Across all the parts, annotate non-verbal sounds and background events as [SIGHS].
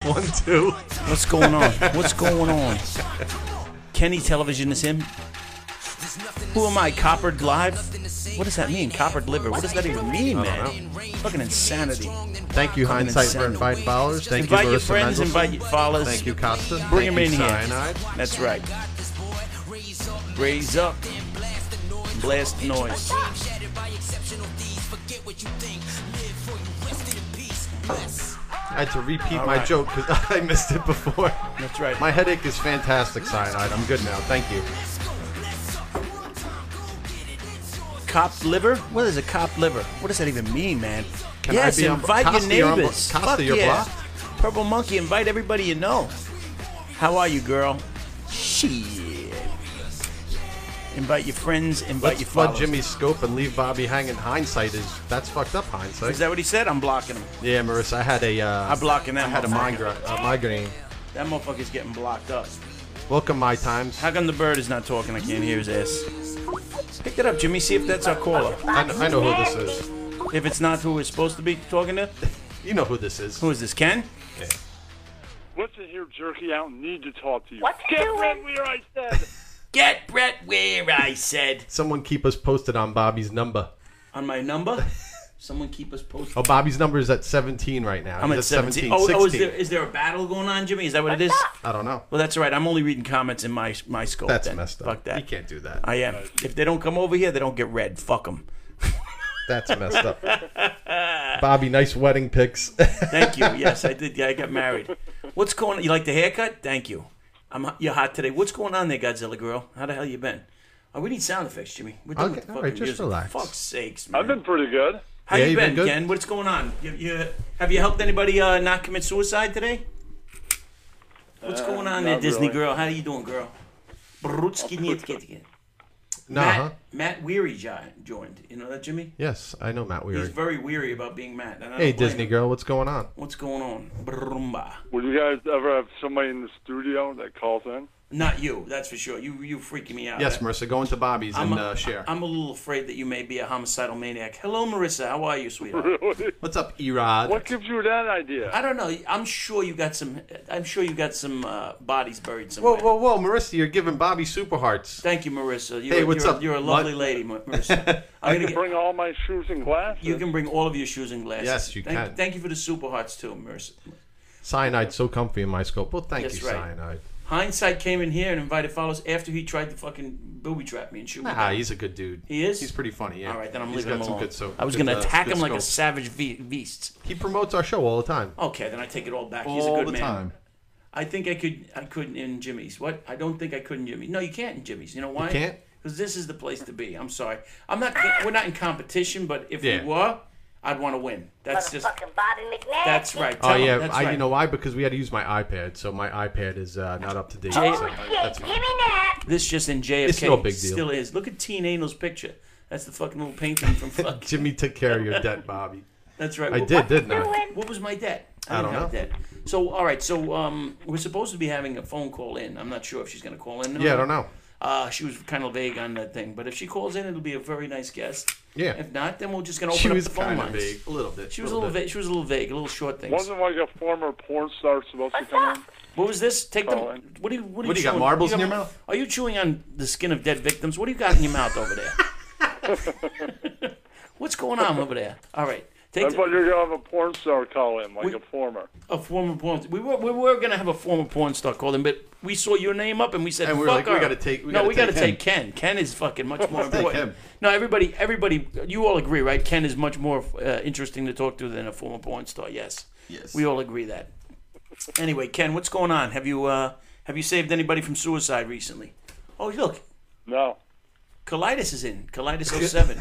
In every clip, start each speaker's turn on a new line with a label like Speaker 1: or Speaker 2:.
Speaker 1: One, two.
Speaker 2: What's going on? What's going on? Kenny Television is him. Who am I? Coppered live? What does that mean? Coppered liver? What does that even mean, man? Fucking insanity.
Speaker 1: Thank you,
Speaker 2: Fucking
Speaker 1: Hindsight, for
Speaker 2: insanity.
Speaker 1: inviting followers. Thank you,
Speaker 2: invite your
Speaker 1: Larissa
Speaker 2: friends,
Speaker 1: Mendelsohn.
Speaker 2: invite your followers.
Speaker 1: Thank you, Costa. Thank
Speaker 2: Bring them in
Speaker 1: you,
Speaker 2: here.
Speaker 1: Cyanide.
Speaker 2: That's right. Raise up. Blast noise.
Speaker 1: I had to repeat
Speaker 2: All
Speaker 1: my
Speaker 2: right.
Speaker 1: joke because [LAUGHS] I missed it before.
Speaker 2: That's right.
Speaker 1: My headache is fantastic, Cyanide. I'm good now. Thank you.
Speaker 2: Copped liver? What is a copped liver? What does that even mean, man?
Speaker 1: Can I
Speaker 2: yes,
Speaker 1: be on-
Speaker 2: invite
Speaker 1: Costa, you're
Speaker 2: your
Speaker 1: on-
Speaker 2: neighbors.
Speaker 1: Costa,
Speaker 2: Fuck
Speaker 1: you're
Speaker 2: yeah.
Speaker 1: blocked?
Speaker 2: Purple Monkey, invite everybody you know. How are you, girl? Shit. Invite your friends, invite
Speaker 1: Let's
Speaker 2: your
Speaker 1: flood
Speaker 2: followers.
Speaker 1: Jimmy's scope and leave Bobby hanging. Hindsight is that's fucked up. Hindsight.
Speaker 2: Is that what he said? I'm blocking him.
Speaker 1: yeah, Marissa, I had a. Uh,
Speaker 2: I'm blocking that
Speaker 1: I had a
Speaker 2: motherfucker.
Speaker 1: migra- a migraine.
Speaker 2: That motherfucker's getting blocked up.
Speaker 1: Welcome, my times.
Speaker 2: How come the bird is not talking? I can't hear his ass. Pick that up, Jimmy. See if that's our caller.
Speaker 1: I know, I know who this is.
Speaker 2: If it's not who we're supposed to be talking to,
Speaker 1: You know who this is.
Speaker 2: who is this? Ken?
Speaker 3: What's in here, jerky? I don't need to talk to you.
Speaker 4: What's
Speaker 3: Get
Speaker 4: doing?
Speaker 3: right where I said.
Speaker 2: Get Brett where I said.
Speaker 1: Someone keep us posted on Bobby's number.
Speaker 2: On my number? Someone keep us posted.
Speaker 1: Oh, Bobby's number is at 17 right now.
Speaker 2: I'm
Speaker 1: He's
Speaker 2: at 17. Oh,
Speaker 1: 16.
Speaker 2: oh, is there is there a battle going on, Jimmy? Is that what it is?
Speaker 1: I don't know.
Speaker 2: Well, that's all right. I'm only reading comments in my my scope.
Speaker 1: That's
Speaker 2: then.
Speaker 1: messed up.
Speaker 2: Fuck
Speaker 1: You
Speaker 2: that.
Speaker 1: can't do that.
Speaker 2: I am. If they don't come over here, they don't get read. Fuck them.
Speaker 1: That's messed
Speaker 2: [LAUGHS]
Speaker 1: up. Bobby, nice wedding pics. [LAUGHS]
Speaker 2: Thank you. Yes, I did. Yeah, I got married. What's going on? You like the haircut? Thank you. I'm you're hot today. What's going on there, Godzilla girl? How the hell you been? Oh, we need sound effects, Jimmy. We're done
Speaker 1: Okay,
Speaker 2: with the
Speaker 1: all
Speaker 2: fucking
Speaker 1: right, just
Speaker 2: music.
Speaker 1: relax.
Speaker 2: Fuck's sakes, man.
Speaker 3: I've been pretty good.
Speaker 2: How
Speaker 1: Yeah,
Speaker 2: you
Speaker 1: you been
Speaker 2: been,
Speaker 1: good?
Speaker 2: Ken? What's going on? You, you, have you helped anybody uh, not commit suicide today? What's going on there,
Speaker 3: Uh, not
Speaker 2: Disney
Speaker 3: really.
Speaker 2: girl? How you doing, girl? Brutski Nietzsche. Matt,
Speaker 1: nah.
Speaker 2: Matt Weary jo- joined. You know that, Jimmy?
Speaker 1: Yes, I know Matt
Speaker 2: He's
Speaker 1: Weary.
Speaker 2: very weary about being Matt. and I don't
Speaker 1: Hey,
Speaker 2: blame
Speaker 1: Disney
Speaker 2: him.
Speaker 1: girl, what's going on?
Speaker 2: What's going on? Brumba.
Speaker 3: Will you guys ever have somebody in the studio that calls in?
Speaker 2: Not you, that's for sure. You you freaking me out.
Speaker 1: Yes,
Speaker 2: That-
Speaker 1: Marissa, go into Bobby's
Speaker 2: I'm
Speaker 1: and
Speaker 2: a-
Speaker 1: uh, share.
Speaker 2: I'm a little afraid that you may be a homicidal maniac. Hello, Marissa. How are you, sweetheart?
Speaker 3: [LAUGHS]
Speaker 1: What's up, Erod?
Speaker 3: What gives you that idea?
Speaker 2: I don't know. I'm sure you got some. I'm sure you got some uh, bodies buried somewhere.
Speaker 1: Whoa, whoa, whoa, Marissa, you're giving Bobby super hearts.
Speaker 2: Thank you, Marissa. You're,
Speaker 1: Hey, what's
Speaker 2: you're,
Speaker 1: up,
Speaker 2: You're a
Speaker 1: Mud?
Speaker 2: lovely lady, Ma-
Speaker 1: [LAUGHS]
Speaker 2: Marissa. I'm gonna
Speaker 3: You
Speaker 2: get-
Speaker 3: bring all my shoes and glasses.
Speaker 2: you can bring all of your shoes and glasses.
Speaker 1: Yes, you
Speaker 2: thank,
Speaker 1: can.
Speaker 2: Thank you for the super hearts too, Marissa.
Speaker 1: Cyanide, so comfy in my scope. Well, thank
Speaker 2: That's
Speaker 1: you,
Speaker 2: right.
Speaker 1: Cyanide.
Speaker 2: Hindsight came in here and invited followers after he tried to fucking booby trap me and shoot me.
Speaker 1: Ah,
Speaker 2: down.
Speaker 1: he's a good dude.
Speaker 2: He is?
Speaker 1: He's pretty funny. Yeah.
Speaker 2: all right, then I'm
Speaker 1: He's
Speaker 2: leaving
Speaker 1: got
Speaker 2: him
Speaker 1: some
Speaker 2: alone.
Speaker 1: Good so,
Speaker 2: I was
Speaker 1: good,
Speaker 2: gonna
Speaker 1: uh,
Speaker 2: attack
Speaker 1: good
Speaker 2: him like a
Speaker 1: scope.
Speaker 2: savage ve- beast.
Speaker 1: He promotes our show all the time.
Speaker 2: Okay, then I take it all back. He's
Speaker 1: all
Speaker 2: a good
Speaker 1: the
Speaker 2: man.
Speaker 1: time.
Speaker 2: I think I could. I couldn't in Jimmy's. What? I don't think I could in Jimmy's. No, you can't in Jimmy's. You know why?
Speaker 1: can't?
Speaker 2: Because this is the place to be. I'm sorry. I'm not. We're not in competition, but if
Speaker 1: Yeah.
Speaker 2: we were, I'd want to win. That's just.
Speaker 4: Motherfucking Bobby McNair.
Speaker 2: That's right.
Speaker 1: Oh
Speaker 2: Tell him.
Speaker 1: yeah,
Speaker 2: That's
Speaker 1: I,
Speaker 2: right.
Speaker 1: you know why? Because we had to use my iPad, so my iPad is uh, not up to date.
Speaker 2: Jay-
Speaker 1: so
Speaker 4: Oh, shit,
Speaker 1: that's
Speaker 4: give
Speaker 1: fine.
Speaker 4: me that.
Speaker 2: This just in JFK.
Speaker 1: It's no big deal.
Speaker 2: Still is. Look at Teen Anal's picture. That's the fucking little
Speaker 1: [LAUGHS]
Speaker 2: painting from fuck.
Speaker 1: Jimmy took care of your debt, Bobby.
Speaker 2: That's right.
Speaker 1: I
Speaker 2: What-
Speaker 1: did, didn't
Speaker 4: Doing.
Speaker 1: I?
Speaker 2: What was my debt?
Speaker 1: I
Speaker 2: didn't
Speaker 1: don't
Speaker 2: have
Speaker 1: know.
Speaker 2: debt. So all right. So um, we're supposed to be having a phone call in. I'm not sure if she's going to call in.
Speaker 1: Yeah, I don't know.
Speaker 2: Uh, she was kind of vague on that thing, but if she calls in, it'll be a very nice guest.
Speaker 1: Yeah.
Speaker 2: If not, then we're just gonna open
Speaker 1: She
Speaker 2: up
Speaker 1: was
Speaker 2: the phone
Speaker 1: kind of
Speaker 2: lines.
Speaker 1: vague, a little bit.
Speaker 2: She was a little
Speaker 1: bit.
Speaker 2: vague. She was a little vague, a little short thing.
Speaker 3: Wasn't like a former porn star supposed to
Speaker 4: What's
Speaker 3: come in?
Speaker 4: up?
Speaker 2: What was this? Take them.
Speaker 3: Oh, I-
Speaker 2: What do you? What, are
Speaker 1: What do you got,
Speaker 2: chewing?
Speaker 1: marbles
Speaker 2: You
Speaker 1: in your
Speaker 2: got-
Speaker 1: mouth?
Speaker 2: Are you chewing on the skin of dead victims? What do you got in your mouth
Speaker 1: [LAUGHS]
Speaker 2: over there? What's going on over there? All right, take
Speaker 3: I
Speaker 2: the-
Speaker 3: thought you were gonna have a porn star call in, like
Speaker 2: We-
Speaker 3: a former.
Speaker 2: a former porn. We were we were gonna have a former porn star call him, but we saw your name up and we said,
Speaker 1: And we were
Speaker 2: "Fuck
Speaker 1: like, we
Speaker 2: her."
Speaker 1: gotta take- we
Speaker 2: no,
Speaker 1: gotta
Speaker 2: we gotta
Speaker 1: take
Speaker 2: take Ken. Ken is fucking
Speaker 1: [LAUGHS]
Speaker 2: much more important.
Speaker 1: him.
Speaker 2: No, everybody, everybody, you all agree, right? Ken is much more uh, interesting to talk to than a former porn star. Yes.
Speaker 1: Yes.
Speaker 2: [LAUGHS] We all agree that. Anyway, Ken, what's going on? Have you uh, have you saved anybody from suicide recently? Oh, look,
Speaker 3: No,
Speaker 2: Colitis is in. Colitis
Speaker 1: [LAUGHS]
Speaker 2: 07.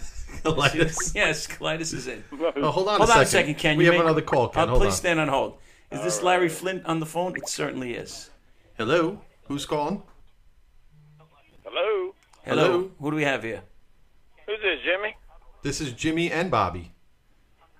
Speaker 1: Colitis.
Speaker 2: yes, Colitis is in.
Speaker 1: Oh,
Speaker 3: [LAUGHS]
Speaker 1: hold on a
Speaker 2: Hold on
Speaker 1: second.
Speaker 2: a second, Ken.
Speaker 1: we
Speaker 2: you
Speaker 1: have
Speaker 2: may-
Speaker 1: another call, Ken.
Speaker 2: Uh,
Speaker 1: hold
Speaker 2: please
Speaker 1: on.
Speaker 2: stand on hold. Is this Larry Flint on the phone? It certainly is.
Speaker 1: Hello, who's calling?
Speaker 5: Hello.
Speaker 2: Hello.
Speaker 1: Hello.
Speaker 2: Who do we have here?
Speaker 5: Who's this, Jimmy?
Speaker 1: This is Jimmy and Bobby.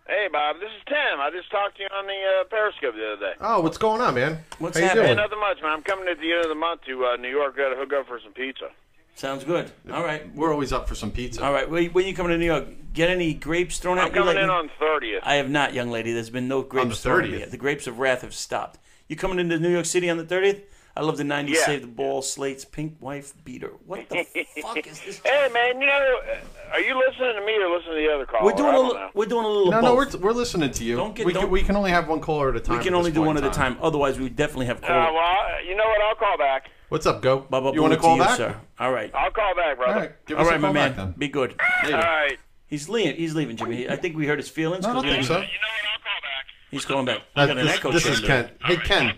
Speaker 5: Hey, Bob. This is Tim. I just talked to you on the uh, Periscope the other day.
Speaker 1: Oh, what's going on, man?
Speaker 2: What's
Speaker 1: How you
Speaker 2: happening?
Speaker 1: doing?
Speaker 5: Hey, nothing much, man. I'm coming at the end of the month to uh, New York. Got to hook up for some pizza.
Speaker 2: Sounds good. All right.
Speaker 1: We're always up for some pizza.
Speaker 2: All right. When when you coming to New York, get any grapes thrown
Speaker 5: I'm
Speaker 2: at you?
Speaker 5: coming
Speaker 2: like-
Speaker 5: in on 30th.
Speaker 2: I have not, young lady. There's been no grapes
Speaker 1: the
Speaker 2: thrown at me
Speaker 1: 30th.
Speaker 2: yet. The grapes of wrath have stopped. You coming into New York City on the 30th? I love the 90s
Speaker 5: Yeah.
Speaker 2: Save the Ball, Slates, Pink Wife, Beater.
Speaker 5: [LAUGHS]
Speaker 2: What the fuck is this?
Speaker 5: Hey, man, you know, uh, are you listening to me or listening to the other caller?
Speaker 2: We're doing
Speaker 5: I
Speaker 2: a
Speaker 5: don't
Speaker 2: little,
Speaker 5: know.
Speaker 2: we're doing a little
Speaker 1: No,
Speaker 2: both.
Speaker 1: no, we're, we're listening to you.
Speaker 2: Don't get-
Speaker 1: we,
Speaker 2: don't-
Speaker 1: can, we can only have one caller at a time.
Speaker 2: we can
Speaker 1: at
Speaker 2: only
Speaker 1: this
Speaker 2: do
Speaker 1: point
Speaker 2: one at
Speaker 1: in
Speaker 2: a time. Otherwise, we would definitely have
Speaker 5: Uh,
Speaker 2: called.
Speaker 5: well, I- you know what? I'll call back.
Speaker 1: What's up, Go?
Speaker 2: Bubba
Speaker 1: you want to
Speaker 2: Blue
Speaker 1: call
Speaker 2: you,
Speaker 1: back?
Speaker 2: sir? All right.
Speaker 5: I'll call back,
Speaker 1: All
Speaker 5: brother.
Speaker 1: right, give
Speaker 2: All
Speaker 1: us
Speaker 2: right,
Speaker 1: a
Speaker 2: my
Speaker 1: call
Speaker 2: man.
Speaker 1: back then.
Speaker 2: Be good.
Speaker 5: All right.
Speaker 2: He's leaving. He's leaving, Jimmy. I think we heard his feelings.
Speaker 1: I
Speaker 2: 'cause
Speaker 1: don't
Speaker 2: we
Speaker 1: think so.
Speaker 2: didn't-
Speaker 5: You know what? I'll call back.
Speaker 2: He's going back. I got an
Speaker 1: Uh, this
Speaker 2: echo
Speaker 1: this is
Speaker 2: chamber.
Speaker 1: Ken. Hey, Ken.
Speaker 5: Call back, brother.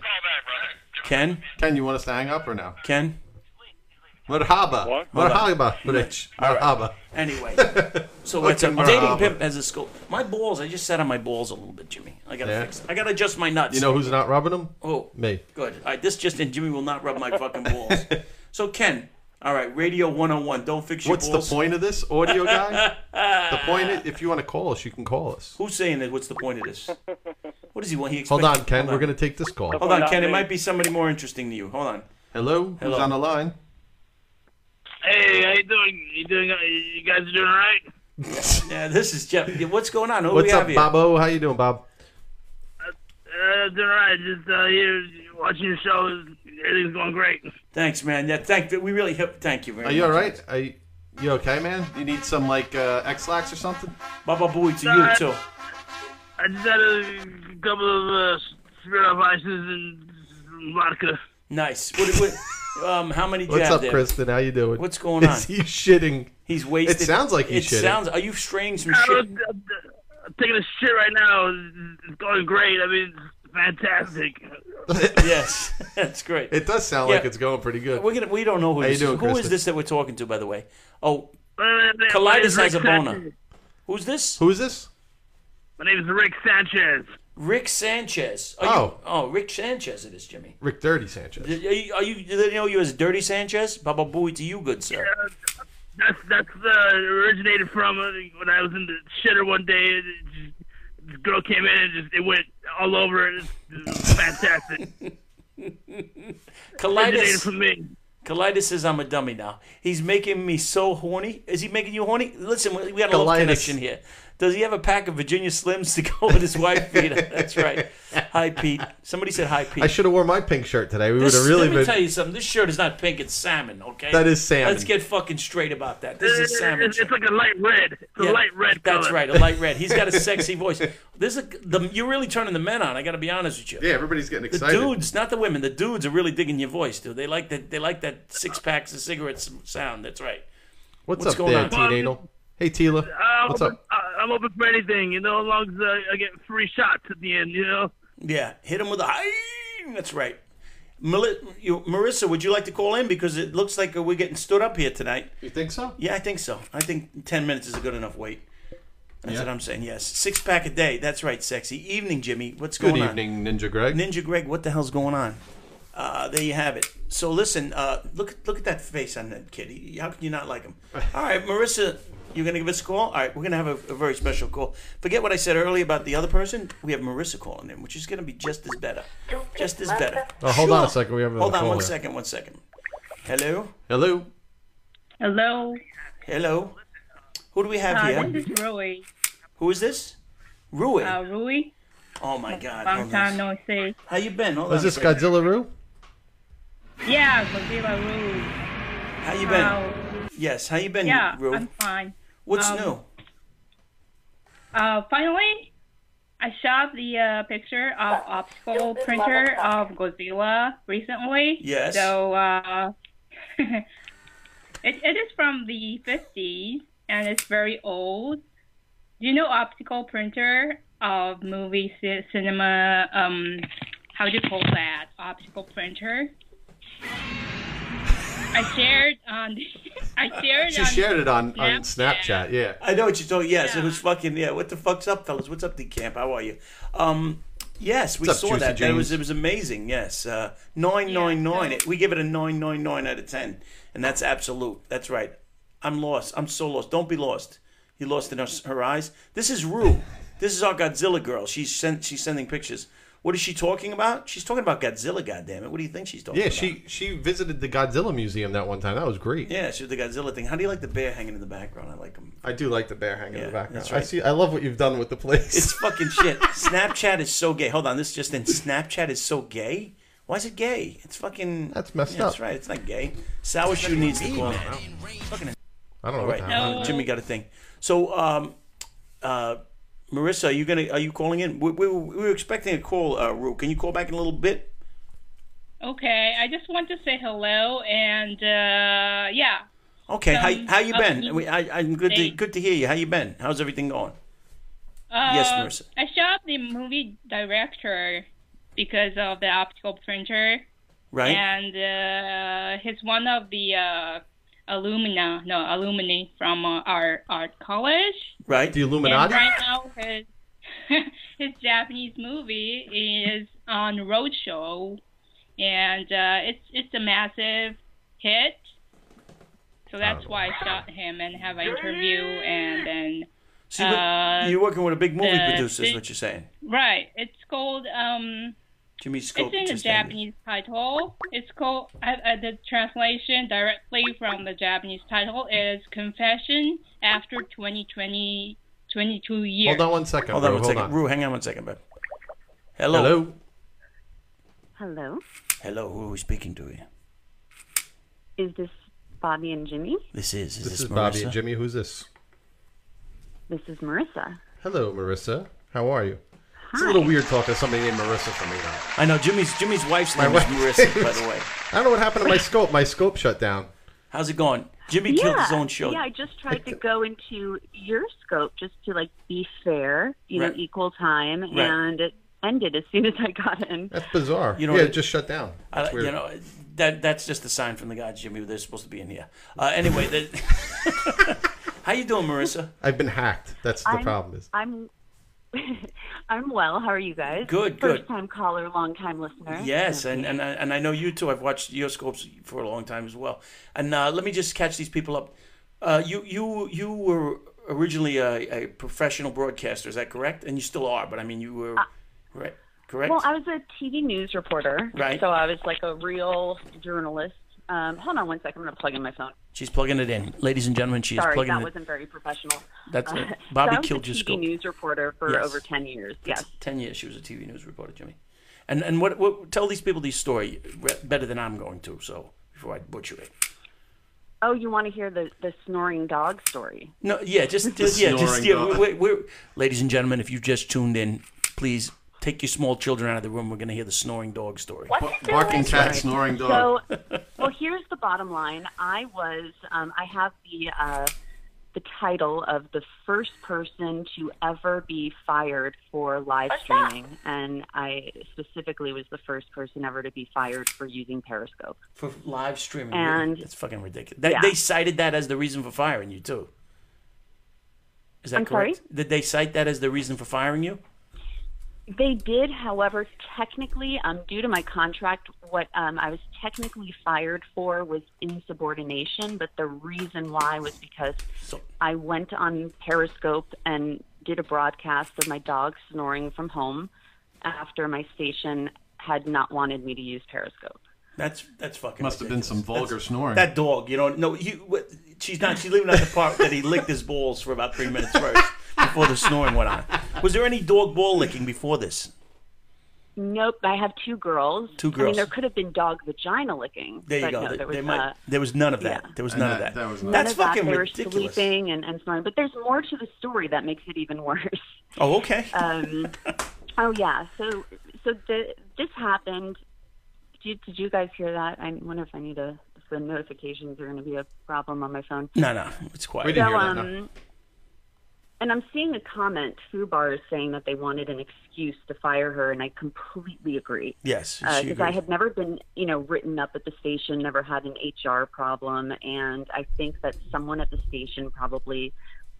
Speaker 2: Ken.
Speaker 1: Ken, you want us to hang up or no?
Speaker 2: Ken.
Speaker 1: Merhaba.
Speaker 5: What?
Speaker 1: Merhaba, bitch. Merhaba. [LAUGHS]
Speaker 2: Anyway, so what's
Speaker 1: Fucking
Speaker 2: up? Dating
Speaker 1: Marhaba.
Speaker 2: pimp has a skull. My balls. I just sat on my balls a little bit, Jimmy. I gotta
Speaker 1: Yeah.
Speaker 2: fix. It. I gotta adjust my nuts.
Speaker 1: You know who's not rubbing them?
Speaker 2: Oh,
Speaker 1: Me.
Speaker 2: good. All right, this just in. Jimmy will not rub my fucking
Speaker 1: [LAUGHS]
Speaker 2: balls. so Ken. All right, Radio 101. Don't fix your
Speaker 1: What's the
Speaker 2: balls.
Speaker 1: point of this audio guy? the point is, if you want to call us, you can call us.
Speaker 2: Who's saying that? What's the point of this? What does he want? He
Speaker 1: Hold
Speaker 2: expects-
Speaker 1: on, Ken.
Speaker 2: Hold
Speaker 1: We're going to take this call.
Speaker 2: Hold on,
Speaker 5: Not
Speaker 2: Ken. It
Speaker 5: me.
Speaker 2: might be somebody more interesting to you. Hold on.
Speaker 1: Hello?
Speaker 2: Hello.
Speaker 1: Who's on the line?
Speaker 4: Hey, how you doing? You doing? uh, You guys are doing all right?
Speaker 2: Yeah, this is Jeff. Yeah, What's going on? Who
Speaker 1: What's
Speaker 2: we have
Speaker 1: up,
Speaker 2: here?
Speaker 1: Bobo? How you doing, Bob?
Speaker 4: Uh, doing all right. Just uh, here watching your show. Everything's going great.
Speaker 2: Thanks, man. Yeah, thank. We really hip- thank you very
Speaker 1: Are
Speaker 2: much.
Speaker 1: you all right? Are you, you okay, man? You need some, like, uh, X-Lax or something?
Speaker 2: Baba Booey to
Speaker 4: Nah.
Speaker 2: you too.
Speaker 4: I just had a couple of uh, spirit of ices and vodka.
Speaker 2: Nice. What, what, um, how many do you
Speaker 1: What's
Speaker 2: have
Speaker 1: up,
Speaker 2: there?
Speaker 1: Kristen? How you doing?
Speaker 2: What's going on?
Speaker 1: Is he shitting?
Speaker 2: He's wasted.
Speaker 1: It sounds like he's
Speaker 2: It
Speaker 1: shitting.
Speaker 2: sounds. Are you straining some
Speaker 4: I was,
Speaker 2: shit?
Speaker 4: I'm, I'm taking a shit right now. It's going great. I mean, it's fantastic.
Speaker 2: [LAUGHS]
Speaker 4: Uh,
Speaker 2: Yes, [LAUGHS] that's great.
Speaker 1: [LAUGHS] It does sound like
Speaker 2: Yeah.
Speaker 1: it's going pretty good.
Speaker 2: We're gonna. We don't know who
Speaker 1: How
Speaker 2: this
Speaker 1: you doing,
Speaker 2: is. Who is
Speaker 1: Kristen?
Speaker 2: this that we're talking to, by the way? Oh, Colitis
Speaker 4: Colitis
Speaker 2: has a boner. who's this?
Speaker 1: Who is this?
Speaker 4: My name is Rick Sanchez.
Speaker 2: Rick Sanchez. Are You,
Speaker 1: Oh.
Speaker 2: oh, Rick Sanchez. It is Jimmy.
Speaker 1: Rick Dirty Sanchez.
Speaker 2: Are you, are you? Do they know you as Dirty Sanchez? Baba Booey to you, good sir.
Speaker 4: That's that's uh, originated from uh, when I was in the shitter one day. And it just, this girl came in and just it went all over. It was fantastic. originated
Speaker 2: Colitis.
Speaker 4: from me.
Speaker 2: Colitis says I'm a dummy now. He's making me so horny. Is he making you horny? Listen, we we got a little
Speaker 1: Colitis.
Speaker 2: connection here. Does he have a pack of Virginia Slims to go with his
Speaker 1: [LAUGHS]
Speaker 2: wife, Peter? That's right. Hi, Pete. Somebody said hi, Pete.
Speaker 1: I should have worn my pink shirt today. We would
Speaker 2: This-
Speaker 1: have really
Speaker 2: let me
Speaker 1: been.
Speaker 2: tell you something. This shirt is not pink; it's salmon. Okay,
Speaker 1: That is salmon.
Speaker 2: Let's get fucking straight about that. This is a salmon.
Speaker 4: It's,
Speaker 2: shirt.
Speaker 4: it's like a light red. It's a
Speaker 2: Yeah,
Speaker 4: light red color.
Speaker 2: That's right, a light red. He's got a sexy voice. This is the you're really turning the men on. I got to be honest with you.
Speaker 1: yeah, everybody's getting
Speaker 2: The
Speaker 1: excited.
Speaker 2: dudes, not the women. The dudes are really digging your voice, dude. They like that. They like that six packs of cigarettes sound. That's right.
Speaker 1: What's,
Speaker 2: what's
Speaker 1: up
Speaker 2: going
Speaker 1: there,
Speaker 2: on?
Speaker 1: Teen Anal? Hey,
Speaker 2: Uh,
Speaker 1: Tila.
Speaker 4: Uh, I'm
Speaker 1: What's
Speaker 4: open,
Speaker 1: up?
Speaker 4: I- I'm open for anything, you know, as long as uh, I get free shots at the end, you know.
Speaker 2: Yeah, hit him with a high. That's right. Meli- you, Marissa, would you like to call in because it looks like we're getting stood up here tonight?
Speaker 1: You think so?
Speaker 2: Yeah, I think so. I think ten minutes is a good enough wait. That's
Speaker 1: Yeah.
Speaker 2: what I'm saying. Yes, six pack a day. That's right. Sexy evening, Jimmy. What's
Speaker 1: Good
Speaker 2: going on?
Speaker 1: evening, Ninja Greg.
Speaker 2: Ninja Greg, what the hell's going on? Uh, there you have it. So listen, uh, look look at that face on that kid. He- How can you not
Speaker 1: [LAUGHS]
Speaker 2: like him? All right, Marissa, you're gonna give us a call. All right, we're gonna have a, a very special call. Forget what I said earlier about the other person. We have Marissa calling in, which is gonna be just as better, just as better.
Speaker 1: Oh, hold on a second. We have another
Speaker 2: Hold on
Speaker 1: caller.
Speaker 2: one second, one second. Hello,
Speaker 1: Hello.
Speaker 6: Hello.
Speaker 2: hello. Who do we have
Speaker 6: Uh,
Speaker 2: here?
Speaker 6: this is Rui.
Speaker 2: Who is this? Rui.
Speaker 6: Uh, Rui,
Speaker 2: oh my God.
Speaker 6: long
Speaker 2: hold on.
Speaker 6: time no see.
Speaker 2: How you been? Hold
Speaker 1: Is
Speaker 2: on a
Speaker 1: this
Speaker 2: second.
Speaker 1: Godzilla Roo?
Speaker 6: Yeah, Godzilla Rui.
Speaker 2: How you been?
Speaker 6: Uh,
Speaker 2: yes. How you been,
Speaker 6: yeah,
Speaker 2: Rui?
Speaker 6: I'm fine.
Speaker 2: What's
Speaker 6: um,
Speaker 2: new?
Speaker 6: Uh, finally, I shot the uh, picture of optical printer of Godzilla recently.
Speaker 2: Yes.
Speaker 6: So uh, [LAUGHS] it, it is from the 50s and it's very old. Do you know optical printer of movie ci- cinema? Um, how do you call that? Optical printer. I shared on. [LAUGHS] I shared
Speaker 1: She
Speaker 6: on.
Speaker 1: shared it on, on
Speaker 6: Snapchat.
Speaker 1: Snapchat, yeah.
Speaker 2: I know what you're talking. Yes, it
Speaker 6: Yeah.
Speaker 2: was fucking. Yeah, what the fuck's up, fellas? What's up, D Camp? How are you? Um, yes, we
Speaker 1: What's up,
Speaker 2: saw that.
Speaker 1: Juicy
Speaker 2: That was
Speaker 1: James?
Speaker 2: it was amazing. Yes, uh, nine nine nine.
Speaker 6: Yeah.
Speaker 2: It- We give it a nine nine nine out of ten, and that's absolute. That's right. I'm lost. I'm so lost. Don't be lost. You lost in her, her eyes. This is Rue. this is our Godzilla girl. She's sent. She's sending pictures. What is she talking about? She's talking about Godzilla. goddammit. What do you think she's talking
Speaker 1: Yeah,
Speaker 2: about?
Speaker 1: she she visited the Godzilla Museum that one time. That was great.
Speaker 2: Yeah, she was the Godzilla thing. How do you like the bear hanging in the background? I like him.
Speaker 1: I do like the bear hanging in
Speaker 2: Yeah,
Speaker 1: the background.
Speaker 2: that's right.
Speaker 1: I see. I love what you've done with the place.
Speaker 2: It's fucking shit. Snapchat is so gay. Hold on, this just in. Snapchat is so gay. Why is it gay? It's fucking.
Speaker 1: That's messed
Speaker 2: yeah, That's
Speaker 1: up.
Speaker 2: right. It's not gay. Sour shoe needs to call. Fucking
Speaker 1: I don't know
Speaker 2: all
Speaker 1: what
Speaker 2: right.
Speaker 1: the hell.
Speaker 6: No.
Speaker 2: Jimmy got a thing. So, um, uh, Marissa, are you gonna? Are you calling in? We, we, we were expecting a call. Uh, Rue, can you call back in a little bit?
Speaker 6: Okay, I just want to say hello and uh, yeah,
Speaker 2: Okay.
Speaker 6: Um,
Speaker 2: how how you
Speaker 6: uh,
Speaker 2: been? We- I, I'm good. To,
Speaker 6: thanks.
Speaker 2: good to hear you. How you been? How's everything going?
Speaker 6: Uh,
Speaker 2: Yes, Marissa.
Speaker 6: I shot the movie director because of the optical printer,
Speaker 2: Right.
Speaker 6: and uh, he's one of the uh, alumna, no, alumni from uh, our art college.
Speaker 2: Right.
Speaker 1: The
Speaker 6: And
Speaker 1: Illuminati.
Speaker 6: right now, his his [LAUGHS] Japanese movie is on roadshow, and uh, it's it's a massive hit. So that's
Speaker 1: Oh.
Speaker 6: why I shot him and have an interview, and then
Speaker 2: So you,
Speaker 6: uh,
Speaker 2: you're working with a big movie
Speaker 6: the
Speaker 2: producer, is
Speaker 6: thing-
Speaker 2: what you're saying.
Speaker 6: right, it's called um.
Speaker 2: Jimmy Scope.
Speaker 6: it's in the
Speaker 2: just ended.
Speaker 6: Japanese title. It's called uh, uh, the translation directly from the Japanese title is Confession After 2020, 22 Years.
Speaker 1: Hold on one second.
Speaker 2: Hold on
Speaker 1: bro,
Speaker 2: one
Speaker 1: hold
Speaker 2: second.
Speaker 1: on.
Speaker 2: Rue, hang on one second, babe. Hello.
Speaker 1: Hello.
Speaker 7: Hello,
Speaker 2: Hello, who are we speaking to here?
Speaker 7: is this Bobby and Jimmy?
Speaker 2: This is. Is this,
Speaker 1: This is
Speaker 2: Marissa?
Speaker 1: Bobby and Jimmy. Who's this?
Speaker 7: This is Marissa.
Speaker 1: Hello, Marissa. How are you? It's a little weird talking to somebody named Marissa for me now.
Speaker 2: I know Jimmy's Jimmy's wife's name
Speaker 1: wife-
Speaker 2: is Marissa, by the way.
Speaker 1: I don't know what happened to my scope. My scope shut down.
Speaker 2: How's it going? Jimmy killed his own show.
Speaker 7: yeah. I just tried to go into your scope just to like be fair, you
Speaker 2: Right.
Speaker 7: know, equal time,
Speaker 2: Right.
Speaker 7: and it ended as soon as I got in.
Speaker 1: That's bizarre.
Speaker 2: You know
Speaker 1: yeah,
Speaker 2: what-
Speaker 1: it just shut down.
Speaker 2: I,
Speaker 1: That's weird.
Speaker 2: you know that that's just a sign from the gods, Jimmy. They're supposed to be in here. Uh, anyway, that, [LAUGHS] how you doing, Marissa?
Speaker 1: I've been hacked. That's the problem. Is
Speaker 7: I'm. [LAUGHS] I'm well. How are you guys?
Speaker 2: Good, good.
Speaker 7: First time caller, long time listener.
Speaker 2: Yes, and, and I- and I know you too. I've watched your scopes for a long time as well. And uh, let me just catch these people up. Uh, you you you were originally a, a professional broadcaster, is that correct? And you still are, but I mean you were right, correct?
Speaker 7: Uh, Well, I was a TV news reporter,
Speaker 2: Right.
Speaker 7: So I was like a real journalist. Um, hold on one second. I'm gonna plug in my phone.
Speaker 2: She's plugging it in, ladies and gentlemen. She is
Speaker 7: Sorry,
Speaker 2: plugging
Speaker 7: that
Speaker 2: it.
Speaker 7: wasn't very professional.
Speaker 2: That's it.
Speaker 7: [LAUGHS] so
Speaker 2: Bobby
Speaker 7: I was
Speaker 2: killed
Speaker 7: a
Speaker 2: your
Speaker 7: TV
Speaker 2: scope.
Speaker 7: news reporter for
Speaker 2: Yes.
Speaker 7: over ten years. Yes.
Speaker 2: Ten years she was a TV news reporter, Jimmy. And and what what tell these people this story re- better than I'm going to. So before I butcher it.
Speaker 7: Oh, you want to hear the the snoring dog story?
Speaker 2: No,
Speaker 8: [LAUGHS]
Speaker 2: yeah, just, just yeah, just
Speaker 8: snoring
Speaker 2: yeah.
Speaker 8: dog.
Speaker 2: We're, we're, ladies and gentlemen, if you just tuned in, please take your small children out of the room. We're going to hear the snoring dog story.
Speaker 8: Barking cat, snoring dog.
Speaker 7: So, well, here's the bottom line. I was um, I have the uh, the title of the first person to ever be fired for live streaming, and I specifically was the first person ever to be fired for using Periscope.
Speaker 2: for live streaming.
Speaker 7: And-
Speaker 2: it's fucking ridiculous. That,
Speaker 7: Yeah.
Speaker 2: They cited that as the reason for firing you too. Is that
Speaker 7: I'm
Speaker 2: correct?
Speaker 7: sorry?
Speaker 2: Did they cite that as the reason for firing you?
Speaker 7: They did, however, technically, um, due to my contract, what um, I was technically fired for was insubordination, but the reason why was because
Speaker 2: So
Speaker 7: I went on Periscope and did a broadcast of my dog snoring from home after my station had not wanted me to use Periscope.
Speaker 2: that's that's fucking.
Speaker 8: Must have been some
Speaker 2: ridiculous.
Speaker 8: vulgar
Speaker 2: That's-
Speaker 8: snoring.
Speaker 2: That dog, you know, no, you. What, she's not. She's leaving out the part that he licked his balls for about three minutes first before the snoring went on. Was there any dog ball licking before this?
Speaker 7: Nope, I have two girls.
Speaker 2: Two
Speaker 7: I mean,
Speaker 2: girls.
Speaker 7: there could have been dog vagina licking.
Speaker 2: There you
Speaker 7: but
Speaker 2: go.
Speaker 7: No,
Speaker 2: There-
Speaker 7: there was,
Speaker 2: there, might-
Speaker 7: uh,
Speaker 2: there was none of that.
Speaker 7: yeah.
Speaker 2: There was
Speaker 8: And
Speaker 2: none of
Speaker 8: that-
Speaker 2: that.
Speaker 8: that was none
Speaker 2: That's
Speaker 7: none of that.
Speaker 2: fucking
Speaker 7: They were
Speaker 2: ridiculous.
Speaker 7: sleeping and, and snoring. But there's more to the story that makes it even [LAUGHS] worse.
Speaker 2: Oh,
Speaker 7: [LAUGHS]
Speaker 2: okay. [LAUGHS]
Speaker 7: um, oh yeah. So so the, this happened. Did you, did you guys hear that? I wonder if I need a if the notifications are going to be a problem on my phone.
Speaker 2: no, no, it's quiet.
Speaker 1: We didn't
Speaker 7: So
Speaker 1: hear that. No.
Speaker 7: um, and I'm seeing a comment through bars saying that they wanted an excuse to fire her, and I completely agree
Speaker 2: Yes, she
Speaker 7: because Uh, I
Speaker 2: agreed.
Speaker 7: had never been, you know, written up at the station, never had an HR problem, and I think that someone at the station probably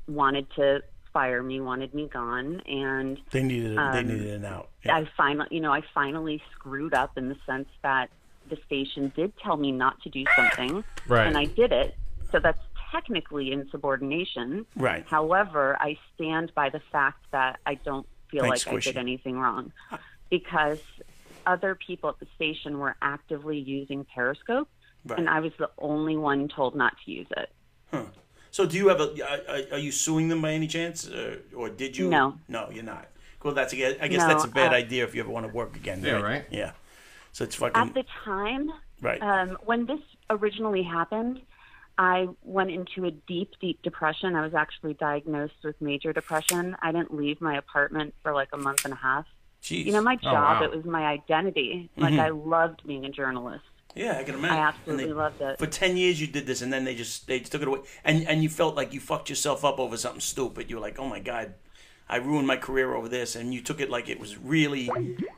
Speaker 7: wanted to fire me, wanted me gone, and
Speaker 2: They needed. they
Speaker 7: um,
Speaker 2: needed an out. Yeah.
Speaker 7: I finally, you know, I finally screwed up in the sense that the station did tell me not to do something,
Speaker 1: Right.
Speaker 7: and I did it. So that's technically insubordination.
Speaker 2: Right.
Speaker 7: However, I stand by the fact that I don't feel
Speaker 2: Thanks,
Speaker 7: like I
Speaker 2: Squishy.
Speaker 7: did anything wrong. because other people at the station were actively using Periscope,
Speaker 2: Right.
Speaker 7: and I was the only one told not to use it.
Speaker 2: So do you have a? Are, are you suing them by any chance, or, or did you?
Speaker 7: No.
Speaker 2: No, you're not. Well, that's again. I guess
Speaker 7: No,
Speaker 2: that's a bad
Speaker 7: uh,
Speaker 2: idea if you ever want to work again.
Speaker 8: Yeah, right.
Speaker 2: Yeah. So it's
Speaker 7: At
Speaker 2: fucking
Speaker 7: the time,
Speaker 2: right.
Speaker 7: um, when this originally happened, I went into a deep, deep depression. I was actually diagnosed with major depression. I didn't leave my apartment for like a month and a half.
Speaker 2: Jeez.
Speaker 7: You know,
Speaker 2: Oh,
Speaker 7: my job,
Speaker 8: wow.
Speaker 7: it was my identity. Like, I loved being a journalist.
Speaker 2: yeah, I can
Speaker 7: I
Speaker 2: imagine.
Speaker 7: absolutely
Speaker 2: Mm-hmm. And they-
Speaker 7: loved it.
Speaker 2: For ten years, you did this, and then they just they took it away, and and you felt like you fucked yourself up over something stupid. You were like, oh my god, I ruined my career over this, and you took it like it was really.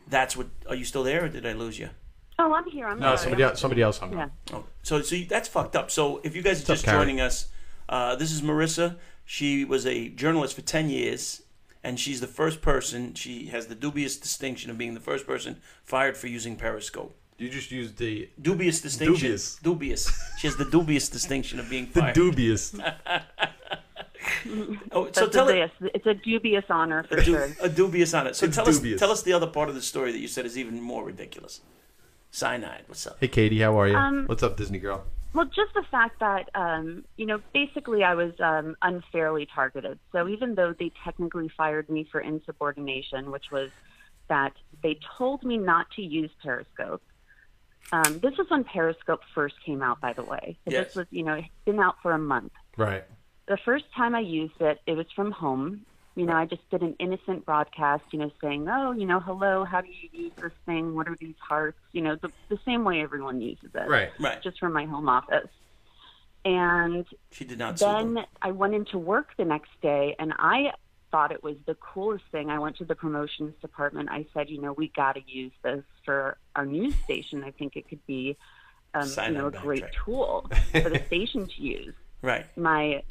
Speaker 2: That's what. Are you still there, or did I lose you?
Speaker 7: Oh, I'm here. I'm
Speaker 1: No,
Speaker 7: sorry.
Speaker 1: somebody else. Somebody else hung up.
Speaker 2: Oh, so so you- that's fucked up. So if you guys are
Speaker 1: up,
Speaker 2: just
Speaker 1: Karen?
Speaker 2: joining us, uh, this is Marissa. She was a journalist for ten years, and she's the first person. She has the dubious distinction of being the first person fired for using Periscope.
Speaker 1: You just used the
Speaker 2: Dubious distinction.
Speaker 1: Dubious.
Speaker 2: Dubious. She has the dubious distinction of being
Speaker 1: the
Speaker 2: fired. [LAUGHS]
Speaker 1: dubious.
Speaker 2: oh, so
Speaker 7: That's
Speaker 2: tell
Speaker 7: a,
Speaker 2: it.
Speaker 7: dubious- it's a dubious honor for
Speaker 2: du-
Speaker 7: sure.
Speaker 2: a dubious on it. So
Speaker 1: It's
Speaker 2: tell us
Speaker 1: dubious.
Speaker 2: tell us the other part of the story that you said is even more ridiculous. Cyanide. What's up?
Speaker 1: Hey, Katie, how are you?
Speaker 7: Um,
Speaker 1: What's up, Disney girl?
Speaker 7: Well, just the fact that, um, you know, basically I was um, unfairly targeted. So even though they technically fired me for insubordination, which was that they told me not to use Periscope. Um, this was when Periscope first came out, by the way. So
Speaker 2: Yes.
Speaker 7: This was, you know, it had been out for a month.
Speaker 1: Right.
Speaker 7: The first time I used it, it was from home. You know, I just did an innocent broadcast, you know, saying, oh, you know, hello, how do you use this thing? What are these hearts? You know, the, the same way everyone uses it
Speaker 1: Right.
Speaker 2: Right.
Speaker 7: just from my home office. And
Speaker 2: She did not. sue them.
Speaker 7: then I went into work the next day and I thought it was the coolest thing. I went to the promotions department. I said, you know, we got to use this for our news station. I think it could be, um, you
Speaker 2: Sign
Speaker 7: know, a
Speaker 2: on
Speaker 7: great
Speaker 2: backtrack. [LAUGHS]
Speaker 7: tool for the station to use.
Speaker 2: Right.
Speaker 7: My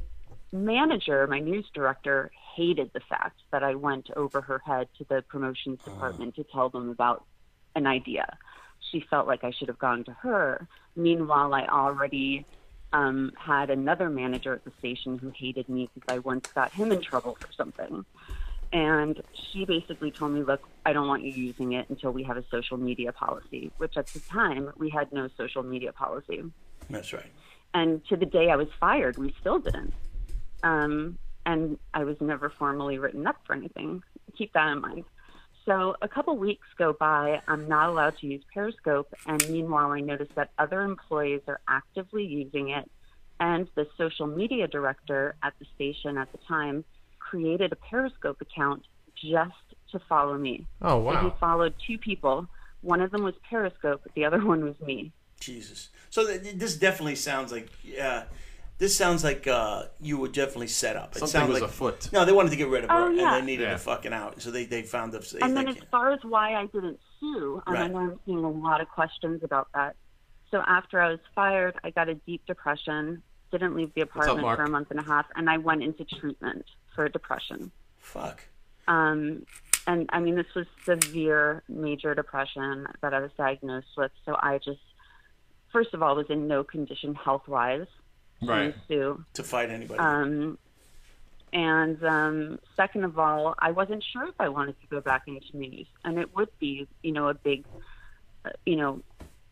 Speaker 7: manager, my news director, hated the fact that I went over her head to the promotions department to tell them about an idea. She felt like I should have gone to her. Meanwhile, I already um, had another manager at the station who hated me because I once got him in trouble for something. And she basically told me, look, I don't want you using it until we have a social media policy, which at the time we had no social media policy
Speaker 2: That's right.
Speaker 7: and to the day I was fired, we still didn't. Um, and I was never formally written up for anything. Keep that in mind. So a couple weeks go by. I'm not allowed to use Periscope, and meanwhile, I notice that other employees are actively using it. And the social media director at the station at the time created a Periscope account just to follow me.
Speaker 1: Oh
Speaker 7: So he
Speaker 1: wow.
Speaker 7: followed two people. One of them was Periscope. The other one was me.
Speaker 2: Jesus. So th- th- this definitely sounds like yeah. This sounds like uh, you were definitely set up. It
Speaker 8: Something
Speaker 2: sounds
Speaker 8: was
Speaker 2: like,
Speaker 8: afoot.
Speaker 2: No, they wanted to get rid of her,
Speaker 7: Oh, yeah.
Speaker 2: and they needed
Speaker 8: Yeah.
Speaker 2: to fucking out. So they, they found the. they-
Speaker 7: And then,
Speaker 2: they
Speaker 7: as
Speaker 2: can't-
Speaker 7: far as why I didn't sue, um, I
Speaker 2: Right.
Speaker 7: know I'm seeing a lot of questions about that. So after I was fired, I got a deep depression, didn't leave the
Speaker 1: up,
Speaker 7: apartment
Speaker 1: Mark?
Speaker 7: for a month and a half, and I went into treatment for depression.
Speaker 2: Fuck.
Speaker 7: Um, and I mean, this was severe, major depression that I was diagnosed with. So I just, first of all, was in no condition health wise
Speaker 8: Right.
Speaker 7: to sue.
Speaker 2: To fight anybody.
Speaker 7: Um, and um, second of all, I wasn't sure if I wanted to go back into news, and it would be, you know, a big, uh, you know,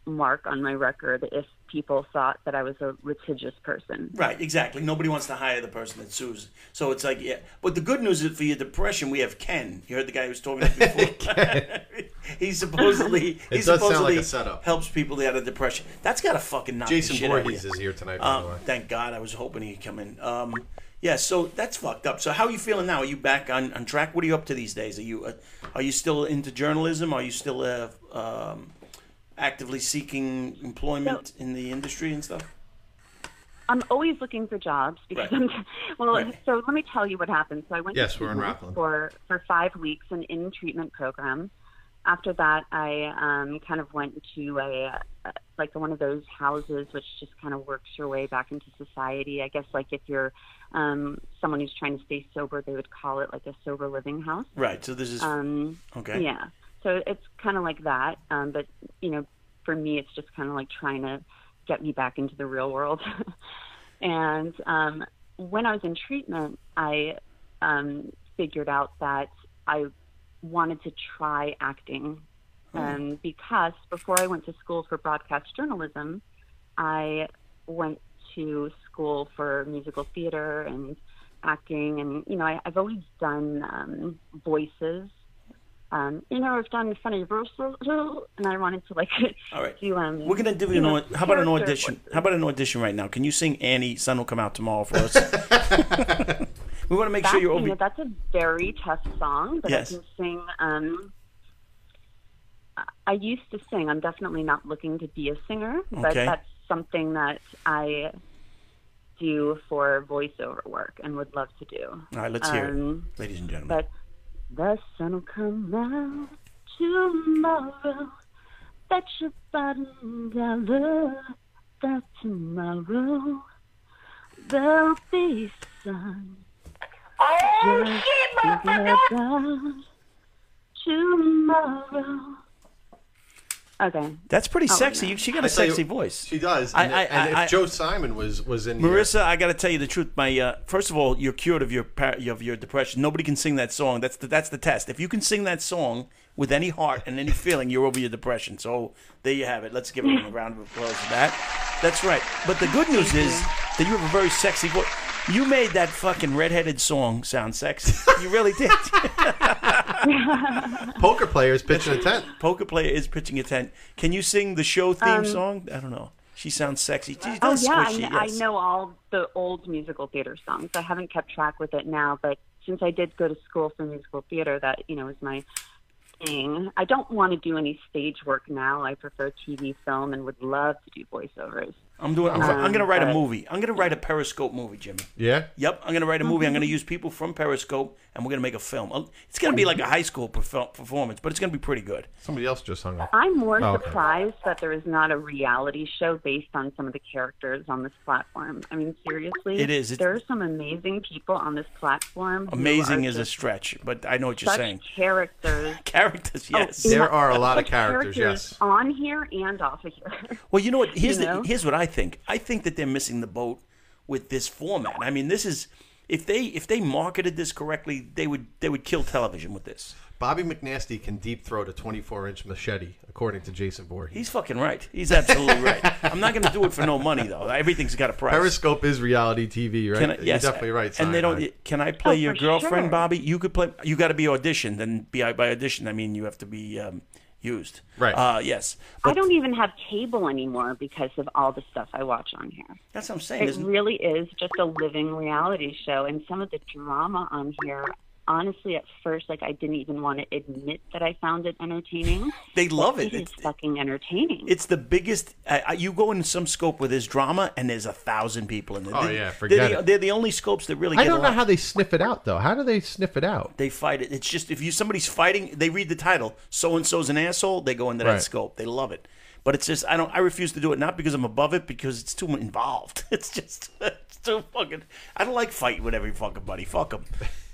Speaker 7: mark on my record if people thought that I was a litigious person.
Speaker 2: Right, exactly. Nobody wants to hire the person that sues. So it's like, yeah. But the good news is for your depression, we have Ken. You heard the guy who was talking to us
Speaker 1: [LAUGHS]
Speaker 2: before. [LAUGHS] he supposedly, he
Speaker 1: does sound like
Speaker 2: supposedly
Speaker 1: a setup.
Speaker 2: helps people out of depression. That's got to fucking knock the
Speaker 1: Jason
Speaker 2: shit out of
Speaker 1: Voorhees
Speaker 2: you.
Speaker 1: is here tonight. By the way.
Speaker 2: Um, thank God, I was hoping he'd come in. Um, yeah, so that's fucked up. So how are you feeling now? Are you back on, on track? What are you up to these days? Are you uh, are you still into journalism? Are you still uh, um, actively seeking employment in the industry and stuff?
Speaker 7: I'm always looking for jobs because
Speaker 2: Right.
Speaker 7: I'm, well,
Speaker 2: Right.
Speaker 7: so let me tell you what happened. So I went
Speaker 8: Yes,
Speaker 7: to
Speaker 8: we're in
Speaker 7: treatment
Speaker 8: Rockland.
Speaker 7: for for five weeks, an in treatment program. After that, I um, kind of went to a uh, like one of those houses, which just kind of works your way back into society. I guess like if you're um, someone who's trying to stay sober, they would call it like a sober living house.
Speaker 2: Right. So this is
Speaker 7: Um,
Speaker 2: okay.
Speaker 7: yeah. So it's kind of like that. Um, but, you know, for me, it's just kind of like trying to get me back into the real world. [LAUGHS] and um, when I was in treatment, I um, figured out that I wanted to try acting
Speaker 2: Oh.
Speaker 7: um, because before I went to school for broadcast journalism, I went to school for musical theater and acting, and you know I, I've always done um, voices. Um, you know I've done funny verses, and I wanted to like
Speaker 2: All right.
Speaker 7: [LAUGHS] do um.
Speaker 2: We're gonna do
Speaker 7: you
Speaker 2: an
Speaker 7: know,
Speaker 2: au- how about an
Speaker 7: character
Speaker 2: audition? How about an audition right now? Can you sing Annie? Sun will come out tomorrow for
Speaker 7: [LAUGHS]
Speaker 2: us. we want to make
Speaker 7: That's,
Speaker 2: sure you're
Speaker 7: you know,
Speaker 2: over.
Speaker 7: that's a very tough song, but
Speaker 2: Yes.
Speaker 7: I can sing. Um, I- I used to sing. I'm definitely not looking to be a singer, but
Speaker 2: Okay.
Speaker 7: that's something that I do for voiceover work and would love to do.
Speaker 2: All right, let's hear
Speaker 7: Um,
Speaker 2: it, ladies and gentlemen.
Speaker 7: But the sun will come out tomorrow. Bet your bottom dollar that tomorrow there'll be sun. Oh, Just shit, about tomorrow. Okay.
Speaker 2: That's pretty
Speaker 7: Oh,
Speaker 2: sexy.
Speaker 7: no.
Speaker 2: You- She got a
Speaker 1: tell you-
Speaker 2: sexy voice.
Speaker 1: She does.
Speaker 2: I-
Speaker 1: And,
Speaker 2: I-
Speaker 1: and if
Speaker 2: I- I-
Speaker 1: Joe Simon was was in here-
Speaker 2: Marissa, I got to tell you the truth. My uh, first of all, you're cured of your par- of your depression. Nobody can sing that song. That's the that's the test. If you can sing that song with any heart and any feeling, you're over your depression. So there you have it. Let's give her a round of applause for that. That's right. But the good news is that you have a very sexy voice. You made that fucking redheaded song sound sexy. You really did. [LAUGHS]
Speaker 1: poker players pitching a tent.
Speaker 2: Poker player is pitching a tent. Can you sing the show theme song? I don't know. She sounds sexy. She
Speaker 7: Um, Oh
Speaker 2: does
Speaker 7: yeah, I,
Speaker 2: squishy,
Speaker 7: kn- I
Speaker 2: yes.
Speaker 7: know all the old musical theater songs. I haven't kept track with it now, but since I did go to school for musical theater, that you know is my thing. I don't want to do any stage work now. I prefer TV, film, and would love to do voiceovers.
Speaker 2: I'm doing. I'm, I'm gonna write a
Speaker 7: Um, but-
Speaker 2: movie. I'm gonna write a Periscope movie, Jimmy.
Speaker 1: Yeah.
Speaker 2: Yep, I'm gonna write a movie. I'm gonna use people from Periscope, and we're gonna make a film. Uh, It's gonna be like a high school perf- performance, but it's gonna be pretty good.
Speaker 1: Somebody else just hung up.
Speaker 7: I'm more
Speaker 1: Oh, okay.
Speaker 7: surprised that there is not a reality show based on some of the characters on this platform. I mean, seriously,
Speaker 2: It is. It's-
Speaker 7: there are some amazing people on this platform. who
Speaker 2: Amazing
Speaker 7: are
Speaker 2: is a
Speaker 7: just
Speaker 2: stretch, but I know what you're
Speaker 7: such
Speaker 2: saying. [LAUGHS]
Speaker 7: characters.
Speaker 2: Characters,
Speaker 7: Oh,
Speaker 2: yes.
Speaker 1: There are a lot of
Speaker 7: [LAUGHS] Such
Speaker 1: characters, yes.
Speaker 7: on here and off of here. [LAUGHS]
Speaker 2: Well, you know what? Here's
Speaker 7: You know?
Speaker 2: the here's what I think. I think that they're missing the boat with this format. I mean, this is if they if they marketed this correctly, they would they would kill television with this.
Speaker 1: Bobby McNasty can deep throat a 24 inch machete, according to Jason Voorhees.
Speaker 2: He's fucking right. He's absolutely
Speaker 7: [LAUGHS]
Speaker 2: right. I'm not gonna do it for no money though. Everything's got a price.
Speaker 1: Periscope is reality TV, right?
Speaker 2: Can I,
Speaker 1: You're
Speaker 2: yes,
Speaker 1: definitely right.
Speaker 2: And they
Speaker 1: Simon.
Speaker 2: don't. Can I play
Speaker 7: Oh,
Speaker 2: your
Speaker 7: for
Speaker 2: girlfriend,
Speaker 7: sure.
Speaker 2: Bobby? You could play. You got to be auditioned, and be by audition, I mean you have to be um, used.
Speaker 1: Right.
Speaker 2: Uh, yes. But
Speaker 7: I don't even have cable anymore because of all the stuff I watch on here.
Speaker 2: that's what I'm saying.
Speaker 7: It
Speaker 2: There's-
Speaker 7: really is just a living reality show, and some of the drama on here. Honestly, at first, like I didn't even want to admit that I found it entertaining.
Speaker 2: they love it.
Speaker 7: It is
Speaker 2: It's,
Speaker 7: fucking entertaining.
Speaker 2: it's the biggest. Uh, uh, you go in some scope where there's drama, and there's a thousand people in there.
Speaker 1: Oh,
Speaker 2: They-
Speaker 1: yeah,
Speaker 2: they're
Speaker 1: forget
Speaker 2: the,
Speaker 1: it.
Speaker 2: They're the only scopes that really.
Speaker 1: I
Speaker 2: get
Speaker 1: don't know
Speaker 2: along.
Speaker 1: how they sniff it out, though. How do they sniff it out?
Speaker 2: They fight it. It's just if you somebody's fighting, they read the title. So and so's an asshole. They go into that
Speaker 1: Right.
Speaker 2: scope. They love it. But it's just I don't. I refuse to do it. Not because I'm above it, because it's too involved. [LAUGHS] It's just it's too fucking. I don't like fighting with every fucking buddy. Fuck them.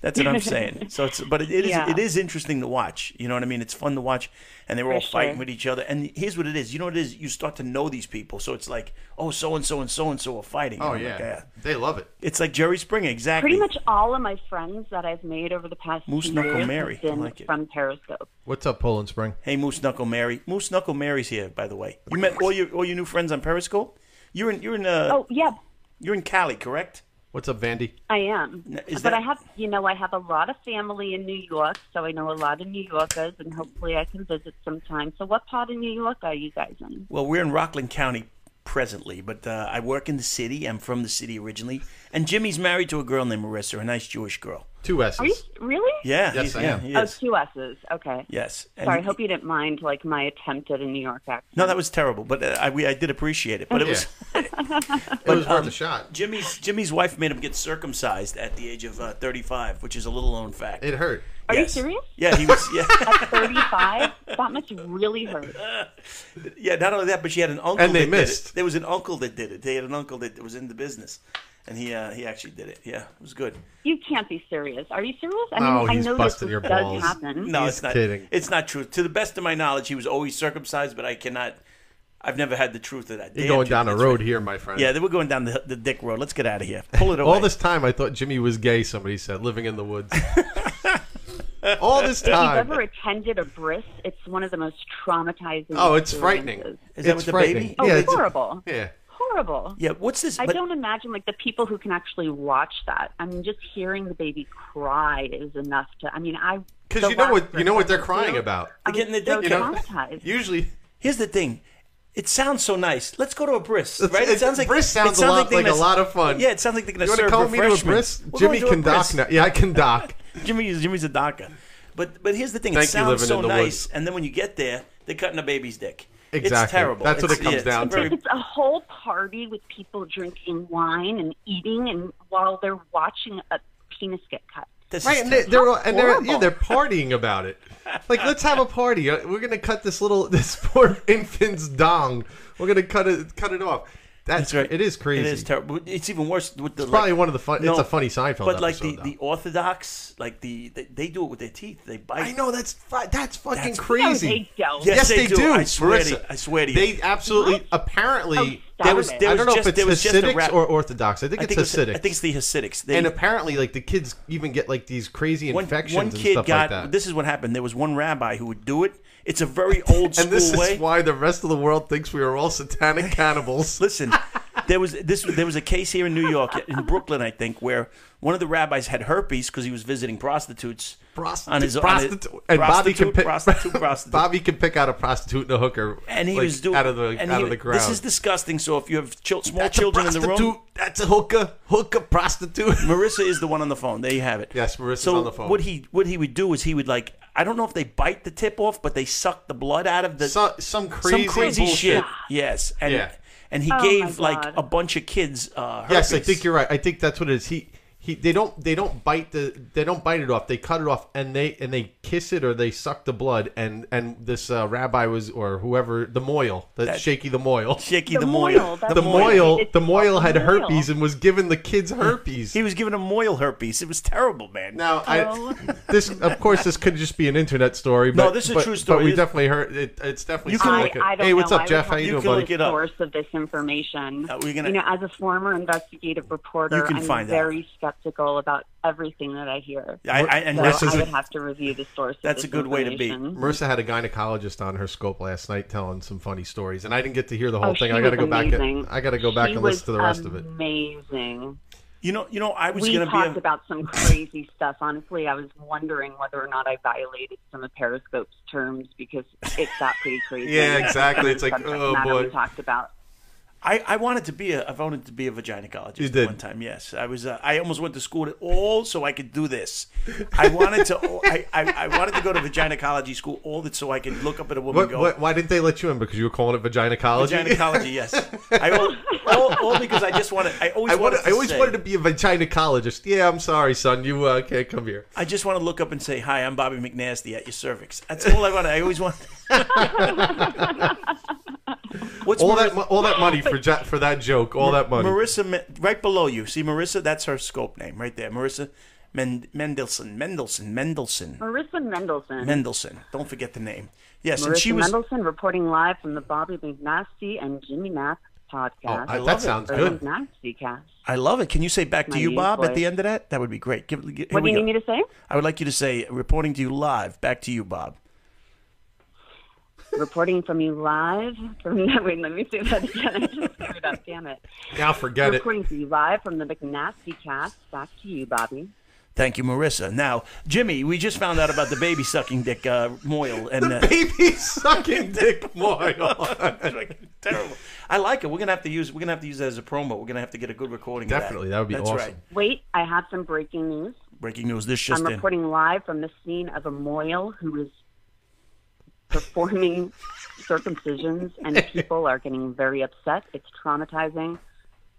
Speaker 2: That's what
Speaker 7: [LAUGHS]
Speaker 2: I'm saying. So it's but it, it is
Speaker 7: Yeah.
Speaker 2: it is interesting to watch. You know what I mean? It's fun to watch, and they were all
Speaker 7: sure.
Speaker 2: fighting with each other. And here's what it is. You know what it is? You start to know these people. So it's like oh, so and so and so and so are fighting.
Speaker 1: Oh,
Speaker 2: I'm
Speaker 1: yeah.
Speaker 2: like,
Speaker 1: They love it.
Speaker 2: It's like Jerry Springer. Exactly.
Speaker 7: Pretty much all of my friends that I've made over the past
Speaker 2: Moose
Speaker 7: few
Speaker 2: Knuckle
Speaker 7: years
Speaker 2: Mary.
Speaker 7: have
Speaker 2: I
Speaker 7: been
Speaker 2: like it.
Speaker 7: from Periscope.
Speaker 1: What's up, Poland Spring?
Speaker 2: Hey, Moose Knuckle Mary. Moose Knuckle Mary's here, by the way. You met all your all your new friends on Periscope. You're in you're in uh,
Speaker 7: Oh yeah,
Speaker 2: you're in Cali, correct?
Speaker 1: What's up, Vandy?
Speaker 7: I am.
Speaker 2: is
Speaker 7: but
Speaker 2: that-
Speaker 7: I have, you know, I have a lot of family in New York, so I know a lot of New Yorkers, and hopefully I can visit sometime. So, what part of New York are you guys in?
Speaker 2: Well, we're in Rockland County presently, but uh, I work in the city. I'm from the city originally, and Jimmy's married to a girl named Marissa, a nice Jewish girl.
Speaker 1: Two
Speaker 7: Are you
Speaker 1: S's.
Speaker 7: really?
Speaker 2: Yeah,
Speaker 1: Yes,
Speaker 2: he's-
Speaker 1: I
Speaker 2: yeah,
Speaker 1: am.
Speaker 2: he
Speaker 7: Oh,
Speaker 2: is.
Speaker 7: two S's. Okay.
Speaker 2: Yes. And
Speaker 7: Sorry, I
Speaker 2: he-
Speaker 7: hope you didn't mind like my attempt at a New York accent.
Speaker 2: No, that was terrible, but uh, I we, I did appreciate it. But it was [LAUGHS]
Speaker 1: it was
Speaker 2: um,
Speaker 1: worth a shot.
Speaker 2: Jimmy's Jimmy's wife made him get circumcised at the age of uh, 35, which is a little known fact.
Speaker 1: It hurt.
Speaker 7: Are
Speaker 2: Yes.
Speaker 7: you serious?
Speaker 2: Yeah, he was. Yeah, [LAUGHS]
Speaker 7: At 35, that must really hurt.
Speaker 2: Yeah, not only that, but she had an uncle.
Speaker 1: And they
Speaker 2: that did it.
Speaker 1: missed.
Speaker 2: There was an uncle that did it. They had an uncle that was in the business, and he uh, he actually did it. Yeah, it was good.
Speaker 7: You can't be serious. Are you serious? I
Speaker 1: No,
Speaker 7: mean,
Speaker 1: he's
Speaker 7: I know
Speaker 1: busting
Speaker 7: this
Speaker 1: your
Speaker 7: does
Speaker 1: balls.
Speaker 7: happen.
Speaker 2: No,
Speaker 1: He's
Speaker 2: it's not.
Speaker 1: kidding.
Speaker 2: It's not true. To the best of my knowledge, he was always circumcised, but I cannot. I've never had the truth of that.
Speaker 1: You're
Speaker 2: Damn
Speaker 1: going
Speaker 2: truth,
Speaker 1: down a
Speaker 2: that's
Speaker 1: road
Speaker 2: right.
Speaker 1: here, my friend.
Speaker 2: Yeah, they were going down the, the dick road. Let's get out of here. Pull it away.
Speaker 1: All this time, I thought Jimmy was gay. Somebody said, living in the woods. [LAUGHS] all this
Speaker 7: If you've
Speaker 1: time.
Speaker 7: ever attended a bris, it's one of the most traumatizing.
Speaker 1: Oh, it's frightening.
Speaker 7: experiences.
Speaker 2: Is
Speaker 1: It's
Speaker 2: that with the baby?
Speaker 1: frightening.
Speaker 7: Oh,
Speaker 1: yeah, it's-
Speaker 7: horrible!
Speaker 1: yeah.
Speaker 7: Horrible.
Speaker 2: Yeah, what's this?
Speaker 7: I
Speaker 2: but-
Speaker 7: don't imagine like the people who can actually watch that. I mean, just hearing the baby cry is enough to. I mean, I
Speaker 1: Because
Speaker 7: the
Speaker 1: you know
Speaker 7: last
Speaker 1: what you know what they're
Speaker 7: Bris I
Speaker 1: crying
Speaker 7: feel,
Speaker 1: about.
Speaker 7: I was
Speaker 2: Getting the
Speaker 7: so
Speaker 2: dick
Speaker 1: out.
Speaker 7: traumatized.
Speaker 1: Usually,
Speaker 2: Here's the thing. It sounds so nice. Let's go to a bris,
Speaker 1: It's-
Speaker 2: right? It
Speaker 1: it's-
Speaker 2: sounds like
Speaker 1: bris sounds a lot-
Speaker 2: they're
Speaker 1: like a
Speaker 2: gonna-
Speaker 1: lot of fun.
Speaker 2: Yeah, it sounds like they're gonna
Speaker 1: you want to
Speaker 2: serve
Speaker 1: call me to a
Speaker 2: refreshments.
Speaker 1: bris?
Speaker 2: We're
Speaker 1: Jimmy
Speaker 2: going to a
Speaker 1: can dock
Speaker 2: bris.
Speaker 1: now. Yeah, I can
Speaker 2: [LAUGHS]
Speaker 1: dock.
Speaker 2: Jimmy Jimmy's a DACA. But but here's the thing. It
Speaker 1: Thank you,
Speaker 2: sounds
Speaker 1: living
Speaker 2: so
Speaker 1: in the
Speaker 2: nice,
Speaker 1: woods.
Speaker 2: and then when you get there, they're cutting a baby's dick. It's
Speaker 1: Exactly.
Speaker 2: terrible.
Speaker 1: That's what
Speaker 2: It's-
Speaker 1: it comes
Speaker 2: yeah, it's
Speaker 1: down to.
Speaker 2: very-
Speaker 7: It's a whole party with people drinking wine and eating, and while they're watching a penis get cut.
Speaker 2: this is
Speaker 1: Right, and they,
Speaker 2: terrible.
Speaker 1: they're and they're yeah
Speaker 7: horrible.
Speaker 1: they're partying about
Speaker 7: [LAUGHS]
Speaker 1: it. Like, let's have a party. Uh, We're gonna cut this little [LAUGHS] this poor infant's dong. We're gonna cut it cut it off. That's,
Speaker 2: That's right.
Speaker 1: It is crazy.
Speaker 2: It is terrible. It's even worse with the. It's
Speaker 1: probably one of the fun- it's a funny Seinfeld
Speaker 2: But like
Speaker 1: episode,
Speaker 2: the, the
Speaker 1: though.
Speaker 2: orthodox, like the they, they do it with their teeth. They bite.
Speaker 1: I know that's fu- that's fucking
Speaker 2: That's-
Speaker 1: crazy.
Speaker 7: No, they don't.
Speaker 2: Yes,
Speaker 1: Yes,
Speaker 2: they, do. I swear to
Speaker 1: Marissa.
Speaker 2: you. I swear to you.
Speaker 1: They absolutely, apparently,
Speaker 7: Oh, There
Speaker 2: was- it. there
Speaker 1: I
Speaker 2: was
Speaker 1: don't know
Speaker 2: just-
Speaker 1: if
Speaker 2: there was
Speaker 1: it's
Speaker 2: just a
Speaker 1: Hasidics
Speaker 2: rap-
Speaker 1: or Orthodox. I think
Speaker 2: I
Speaker 1: it's
Speaker 2: think it was-
Speaker 1: Hasidic.
Speaker 2: I think it's the Hasidics. They,
Speaker 1: and apparently, like the kids even get like these crazy
Speaker 2: one,
Speaker 1: infections
Speaker 2: one
Speaker 1: and
Speaker 2: kid
Speaker 1: stuff
Speaker 2: got.
Speaker 1: like that.
Speaker 2: This is what happened. There was one rabbi who would do it. It's a [LAUGHS] very old school
Speaker 1: and this
Speaker 2: way.
Speaker 1: is why the rest of the world thinks we are all
Speaker 2: [LAUGHS]
Speaker 1: satanic cannibals.
Speaker 2: Listen, there was this. There was a case here in New York, in Brooklyn, I think, where one of the rabbis had herpes because he was visiting prostitutes.
Speaker 1: Prostitute,
Speaker 2: on his- on his-
Speaker 1: prostitute, and Bobby can
Speaker 2: prostitute,
Speaker 1: pick [LAUGHS]
Speaker 2: prostitute, prostitute.
Speaker 1: Bobby can pick out a prostitute and a hooker,
Speaker 2: and he
Speaker 1: like,
Speaker 2: was doing
Speaker 1: out of the
Speaker 2: and
Speaker 1: out
Speaker 2: he-
Speaker 1: of the crowd.
Speaker 2: This is disgusting. So if you have chil- small
Speaker 1: That's
Speaker 2: children
Speaker 1: a
Speaker 2: in the
Speaker 1: prostitute.
Speaker 2: room,
Speaker 1: That's a hooker. Hooker
Speaker 2: [LAUGHS]
Speaker 1: prostitute. [LAUGHS]
Speaker 2: Marissa is the one on the phone. There you have it.
Speaker 1: Yes, Marissa's
Speaker 2: so
Speaker 1: on the phone.
Speaker 2: What he what he would do is he would like I don't know if they bite the tip off, but they suck the blood out of the
Speaker 1: some, some crazy,
Speaker 2: some crazy
Speaker 1: bullshit.
Speaker 2: shit. Yes, and
Speaker 1: Yeah.
Speaker 2: and he
Speaker 7: Oh,
Speaker 2: gave
Speaker 7: my
Speaker 2: like
Speaker 7: God.
Speaker 2: a bunch of kids. Uh,
Speaker 1: Yes, I
Speaker 2: herpes.
Speaker 1: think you're right. I think that's what it is. He he they don't they don't bite the they don't bite it off. They cut it off and they and they kiss it or they suck the blood and and this uh, rabbi was or whoever the moil, the
Speaker 2: That-
Speaker 1: shaky the moil.
Speaker 2: Shaky
Speaker 7: The
Speaker 2: the,
Speaker 7: moil,
Speaker 2: moil.
Speaker 7: that's
Speaker 1: The
Speaker 7: The moil.
Speaker 1: moil
Speaker 7: It's
Speaker 1: the moil had
Speaker 7: the moil.
Speaker 1: herpes and was giving the kids herpes.
Speaker 2: He was giving him moil herpes. It was terrible, man.
Speaker 1: Now,
Speaker 7: Oh.
Speaker 1: I, this of course this could just be an internet story. But,
Speaker 2: No, this is a
Speaker 1: but-
Speaker 2: true story.
Speaker 1: But we
Speaker 2: It-
Speaker 1: definitely heard it, it's definitely.
Speaker 2: You can
Speaker 1: sounded
Speaker 7: I,
Speaker 2: look
Speaker 1: like a-
Speaker 7: I don't
Speaker 1: hey, what's
Speaker 7: know.
Speaker 1: up, Jeff? How you,
Speaker 2: you
Speaker 1: doing,
Speaker 2: can
Speaker 1: buddy?
Speaker 2: look it up.
Speaker 7: source of this information.
Speaker 2: Uh, we're gonna-
Speaker 7: you know, as a former investigative reporter,
Speaker 2: You can
Speaker 7: I'm
Speaker 2: find out.
Speaker 7: very skeptical about everything that I hear.
Speaker 2: I, I, and
Speaker 7: so
Speaker 1: This is
Speaker 7: I
Speaker 1: a-
Speaker 7: would have to review the source. of
Speaker 2: That's a
Speaker 7: this
Speaker 2: good way to be.
Speaker 7: information.
Speaker 1: Marissa had a gynecologist on her scope last night telling some funny stories, and I didn't get to hear the whole
Speaker 7: Oh,
Speaker 1: thing.
Speaker 7: she
Speaker 1: I got to
Speaker 7: was
Speaker 1: go back.
Speaker 7: amazing.
Speaker 1: And, I got to go back
Speaker 7: She
Speaker 1: and
Speaker 7: was um,
Speaker 1: listen to the rest of it.
Speaker 7: Amazing.
Speaker 2: you know, you know, I was
Speaker 7: we
Speaker 2: gonna
Speaker 7: talked
Speaker 2: be. A,
Speaker 7: about some crazy stuff. Honestly, I was wondering whether or not I violated some of Periscope's terms because it got pretty crazy.
Speaker 1: Yeah, exactly. It's like,
Speaker 7: Subject
Speaker 1: oh,
Speaker 7: matter
Speaker 1: boy.
Speaker 7: We talked about.
Speaker 2: I, I wanted to be a. I wanted to be a vaginologist
Speaker 1: You did.
Speaker 2: one time. Yes, I was. Uh, I almost went to school at all so I could do this. I wanted to. I, I, I wanted to go to vaginology school all that so I could look up at a woman. and
Speaker 1: What,
Speaker 2: go,
Speaker 1: what, why didn't they let you in? Because you were calling it vaginecology.
Speaker 2: Vaginecology, yes. I al- all, all because I just wanted. I
Speaker 1: [LAUGHS]
Speaker 2: always
Speaker 1: I,
Speaker 2: wanted.
Speaker 1: wanted, I always
Speaker 2: say,
Speaker 1: wanted to be a vaginecologist. Yeah, I'm sorry, son. You uh, can't come here.
Speaker 2: I just want to look up and say, "Hi, I'm Bobby McNasty at your cervix." That's all I want. I
Speaker 1: [LAUGHS]
Speaker 2: always want. What's
Speaker 1: All
Speaker 2: Marissa,
Speaker 1: that, mo- all that money for ja- for that joke. All that money.
Speaker 2: Marissa Men- right below you? See, Marissa, that's her scope name right there. Marissa Men- Mendelson, Mendelson, Mendelson,
Speaker 7: Marissa Mendelson.
Speaker 2: Mendelson. Don't forget the name. Yes,
Speaker 7: Marissa
Speaker 2: and she was.
Speaker 7: Mendelson reporting live from the Bobby McNasty and Jimmy Knapp podcast.
Speaker 1: Oh, I-
Speaker 7: Or
Speaker 1: that sounds
Speaker 7: the
Speaker 1: good.
Speaker 7: McNasty cast.
Speaker 2: I love it. Can you say back to
Speaker 7: My
Speaker 2: you,
Speaker 7: new
Speaker 2: Bob, at
Speaker 7: voice.
Speaker 2: the end of that? That would be great. Give, give,
Speaker 7: What do you need me to say?
Speaker 2: I would like you to say, "Reporting to you live." Back to you, Bob.
Speaker 7: Reporting from you live from wait, let me say that again. [LAUGHS] I just screwed it up. Damn it.
Speaker 1: Now forget it.
Speaker 7: Reporting to you live from the McNasty cast. Back to you, Bobby.
Speaker 2: Thank you, Marissa. Now, Jimmy, we just found out about the baby sucking dick uh, moil, and uh,
Speaker 1: Baby [LAUGHS] sucking dick [LAUGHS]
Speaker 2: [LAUGHS]
Speaker 1: Moyle.
Speaker 2: terrible. I like it. We're gonna have to use. We're gonna have to use that as a promo. We're gonna have to get a good recording. of
Speaker 1: Definitely, that would be
Speaker 2: That's
Speaker 1: awesome.
Speaker 2: right.
Speaker 7: Wait, I have some breaking news.
Speaker 2: Breaking news. This just
Speaker 7: I'm
Speaker 2: in.
Speaker 7: reporting live from the scene of a moil who is
Speaker 2: [LAUGHS]
Speaker 7: performing circumcisions, and people are getting very upset. It's traumatizing.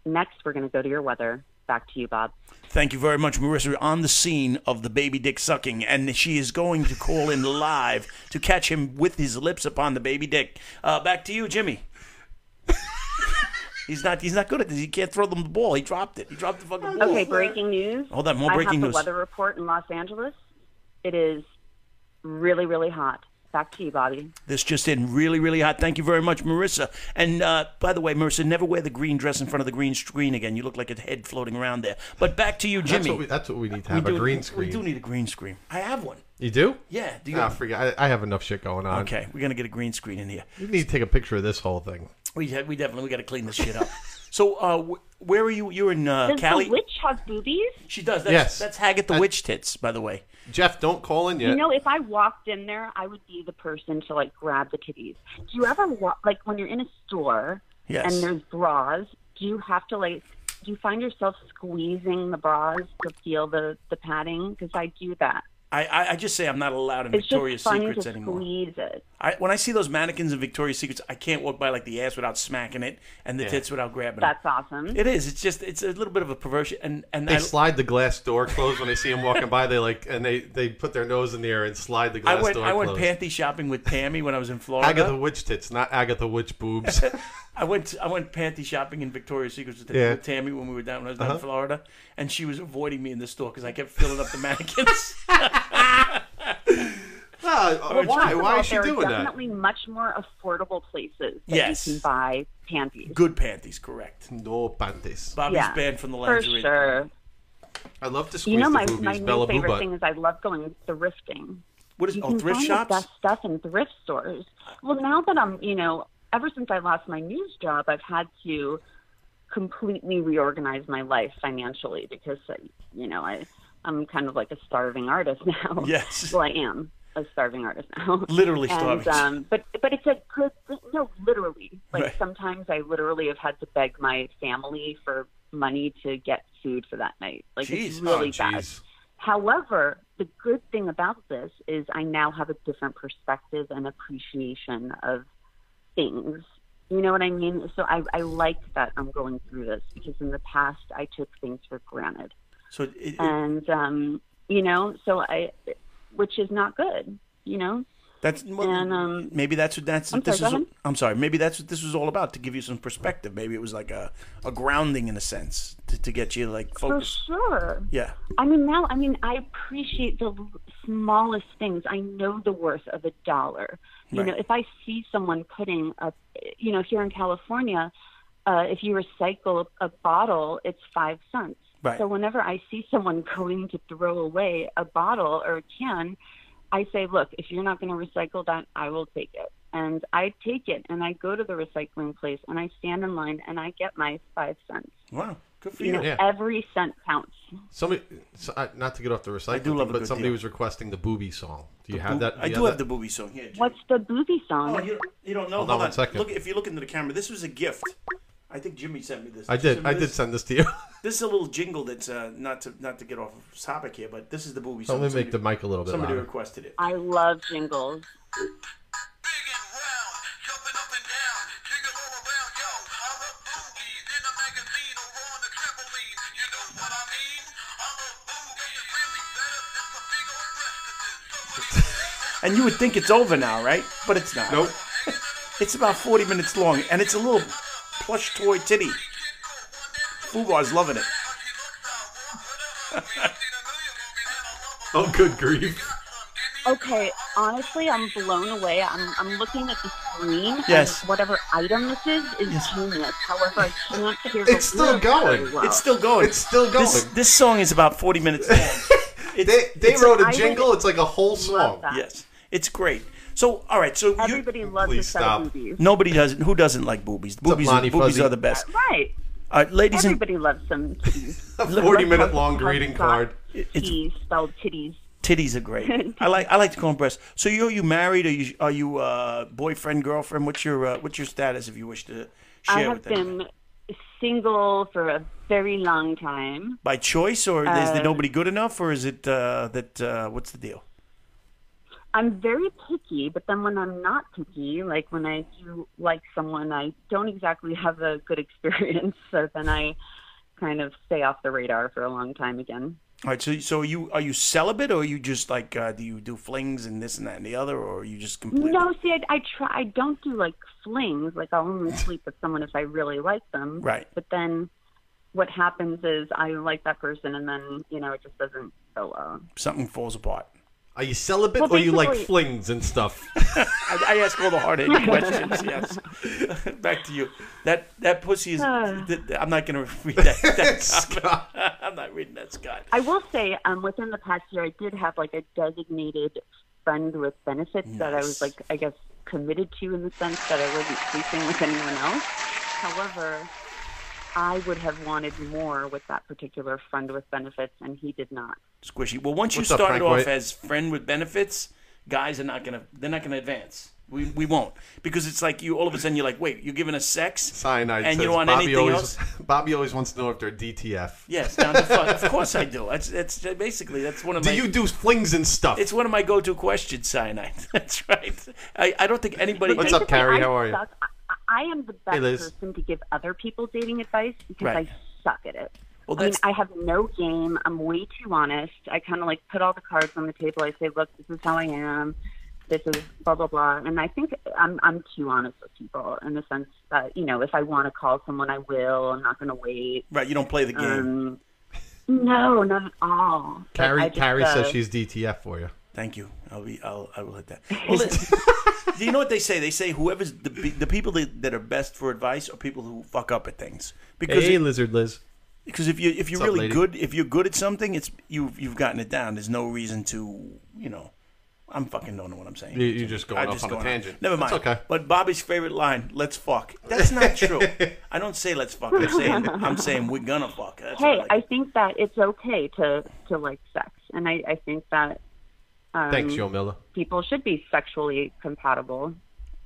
Speaker 7: Next, we're going to go to your weather. Back to you, Bob.
Speaker 2: Thank you very much, Marissa. We're on the scene of the baby dick sucking, and she is going to call in live to catch him with his lips upon the baby dick. Uh, back to
Speaker 1: [LAUGHS]
Speaker 2: you, Jimmy. he's not. He's not good at this. He can't throw them the ball. He dropped it. He dropped the fucking ball.
Speaker 7: Okay, breaking news.
Speaker 2: Hold on, more
Speaker 7: I
Speaker 2: breaking
Speaker 7: have the
Speaker 2: news.
Speaker 7: weather report in Los Angeles. It is really, really hot. Back to you, Bobby.
Speaker 2: This just in really, really hot. Thank you very much, Marissa. And uh, by the way, Marissa, never wear the green dress in front of the green screen again. You look like a head floating around there. But back to you, Jimmy.
Speaker 1: That's what we, that's what we need to have a
Speaker 2: do-
Speaker 1: green screen. Ah,
Speaker 2: We do need a green screen. I have one.
Speaker 1: You do?
Speaker 2: Yeah. Do you
Speaker 1: Nah, forget. I, I have enough shit going on.
Speaker 2: okay, we're gonna get a green screen in here.
Speaker 1: You need to take a picture of this whole thing.
Speaker 2: We ha- we definitely we got to clean this shit up.
Speaker 1: [LAUGHS]
Speaker 2: so uh, wh- where are you? You're in uh,
Speaker 7: Does
Speaker 2: Cali.
Speaker 7: the witch have boobies?
Speaker 2: She does. That's,
Speaker 1: Yes.
Speaker 2: That's Hag at the Witch Tits, by the way.
Speaker 1: Jeff, don't call in yet.
Speaker 7: You know, if I walked in there, I would be the person to like grab the titties. Do you ever walk like when you're in a store
Speaker 2: Yes.
Speaker 7: and there's bras? Do you have to like? Do you find yourself squeezing the bras to feel the the padding? Because I do that.
Speaker 2: I, I I just say I'm not allowed in
Speaker 7: It's
Speaker 2: Victoria's
Speaker 7: just fun
Speaker 2: Secrets
Speaker 7: to
Speaker 2: anymore.
Speaker 7: squeeze it.
Speaker 2: I, when I see those mannequins in Victoria's Secrets, I can't walk by like the ass without smacking it and the tits without grabbing
Speaker 7: That's
Speaker 2: it.
Speaker 7: awesome.
Speaker 2: It is. It's just. It's a little bit of a perversion. And and
Speaker 1: They
Speaker 2: I,
Speaker 1: slide the glass door closed when they see him walking by. They like and they they put their nose in the air and slide the
Speaker 2: I
Speaker 1: glass
Speaker 2: went.
Speaker 1: door
Speaker 2: I went
Speaker 1: closed.
Speaker 2: panty shopping with Pammy when I
Speaker 1: [LAUGHS]
Speaker 2: was in Florida.
Speaker 1: Agatha Witch tits, not Agatha Witch
Speaker 2: [LAUGHS]
Speaker 1: boobs. [LAUGHS]
Speaker 2: I went I went panty shopping in Victoria's Secret with,
Speaker 1: Yeah. Uh-huh.
Speaker 2: with Tammy when we were down when I was down in Florida, and she was avoiding me in the store because I kept filling up
Speaker 1: [LAUGHS]
Speaker 2: the mannequins.
Speaker 1: Ah, why?
Speaker 7: First of
Speaker 1: Why
Speaker 7: all,
Speaker 1: is she
Speaker 7: there
Speaker 1: doing
Speaker 7: are
Speaker 1: that?
Speaker 7: definitely much more affordable places that
Speaker 2: Yes.
Speaker 7: you can buy panties.
Speaker 2: Good panties, correct.
Speaker 1: No panties.
Speaker 2: Bobby's
Speaker 7: Yeah,
Speaker 2: banned from the
Speaker 7: For
Speaker 2: lingerie.
Speaker 7: sure.
Speaker 1: I love to squeeze
Speaker 7: You know,
Speaker 1: the
Speaker 7: my,
Speaker 1: boobies.
Speaker 7: my new
Speaker 1: Bella Boo
Speaker 7: favorite
Speaker 1: Butt.
Speaker 7: thing is I love going thrifting.
Speaker 2: What is
Speaker 7: You
Speaker 2: oh
Speaker 7: can
Speaker 2: thrift
Speaker 7: find
Speaker 2: shops?
Speaker 7: the Mm-hmm. best stuff in thrift stores. Well, now that I'm, you know, ever since I lost my news job, I've had to completely reorganize my life financially because, uh, you know, I I'm kind of like a starving artist [LAUGHS] now.
Speaker 2: Yes.
Speaker 7: well, I am a starving artist now.
Speaker 2: Literally
Speaker 7: And,
Speaker 2: starving.
Speaker 7: um, but but it's a good thing. No, literally. Like
Speaker 2: Right.
Speaker 7: sometimes I literally have had to beg my family for money to get food for that night. Like it's
Speaker 2: Jeez. Oh,
Speaker 7: really bad.
Speaker 1: Jeez.
Speaker 7: However, the good thing about this is I now have a different perspective and appreciation of things. You know what I mean? So I, I like that I'm going through this because in the past I took things for granted.
Speaker 2: so it, it-
Speaker 7: And, um, you know, so I, which is not good, you know?
Speaker 2: that's well,
Speaker 7: and, um,
Speaker 2: maybe that's what that's
Speaker 7: I'm
Speaker 2: this
Speaker 7: sorry, go
Speaker 2: is.
Speaker 7: ahead.
Speaker 2: I'm sorry. Maybe that's what this was all about to give you some perspective. Maybe it was like a, a grounding in a sense to, to get you like
Speaker 7: For
Speaker 2: focused.
Speaker 7: sure.
Speaker 2: Yeah.
Speaker 7: I mean, now, I mean, I appreciate the l- smallest things. I know the worth of a dollar. You know,
Speaker 2: Right.
Speaker 7: if I see someone putting a, you know, here in California, uh, if you recycle a bottle, it's five cents.
Speaker 2: Right.
Speaker 7: So whenever I see someone [LAUGHS] going to throw away a bottle or a can, I say, look, if you're not going to recycle that, I will take it. And I take it and I go to the recycling place and I stand in line and I get my five cents.
Speaker 2: Wow. Good for
Speaker 7: You know,
Speaker 2: you.
Speaker 1: Yeah.
Speaker 7: every cent counts.
Speaker 1: Somebody, so, uh, not to get off the recycling,
Speaker 2: do love a
Speaker 1: thing, but
Speaker 2: good
Speaker 1: somebody
Speaker 2: deal.
Speaker 1: was requesting the booby song. Do you have
Speaker 2: Boob-
Speaker 1: that?
Speaker 2: I
Speaker 1: you
Speaker 2: do have the
Speaker 1: that?
Speaker 2: booby song here. Jim.
Speaker 7: What's the booby song?
Speaker 2: Oh, you, you don't know.
Speaker 1: Hold on
Speaker 2: Hold
Speaker 1: one
Speaker 2: on.
Speaker 1: second.
Speaker 2: Look, if you look into the camera, this was a gift. I think Jimmy sent me this.
Speaker 1: I
Speaker 2: you
Speaker 1: did.
Speaker 2: send me
Speaker 1: I did
Speaker 2: This?
Speaker 1: send this to you. [LAUGHS]
Speaker 2: This is a little jingle that's uh, not to not to get off of topic here, but this is the booby song.
Speaker 1: Let me
Speaker 2: Somebody-
Speaker 1: make the mic a little bit
Speaker 2: Somebody
Speaker 1: louder.
Speaker 2: requested it.
Speaker 7: I love jingles.
Speaker 9: Big and round, jumping up and down, jigging all around, yo. I love boobies in a magazine or on the trampoline. You know what I mean? I love boobies. Nothing really better than some big old breasts. Somebody
Speaker 2: And you would think it's over now, right? But it's not.
Speaker 1: Nope.
Speaker 2: [LAUGHS] It's about 40 minutes long, and it's a little plush toy titty. Fubar's loving it.
Speaker 1: Oh, good grief!
Speaker 7: Okay, honestly, I'm blown away. I'm, I'm looking at the screen.
Speaker 2: Yes.
Speaker 7: And whatever item this is is genius. However, I
Speaker 1: [LAUGHS]
Speaker 7: can't hear.
Speaker 1: It's
Speaker 7: the
Speaker 1: still
Speaker 7: lyrics
Speaker 1: going.
Speaker 7: very well.
Speaker 2: It's still
Speaker 1: [LAUGHS]
Speaker 2: going.
Speaker 1: It's still
Speaker 2: This,
Speaker 1: going.
Speaker 2: this song is about 40 minutes long.
Speaker 1: [LAUGHS] They they
Speaker 2: it's-
Speaker 1: wrote
Speaker 7: I
Speaker 1: a
Speaker 7: would
Speaker 1: jingle. It's like a whole song.
Speaker 7: that.
Speaker 2: yes, it's great. So, all right, so you,
Speaker 7: Everybody loves
Speaker 1: Please
Speaker 7: this set of
Speaker 1: stop.
Speaker 7: movies.
Speaker 2: nobody doesn't. Who doesn't like boobies? Boobies, are,
Speaker 1: Monty
Speaker 2: boobies
Speaker 1: Fuzzy.
Speaker 2: are the best.
Speaker 7: Right.
Speaker 2: All right, ladies and
Speaker 7: [LAUGHS] Everybody loves some
Speaker 1: [LAUGHS]
Speaker 7: titties.
Speaker 1: A forty-minute long greeting
Speaker 7: Hot
Speaker 1: card.
Speaker 7: T spelled titties.
Speaker 2: titties are great. I like I like to call them breasts. So you are you married? Are you are you uh, boyfriend girlfriend? What's your uh, what's your status if you wish to share
Speaker 7: I have
Speaker 2: with them?
Speaker 7: been single for a very long time.
Speaker 2: By choice or is
Speaker 7: uh,
Speaker 2: there nobody good enough or is it uh, that uh, what's the deal?
Speaker 7: I'm very picky, but then when I'm not picky, like when I do like someone, I don't exactly have a good experience. [LAUGHS] So then I kind of stay off the radar for a long time again.
Speaker 2: All right, so so are you are you celibate or are you just like uh, do you do flings and this and that and the other or are you just completely
Speaker 7: No, see, I, I try. I don't do like flings. Like I'll only sleep with someone if I really like them.
Speaker 2: Right.
Speaker 7: But then what happens is I like that person, and then you know it just doesn't go well.
Speaker 2: something falls apart?
Speaker 1: Are you celibate
Speaker 7: Well,
Speaker 1: or you like
Speaker 7: basically-
Speaker 1: flings and
Speaker 7: [LAUGHS]
Speaker 1: stuff?
Speaker 2: I, I ask all the hard hitting questions. Yes. [LAUGHS] Back to you. That that pussy is. th- th- I'm not going to [LAUGHS] read that.
Speaker 1: [LAUGHS]
Speaker 2: that Scott. I'm not reading that, Scott.
Speaker 7: I will say, um, within the past year, I did have like a designated fund with benefits that I was
Speaker 2: Nice.
Speaker 7: like, I guess, committed to in the sense that I wasn't sleeping with anyone else. However, I would have wanted more with that particular fund with benefits, and he did not.
Speaker 2: Squishy. Well, once you
Speaker 1: What's up,
Speaker 2: started
Speaker 1: Frank
Speaker 2: off
Speaker 1: White?
Speaker 2: as friend with benefits, guys are not gonna. They're not gonna advance. We, we won't because it's like you all of a sudden you're like wait you're giving us sex
Speaker 1: Cyanide
Speaker 2: and
Speaker 1: says,
Speaker 2: you want
Speaker 1: Bobby
Speaker 2: anything
Speaker 1: always,
Speaker 2: else
Speaker 1: [LAUGHS] Bobby always wants to know if they're DTF.
Speaker 2: yes down to fuck of course I do that's that's basically that's one of
Speaker 1: Do
Speaker 2: my
Speaker 1: you do flings and stuff?
Speaker 2: It's one of my go-to questions, cyanide. [LAUGHS] That's right. I, I don't think anybody.
Speaker 1: What's up,
Speaker 7: Basically,
Speaker 1: Carrie?
Speaker 7: I
Speaker 1: How are you?
Speaker 7: suck- I, I am the best
Speaker 1: Liz.
Speaker 7: person to give other people dating advice because
Speaker 2: Right.
Speaker 7: I suck at it.
Speaker 2: Well,
Speaker 7: I mean,
Speaker 2: that's
Speaker 7: I have no game. I'm way too honest. I kind of like put all the cards on the table. I say, look, this is how I am. This is blah blah blah. And I think I'm I'm too honest with people in the sense that you know, if I want to call someone, I will. I'm not going to wait.
Speaker 2: right. You don't play the game.
Speaker 7: Um, no, not at all. But I
Speaker 1: Carrie,
Speaker 7: just,
Speaker 1: Carrie
Speaker 7: uh,
Speaker 1: says she's DTF for you.
Speaker 2: Thank you. I'll be. I'll. I will
Speaker 1: [LAUGHS]
Speaker 2: hit that. Well, listen, do you know what they say? They say whoever's the be- the people that, that are best for advice are people who fuck up at things because
Speaker 1: Hey,
Speaker 2: it-
Speaker 1: lizard Liz.
Speaker 2: because if you if you're
Speaker 1: What's up,
Speaker 2: really
Speaker 1: lady?
Speaker 2: good if you're good at something it's you you've gotten it down. There's no reason to you know. I'm fucking don't know what I'm saying.
Speaker 1: You- You're just going
Speaker 2: I
Speaker 1: off
Speaker 2: just
Speaker 1: on
Speaker 2: go
Speaker 1: a tangent.
Speaker 2: Never mind.
Speaker 1: It's okay.
Speaker 2: But Bobby's favorite line, "Let's fuck."
Speaker 1: [LAUGHS]
Speaker 2: That's not true. I don't say "let's fuck." I'm saying I'm saying we're gonna fuck. That's what
Speaker 7: hey,
Speaker 2: like.
Speaker 7: I think that it's okay to to like sex, and I I think that um,
Speaker 1: Thanks, Joe Miller.
Speaker 7: people should be sexually compatible.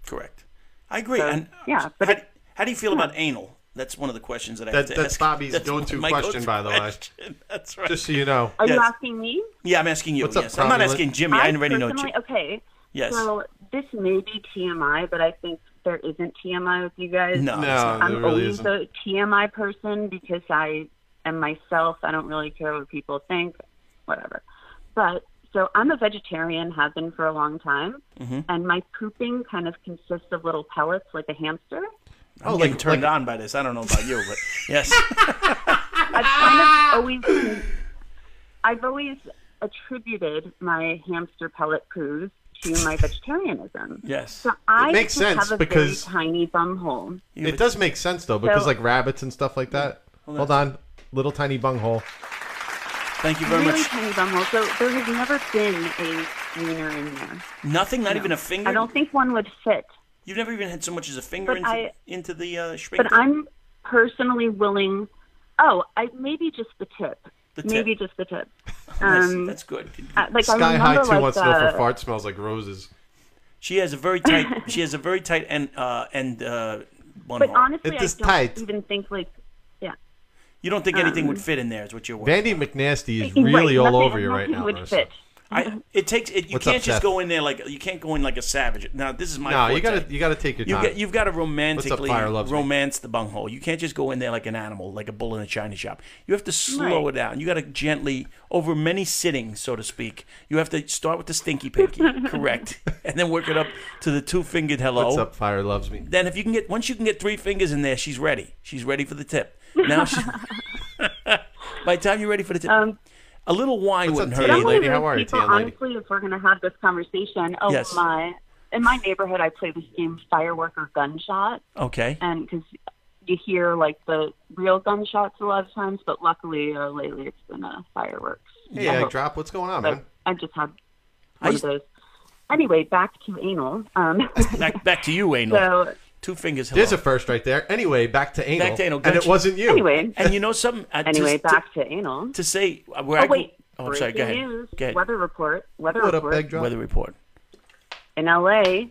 Speaker 2: Correct. I agree.
Speaker 7: So,
Speaker 2: and
Speaker 7: yeah, but
Speaker 2: how, how do you feel about anal? That's one of the questions that I have
Speaker 1: That-
Speaker 2: to
Speaker 1: that's
Speaker 2: ask.
Speaker 1: Bobby's
Speaker 2: one
Speaker 1: go-to
Speaker 2: of my
Speaker 1: question, by the way.
Speaker 2: question. [LAUGHS] That's right.
Speaker 1: Just so you know.
Speaker 7: Are you
Speaker 2: Yes.
Speaker 7: asking me?
Speaker 2: yeah, I'm asking you.
Speaker 1: What's up,
Speaker 2: yes, I'm not
Speaker 1: Cromulent?
Speaker 2: asking Jimmy. I, already know.
Speaker 7: personally-
Speaker 2: Jim.
Speaker 7: Okay.
Speaker 2: Yes.
Speaker 7: So this may be TMI, but I think there isn't TMI with you guys.
Speaker 2: no. it's
Speaker 1: No,
Speaker 2: not.
Speaker 1: there
Speaker 7: I'm
Speaker 1: really
Speaker 7: always
Speaker 1: isn't.
Speaker 7: a TMI person because I am myself. I don't really care what people think, whatever. But so I'm a vegetarian, have been for a long time,
Speaker 2: Mm-hmm.
Speaker 7: and my pooping kind of consists of little pellets like a hamster.
Speaker 2: I'm
Speaker 1: Oh,
Speaker 2: getting
Speaker 1: like-
Speaker 2: turned
Speaker 1: like-
Speaker 2: on by this. I don't know about you, but
Speaker 7: [LAUGHS]
Speaker 2: yes.
Speaker 7: I've
Speaker 2: Ah!
Speaker 7: kind of always, I've always attributed my hamster pellet poos to my vegetarianism.
Speaker 2: Yes.
Speaker 7: So I
Speaker 1: makes
Speaker 7: just
Speaker 1: sense
Speaker 7: have a
Speaker 1: because-
Speaker 7: very tiny bum hole.
Speaker 2: You-
Speaker 1: It does make sense though, because
Speaker 7: So-
Speaker 1: like rabbits and stuff like that. Hold on, little tiny bunghole.
Speaker 2: Thank you very
Speaker 7: Really
Speaker 2: much.
Speaker 7: tiny bum hole. So there has never been a wiener in there.
Speaker 2: Nothing, not even a finger.
Speaker 7: I don't think one would fit.
Speaker 2: You've never even had so much as a finger
Speaker 7: But
Speaker 2: into,
Speaker 7: I-
Speaker 2: into the uh,
Speaker 7: But
Speaker 2: sphincter.
Speaker 7: I'm personally willing. Oh, I maybe just the tip.
Speaker 2: The tip.
Speaker 7: Maybe just
Speaker 2: [LAUGHS]
Speaker 7: the tip.
Speaker 2: Yes,
Speaker 7: Um,
Speaker 2: that's good.
Speaker 7: I- like I
Speaker 1: Sky
Speaker 7: remember,
Speaker 1: High too
Speaker 7: like,
Speaker 1: wants to know
Speaker 7: uh,
Speaker 1: for fart smells like roses.
Speaker 2: She has a very
Speaker 7: [LAUGHS]
Speaker 2: tight. she has a very tight end uh, end uh, one
Speaker 7: But
Speaker 2: hole.
Speaker 7: honestly,
Speaker 1: It
Speaker 7: I
Speaker 1: is
Speaker 7: don't
Speaker 1: tight.
Speaker 7: even think like yeah.
Speaker 2: you don't think anything
Speaker 7: um,
Speaker 2: would fit in there, is what you're. worried
Speaker 1: Vandy McNasty is
Speaker 7: Right,
Speaker 1: really all
Speaker 7: nothing-
Speaker 1: over you right
Speaker 7: nothing
Speaker 1: now,
Speaker 7: Would
Speaker 1: Marissa.
Speaker 7: fit.
Speaker 2: I, it takes it, you
Speaker 1: What's up,
Speaker 2: can't just
Speaker 1: Seth?
Speaker 2: go in there like you can't go in like a savage. Now this is my
Speaker 1: No,
Speaker 2: forte.
Speaker 1: you gotta you gotta take your
Speaker 2: You've
Speaker 1: time.
Speaker 2: got, you've got to romantically
Speaker 1: Fire Loves Me?
Speaker 2: romance the bunghole. You can't just go in there like an animal, like a bull in a china shop. You have to slow
Speaker 7: Right.
Speaker 2: it down. You got to gently, over many sittings, so to speak. You have to start with the stinky pinky, correct, and then work it up to the two fingered hello.
Speaker 1: What's up, Fire loves me.
Speaker 2: Then if you can get once you can get three fingers in there, she's ready. She's ready for the tip. Now, she, [LAUGHS] by the time you're ready for the tip, a little wine
Speaker 1: What's
Speaker 2: wouldn't
Speaker 1: up,
Speaker 2: hurt.
Speaker 1: Tan
Speaker 2: either.
Speaker 1: Lady? How
Speaker 7: Really,
Speaker 1: are you,
Speaker 7: people,
Speaker 1: Tan Lady?
Speaker 7: honestly, if we're going to have this conversation, oh
Speaker 2: Yes.
Speaker 7: my! In my neighborhood, I play this game, firework or gunshot,
Speaker 2: Okay.
Speaker 7: and because you hear like the real gunshots a lot of times, but luckily or lately it's been uh, fireworks.
Speaker 1: Hey,
Speaker 7: I
Speaker 1: Egg
Speaker 7: hope.
Speaker 1: Drop, what's going on,
Speaker 7: But
Speaker 1: man?
Speaker 7: I've just had
Speaker 2: I
Speaker 7: one
Speaker 2: used-
Speaker 7: of those. Anyway, back to anal. Um,
Speaker 2: Back, back to you, [LAUGHS] Anal.
Speaker 7: [LAUGHS] so
Speaker 2: Two fingers. Hello.
Speaker 1: There's a first right there. Anyway, back to anal.
Speaker 2: to anal,
Speaker 1: and it
Speaker 2: gotcha.
Speaker 1: wasn't you.
Speaker 7: anyway,
Speaker 2: and you know something? Uh, to-
Speaker 7: anyway,
Speaker 2: to,
Speaker 7: back to anal.
Speaker 2: to say uh, where I
Speaker 7: Oh
Speaker 2: go-
Speaker 7: wait,
Speaker 2: Oh, I'm sorry. Go
Speaker 7: breaking
Speaker 2: ahead.
Speaker 7: news,
Speaker 2: Go ahead.
Speaker 7: weather report. Weather
Speaker 1: What up,
Speaker 7: report.
Speaker 1: Egg Drop?
Speaker 2: Weather report.
Speaker 7: in LA,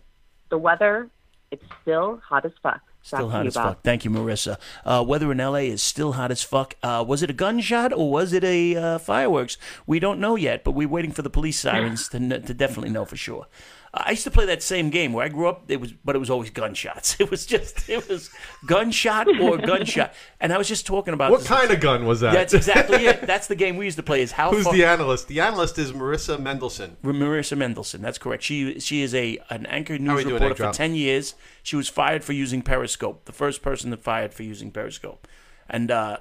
Speaker 7: the weather, it's still hot as fuck.
Speaker 2: Still
Speaker 7: Back to
Speaker 2: hot
Speaker 7: you,
Speaker 2: as
Speaker 7: Bob.
Speaker 2: fuck. Thank you, Marissa. Uh, weather in LA is still hot as fuck. Uh, was it a gunshot or was it a uh, fireworks? We don't know yet, but we're waiting for the police sirens to, kn- to definitely know for sure. Uh, I used to play that same game where I grew up. It was, but it was always gunshots. [LAUGHS] It was just, it was gunshot or gunshot. And I was just talking about
Speaker 1: What
Speaker 2: this-
Speaker 1: kind of gun was that?
Speaker 2: That's exactly it. That's the game we used to play. Is
Speaker 1: [LAUGHS]
Speaker 2: how
Speaker 1: Who's
Speaker 2: far-
Speaker 1: the analyst? The analyst is Marissa Mendelson.
Speaker 2: Marissa Mendelson. That's correct. She she is a an anchor
Speaker 1: we
Speaker 2: news
Speaker 1: doing,
Speaker 2: reporter
Speaker 1: Egg
Speaker 2: for
Speaker 1: Drop?
Speaker 2: ten years. She was fired for using Periscope. The first person that fired for using Periscope, and uh,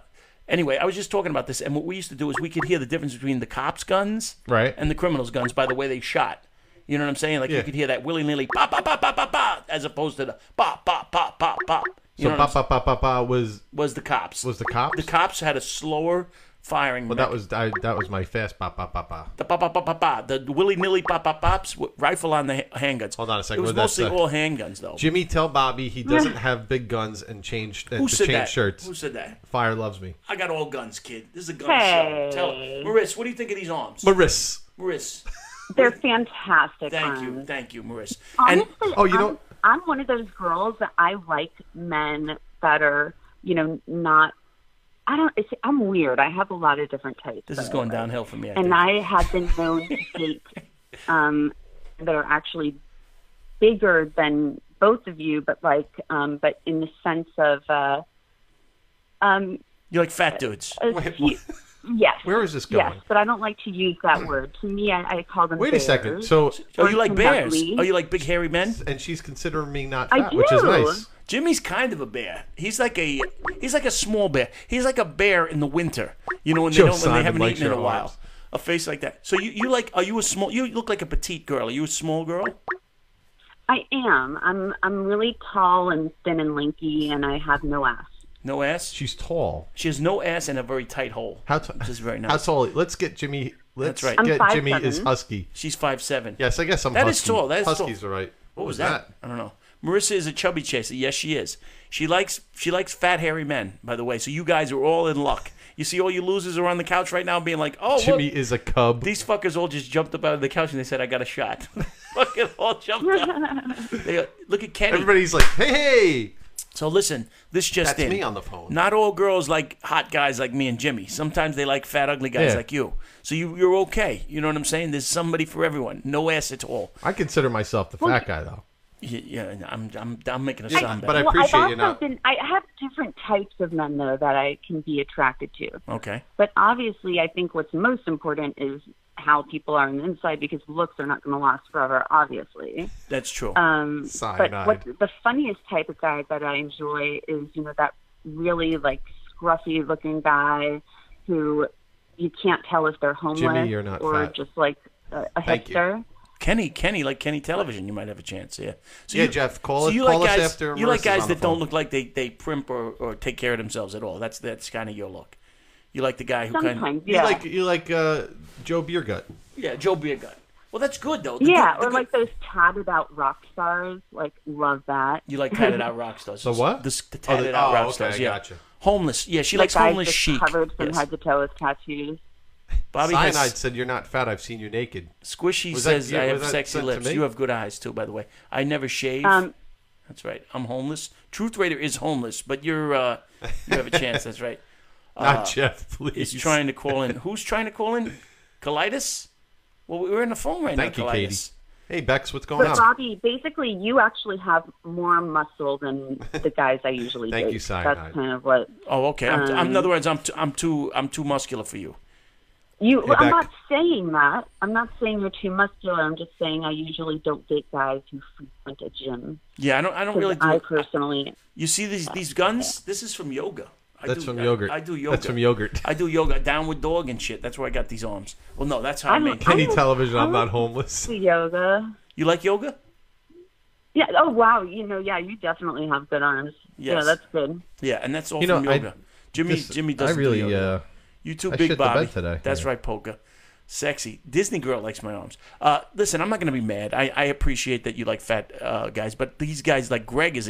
Speaker 2: Anyway, I was just talking about this, and what we used to do is we could hear the difference between the cops' guns
Speaker 1: Right.
Speaker 2: and the criminals' guns by the way they shot. You know what I'm saying? Like
Speaker 1: Yeah.
Speaker 2: you could hear that willy nilly pop, pop, pop, pop, pop, pop, as opposed to the pop, pop, pop, pop, pop. You
Speaker 1: So
Speaker 2: know what I'm
Speaker 1: pa pa pa pa pa was
Speaker 2: was the cops.
Speaker 1: was the cops.
Speaker 2: the cops had a slower firing.
Speaker 1: Well, that was I, that was my fast pa pa pa pa.
Speaker 2: the pop, pop, pop, pop, pop, the willy nilly pop, pop, pops, with rifle on the ha- handguns.
Speaker 1: Hold on a second,
Speaker 2: It was
Speaker 1: what that's,
Speaker 2: mostly
Speaker 1: uh,
Speaker 2: all handguns though.
Speaker 1: Jimmy, tell Bobby he
Speaker 7: [LAUGHS]
Speaker 1: doesn't have big guns and change and
Speaker 2: Who
Speaker 1: to
Speaker 2: said
Speaker 1: change
Speaker 2: that?
Speaker 1: shirts.
Speaker 2: Who said that?
Speaker 1: Fire loves me.
Speaker 2: I got all guns, kid. This is a gun
Speaker 7: Hey.
Speaker 2: show. Tell Maris, what do you think of these arms?
Speaker 1: Maris.
Speaker 2: Maris,
Speaker 7: They're fantastic.
Speaker 2: thank
Speaker 7: arms.
Speaker 2: you, thank you, Maris. And
Speaker 7: Honestly,
Speaker 1: Oh, you
Speaker 7: I'm,
Speaker 1: know-
Speaker 7: I'm one of those girls that I like men that are, you know, not. I don't. It's, I'm weird. I have a lot of different types.
Speaker 2: this is
Speaker 7: though.
Speaker 2: going downhill for me. I
Speaker 7: and
Speaker 2: think.
Speaker 7: I have been known to
Speaker 1: [LAUGHS]
Speaker 7: date um, that are actually bigger than both of you, but like, um, but in the sense of, uh, um,
Speaker 2: You're like fat dudes.
Speaker 7: a
Speaker 1: Wait,
Speaker 7: few- yes,
Speaker 1: Where is this
Speaker 7: yes,
Speaker 1: going?
Speaker 7: but I don't like to use that word. To me, I, I call them.
Speaker 1: Wait a
Speaker 7: bears.
Speaker 1: second. So
Speaker 2: Oh, you like bears?
Speaker 7: Kentucky.
Speaker 2: Oh, you like big hairy men?
Speaker 1: and she's considering me not
Speaker 7: I
Speaker 1: fat, which is
Speaker 7: do.
Speaker 1: nice.
Speaker 2: Jimmy's kind of a bear. He's like a he's like a small bear. He's like a bear in the winter. You know when they
Speaker 1: Joe
Speaker 2: don't when
Speaker 1: Simon
Speaker 2: they haven't
Speaker 1: likes
Speaker 2: eaten in
Speaker 1: your
Speaker 2: a while.
Speaker 1: arms.
Speaker 2: A face like that. So you, you like are you a small you look like a petite girl. Are you a small girl?
Speaker 7: I am. I'm. I'm really tall and thin and lanky, and I have no ass.
Speaker 2: No ass?
Speaker 1: She's tall.
Speaker 2: She has no ass and a very tight hole.
Speaker 1: How t-
Speaker 2: Which is very nice.
Speaker 1: How tall? Let's get Jimmy. Let's
Speaker 2: That's right. I'm
Speaker 1: get
Speaker 7: five
Speaker 1: Jimmy is
Speaker 7: seven.
Speaker 1: husky.
Speaker 2: She's five seven.
Speaker 1: Yes, I guess I'm.
Speaker 2: That
Speaker 1: husky.
Speaker 2: is tall, that is tall.
Speaker 1: Huskies are right.
Speaker 2: What was that? I don't know. Marissa is a chubby chaser. Yes, she is. She likes she likes fat hairy men. By the way, so you guys are all in luck. You see, all you losers are on the couch right now, being like, "Oh, look,
Speaker 1: Jimmy is a cub.
Speaker 2: These fuckers all just jumped up out of the couch and they said, "I got a shot." [LAUGHS] Fucking all jumped up. They, look at Kenny.
Speaker 1: Everybody's like, hey, hey.
Speaker 2: So listen, this just
Speaker 1: That's
Speaker 2: in.
Speaker 1: me on the phone.
Speaker 2: Not all girls like hot guys like me and Jimmy. Sometimes they like fat, ugly guys
Speaker 1: Yeah.
Speaker 2: like you. So you, you're okay. You know what I'm saying? There's somebody for everyone. No ass at all.
Speaker 1: I consider myself the fat guy though.
Speaker 2: Yeah, yeah I'm, I'm, I'm making a
Speaker 1: I-
Speaker 2: sound.
Speaker 1: but
Speaker 2: bad.
Speaker 1: I appreciate
Speaker 7: have
Speaker 1: you
Speaker 7: also
Speaker 1: not-
Speaker 7: been. I have different types of men though that I can be attracted to.
Speaker 2: okay.
Speaker 7: But obviously, I think what's most important is how people are on the inside because looks are not going to last forever. Obviously.
Speaker 2: That's true.
Speaker 7: Um,
Speaker 1: Cyanide.
Speaker 7: But what the funniest type of guy that I enjoy is you know that really like scruffy looking guy who you can't tell if they're homeless
Speaker 1: you're not
Speaker 7: or
Speaker 1: fat.
Speaker 7: just like a, a
Speaker 1: Thank you.
Speaker 7: hipster.
Speaker 2: Kenny, Kenny, like Kenny Television, you might have a chance. Yeah. So
Speaker 1: Yeah, Jeff, call us- call us
Speaker 2: guys,
Speaker 1: after
Speaker 2: You like
Speaker 1: Marissa's
Speaker 2: guys
Speaker 1: on the
Speaker 2: that don't
Speaker 1: phone.
Speaker 2: look like they they primp or, or take care of themselves at all. That's that's kind of your look. You like the guy who kind
Speaker 7: Sometimes,
Speaker 2: of
Speaker 1: You
Speaker 7: yeah,
Speaker 1: like you like uh, Joe Beergut.
Speaker 2: yeah, Joe Beergut. Well, that's good though. The
Speaker 7: yeah,
Speaker 2: good- the
Speaker 7: or
Speaker 2: good-
Speaker 7: like those tatted out rock stars. Like love that. [LAUGHS]
Speaker 2: you like tatted out rock stars. The
Speaker 1: what?
Speaker 2: The, s- the tatted out
Speaker 1: oh,
Speaker 2: rock
Speaker 1: okay,
Speaker 2: stars.
Speaker 1: I
Speaker 2: Yeah.
Speaker 1: gotcha.
Speaker 2: Homeless. Yeah, she likes
Speaker 7: guys
Speaker 2: homeless
Speaker 7: just
Speaker 2: chic.
Speaker 7: covered from
Speaker 2: Yes.
Speaker 7: head to toe with tattoos.
Speaker 2: Bobby has-
Speaker 1: Cyanide said, "You're not fat. I've seen you naked."
Speaker 2: Squishy
Speaker 1: Was that-
Speaker 2: says
Speaker 1: yeah,
Speaker 2: I
Speaker 1: was
Speaker 2: have
Speaker 1: that
Speaker 2: sexy
Speaker 1: sent to
Speaker 2: lips.
Speaker 1: me?
Speaker 2: You have good eyes too, by the way. I never shave.
Speaker 7: Um,
Speaker 2: that's right. I'm homeless. Truth Raider is homeless, but you're uh, you have a chance. That's right.
Speaker 1: not Jeff, please.
Speaker 2: is Ah. trying to call
Speaker 1: [LAUGHS]
Speaker 2: in. Who's trying to call in? Colitis? Well, we're in the phone right
Speaker 1: Thank
Speaker 2: now.
Speaker 1: you, Katie.
Speaker 2: Colitis.
Speaker 1: Hey, Bex, what's
Speaker 2: Oh,
Speaker 1: going
Speaker 7: But
Speaker 1: on?
Speaker 7: Bobby, basically, you actually have more muscle
Speaker 2: [LAUGHS]
Speaker 7: than the guys I usually
Speaker 1: Thank
Speaker 7: date.
Speaker 1: you, Cyanide.
Speaker 7: That's kind of what
Speaker 2: Oh, okay. I'm, I'm, in other words, I'm too, I'm too I'm too muscular for you.
Speaker 7: You, well, I'm
Speaker 1: back.
Speaker 7: not saying that. I'm not saying you're too muscular. I'm just saying I usually don't date guys who frequent a gym.
Speaker 2: Yeah, I don't I don't
Speaker 7: 'Cause
Speaker 2: really do.
Speaker 7: I
Speaker 2: it.
Speaker 7: personally,
Speaker 2: you see these these guns? This is from yoga. I
Speaker 1: That's
Speaker 2: do,
Speaker 1: from
Speaker 2: I-
Speaker 1: yogurt.
Speaker 2: I, do yoga.
Speaker 1: That's from yogurt.
Speaker 2: I do yoga, downward dog and shit. That's where I got these arms. Well, no, that's how I
Speaker 7: I'm-
Speaker 2: make.
Speaker 7: I'm-
Speaker 1: [LAUGHS] Any television, I'm
Speaker 7: I'm-
Speaker 1: not homeless.
Speaker 2: [LAUGHS]
Speaker 7: do yoga.
Speaker 2: You like yoga?
Speaker 7: Yeah. Oh wow. You know. Yeah. You definitely have good arms. Yeah.
Speaker 2: Yes.
Speaker 7: That's good.
Speaker 2: Yeah, and that's all
Speaker 1: You know,
Speaker 2: from
Speaker 1: I-
Speaker 2: yoga. Jimmy
Speaker 1: This-
Speaker 2: Jimmy doesn't
Speaker 1: I really,
Speaker 2: do yoga.
Speaker 1: uh,
Speaker 2: You too
Speaker 1: I
Speaker 2: big,
Speaker 1: shit the
Speaker 2: Bobby.
Speaker 1: bed today.
Speaker 2: That's
Speaker 1: Yeah.
Speaker 2: right, Polka. Sexy Disney girl likes my arms. Uh, listen, I'm not gonna be mad. I, I appreciate that you like fat uh, guys, but these guys like Greg is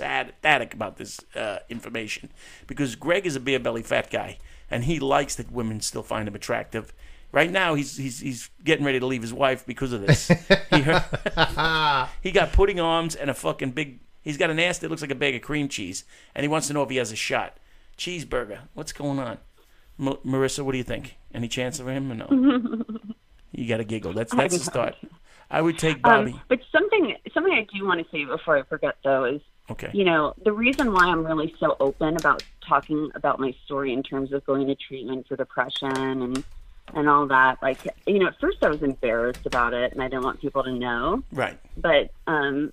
Speaker 2: ecstatic about this uh, information because Greg is a beer belly fat guy and he likes that women still find him attractive. Right now, he's he's he's getting ready to leave his wife because
Speaker 1: [LAUGHS]
Speaker 2: of this. he, heard- he got pudding arms and a fucking big. He's got an ass that looks like a bag of cream cheese, and he wants to know if he has a shot. Cheeseburger. What's going on? M- Marissa, what do you think? Any chance of him or no?
Speaker 7: [LAUGHS]
Speaker 2: you got to giggle. That's that's a start. I would take Bobby.
Speaker 7: Um, but something something I do want to say before I forget though is
Speaker 2: okay.
Speaker 7: you know the reason why I'm really so open about talking about my story in terms of going to treatment for depression and and all that like you know at first I was embarrassed about it and I didn't want people to know
Speaker 2: Right.
Speaker 7: but um,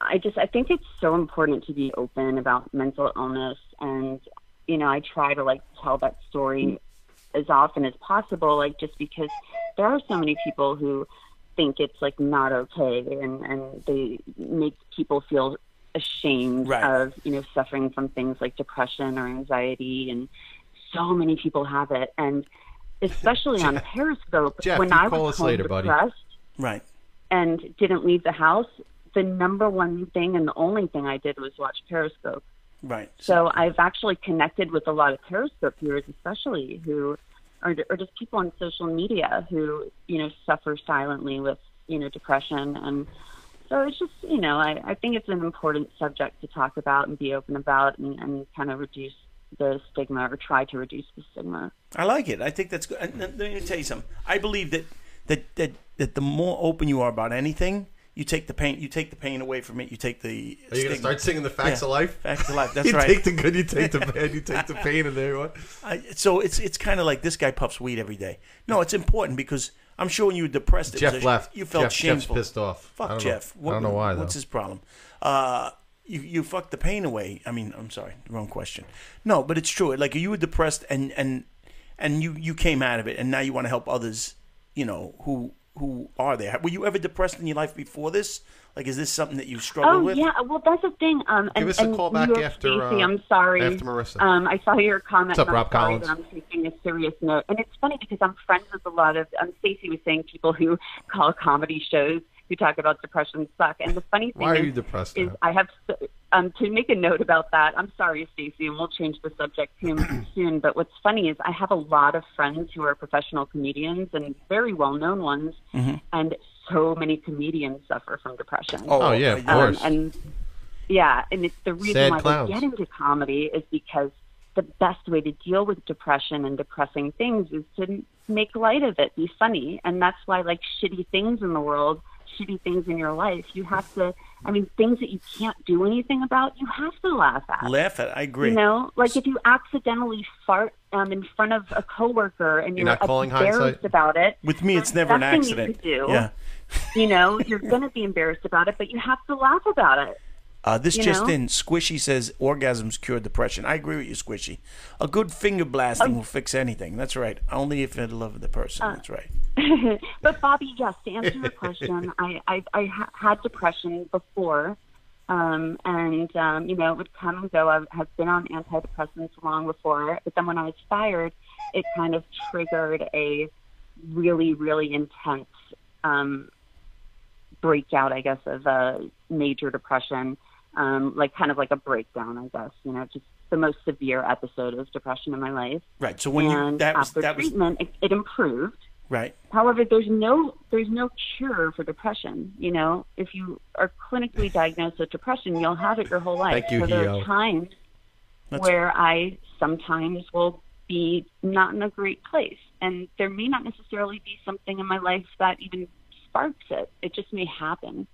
Speaker 7: I just I think it's so important to be open about mental illness and you know, I try to like tell that story as often as possible, like just because there are so many people who think it's like not okay and, and they make people feel ashamed
Speaker 2: Right.
Speaker 7: of, you know, suffering from things like depression or anxiety and so many people have it and
Speaker 1: [LAUGHS]
Speaker 7: especially on Periscope
Speaker 1: Jeff,
Speaker 7: when
Speaker 1: you
Speaker 7: I
Speaker 1: call
Speaker 7: was
Speaker 1: us
Speaker 7: home
Speaker 1: later, buddy.
Speaker 7: depressed
Speaker 2: Right.
Speaker 7: and didn't leave the house, the number one thing and the only thing I did was watch Periscope.
Speaker 2: Right.
Speaker 7: So I've actually connected with a lot of Periscope viewers, especially who are or just people on social media who you know suffer silently with you know depression and so it's just you know I, I think it's an important subject to talk about and be open about and, and kind of reduce the stigma or try to reduce the stigma.
Speaker 2: I like it. I think that's good. And let me tell you something. I believe that that that that the more open you are about anything, you take the pain. You take the pain away from it. You take the.
Speaker 1: Are you gonna
Speaker 2: stigma.
Speaker 1: start singing the facts
Speaker 2: Yeah,
Speaker 1: of life? [LAUGHS]
Speaker 2: Facts of life. That's
Speaker 1: you
Speaker 2: right.
Speaker 1: take the good, you take the bad, you take the pain, and there you are.
Speaker 2: I, so it's it's kind of like this guy puffs weed every day. No, it's important because I'm sure when you were depressed, it
Speaker 1: Jeff
Speaker 2: was a-
Speaker 1: left.
Speaker 2: You felt
Speaker 1: Jeff- Jeff's
Speaker 2: shameful.
Speaker 1: pissed off.
Speaker 2: Fuck
Speaker 1: I don't know.
Speaker 2: Jeff.
Speaker 1: I don't know why, though.
Speaker 2: What's his problem? Uh, you you fucked the pain away. I mean, I'm sorry, wrong question. No, but it's true. Like you were depressed and and and you you came out of it, and now you want to help others. You know who who are there? Were you ever depressed in your life before this? Like, is this something that you struggled
Speaker 7: Oh
Speaker 2: with?
Speaker 7: yeah, well that's the thing. Um, and,
Speaker 1: Give us a
Speaker 7: and
Speaker 1: call back
Speaker 7: New York
Speaker 1: after,
Speaker 7: Stacy,
Speaker 1: uh,
Speaker 7: I'm sorry.
Speaker 1: after Marissa.
Speaker 7: Um, I saw your
Speaker 1: What's
Speaker 7: comment.
Speaker 1: up,
Speaker 7: and I'm
Speaker 1: Rob
Speaker 7: sorry
Speaker 1: Collins?
Speaker 7: That I'm taking a serious note, and it's funny because I'm friends with a lot of. Um, Stacy was saying people who call comedy shows who talk about depression suck, and the funny thing
Speaker 1: Why are
Speaker 7: is,
Speaker 1: you depressed
Speaker 7: is
Speaker 1: now?
Speaker 7: I have so- um, to make a note about that. I'm sorry, Stacy, and we'll change the subject
Speaker 1: [CLEARS THROAT]
Speaker 7: soon. soon. But what's funny is I have a lot of friends who are professional comedians and very well-known ones,
Speaker 1: Mm-hmm.
Speaker 7: and so many comedians suffer from depression.
Speaker 1: Oh, yeah, of
Speaker 7: Um,
Speaker 1: course.
Speaker 7: and yeah, and it's the reason
Speaker 1: Sad
Speaker 7: why
Speaker 1: clowns.
Speaker 7: we get into comedy is because the best way to deal with depression and depressing things is to n- make light of it, be funny, and that's why like shitty things in the world, shitty things in your life, you have to. I mean, things that you can't do anything about, you have to laugh at.
Speaker 2: Laugh at. I agree.
Speaker 7: You know, like if you accidentally fart um, in front of a coworker and
Speaker 1: You're
Speaker 7: you're,
Speaker 1: not calling
Speaker 7: embarrassed
Speaker 1: hindsight?
Speaker 7: about it,
Speaker 2: With me, it's never an
Speaker 7: nothing you
Speaker 2: accident.
Speaker 7: could do.
Speaker 2: Yeah.
Speaker 7: you know, you're going to be embarrassed about it, but you have to laugh about it.
Speaker 2: Uh, this
Speaker 7: You
Speaker 2: just
Speaker 7: know?
Speaker 2: in, Squishy says orgasms cure depression. I agree with you, Squishy. A good finger blasting
Speaker 7: Oh.
Speaker 2: will fix anything. That's right. Only if in love with the person.
Speaker 7: Uh,
Speaker 2: That's right.
Speaker 7: [LAUGHS] but Bobby, yes, to answer
Speaker 2: [LAUGHS]
Speaker 7: your question, I I, I ha- had depression before, um, and um, you know it would come and go. I have been on antidepressants long before, but then when I was fired, it kind of triggered a really really intense um, breakout, I guess, of uh, major depression, um, like kind of like a breakdown, I guess. You know, just the most severe episode of depression in my life.
Speaker 2: Right. So when
Speaker 7: and
Speaker 2: you that was
Speaker 7: after
Speaker 2: that was
Speaker 7: treatment, it, it improved.
Speaker 2: right.
Speaker 7: However, there's no there's no cure for depression. You know, if you are clinically diagnosed with depression, you'll have it your whole life.
Speaker 1: Thank you,
Speaker 7: so there
Speaker 1: Hio.
Speaker 7: are times
Speaker 2: That's-
Speaker 7: where I sometimes will be not in a great place, and there may not necessarily be something in my life that even sparks it. It just may happen.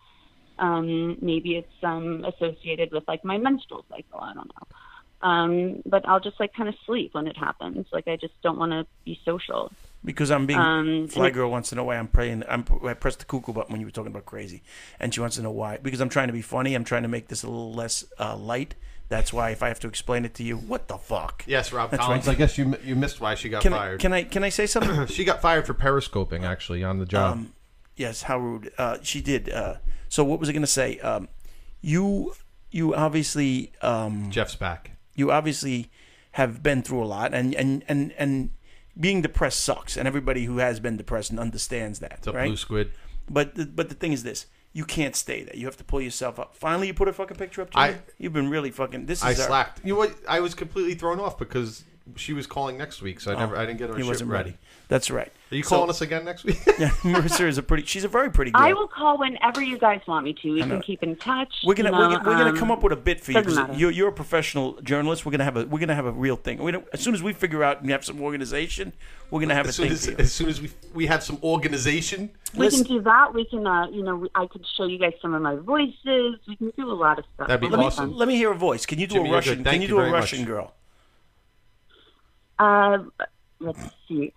Speaker 7: Um, maybe it's um, associated with like my menstrual cycle. I don't know. Um, but I'll just like kind of sleep when it happens. Like I just don't want to be social.
Speaker 2: Because I'm being
Speaker 7: Um,
Speaker 2: fly
Speaker 7: and-
Speaker 2: girl wants to know why I'm praying. I'm, I pressed the cuckoo button when you were talking about crazy, and she wants to know why. Because I'm trying to be funny. I'm trying to make this a little less uh, light. That's why if I have to explain it to you, what the fuck?
Speaker 1: Yes, Rob
Speaker 2: That's
Speaker 1: Collins.
Speaker 2: right.
Speaker 1: I guess you you missed why she got
Speaker 2: Can I,
Speaker 1: fired.
Speaker 2: can I can I Um, say something?
Speaker 1: she got fired for periscoping actually on the job.
Speaker 2: Yes, how rude. Uh, she did. Uh, so what was I going to say? Um, you you obviously um,
Speaker 1: Mm. Jeff's back.
Speaker 2: you obviously have been through a lot, and and and and being depressed sucks, and everybody who has been depressed understands that,
Speaker 1: It's a
Speaker 2: right?
Speaker 1: blue squid.
Speaker 2: But the, but the thing is this. You can't stay there. You have to pull yourself up. Finally, you put a fucking picture up. To
Speaker 1: I-
Speaker 2: me? You've been really fucking. This is
Speaker 1: I
Speaker 2: our-
Speaker 1: slacked. You know what? I was completely thrown off because she was calling next week, so I never I didn't get her
Speaker 2: Oh. He
Speaker 1: shit
Speaker 2: wasn't
Speaker 1: ready.
Speaker 2: ready. That's right.
Speaker 1: Are you
Speaker 2: So- [LAUGHS]
Speaker 1: calling us again next week? [LAUGHS]
Speaker 2: Marissa is a pretty. She's a very pretty girl.
Speaker 7: I will call whenever you guys want me to. We
Speaker 2: know.
Speaker 7: can keep in touch.
Speaker 2: We're gonna
Speaker 7: you
Speaker 2: we're,
Speaker 7: know,
Speaker 2: gonna- we're gonna
Speaker 7: um,
Speaker 2: come up with a bit for you
Speaker 7: doesn't
Speaker 2: because
Speaker 7: matter.
Speaker 2: you're, you're a professional journalist. We're gonna have a we're gonna have a real thing. We don't, as soon as we figure out and have some organization, we're gonna have
Speaker 1: as,
Speaker 2: a
Speaker 1: soon
Speaker 2: thing
Speaker 1: as,
Speaker 2: for you.
Speaker 1: as soon as we we have some organization,
Speaker 7: We
Speaker 2: Listen-
Speaker 7: can do that. We can, uh, you know, we, I could show you guys some of my voices. We can do a lot of stuff.
Speaker 1: That'd be
Speaker 7: It'll be
Speaker 1: awesome.
Speaker 2: Let me hear a voice. Can you do
Speaker 1: Jimmy,
Speaker 2: a
Speaker 1: you're
Speaker 2: Russian?
Speaker 1: good.
Speaker 2: Can
Speaker 1: Thank
Speaker 2: you
Speaker 1: you
Speaker 2: do a
Speaker 1: very much.
Speaker 2: Russian girl?
Speaker 7: fun. Uh, let's see.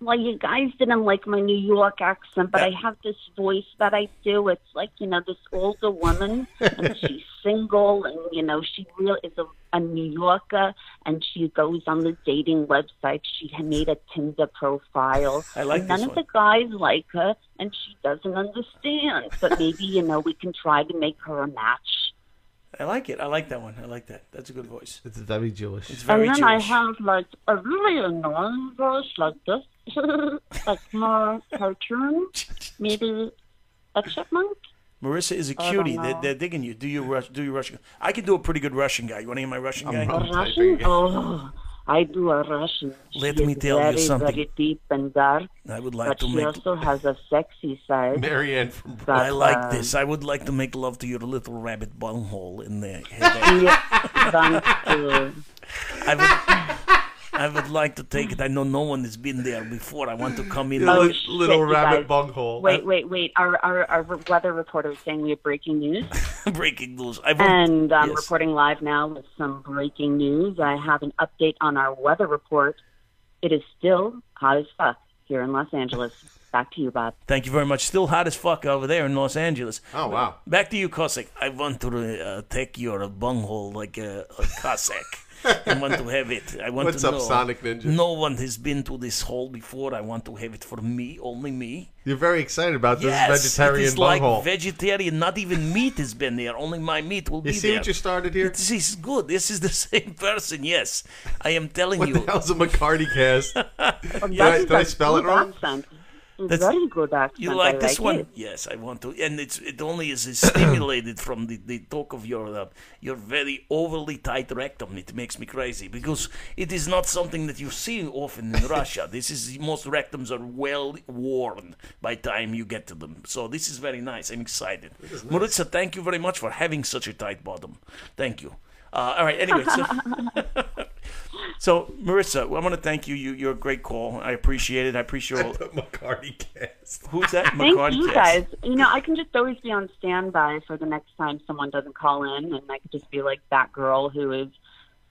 Speaker 7: well, you guys didn't like my New York accent, but I have this voice that I do. It's like, you know, this older woman,
Speaker 2: [LAUGHS]
Speaker 7: and she's single, and, you know, she really is a, a New Yorker, and she goes on the dating website. She had made a Tinder profile.
Speaker 2: I like
Speaker 7: None
Speaker 2: this
Speaker 7: of
Speaker 2: one.
Speaker 7: the guys like her, and she doesn't understand. But maybe, you know, we can try to make her a match.
Speaker 2: I like it. I like that one. I like that. That's a good voice.
Speaker 1: It's very Jewish.
Speaker 2: It's very
Speaker 7: and then
Speaker 2: Jewish.
Speaker 7: I have, like, a really annoying voice like this, [LAUGHS] like more
Speaker 2: [LAUGHS]
Speaker 7: cartoon, maybe a chipmunk.
Speaker 2: Marissa is a
Speaker 7: I
Speaker 2: cutie.
Speaker 7: don't
Speaker 2: They're,
Speaker 7: know.
Speaker 2: they're digging you. Do your Rus- do your Russian. I can do a pretty good Russian guy. You want to hear my Russian guy?
Speaker 1: I'm
Speaker 7: A
Speaker 1: typing
Speaker 7: Russian?
Speaker 1: it.
Speaker 7: Oh, I do a Russian.
Speaker 2: Let
Speaker 7: She
Speaker 2: me
Speaker 7: is
Speaker 2: tell you
Speaker 7: very,
Speaker 2: something.
Speaker 7: Very deep and dark,
Speaker 2: I would
Speaker 7: but
Speaker 2: like to
Speaker 7: she
Speaker 2: make.
Speaker 7: also has a sexy side.
Speaker 1: Marianne
Speaker 2: [LAUGHS]
Speaker 1: from
Speaker 7: that,
Speaker 2: I like
Speaker 7: um,
Speaker 2: this. I would like to make love to your little rabbit bunghole in there. Hey,
Speaker 7: she wants
Speaker 2: [LAUGHS]
Speaker 7: to-
Speaker 2: there. I would. I would [LAUGHS] like to take it. I know no one has been there before. I want to come in.
Speaker 7: Oh,
Speaker 1: Little,
Speaker 2: like-
Speaker 7: shit,
Speaker 1: little
Speaker 7: you
Speaker 1: rabbit
Speaker 7: guys.
Speaker 1: bunghole.
Speaker 7: Wait, wait, wait. Our, our our weather reporter is saying we have breaking news,
Speaker 2: [LAUGHS] breaking news. I will,
Speaker 7: and I'm
Speaker 2: Yes.
Speaker 7: reporting live now with some breaking news. I have an update on our weather report. It is still hot as fuck here in Los Angeles. Back to you, Bob.
Speaker 2: Thank you very much. Still hot as fuck over there in Los Angeles.
Speaker 1: Oh wow.
Speaker 2: Back to you, Cossack. I want to uh, take your bunghole like a, a Cossack. I want to have it. I want
Speaker 1: What's
Speaker 2: to
Speaker 1: up,
Speaker 2: know.
Speaker 1: Sonic Ninja?
Speaker 2: No one has been to this hole before. I want to have it for me, only me.
Speaker 1: You're very excited about this
Speaker 2: yes, it
Speaker 1: vegetarian
Speaker 2: is like
Speaker 1: bunghole.
Speaker 2: vegetarian. Not even meat has been there. Only my meat will
Speaker 1: you
Speaker 2: be
Speaker 1: see
Speaker 2: there.
Speaker 1: what you started here?
Speaker 2: this is good. This is the [LAUGHS] same person. Yes, I am telling
Speaker 1: What
Speaker 2: you.
Speaker 1: the hell's a McCarty cast? did,
Speaker 7: That
Speaker 1: I,
Speaker 7: is
Speaker 1: did I
Speaker 7: a
Speaker 1: spell it
Speaker 7: good
Speaker 1: wrong?
Speaker 7: Accent.
Speaker 2: That's-
Speaker 7: Very good accent.
Speaker 2: You
Speaker 7: I
Speaker 2: like this one?
Speaker 7: it.
Speaker 2: Yes, I want to. And it's it only is
Speaker 7: [CLEARS THROAT]
Speaker 2: stimulated from the, the talk of your uh, your very overly tight rectum. It makes me crazy because it is not something that you see often
Speaker 7: [LAUGHS]
Speaker 2: in Russia. This is most rectums are well worn by time you get to them. So this is very nice. I'm excited. Maritza, thank you very much for having such a tight bottom. Thank you. Uh, all right. Anyway,
Speaker 7: [LAUGHS]
Speaker 2: so. [LAUGHS] So, Marissa, I want to thank you. you. You're a great call. I appreciate it. I appreciate
Speaker 7: [LAUGHS]
Speaker 1: [LAUGHS]
Speaker 2: all,
Speaker 1: McCarty [LAUGHS] cast.
Speaker 2: who's that.
Speaker 7: Thank
Speaker 2: McCarty
Speaker 7: you
Speaker 2: Cast?
Speaker 7: guys. You know, I can just always be on standby for the next time someone doesn't call in, and I could just be like that girl who is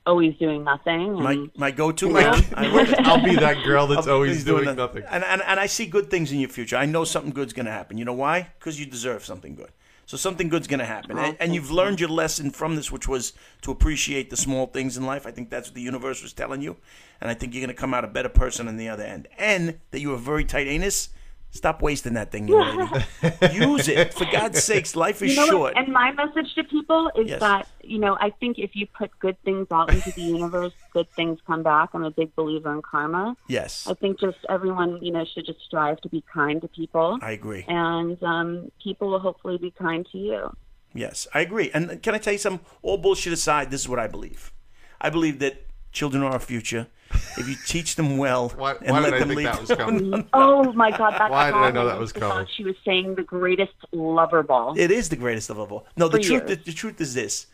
Speaker 7: always doing nothing. And
Speaker 2: my my go-to
Speaker 7: [LAUGHS]
Speaker 1: My-
Speaker 2: man. I love it.
Speaker 1: I'll be that girl that's
Speaker 2: [LAUGHS] I'll-
Speaker 1: always
Speaker 2: he's
Speaker 1: doing,
Speaker 2: that.
Speaker 1: nothing.
Speaker 2: And, and and I see good things in your future. I know something good's going to happen. You know why? Because you deserve something good. So something good's going to happen. And, and you've learned your lesson from this, which was to appreciate the small things in life. I think that's what the universe was telling you. And I think you're going to come out a better person on the other end. And that you have very tight anus. Stop wasting that thing, you lady.
Speaker 7: [LAUGHS]
Speaker 2: Use it. For God's sakes, life is
Speaker 7: you know what?
Speaker 2: short.
Speaker 7: And my message to people is
Speaker 2: Yes.
Speaker 7: that you know I think if you put good things out into the universe, good things come back. I'm a big believer in karma.
Speaker 2: yes.
Speaker 7: I think just everyone you know should just strive to be kind to people,
Speaker 2: I agree.
Speaker 7: and um, people will hopefully be kind
Speaker 2: [LAUGHS]
Speaker 7: to you.
Speaker 2: Yes, I agree. And can I tell you something? All bullshit aside, this is what I believe. I believe that children are our future. If you teach them well
Speaker 1: [LAUGHS] Why,
Speaker 2: and
Speaker 1: why
Speaker 2: let
Speaker 1: did I
Speaker 2: them
Speaker 1: think
Speaker 2: lead,
Speaker 1: that was coming?
Speaker 7: Oh my God! That
Speaker 1: Why did I
Speaker 7: comment,
Speaker 1: know that was
Speaker 7: I thought
Speaker 1: coming?
Speaker 7: She was saying the greatest lover ball.
Speaker 2: [LAUGHS] it is the greatest of all. No, the
Speaker 7: For
Speaker 2: truth. The,
Speaker 7: years.
Speaker 2: the truth is this: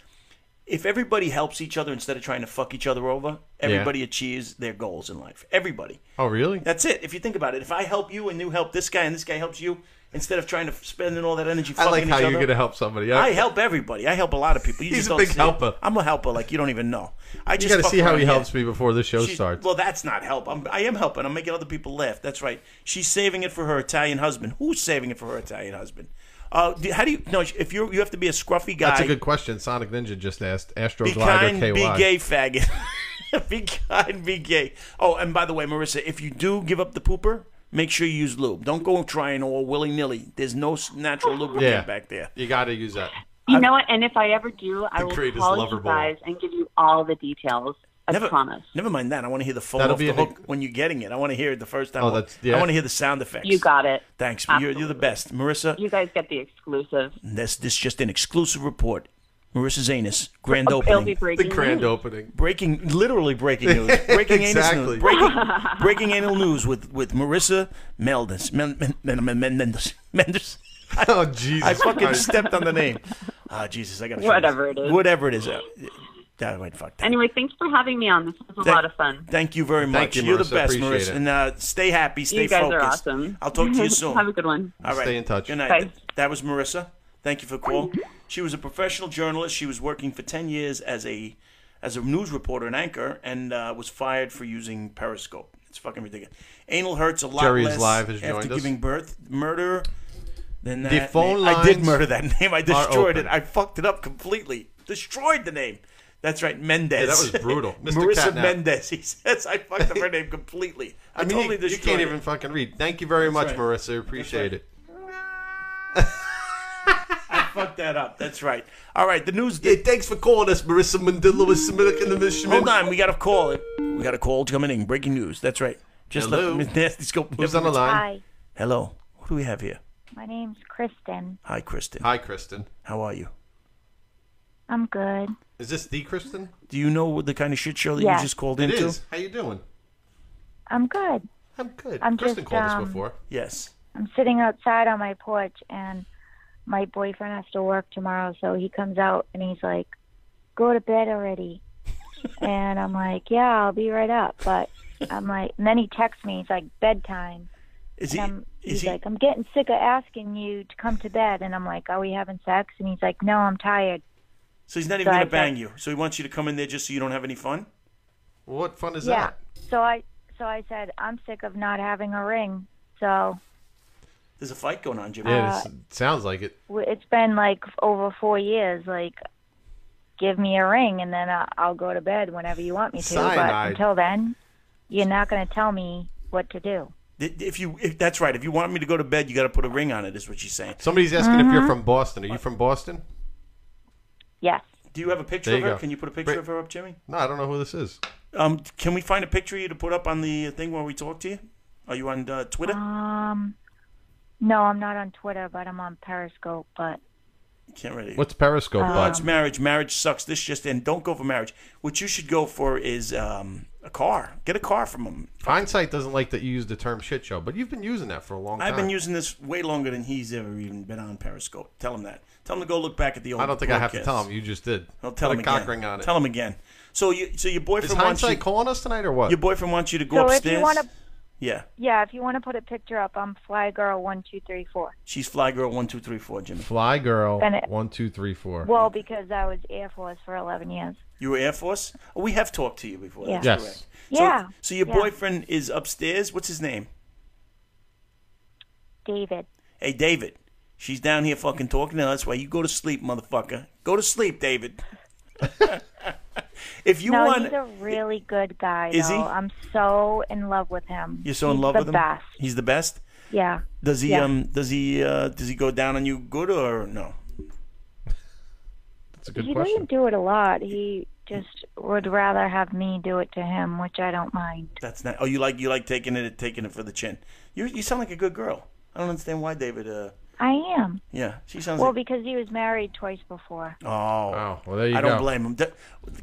Speaker 2: if everybody helps each other instead of trying to fuck each other over, everybody achieves their goals in life. Everybody.
Speaker 1: oh, really?
Speaker 2: That's it. If you think about it, if I help you and you help this guy and this guy helps you, instead of trying to spending all that energy
Speaker 1: I
Speaker 2: fucking
Speaker 1: like how
Speaker 2: each
Speaker 1: you're
Speaker 2: other,
Speaker 1: going to help somebody.
Speaker 2: I help everybody. I help a lot of people. You
Speaker 1: He's
Speaker 2: just
Speaker 1: a
Speaker 2: don't
Speaker 1: big
Speaker 2: see it.
Speaker 1: helper.
Speaker 2: I'm a helper. Like you don't even know. I
Speaker 1: you
Speaker 2: just
Speaker 1: got to
Speaker 2: fuck
Speaker 1: see how
Speaker 2: around
Speaker 1: he
Speaker 2: here.
Speaker 1: helps me before the show
Speaker 2: She-
Speaker 1: starts.
Speaker 2: Well, that's not help. I'm, I am helping. I'm making other people laugh. That's right. She's saving it for her Italian husband. Who's saving it for her Italian husband? Uh, do- how do you? No, if you are you have to be a scruffy guy.
Speaker 1: that's a good question. Sonic Ninja just asked. Astro
Speaker 2: Be
Speaker 1: Glider
Speaker 2: kind,
Speaker 1: KY.
Speaker 2: be gay, faggot. [LAUGHS] be kind, be gay. Oh, and by the way, Marissa, if you do give up the pooper, make sure you use lube. Don't go trying all willy nilly. There's no s-
Speaker 7: [LAUGHS]
Speaker 2: natural lubricant
Speaker 1: Yeah.
Speaker 2: back there.
Speaker 1: You got to use that.
Speaker 7: You know what? And if I ever do, I
Speaker 1: The
Speaker 7: will
Speaker 1: greatest
Speaker 7: call
Speaker 1: lover
Speaker 7: you
Speaker 1: boy.
Speaker 7: guys and give you all the details. I promise.
Speaker 2: Never mind that. I want to hear the phone
Speaker 1: That'll
Speaker 2: off
Speaker 1: be
Speaker 2: the
Speaker 1: an-
Speaker 2: hook when you're getting it. I want to hear it the first time.
Speaker 1: Oh, that's-
Speaker 2: I
Speaker 1: yeah.
Speaker 2: want to hear the sound effects.
Speaker 7: You got it.
Speaker 2: Thanks. You're, you're the
Speaker 7: Absolutely.
Speaker 2: best. Marissa,
Speaker 7: You guys get the exclusive.
Speaker 2: this, this is just an exclusive report. Marissa's anus, grand
Speaker 7: It'll be
Speaker 2: opening.
Speaker 1: The
Speaker 7: breaking.
Speaker 1: grand
Speaker 7: news.
Speaker 1: opening.
Speaker 2: breaking, literally breaking [LAUGHS] news. Breaking anus
Speaker 1: Exactly.
Speaker 2: news.
Speaker 7: [LAUGHS]
Speaker 2: Breaking, breaking anal news with, with Marissa Meldens. Men, men, men, men, Mendes. Mendes.
Speaker 1: [LAUGHS] Oh, Jesus
Speaker 2: I fucking
Speaker 1: Christ.
Speaker 2: stepped on the name. Ah, Jesus, I got to
Speaker 7: Whatever it is.
Speaker 2: Whatever it is. Uh, that went fucked up.
Speaker 7: Anyway, thanks for having me on. This was a
Speaker 2: Thank-
Speaker 7: lot of fun.
Speaker 2: Thank you very much.
Speaker 1: Thank you,
Speaker 2: are the
Speaker 1: Marissa.
Speaker 2: best,
Speaker 1: Appreciate
Speaker 2: Marissa.
Speaker 1: it.
Speaker 2: And uh, stay happy, stay
Speaker 7: you guys are
Speaker 2: focused.
Speaker 7: awesome.
Speaker 2: I'll talk to
Speaker 7: [LAUGHS]
Speaker 2: you soon.
Speaker 7: Have a good one.
Speaker 2: All right.
Speaker 1: Stay in touch.
Speaker 2: Good night.
Speaker 7: Bye.
Speaker 2: That was Marissa. Thank you for calling. She was a professional journalist. She was working for ten years as a as a news reporter and anchor, and uh, was fired for using Periscope. It's fucking ridiculous. Anal hurts a lot
Speaker 1: Jerry's
Speaker 2: less
Speaker 1: live has
Speaker 2: after
Speaker 1: joined us.
Speaker 2: giving birth. Murder. Then that
Speaker 1: The phone
Speaker 2: name- I did
Speaker 1: lines
Speaker 2: murder that [LAUGHS] name. I
Speaker 1: are
Speaker 2: destroyed it.
Speaker 1: open.
Speaker 2: I fucked it up completely. Destroyed the name. That's right, Mendez.
Speaker 1: Yeah, that was
Speaker 2: [LAUGHS]
Speaker 1: brutal. Mr.
Speaker 2: Marissa
Speaker 1: Catnap.
Speaker 2: Mendez. [LAUGHS] He says I fucked up her name completely. I,
Speaker 1: I mean, [LAUGHS]
Speaker 2: totally
Speaker 1: you, you
Speaker 2: destroyed
Speaker 1: can't
Speaker 2: it.
Speaker 1: even fucking read. Thank you very much,
Speaker 2: right.
Speaker 1: Marissa. Appreciate
Speaker 2: [LAUGHS]
Speaker 1: it.
Speaker 2: Fuck that up. That's right. All right, the news.
Speaker 1: Yeah, thanks for calling us, Marissa Mandela with Similik and the Mission.
Speaker 2: Hold on, we got a call. We got a call coming in. Breaking news. That's right. Just
Speaker 1: Hello?
Speaker 2: [LAUGHS] let Miss Nasty Scope.
Speaker 1: Who's on the line?
Speaker 10: Hi,
Speaker 2: Hello. What do we have here?
Speaker 10: my name's Kristen.
Speaker 2: Hi, Kristen.
Speaker 1: Hi, Kristen.
Speaker 2: How are you?
Speaker 10: I'm good.
Speaker 1: Is this the Kristen?
Speaker 2: Do you know what the kind of shit show that
Speaker 10: Yeah.
Speaker 2: you just called
Speaker 1: It
Speaker 2: into?
Speaker 1: is. How you doing?
Speaker 10: I'm good.
Speaker 1: I'm good.
Speaker 10: I'm
Speaker 1: Kristen
Speaker 10: just,
Speaker 1: called us
Speaker 10: um,
Speaker 1: before.
Speaker 2: Yes.
Speaker 10: I'm sitting outside on my porch, and my boyfriend has to work tomorrow, so he comes out and he's like, "Go to bed
Speaker 4: [LAUGHS]
Speaker 10: already." and I'm like, "Yeah, I'll be right up." But I'm like, and then he texts me. He's like, "Bedtime."
Speaker 2: Is he?
Speaker 10: And I'm,
Speaker 2: Is
Speaker 10: Um, he's
Speaker 2: he?
Speaker 10: like, "I'm getting sick of asking you to come to bed," and I'm like, "Are we having sex?" And he's like, "No, I'm tired."
Speaker 2: so he's not even
Speaker 10: so I
Speaker 2: gonna bang
Speaker 10: said-
Speaker 2: you. So he wants you to come in there just so you don't have any fun.
Speaker 1: What fun is
Speaker 10: Yeah.
Speaker 1: that?
Speaker 10: So I, so I said, "I'm sick of not having a ring." So
Speaker 2: There's a fight going on, Jimmy.
Speaker 1: Yeah,
Speaker 10: uh,
Speaker 1: this sounds like it.
Speaker 10: w- it's been like over four years. Like, give me a ring, and then I- I'll go to bed whenever you want me to.
Speaker 1: Cyanide.
Speaker 10: But until then, you're not going to tell me what to do.
Speaker 2: Th- If you, if that's right. If you want me to go to bed, you got to put a ring on it. Is what she's saying.
Speaker 1: Somebody's asking if you're from Boston. Are you from Boston?
Speaker 10: Yes.
Speaker 2: Do you have a picture
Speaker 1: There
Speaker 2: of
Speaker 1: you
Speaker 2: her?
Speaker 1: go.
Speaker 2: Can you put a picture
Speaker 1: Wait.
Speaker 2: of her up, Jimmy?
Speaker 1: No, I don't know who this is.
Speaker 2: Um, can we find a picture of you to put up on the thing while we talk to you? Are you on uh, Twitter?
Speaker 10: Um, no, I'm not on Twitter, but I'm on Periscope. But
Speaker 2: Can't really.
Speaker 1: What's Periscope
Speaker 2: Oh,
Speaker 1: like?
Speaker 2: it's marriage. Marriage sucks. This just and don't go for marriage. What you should go for is um, a car. Get a car from him.
Speaker 1: Hindsight doesn't like that you use the term shit show, but you've been using that for a long time.
Speaker 2: I've been using this way longer than he's ever even been on Periscope. Tell him that. Tell him to go look back at the old.
Speaker 1: I don't think I have to
Speaker 2: broadcasts.
Speaker 1: tell him. You just did.
Speaker 2: I'll tell
Speaker 1: Put
Speaker 2: him
Speaker 1: a cock
Speaker 2: again.
Speaker 1: ring on it.
Speaker 2: Tell him again. So you, so your
Speaker 1: Is
Speaker 2: boyfriend wants
Speaker 1: hindsight
Speaker 2: you.
Speaker 1: calling us tonight or what?
Speaker 2: Your boyfriend wants you to go
Speaker 10: So if you
Speaker 2: upstairs.
Speaker 10: wanna-
Speaker 2: Yeah,
Speaker 10: yeah, if you want to put a picture up, I'm Fly Girl One Two Three Four.
Speaker 2: she's fly girl one two three four. Jimmy,
Speaker 1: Fly girl.
Speaker 10: And it-
Speaker 1: one, two, three, four.
Speaker 10: Well, because I was Air Force for 11 years.
Speaker 2: you were Air Force. Oh, we have talked to you before. That's
Speaker 1: Yes.
Speaker 2: correct. So,
Speaker 10: Yeah.
Speaker 2: So your
Speaker 10: yeah.
Speaker 2: boyfriend is upstairs. What's his name?
Speaker 10: David.
Speaker 2: Hey, David, she's down here fucking talking to us. Why you go to sleep, motherfucker? Go to sleep, David. [LAUGHS] if you
Speaker 10: no,
Speaker 2: want,
Speaker 10: he's a really good guy.
Speaker 2: Is he?
Speaker 10: though. I'm so in love with him.
Speaker 2: you're so
Speaker 10: he's
Speaker 2: in love
Speaker 10: the
Speaker 2: with him.
Speaker 10: Best.
Speaker 2: He's the best.
Speaker 10: Yeah.
Speaker 2: Does he?
Speaker 10: Yeah.
Speaker 2: Um. Does he? Uh. Does he go down on you good or no?
Speaker 1: That's a good
Speaker 10: he
Speaker 1: question.
Speaker 10: doesn't do it a lot. He just would rather have me do it to him, which I don't mind.
Speaker 2: That's not. Oh, you like you like taking it taking it for the chin. You you sound like a good girl. I don't understand why David. Uh.
Speaker 10: I am.
Speaker 2: Yeah. She sounds.
Speaker 10: Well,
Speaker 2: like,
Speaker 10: because he was married twice before.
Speaker 2: oh.
Speaker 1: Wow. Well, there you
Speaker 2: I
Speaker 1: go.
Speaker 2: don't blame him. D-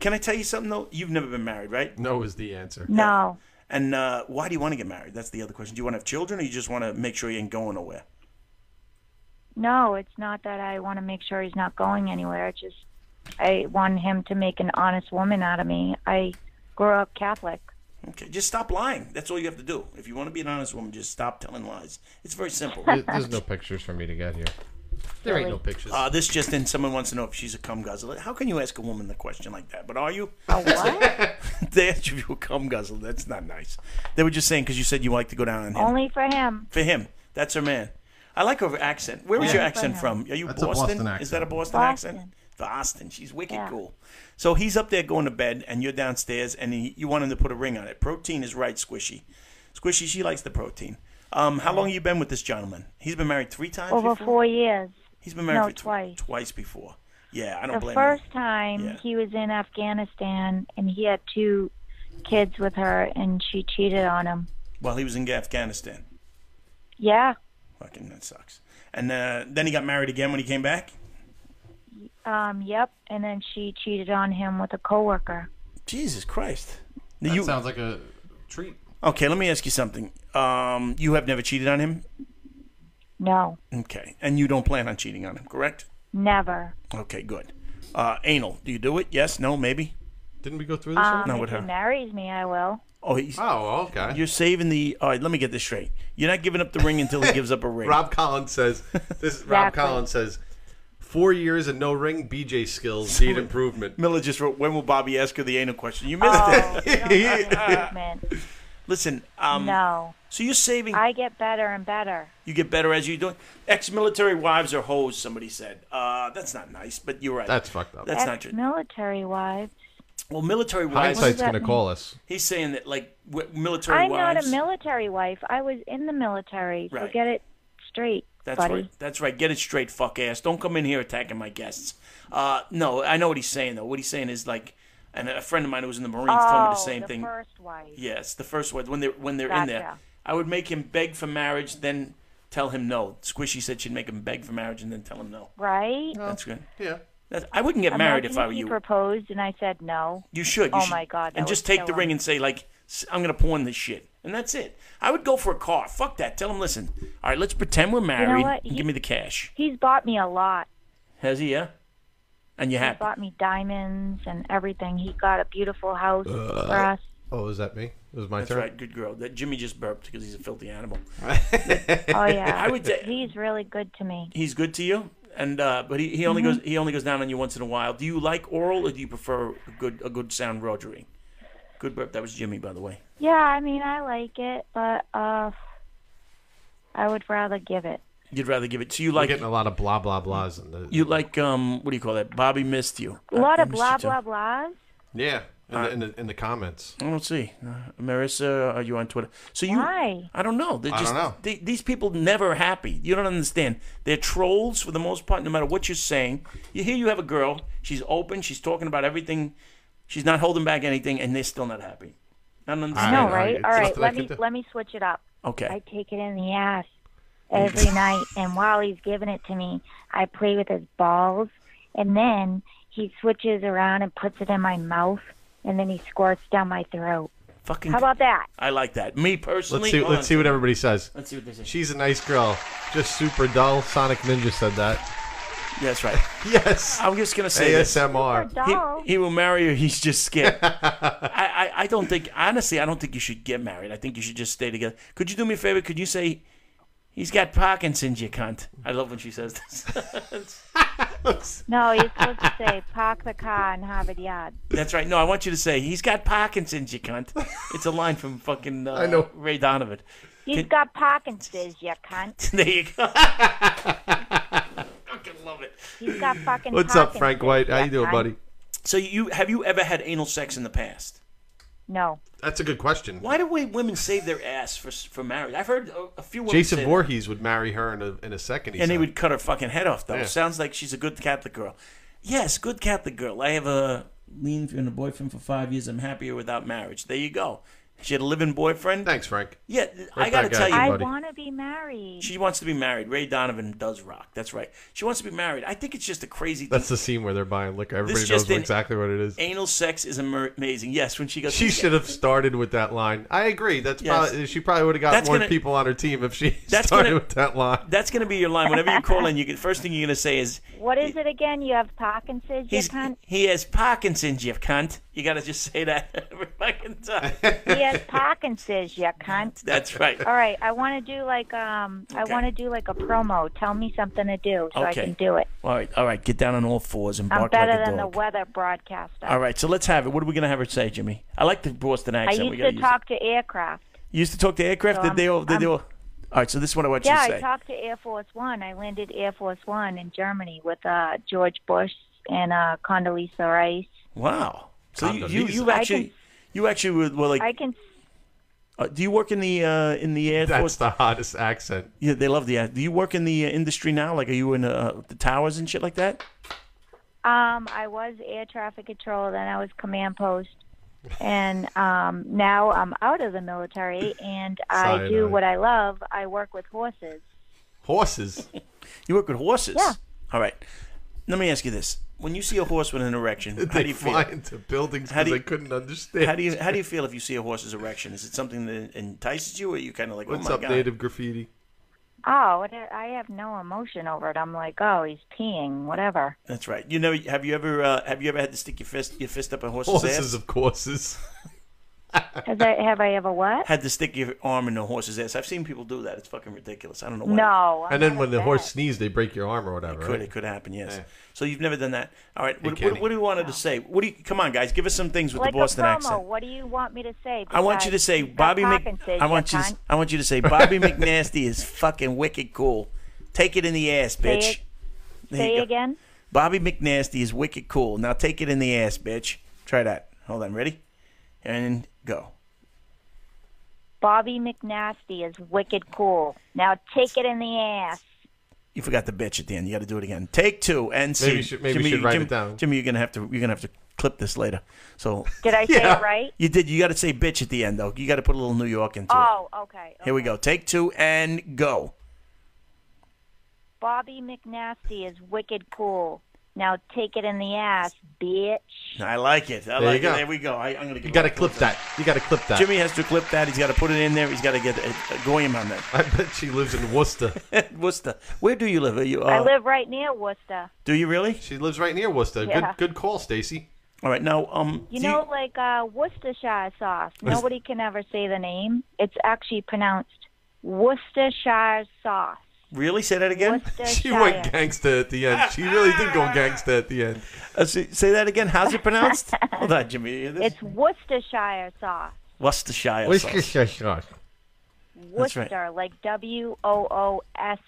Speaker 2: Can I tell you something though? You've never been married, right?
Speaker 1: No is the answer.
Speaker 10: No.
Speaker 2: And uh, why do you want to get married? That's the other question. Do you want to have children, or you just want to make sure you ain't going nowhere?
Speaker 10: No, it's not that I want to make sure he's not going anywhere. It's just I want him to make an honest woman out of me. I grew up Catholic.
Speaker 2: Okay, just stop lying. That's all you have to do. If you want to be an honest woman, just stop telling lies. It's very
Speaker 10: [LAUGHS]
Speaker 2: simple.
Speaker 1: There- There's no pictures for me to get here. There ain't no pictures.
Speaker 2: uh, this just in, someone wants to know if she's a cum guzzler. How can you ask a woman the question like that? But are you?
Speaker 10: A what?
Speaker 2: [LAUGHS] they asked you if you were a cum guzzler. That's not nice. They were just saying because you said you like to go down on him.
Speaker 10: Only for him.
Speaker 2: For him. That's her man. I like her accent. Where was your accent from? Are you
Speaker 1: That's a
Speaker 2: Boston?
Speaker 1: Boston
Speaker 2: Is that a Boston,
Speaker 10: Boston.
Speaker 2: accent? Boston. She's wicked
Speaker 10: Yeah.
Speaker 2: cool. So he's up there going to bed, and you're downstairs, and he, you want him to put a ring on it. Protein is right, Squishy. Squishy, she likes the protein. Um, how long you been with this gentleman? He's been married three times.
Speaker 10: Over
Speaker 2: before?
Speaker 10: four years.
Speaker 2: He's been married
Speaker 10: no,
Speaker 2: for tw-
Speaker 10: twice.
Speaker 2: Twice before. Yeah, I don't
Speaker 10: The
Speaker 2: blame
Speaker 10: first
Speaker 2: him.
Speaker 10: time
Speaker 2: Yeah.
Speaker 10: he was in Afghanistan and he had two kids with her and she cheated on him.
Speaker 2: While he was in Afghanistan,
Speaker 10: Yeah.
Speaker 2: fucking that sucks. And uh, then he got married again when he came back.
Speaker 10: Um, yep. And then she cheated on him with a coworker.
Speaker 2: Jesus Christ! Now
Speaker 1: that
Speaker 2: you-
Speaker 1: sounds like a treat.
Speaker 2: okay? Let me ask you something. Um, you have never cheated on him.
Speaker 10: No,
Speaker 2: Okay. And you don't plan on cheating on him, correct?
Speaker 10: never.
Speaker 2: Okay, good. Uh, anal. Do you do it? Yes, no, maybe?
Speaker 1: Didn't we go through this?
Speaker 10: Um,
Speaker 1: already?
Speaker 2: Not
Speaker 10: if
Speaker 2: with her.
Speaker 10: he marries me, I will.
Speaker 2: [LAUGHS] Oh, he's,
Speaker 1: Oh, okay.
Speaker 2: you're saving the. All right, let me get this straight. You're not giving up the ring until
Speaker 1: [LAUGHS]
Speaker 2: he gives up a ring.
Speaker 1: Rob Collins says this. Rob
Speaker 10: Exactly.
Speaker 1: Collins says four years and no ring. BJ skills need improvement. Ah.
Speaker 2: [LAUGHS] Miller just wrote, when will Bobby ask her the anal question? You missed it.
Speaker 10: Oh, you don't want improvement.
Speaker 2: Listen, um,
Speaker 10: no.
Speaker 2: So you're saving.
Speaker 10: I get better and better.
Speaker 2: you get better as you do. Ex-military wives are hoes. Somebody said. Uh, that's not nice, but you're right.
Speaker 1: That's fucked up.
Speaker 2: That's not true.
Speaker 10: Military wives.
Speaker 2: Well, military wives.
Speaker 1: Hindsight's going to
Speaker 10: mean?
Speaker 1: call us.
Speaker 2: He's saying that like w- military
Speaker 10: I'm
Speaker 2: wives.
Speaker 10: not a military wife. I was in the military. So
Speaker 2: Right.
Speaker 10: get it straight,
Speaker 2: That's
Speaker 10: buddy.
Speaker 2: right. That's right. Get it straight, fuck ass. Don't come in here attacking my guests. Uh, no, I know what he's saying though. What he's saying is like, and a friend of mine who was in the Marines told me the
Speaker 10: Oh,
Speaker 2: same thing.
Speaker 10: First wife.
Speaker 2: Yes, the first one when they're when they're in there.
Speaker 10: Gotcha.
Speaker 2: I would make him beg for marriage, then tell him no. Squishy said she'd make him beg for marriage and then tell him no.
Speaker 10: Right?
Speaker 2: That's good.
Speaker 1: Yeah.
Speaker 2: That's, I wouldn't get married if
Speaker 10: Imagine
Speaker 2: I were
Speaker 10: he
Speaker 2: you.
Speaker 10: proposed and I said no.
Speaker 2: You should. You
Speaker 10: oh
Speaker 2: should.
Speaker 10: my god. that
Speaker 2: And just
Speaker 10: would
Speaker 2: take
Speaker 10: kill
Speaker 2: the
Speaker 10: him.
Speaker 2: ring and say like, "S- I'm gonna pawn this shit, and that's it. I would go for a car. Fuck that. Tell him, listen. All right, let's pretend we're married.
Speaker 10: what?
Speaker 2: and give me the cash.
Speaker 10: He's bought me a lot.
Speaker 2: Has he? Yeah. And you
Speaker 10: He
Speaker 2: happy?
Speaker 10: bought me diamonds and everything. He got a beautiful house for us.
Speaker 1: Oh, is that me? It was my
Speaker 2: That's
Speaker 1: turn.
Speaker 2: right. Good girl. That Jimmy just burped because he's a filthy animal.
Speaker 1: [LAUGHS]
Speaker 10: Oh yeah.
Speaker 2: I would say-
Speaker 10: he's really good to me.
Speaker 2: He's good to you, and uh, but he, he only goes he only goes down on you once in a while. Do you like oral or do you prefer a good a good sound rogering? Good burp. That was Jimmy, by the way.
Speaker 10: Yeah, I mean I like it, but uh I would rather give it.
Speaker 2: You'd rather give it. So you
Speaker 1: We're
Speaker 2: like
Speaker 1: getting a lot of blah blah blahs in the
Speaker 2: you like um what do you call that? Bobby missed you.
Speaker 1: Uh,
Speaker 10: A lot
Speaker 2: I
Speaker 10: of
Speaker 2: missed you
Speaker 10: blah
Speaker 2: too.
Speaker 10: blah blahs.
Speaker 1: yeah in, the, in, the, in the comments.
Speaker 2: I don't see. Uh, Marissa, are you on Twitter? So you
Speaker 10: Why?
Speaker 2: I don't know. They're
Speaker 1: I
Speaker 2: just,
Speaker 1: don't know.
Speaker 2: They, these people never happy. You don't understand. They're trolls for the most part. No matter what you're saying, you hear you have a girl. She's open. She's talking about everything. She's not holding back anything, and they're still not happy. I don't
Speaker 1: I
Speaker 2: understand.
Speaker 10: No,
Speaker 1: know,
Speaker 10: right?
Speaker 1: it's
Speaker 10: All right,
Speaker 1: nothing I
Speaker 10: let
Speaker 1: can
Speaker 10: me
Speaker 1: do.
Speaker 10: let me switch it up.
Speaker 2: Okay.
Speaker 10: I take it in the ass every
Speaker 1: Mm.
Speaker 10: night, and while he's giving it to me, I play with his balls, and then he switches around and puts it in my mouth, and then he squirts down my throat.
Speaker 2: Fucking.
Speaker 10: How about that?
Speaker 2: I like that. Me personally.
Speaker 1: Let's see.
Speaker 2: hold
Speaker 1: Let's
Speaker 2: on.
Speaker 1: see what everybody says.
Speaker 2: Let's see what they say.
Speaker 1: She's a nice girl, just super dull. Sonic Ninja said that.
Speaker 2: Yeah, that's right.
Speaker 1: Yes.
Speaker 2: I'm just gonna say this.
Speaker 1: ASMR.
Speaker 2: He,
Speaker 10: Doll.
Speaker 2: he will marry her. He's
Speaker 1: [LAUGHS]
Speaker 2: just scared. I, I, I don't think, honestly, I don't think you should get married. I think you should just stay together. Could you do me a favor? Could you say, he's got Parkinson's, you cunt? I love when she says this. [LAUGHS]
Speaker 10: No, you're supposed to say park the car in Harvard Yard.
Speaker 2: That's right. No, I want you to say, he's got Parkinson's, you cunt. It's a line from fucking uh,
Speaker 1: I know.
Speaker 2: Ray Donovan. [LAUGHS]
Speaker 10: He's got Parkinson's, you cunt.
Speaker 2: There you go. fucking love it.
Speaker 10: He's got fucking.
Speaker 1: What's up, Frank White?
Speaker 10: Parkinson's,
Speaker 1: How you
Speaker 10: cunt.
Speaker 1: doing, buddy?
Speaker 2: So you have you ever had anal sex in the past?
Speaker 10: No,
Speaker 1: That's a good question.
Speaker 2: Why do we women save their ass for for marriage? I've heard a, a few women say
Speaker 1: Jason
Speaker 2: that.
Speaker 1: Voorhees would marry her in a, in a second. He
Speaker 2: and he
Speaker 1: said.
Speaker 2: would cut her fucking head off though.
Speaker 1: Yeah.
Speaker 2: Sounds like she's a good Catholic girl. Yes, good Catholic girl. I have a lean and a boyfriend for five years. I'm happier without marriage. There you go. She had a living boyfriend.
Speaker 1: Thanks, Frank.
Speaker 2: Yeah, I
Speaker 1: Right
Speaker 2: gotta
Speaker 1: back
Speaker 2: tell
Speaker 1: at
Speaker 2: you,
Speaker 1: you,
Speaker 10: I
Speaker 1: buddy.
Speaker 10: want to be married.
Speaker 2: she wants to be married. Ray Donovan does rock. That's right. She wants to be married. I think it's just a crazy thing.
Speaker 1: That's the scene where they're buying liquor. Everybody knows
Speaker 2: just in-
Speaker 1: exactly what it is.
Speaker 2: Anal sex is amer- amazing. Yes, when she goes,
Speaker 1: She should have started with that line. I agree. That's
Speaker 2: Yes.
Speaker 1: probably, she probably would have got
Speaker 2: That's
Speaker 1: more
Speaker 2: gonna-
Speaker 1: people on her team if she [LAUGHS]
Speaker 2: That's
Speaker 1: started
Speaker 2: gonna-
Speaker 1: with that line.
Speaker 2: That's gonna be your line. Whenever you call in, you can, first thing you're gonna say is,
Speaker 10: What is it again? You have Parkinson's, you
Speaker 2: "He's
Speaker 10: cunt.
Speaker 2: he has Parkinson's, you cunt." You gotta just say that [LAUGHS] every fucking
Speaker 1: [LAUGHS]
Speaker 2: time.
Speaker 10: He has Parkinson's, you cunt.
Speaker 2: That's right.
Speaker 10: All right, I want to do like um, I
Speaker 2: Okay.
Speaker 10: want to do like a promo. Tell me something to do so I
Speaker 2: Okay.
Speaker 10: can do it.
Speaker 2: All right, all right. Get down on all fours and
Speaker 10: I'm
Speaker 2: bark
Speaker 10: better
Speaker 2: like a
Speaker 10: than the
Speaker 2: dog.
Speaker 10: weather broadcaster.
Speaker 2: all right, so let's have it. What are we gonna have her say, Jimmy? I like the Boston
Speaker 10: I
Speaker 2: accent. we
Speaker 10: used
Speaker 2: gotta
Speaker 10: to
Speaker 2: use
Speaker 10: talk to aircraft.
Speaker 2: It. You used to talk to aircraft.
Speaker 10: So
Speaker 2: did they
Speaker 10: I'm-
Speaker 2: all? Did they
Speaker 10: I'm-
Speaker 2: all? All right, so this is what I want
Speaker 10: Yeah,
Speaker 2: you to
Speaker 10: I
Speaker 2: say.
Speaker 10: talked to Air Force One. I landed Air Force One in Germany with uh, George Bush and uh, Condoleezza Rice.
Speaker 2: wow. So you, you
Speaker 1: Condoleezza.
Speaker 2: you
Speaker 10: I
Speaker 2: actually
Speaker 10: can-
Speaker 2: you actually were, were like.
Speaker 10: I can.
Speaker 2: uh, do you work in the uh, in the air
Speaker 1: That's
Speaker 2: force?
Speaker 1: the hottest accent.
Speaker 2: Yeah, they love the. air. Do you work in the uh, industry now? Like, are you in uh, the towers and shit like that?
Speaker 10: Um, I was air traffic control. Then I was command post. And um, now I'm out of the military, and I do
Speaker 1: Cyanide.
Speaker 10: what I love. I work with horses.
Speaker 1: Horses.
Speaker 2: You work with horses.
Speaker 10: Yeah.
Speaker 2: All right. Let me ask you this: When you see a horse with an erection, how do
Speaker 1: they
Speaker 2: you feel?
Speaker 1: fly into buildings
Speaker 2: How
Speaker 1: because
Speaker 2: do you-
Speaker 1: they couldn't understand.
Speaker 2: How do you how do you feel if you see a horse's erection? Is it something that entices you, or are you kind of like,
Speaker 1: What's
Speaker 2: oh my
Speaker 1: up,
Speaker 2: god?
Speaker 1: native graffiti?
Speaker 10: oh, what- I have no emotion over it. I'm like, oh, he's peeing, whatever.
Speaker 2: That's right. You know, have you ever uh, have you ever had to stick your fist your fist up a horse's
Speaker 1: Horses,
Speaker 2: ass?
Speaker 1: of courses.
Speaker 10: Has I, have I
Speaker 2: [LAUGHS]
Speaker 10: ever what?
Speaker 2: Had to stick your arm in the horse's ass. I've seen people do that. It's fucking ridiculous. I don't know why.
Speaker 10: No.
Speaker 1: and then when the horse sneezes, they break your arm or whatever.
Speaker 2: Could,
Speaker 1: right?
Speaker 2: It could happen, yes. So you've never done that. All right. What,
Speaker 1: Kenny.
Speaker 2: what, what do we wanted to say? What do you? Come on, guys. Give us some things with
Speaker 10: like
Speaker 2: the Boston
Speaker 10: a promo.
Speaker 2: accent.
Speaker 10: What do you want me to say?
Speaker 2: I want you to
Speaker 10: Besides,
Speaker 2: say
Speaker 10: stop
Speaker 2: Bobby. Mc,
Speaker 10: talking, Sid,
Speaker 2: I want you. To,
Speaker 10: cunt.
Speaker 2: s- I want you to say Bobby [LAUGHS] McNasty is fucking wicked cool. Take it in the ass,
Speaker 10: Say
Speaker 2: bitch.
Speaker 10: it-
Speaker 2: There you
Speaker 10: Say
Speaker 2: go.
Speaker 10: again.
Speaker 2: Bobby McNasty is wicked cool. Now take it in the ass, bitch. Try that. Hold on. Ready? And go.
Speaker 10: Bobby McNasty is wicked cool. Now take it in the ass.
Speaker 2: You forgot the bitch at the end. You got to do it again. Take two and see.
Speaker 1: Maybe you should- maybe you should write it down.
Speaker 2: Jimmy, you're gonna have to. You're gonna have to clip this later. So
Speaker 10: Did I say
Speaker 2: [LAUGHS]
Speaker 10: it right?
Speaker 2: you did. You got to say bitch at the end though. You got to put a little New York into it.
Speaker 10: Oh, okay.
Speaker 2: Here we go. Take two and go.
Speaker 10: Bobby McNasty is wicked cool. Now take it in the ass, bitch.
Speaker 2: I like it.
Speaker 1: There
Speaker 2: I
Speaker 1: you
Speaker 2: like
Speaker 1: go.
Speaker 2: it. There we go. I, I'm gonna. Give
Speaker 1: You
Speaker 2: it
Speaker 1: got to
Speaker 2: up.
Speaker 1: clip that. You got to clip that.
Speaker 2: Jimmy has to clip that. He's got to put it in there. He's got to get a, a goyim on that. [LAUGHS]
Speaker 1: I bet she lives in Worcester.
Speaker 2: Worcester. Where do you live? Are you? Uh,
Speaker 10: I live right near Worcester.
Speaker 2: Do you really?
Speaker 1: She lives right near Worcester.
Speaker 10: Yeah.
Speaker 1: Good, good call, Stacy.
Speaker 2: All right. Now, um,
Speaker 10: You
Speaker 2: do
Speaker 10: know, like uh, Worcestershire sauce. Nobody can ever say the name. It's actually pronounced Worcestershire sauce.
Speaker 2: really say that again.
Speaker 1: She
Speaker 10: Worcestershire.
Speaker 1: went gangster at the end. She really did go gangster at the end.
Speaker 2: Uh, say, say that again. How's it pronounced? Hold on, Jimmy. This-
Speaker 10: It's Worcestershire sauce.
Speaker 2: Worcestershire. sauce. That's
Speaker 10: Worcester,
Speaker 2: right.
Speaker 10: like W O O S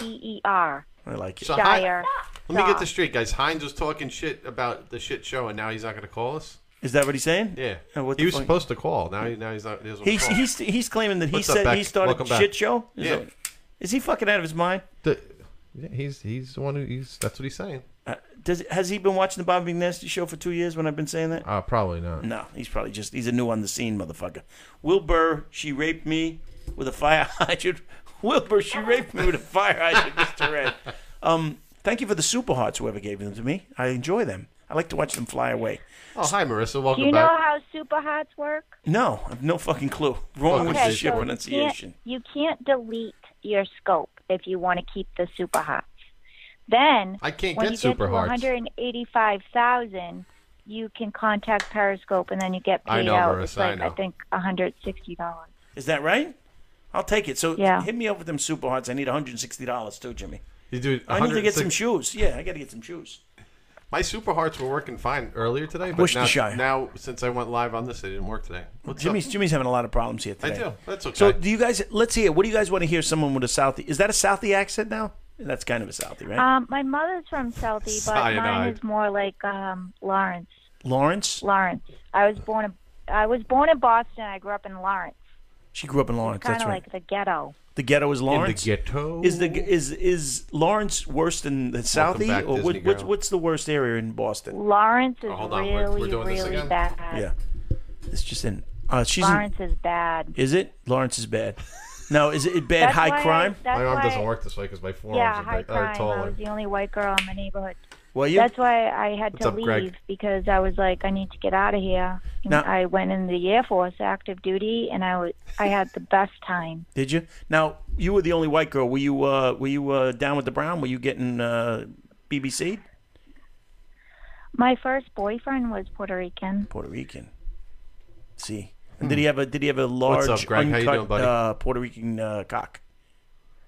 Speaker 10: T E R.
Speaker 2: I like it.
Speaker 1: So hi-
Speaker 10: Shire.
Speaker 1: Let me get
Speaker 10: sauce.
Speaker 1: this straight, guys. Hines was talking shit about the shit show, and now he's not going to call us.
Speaker 2: Is that what he's saying?
Speaker 1: Yeah,
Speaker 2: Oh, what
Speaker 1: he
Speaker 2: the
Speaker 1: was
Speaker 2: fuck?
Speaker 1: supposed to call. Now, he, now he's not. He doesn't
Speaker 2: He's
Speaker 1: call.
Speaker 2: he's he's claiming that he
Speaker 1: What's up,
Speaker 2: said he
Speaker 1: Beck?
Speaker 2: started
Speaker 1: Welcome back.
Speaker 2: shit show. Is,
Speaker 1: Yeah.
Speaker 2: that- is he fucking out of his mind?
Speaker 1: The- yeah, he's he's the one who he's. That's what he's saying.
Speaker 2: Uh, does has he been watching the Bobby Nasty show for two years? When I've been saying that?
Speaker 1: Uh, probably not.
Speaker 2: No, he's probably just he's a new on the scene motherfucker. Will Burr, she raped me with a fire [LAUGHS] hydrant. Will Burr, she raped me with a fire hydrant, Mr. Red. Um, thank you for the super hearts whoever gave them to me. I enjoy them. I like to watch them fly away.
Speaker 1: Oh, hi, Marissa.
Speaker 10: Do
Speaker 1: Welcome
Speaker 10: you know
Speaker 1: back.
Speaker 10: how super hots work?
Speaker 2: No, I've no fucking clue. Wrong with
Speaker 1: Okay,
Speaker 2: the shit
Speaker 1: so
Speaker 2: pronunciation.
Speaker 10: You can't, you can't delete your scope if you want to keep the super hots. Then
Speaker 1: I can't
Speaker 10: when
Speaker 1: get
Speaker 10: you
Speaker 1: super
Speaker 10: get to
Speaker 1: hearts.
Speaker 10: 185,000, you can contact Periscope and then you get
Speaker 1: I
Speaker 10: paid
Speaker 1: know,
Speaker 10: out.
Speaker 1: Marissa,
Speaker 10: it's like
Speaker 1: I know.
Speaker 10: think 160 dollars.
Speaker 2: Is that right? I'll take it. So
Speaker 10: Yeah.
Speaker 2: hit me up with them super hearts. I need $160 too, Jimmy.
Speaker 1: You do
Speaker 2: I need to get some
Speaker 1: 106
Speaker 2: shoes. Yeah, I got to get some shoes.
Speaker 1: My super hearts were working fine earlier today, but now,
Speaker 2: Worcestershire.
Speaker 1: now since I went live on this, they didn't work today. What's
Speaker 2: Jimmy's Jimmy's having a lot of problems here
Speaker 1: up? I
Speaker 2: today.
Speaker 1: do. That's okay.
Speaker 2: So do you guys? Let's hear. What do you guys want to hear? Someone with a Southie? Is that a Southie accent now? That's kind of a Southie, right?
Speaker 10: Um, my mother's from Southie, but mine
Speaker 1: Cyanide.
Speaker 10: is more like um, Lawrence.
Speaker 2: Lawrence.
Speaker 10: Lawrence. I
Speaker 1: Uh.
Speaker 10: was born in I was born in Boston. I grew up in Lawrence.
Speaker 2: She grew up in Lawrence.
Speaker 10: Kind
Speaker 2: That's
Speaker 10: of
Speaker 2: right.
Speaker 10: like the ghetto.
Speaker 2: the ghetto is
Speaker 1: in the
Speaker 2: Lawrence.
Speaker 1: ghetto
Speaker 2: Is the is is Lawrence worse than the Southie,
Speaker 1: back,
Speaker 2: or
Speaker 1: Disney
Speaker 2: what, what's
Speaker 1: girl.
Speaker 2: what's the worst area in Boston?
Speaker 10: Lawrence is
Speaker 1: hold on,
Speaker 10: really,
Speaker 1: we're- we're doing this
Speaker 10: really
Speaker 1: again?
Speaker 10: bad.
Speaker 2: Yeah, it's just in. Uh, she's in,
Speaker 10: Lawrence is bad.
Speaker 2: is it Lawrence is bad. No, is it bad?
Speaker 10: That's why
Speaker 2: high
Speaker 10: I-
Speaker 2: crime.
Speaker 10: that's
Speaker 1: my arm
Speaker 10: why-
Speaker 1: doesn't work this way because my forearms
Speaker 10: Yeah,
Speaker 1: are,
Speaker 10: high
Speaker 1: big, are
Speaker 10: crime. I
Speaker 1: taller.
Speaker 10: was the only white girl in my neighborhood.
Speaker 2: Well, you
Speaker 10: That's why I had
Speaker 1: What's
Speaker 10: to
Speaker 1: up,
Speaker 10: leave
Speaker 1: Greg?
Speaker 10: because I was like, I need to get out of here. And
Speaker 2: Now-
Speaker 10: I went in the Air Force active duty, and I was I had the best time.
Speaker 2: did you? Now you were the only white girl. Were you uh, were you uh, down with the brown? Were you getting uh, BBC
Speaker 10: My first boyfriend was Puerto Rican.
Speaker 2: Puerto Rican? See, and did he have a did he have a large
Speaker 1: Hmm. up, Greg? How you
Speaker 2: uncut
Speaker 1: doing, buddy?
Speaker 2: Uh, Puerto Rican uh, cock?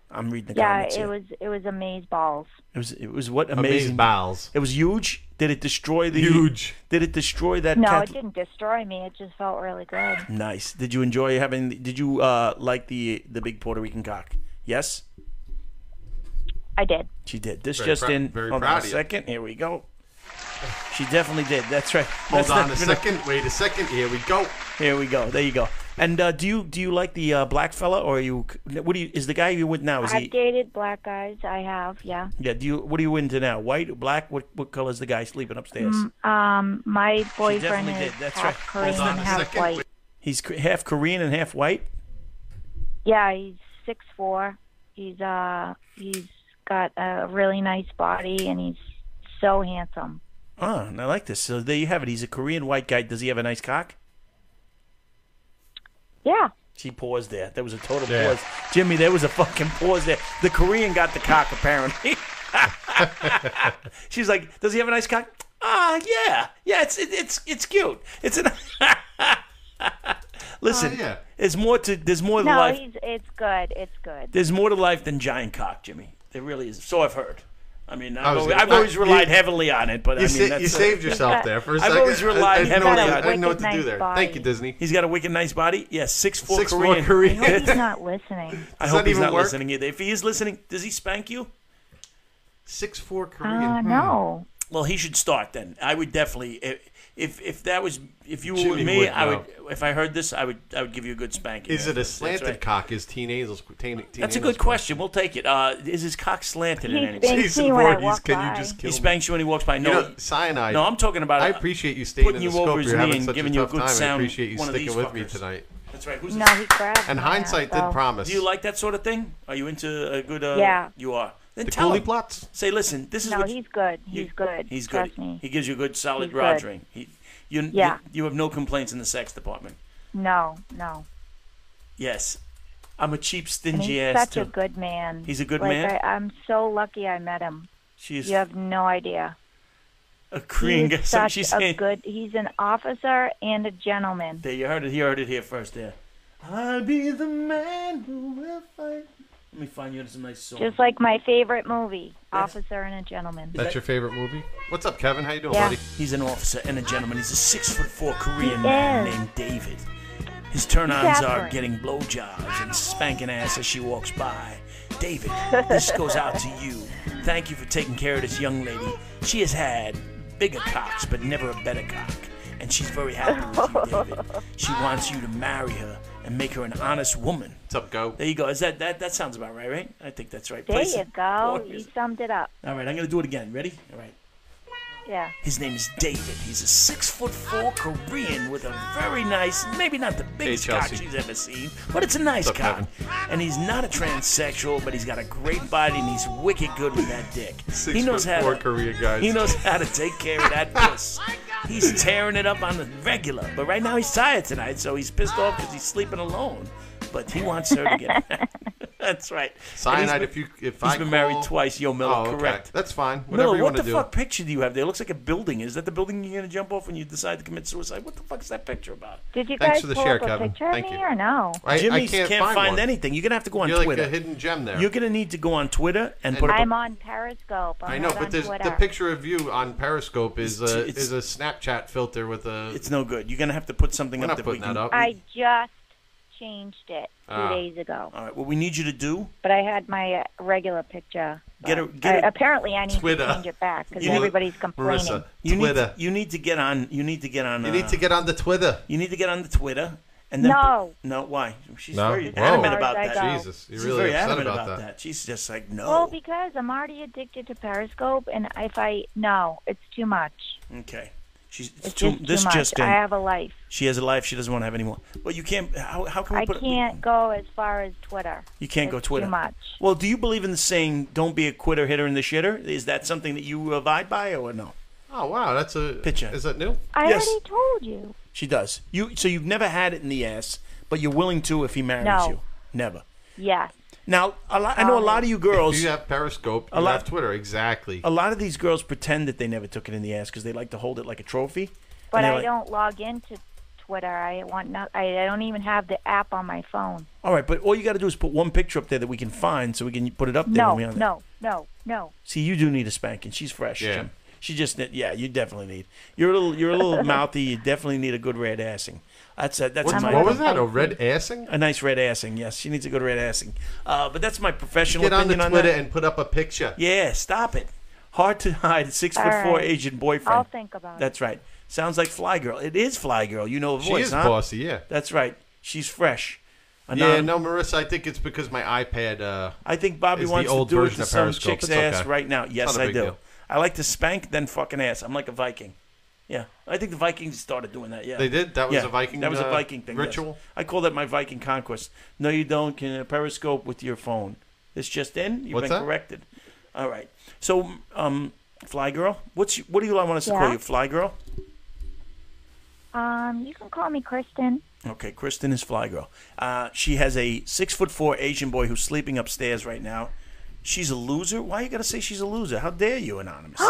Speaker 2: I'm reading the
Speaker 10: Yeah,
Speaker 2: comments.
Speaker 10: it
Speaker 2: here.
Speaker 10: was it was amaze balls.
Speaker 2: It was it was what amazing.
Speaker 1: Amazing bowels.
Speaker 2: It was huge. Did it destroy the
Speaker 1: Huge.
Speaker 2: Did it destroy that?
Speaker 10: No,
Speaker 2: cat-
Speaker 10: it didn't destroy me. It just felt really good.
Speaker 2: Nice. Did you enjoy having? Did you uh, like the the big Puerto Rican cock? Yes,
Speaker 10: I did.
Speaker 2: she did. This
Speaker 1: Very
Speaker 2: just
Speaker 1: prou-
Speaker 2: in.
Speaker 1: very
Speaker 2: hold
Speaker 1: proud
Speaker 2: on
Speaker 1: of
Speaker 2: a
Speaker 1: you.
Speaker 2: second. Here we go. She definitely did. That's right.
Speaker 1: Hold
Speaker 2: That's
Speaker 1: on
Speaker 2: not
Speaker 1: a
Speaker 2: even
Speaker 1: second. Wait a second. Here we go.
Speaker 2: Here we go. There you go. And uh, do you do you like the uh, black fella or are you? What do you? Is the guy you with now? Is
Speaker 10: I've
Speaker 2: he?
Speaker 10: dated black guys. I have, yeah.
Speaker 2: Yeah. Do you? What are you into now? White, black? What what color is the guy sleeping upstairs?
Speaker 10: Um, my boyfriend
Speaker 2: definitely
Speaker 10: is
Speaker 2: did. That's right.
Speaker 10: half Korean,
Speaker 2: Hold on a
Speaker 10: half
Speaker 1: second.
Speaker 10: white.
Speaker 2: He's K- half Korean and half white.
Speaker 10: Yeah, he's six four. He's uh, he's got a really nice body, and he's so handsome.
Speaker 2: Oh, and I like this. So there you have it. He's a Korean white guy. Does he have a nice cock?
Speaker 10: Yeah.
Speaker 2: She paused there. There was a total
Speaker 1: Yeah.
Speaker 2: pause. Jimmy, there was a fucking pause there. The Korean got the cock, apparently. [LAUGHS] She's like, "Does he have a nice cock?" Ah, yeah, yeah. It's it, it's it's cute. It's an. [LAUGHS] Listen,
Speaker 1: Oh, yeah.
Speaker 2: there's more to there's more to
Speaker 10: no,
Speaker 2: life.
Speaker 10: he's, it's good. It's good.
Speaker 2: There's more to life than giant cock, Jimmy. There really is. So I've heard. I mean, I've,
Speaker 1: I was
Speaker 2: always,
Speaker 1: gonna-
Speaker 2: I've always
Speaker 1: you-
Speaker 2: relied heavily on it, but I
Speaker 1: you
Speaker 2: mean,
Speaker 1: sa-
Speaker 2: that's
Speaker 1: you saved yourself there for a
Speaker 2: I've
Speaker 1: second.
Speaker 2: always
Speaker 1: I-
Speaker 2: relied
Speaker 1: I didn't know
Speaker 2: heavily
Speaker 1: what-
Speaker 2: on
Speaker 1: I didn't know what to
Speaker 10: Wicked
Speaker 1: do
Speaker 10: nice
Speaker 1: there.
Speaker 10: body.
Speaker 1: Thank you, Disney.
Speaker 2: He's got a wicked nice body. Yes, six four
Speaker 1: Six
Speaker 2: Korean.
Speaker 1: Korean.
Speaker 10: I
Speaker 2: [LAUGHS]
Speaker 10: hope he's not listening.
Speaker 2: I
Speaker 1: Does
Speaker 2: hope
Speaker 1: that
Speaker 2: he's
Speaker 1: even
Speaker 2: not
Speaker 1: work?
Speaker 2: listening either. If he is listening, does he spank you?
Speaker 1: Six four Korean.
Speaker 10: Uh, no.
Speaker 2: Well, he should start then. I would definitely if if, if that was if you were
Speaker 1: Jimmy
Speaker 2: with me,
Speaker 1: would
Speaker 2: I
Speaker 1: know.
Speaker 2: would if I heard this, I would I would give you a good spanking.
Speaker 1: Is it a
Speaker 2: That's- that's
Speaker 1: slanted
Speaker 2: right.
Speaker 1: cock? Is teen angels? Teen, teen
Speaker 2: That's a
Speaker 1: angels
Speaker 2: good question. We'll take it. Uh, is his cock slanted in
Speaker 10: He's
Speaker 2: any
Speaker 10: been-
Speaker 2: way?
Speaker 10: Thank
Speaker 1: Jason
Speaker 10: you when I
Speaker 1: Voorhees,
Speaker 10: walk
Speaker 1: can
Speaker 10: by.
Speaker 1: you just
Speaker 2: He
Speaker 1: kill me?
Speaker 2: spanks you when he walks by. No,
Speaker 1: You know, cyanide.
Speaker 2: no, I'm talking about.
Speaker 1: I
Speaker 2: uh,
Speaker 1: appreciate you staying in
Speaker 2: putting
Speaker 1: the
Speaker 2: you
Speaker 1: scope.
Speaker 2: over his
Speaker 1: You're
Speaker 2: knee
Speaker 1: having
Speaker 2: and
Speaker 1: such
Speaker 2: giving
Speaker 1: a
Speaker 2: you a
Speaker 1: tough
Speaker 2: good
Speaker 1: time.
Speaker 2: sound-
Speaker 1: I appreciate you
Speaker 2: one of
Speaker 1: sticking
Speaker 2: these
Speaker 1: with me
Speaker 2: fuckers.
Speaker 1: tonight.
Speaker 2: That's right. Who's
Speaker 10: No,
Speaker 2: this?
Speaker 10: he grabbed
Speaker 1: And
Speaker 10: my
Speaker 1: hindsight
Speaker 10: ass,
Speaker 1: did
Speaker 10: so-
Speaker 1: promise.
Speaker 2: Do you like that sort of thing? Are you into a good? Uh,
Speaker 10: Yeah.
Speaker 2: You are. Then
Speaker 1: the
Speaker 2: tell
Speaker 1: coolie
Speaker 2: him.
Speaker 1: plots?
Speaker 2: Say, listen, this is
Speaker 10: No,
Speaker 2: what
Speaker 10: he's good.
Speaker 2: you-
Speaker 10: He's good.
Speaker 2: He's good.
Speaker 10: Trust me.
Speaker 2: He gives you a good, solid
Speaker 10: He's
Speaker 2: rod
Speaker 10: good.
Speaker 2: ring. He, you, you-
Speaker 10: Yeah.
Speaker 2: you have no complaints in the sex department.
Speaker 10: No, no.
Speaker 2: Yes, I'm a cheap,
Speaker 10: And
Speaker 2: stingy
Speaker 10: he's
Speaker 2: ass
Speaker 10: such
Speaker 2: too.
Speaker 10: a good man.
Speaker 2: He's a good
Speaker 10: like,
Speaker 2: man?
Speaker 10: I, I'm so lucky I met him.
Speaker 2: She is
Speaker 10: You have no idea.
Speaker 2: a Korean guy.
Speaker 10: he's
Speaker 2: So
Speaker 10: such
Speaker 2: she's
Speaker 10: a
Speaker 2: saying.
Speaker 10: good. He's an officer and a gentleman.
Speaker 2: There, you heard it. You heard it here first. There. I'll be the man who will fight. Let me find you some nice song.
Speaker 10: Just like my favorite movie, Officer and a Gentleman.
Speaker 1: That's your favorite movie? What's up, Kevin? How you doing,
Speaker 10: Yeah.
Speaker 1: buddy?
Speaker 2: He's an officer and a gentleman. He's a six foot four Korean
Speaker 10: He
Speaker 2: man
Speaker 10: is.
Speaker 2: named David. His turn ons are
Speaker 10: Exactly.
Speaker 2: getting blowjobs and spanking ass as she walks by. David,
Speaker 10: [LAUGHS]
Speaker 2: this goes out to you. Thank you for taking care of this young lady. She has had bigger cocks, but never a better cock. And she's very happy with you, David. She wants you to marry her and make her an honest woman.
Speaker 1: What's up, Go?
Speaker 2: There you go. Is that that, that sounds about right, right? I think that's right.
Speaker 10: There
Speaker 2: Play
Speaker 10: you
Speaker 2: some
Speaker 10: go.
Speaker 2: folk
Speaker 10: You
Speaker 2: music.
Speaker 10: summed it up.
Speaker 2: All right, I'm gonna do it again. Ready? All right.
Speaker 10: Yeah.
Speaker 2: His name is David. He's a six foot four Korean with a very nice, maybe not the biggest cock
Speaker 1: Chelsea.
Speaker 2: she's ever seen, but it's a nice
Speaker 1: What's
Speaker 2: cock.
Speaker 1: up,
Speaker 2: And he's not a transsexual, but he's got a great body and he's wicked good with that dick.
Speaker 1: Six
Speaker 2: he knows
Speaker 1: foot
Speaker 2: how
Speaker 1: four
Speaker 2: to,
Speaker 1: Korean guys.
Speaker 2: He knows how to take care
Speaker 1: [LAUGHS]
Speaker 2: of that puss. He's tearing it up on the regular, but right now he's tired tonight, so he's pissed off because he's sleeping alone. But he wants her to get.
Speaker 1: [LAUGHS]
Speaker 2: [LAUGHS] That's right. And he's
Speaker 1: Cyanide,
Speaker 2: been-
Speaker 1: if you if
Speaker 2: He's
Speaker 1: I
Speaker 2: been
Speaker 1: call-
Speaker 2: married twice, yo, Miller.
Speaker 1: Oh, okay.
Speaker 2: correct.
Speaker 1: That's fine. Whatever
Speaker 2: Miller,
Speaker 1: you
Speaker 2: what
Speaker 1: want
Speaker 2: the
Speaker 1: to do.
Speaker 2: fuck picture do you have there? It looks like a building. Is that the building you're gonna jump off when you decide to commit suicide? What the fuck is that picture about?
Speaker 10: Did you
Speaker 1: Thanks
Speaker 10: guys
Speaker 1: for the
Speaker 10: pull
Speaker 1: share,
Speaker 10: up a
Speaker 1: Kevin.
Speaker 10: picture of
Speaker 1: Thank you.
Speaker 10: me or no?
Speaker 1: I,
Speaker 2: Jimmy
Speaker 1: I can't,
Speaker 2: find,
Speaker 1: one.
Speaker 2: anything. You're gonna have to go on
Speaker 1: You're like
Speaker 2: Twitter.
Speaker 1: a hidden gem there.
Speaker 2: You're gonna need to go on Twitter and
Speaker 1: And-
Speaker 2: put up.
Speaker 10: I'm on Periscope. I'm
Speaker 1: I know,
Speaker 10: not
Speaker 1: but
Speaker 10: on
Speaker 1: there's,
Speaker 10: Twitter.
Speaker 1: the picture of you on Periscope is
Speaker 2: It's-
Speaker 1: a
Speaker 2: it's-
Speaker 1: is a Snapchat filter with a.
Speaker 2: a, it's no good. You're gonna have to put something
Speaker 1: we're
Speaker 2: up
Speaker 1: not
Speaker 2: that we
Speaker 1: putting
Speaker 2: can.
Speaker 1: that up.
Speaker 10: I just changed it two
Speaker 1: Ah.
Speaker 10: days ago,
Speaker 2: All right. What we need you to do?
Speaker 10: but I had my uh, regular picture.
Speaker 2: Get a-
Speaker 10: but
Speaker 2: get a-
Speaker 10: I, apparently, I need
Speaker 1: Twitter.
Speaker 10: to change it back because
Speaker 1: You need-
Speaker 10: everybody's complaining.
Speaker 1: Marissa,
Speaker 2: You
Speaker 1: Twitter.
Speaker 2: need. You need to get on. You need to get on.
Speaker 1: you
Speaker 2: uh,
Speaker 1: need to get on the Twitter.
Speaker 2: You need to get on the Twitter. And then
Speaker 10: No.
Speaker 2: No. Why? She's
Speaker 1: No?
Speaker 2: very
Speaker 1: Whoa.
Speaker 2: adamant about
Speaker 10: Sorry, I
Speaker 2: that.
Speaker 10: got- No.
Speaker 1: Jesus, you're
Speaker 2: She's
Speaker 1: really
Speaker 2: very
Speaker 1: upset
Speaker 2: adamant
Speaker 1: about,
Speaker 2: about
Speaker 1: that.
Speaker 2: She's just like
Speaker 1: Oh.
Speaker 2: no.
Speaker 10: Well, because I'm already addicted to Periscope, and if I no, it's too much.
Speaker 2: okay. She's
Speaker 10: It's
Speaker 2: too,
Speaker 10: just
Speaker 2: this
Speaker 10: too much.
Speaker 2: just in.
Speaker 10: I have a life.
Speaker 2: She has a life she doesn't want to have anymore. Well, you can't. How, how can we
Speaker 10: I
Speaker 2: put
Speaker 10: can't go as far as Twitter.
Speaker 2: You can't go
Speaker 10: It's
Speaker 2: Twitter.
Speaker 10: Too much.
Speaker 2: Well, do you believe in the saying "Don't be a quitter, hitter, and the shitter"? Is that something that you abide by, or no?
Speaker 1: Oh wow, that's a
Speaker 2: Picture.
Speaker 1: Is that new?
Speaker 10: I
Speaker 2: Yes.
Speaker 10: already told you.
Speaker 2: She does. You so you've never had it in the ass, but you're willing to if he marries
Speaker 10: No.
Speaker 2: you. Never.
Speaker 10: Yes.
Speaker 2: Now, a lot, I know a lot of you girls.
Speaker 1: If [LAUGHS] you have Periscope,
Speaker 2: A
Speaker 1: you
Speaker 2: lot-
Speaker 1: have Twitter. Exactly.
Speaker 2: a lot of these girls pretend that they never took it in the ass because they like to hold it like a trophy.
Speaker 10: But
Speaker 2: And they're
Speaker 10: I
Speaker 2: like,
Speaker 10: don't log into Twitter. I want not. I, I don't even have the app on my phone.
Speaker 2: All right, but all you got to do is put one picture up there that we can find, so we can put it up there.
Speaker 10: No,
Speaker 2: when we're on there.
Speaker 10: no, no, no.
Speaker 2: See, you do need a spanking. She's fresh.
Speaker 1: Yeah.
Speaker 2: Jim. She just need- yeah, you definitely need. You're a little you're a
Speaker 10: [LAUGHS]
Speaker 2: little mouthy. You definitely need a good red assing. That's a, that's
Speaker 1: What,
Speaker 2: my
Speaker 1: what was that? A red assing?
Speaker 2: a nice red assing. Yes, she needs a good red assing. Uh, but that's my professional
Speaker 1: Get on the
Speaker 2: opinion
Speaker 1: Twitter
Speaker 2: that.
Speaker 1: and put up a picture.
Speaker 2: yeah, stop it. Hard to hide six foot four
Speaker 10: right.
Speaker 2: Asian boyfriend.
Speaker 10: I'll think about it.
Speaker 2: That's right. Sounds like Fly Girl. It is Fly Girl. You know her
Speaker 1: she
Speaker 2: voice,
Speaker 1: is
Speaker 2: huh?
Speaker 1: bossy. Yeah.
Speaker 2: That's right. She's fresh.
Speaker 1: Yeah,
Speaker 2: Anon-
Speaker 1: no, Marissa, I think it's because my iPad. Uh,
Speaker 2: I think Bobby
Speaker 1: It's the
Speaker 2: wants
Speaker 1: old
Speaker 2: to do it
Speaker 1: version
Speaker 2: to
Speaker 1: of
Speaker 2: some
Speaker 1: Periscope.
Speaker 2: chick's
Speaker 1: It's
Speaker 2: ass
Speaker 1: okay.
Speaker 2: right now.
Speaker 1: It's
Speaker 2: Yes,
Speaker 1: not a
Speaker 2: I do.
Speaker 1: big deal.
Speaker 2: I like to spank then fucking ass. I'm like a Viking. Yeah, I think the Vikings started doing that. Yeah,
Speaker 1: They did? That was
Speaker 2: Yeah,
Speaker 1: a Viking,
Speaker 2: That was a
Speaker 1: uh,
Speaker 2: Viking thing. yes.
Speaker 1: ritual?
Speaker 2: I call that my Viking conquest. No, you don't. Can Periscope with your phone? This just in. You've
Speaker 1: What's
Speaker 2: been
Speaker 1: that?
Speaker 2: corrected. All right. So, um, Fly Girl, what's what do you want us to call
Speaker 10: Yeah.
Speaker 2: you, Fly Girl?
Speaker 10: Um, you can call me Kristen.
Speaker 2: Okay, Kristen is Fly Girl. Uh, she has a six foot four Asian boy who's sleeping
Speaker 10: [GASPS]
Speaker 2: upstairs right now. She's a loser. Why you gotta say she's a loser? How dare you, anonymous?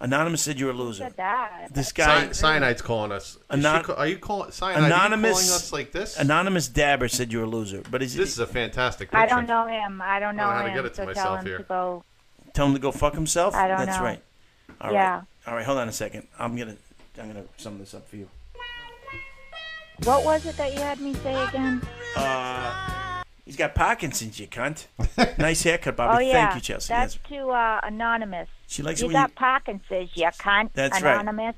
Speaker 2: Anonymous said you're a loser.
Speaker 10: Said that.
Speaker 2: This guy.
Speaker 1: Cyan- Cyanide's calling us. Is she
Speaker 2: Anon-
Speaker 1: ca- are you calling Cyanide? Anonymous.
Speaker 2: anonymous
Speaker 1: calling us like this?
Speaker 2: Anonymous dabber said you're a loser, but he's,
Speaker 1: This is a fantastic picture.
Speaker 10: I don't know him. I don't know
Speaker 1: I don't know how to
Speaker 10: him.
Speaker 1: get it to
Speaker 10: so tell
Speaker 1: myself
Speaker 10: him
Speaker 1: here.
Speaker 10: to go.
Speaker 2: tell him to go fuck himself.
Speaker 10: I don't
Speaker 2: That's
Speaker 10: know.
Speaker 2: right. All right.
Speaker 10: Yeah.
Speaker 2: All right. Hold on a second. I'm gonna I'm gonna sum this up for you.
Speaker 10: What was it that you had me say again?
Speaker 2: Uh, he's got Parkinson's,
Speaker 1: [LAUGHS]
Speaker 2: you cunt. nice haircut, Bobby.
Speaker 10: oh yeah,
Speaker 2: Thank you, Chelsea.
Speaker 10: That's
Speaker 2: Yes.
Speaker 10: to uh, anonymous.
Speaker 2: She likes
Speaker 10: you
Speaker 2: when
Speaker 10: got
Speaker 2: you-
Speaker 10: Parkinson's, you cunt.
Speaker 2: That's right.
Speaker 10: anonymous.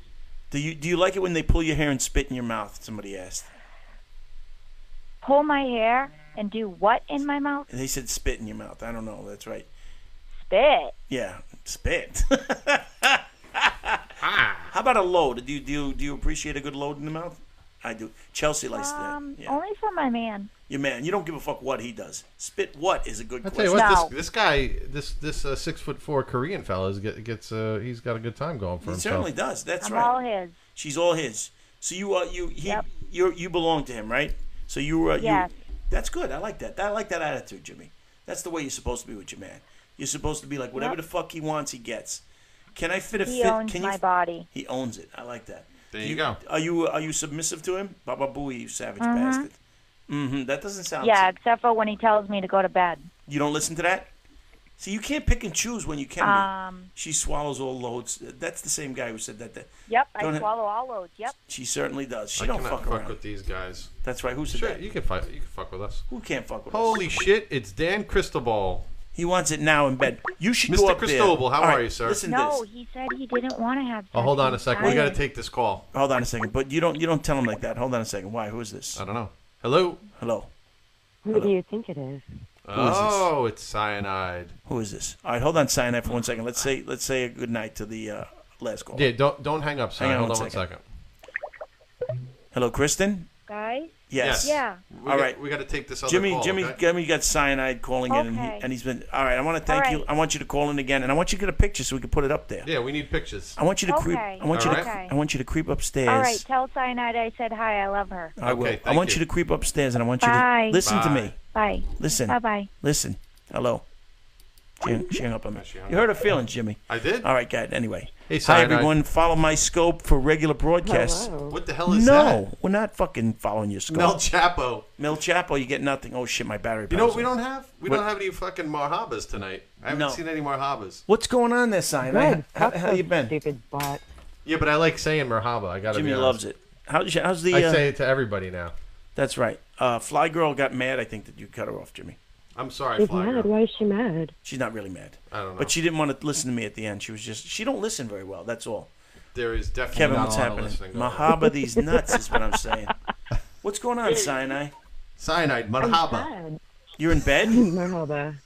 Speaker 2: Do you do you like it when they pull your hair and spit in your mouth? Somebody asked.
Speaker 10: Pull my hair and do what in my mouth?
Speaker 2: They said spit in your mouth. I don't know. That's right.
Speaker 10: Spit.
Speaker 2: Yeah, spit. [LAUGHS]
Speaker 1: Ah.
Speaker 2: How about a load? Do you do you, do you appreciate a good load in the mouth? I do. Chelsea likes
Speaker 10: Um,
Speaker 2: that. Yeah.
Speaker 10: only for my man.
Speaker 2: Your man, you don't give a fuck what he does. Spit what is a good
Speaker 1: I tell
Speaker 2: question.
Speaker 1: you what, this, this guy, this this uh, six foot four Korean fella, is get, gets uh, he's got a good time going for
Speaker 2: he
Speaker 1: himself.
Speaker 2: certainly does. That's
Speaker 10: I'm
Speaker 2: right.
Speaker 10: all his.
Speaker 2: She's all his. So you are you he you you belong to him, right? So you were
Speaker 10: Yes.
Speaker 2: you. That's good. I like that. I like that attitude, Jimmy. That's the way you're supposed to be with your man. You're supposed to be like whatever
Speaker 10: Yep.
Speaker 2: the fuck he wants, he gets. Can I fit a
Speaker 10: He
Speaker 2: fit?
Speaker 10: owns
Speaker 2: Can
Speaker 10: my
Speaker 2: you,
Speaker 10: body.
Speaker 2: He owns it. I like that.
Speaker 1: There
Speaker 2: Do
Speaker 1: you go.
Speaker 2: Are you are you submissive to him? Baba booey, you savage
Speaker 10: Mhm.
Speaker 2: bastard. Mm-hmm. That doesn't sound.
Speaker 10: Yeah, except for when he tells me to go to bed.
Speaker 2: You don't listen to that. See, you can't pick and choose when you can. be.
Speaker 10: Um.
Speaker 2: she swallows all loads. That's the same guy who said that. that
Speaker 10: Yep,
Speaker 2: Don't
Speaker 10: I
Speaker 2: ha-
Speaker 10: swallow all loads. Yep.
Speaker 2: she certainly does. She
Speaker 1: I
Speaker 2: don't
Speaker 1: cannot
Speaker 2: fuck,
Speaker 1: fuck
Speaker 2: around.
Speaker 1: with these guys.
Speaker 2: That's right. Who said
Speaker 1: Sure,
Speaker 2: that?
Speaker 1: you can fight. You can fuck with us.
Speaker 2: Who can't fuck with us?
Speaker 1: Holy shit! It's Dan Cristobal.
Speaker 2: He wants it now in bed. You should go
Speaker 1: Mr.
Speaker 2: up there.
Speaker 1: Cristobal, how
Speaker 2: All right,
Speaker 1: are you, sir?
Speaker 2: Listen to
Speaker 10: No,
Speaker 2: this.
Speaker 10: he said he didn't want to have. Sex.
Speaker 1: Oh, hold on a second. We
Speaker 10: He
Speaker 1: got to
Speaker 10: decided.
Speaker 1: take this call.
Speaker 2: Hold on a second. But you don't you don't tell him like that. Hold on a second. Why? Who is this?
Speaker 1: I don't know. Hello.
Speaker 2: Hello.
Speaker 11: Who do you think it is?
Speaker 2: is this?
Speaker 1: Oh, it's cyanide.
Speaker 2: Who is this? All right, hold on, cyanide for one second. Let's say let's say a good night to the uh, last call.
Speaker 1: Yeah, don't don't hang up,
Speaker 2: Hang
Speaker 1: cyanide.
Speaker 2: on
Speaker 1: Hold on
Speaker 2: one
Speaker 1: one second.
Speaker 2: Hello, Kristen?
Speaker 10: Guys.
Speaker 2: Yes.
Speaker 10: Yeah.
Speaker 1: We
Speaker 2: All
Speaker 1: got-
Speaker 2: right.
Speaker 1: we got to take this other
Speaker 2: Jimmy,
Speaker 1: call,
Speaker 2: Jimmy,
Speaker 1: okay?
Speaker 2: Jimmy got cyanide calling in, and, he,
Speaker 10: Okay.
Speaker 2: and he's been. All right, I want to thank
Speaker 10: All
Speaker 2: you.
Speaker 10: right.
Speaker 2: I want you to call in again, and I want you to get a picture so we can put it up there.
Speaker 1: Yeah, we need pictures.
Speaker 2: I want you to creep.
Speaker 10: Okay.
Speaker 2: I want you
Speaker 1: All
Speaker 2: to.
Speaker 1: right.
Speaker 2: I want you to creep upstairs.
Speaker 10: All right. Tell Cyanide I said hi. I love her.
Speaker 2: I will.
Speaker 1: Okay,
Speaker 2: I
Speaker 1: thank
Speaker 2: want
Speaker 1: you.
Speaker 2: you. to creep upstairs, and I want you
Speaker 10: Bye.
Speaker 2: to listen to
Speaker 1: Bye.
Speaker 2: me.
Speaker 10: Bye.
Speaker 2: Listen.
Speaker 10: Bye. Bye.
Speaker 2: Listen. Hello. She, she hung up on me.
Speaker 1: hung
Speaker 2: You heard her feelings, Jimmy.
Speaker 1: I did.
Speaker 2: All right, guys. Anyway.
Speaker 1: Hey,
Speaker 2: Hi,
Speaker 1: Cyanide.
Speaker 2: everyone. Follow my scope for regular broadcasts.
Speaker 11: Hello.
Speaker 1: What the hell is
Speaker 2: no, we're not fucking following your
Speaker 1: that?
Speaker 2: scope.
Speaker 1: Mel Chapo.
Speaker 2: Mel Chapo, you get nothing. Oh, shit, my battery
Speaker 1: You know
Speaker 2: power's
Speaker 1: what we
Speaker 2: out.
Speaker 1: don't have? We
Speaker 2: What?
Speaker 1: don't have any fucking marhabas tonight. I haven't
Speaker 2: No.
Speaker 1: seen any marhabas.
Speaker 2: What's going on there, Cyanide?
Speaker 11: Good.
Speaker 2: How,
Speaker 11: Fuck
Speaker 2: how, how
Speaker 11: those
Speaker 2: you been?
Speaker 11: Stupid bot.
Speaker 1: Yeah, but I like saying marhaba. I gotta.
Speaker 2: Jimmy
Speaker 1: be honest.
Speaker 2: loves it. How's, how's the...
Speaker 1: I
Speaker 2: uh,
Speaker 1: say it to everybody now.
Speaker 2: That's right. Uh, Fly Girl got mad, I think, that you cut her off, Jimmy.
Speaker 1: I'm sorry,
Speaker 11: She's
Speaker 1: Flyer.
Speaker 11: mad. Why is she mad?
Speaker 2: She's not really mad.
Speaker 1: I don't know.
Speaker 2: But she didn't want to listen to me at the end. She was just... She don't listen very well, that's all.
Speaker 1: There is definitely
Speaker 2: Kevin,
Speaker 1: not
Speaker 2: what's
Speaker 1: a lot of
Speaker 2: happening?
Speaker 1: listening going on.
Speaker 2: Mahaba these nuts is what
Speaker 1: [LAUGHS]
Speaker 2: I'm saying. What's going on, Sinai?
Speaker 1: Cyanide, marhaba.
Speaker 11: Sad.
Speaker 2: You're
Speaker 11: [LAUGHS]
Speaker 2: in bed?
Speaker 11: Merhaba.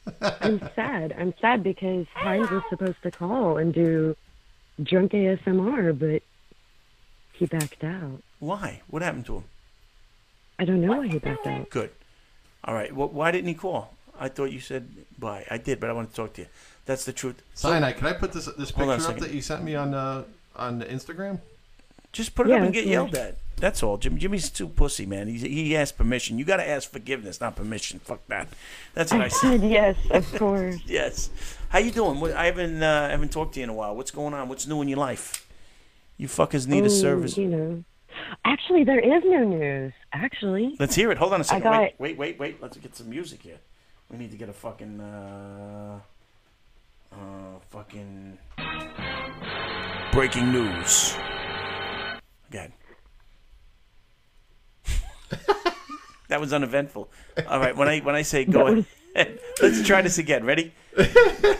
Speaker 11: I'm sad. I'm sad because Heinz was supposed to call and do drunk ASMR, but he backed out.
Speaker 2: Why? What happened to him?
Speaker 11: I don't know why he backed out.
Speaker 2: Good. All right. Well, why didn't he call? I thought you said bye. I did, but I want to talk to you. That's the truth.
Speaker 1: Cyanide, can I put this this
Speaker 2: Hold
Speaker 1: picture
Speaker 2: on a
Speaker 1: up
Speaker 2: second.
Speaker 1: that you sent me on uh, on Instagram?
Speaker 2: Just put it up
Speaker 11: Yeah,
Speaker 2: and get
Speaker 11: yeah.
Speaker 2: yelled at. That's all. Jim, Jimmy's too pussy, man. He's, he asked permission. You got to ask forgiveness, not permission. Fuck that. That's
Speaker 11: [LAUGHS]
Speaker 2: what I
Speaker 11: I
Speaker 2: said.
Speaker 11: said yes, of course.
Speaker 2: [LAUGHS] Yes. How you doing? What, I haven't uh, haven't talked to you in a while. What's going on? What's new in your life? You fuckers need
Speaker 11: Oh,
Speaker 2: a service.
Speaker 11: You know. Actually, there is no news. Actually,
Speaker 2: Let's hear it. Hold on a second.
Speaker 11: got
Speaker 2: Wait,
Speaker 11: it.
Speaker 2: wait, wait, wait. Let's get some music here. We need to get a fucking uh, uh fucking breaking news. Again. [LAUGHS] that was uneventful. All right, when I when I say go ahead, [LAUGHS] let's try this again. Ready?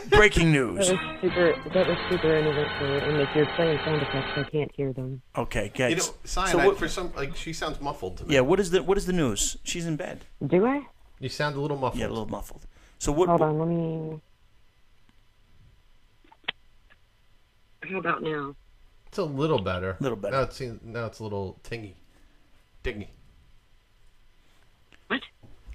Speaker 2: breaking
Speaker 11: that
Speaker 2: news.
Speaker 11: was super. That was super uneventful. And if you're playing sound effects, I can't hear them.
Speaker 2: Okay, guys.
Speaker 1: You know,
Speaker 2: so
Speaker 1: cyanide
Speaker 2: what,
Speaker 1: for some like she sounds muffled to me.
Speaker 2: yeah, what is the what is the news? She's in bed.
Speaker 11: Do I?
Speaker 1: You sound a little muffled.
Speaker 2: Yeah, a little muffled. So what?
Speaker 11: Hold on. Let me. How about now?
Speaker 1: It's a little better.
Speaker 2: Little better.
Speaker 1: Now it seems now it's a little tingy, dingy.
Speaker 11: What?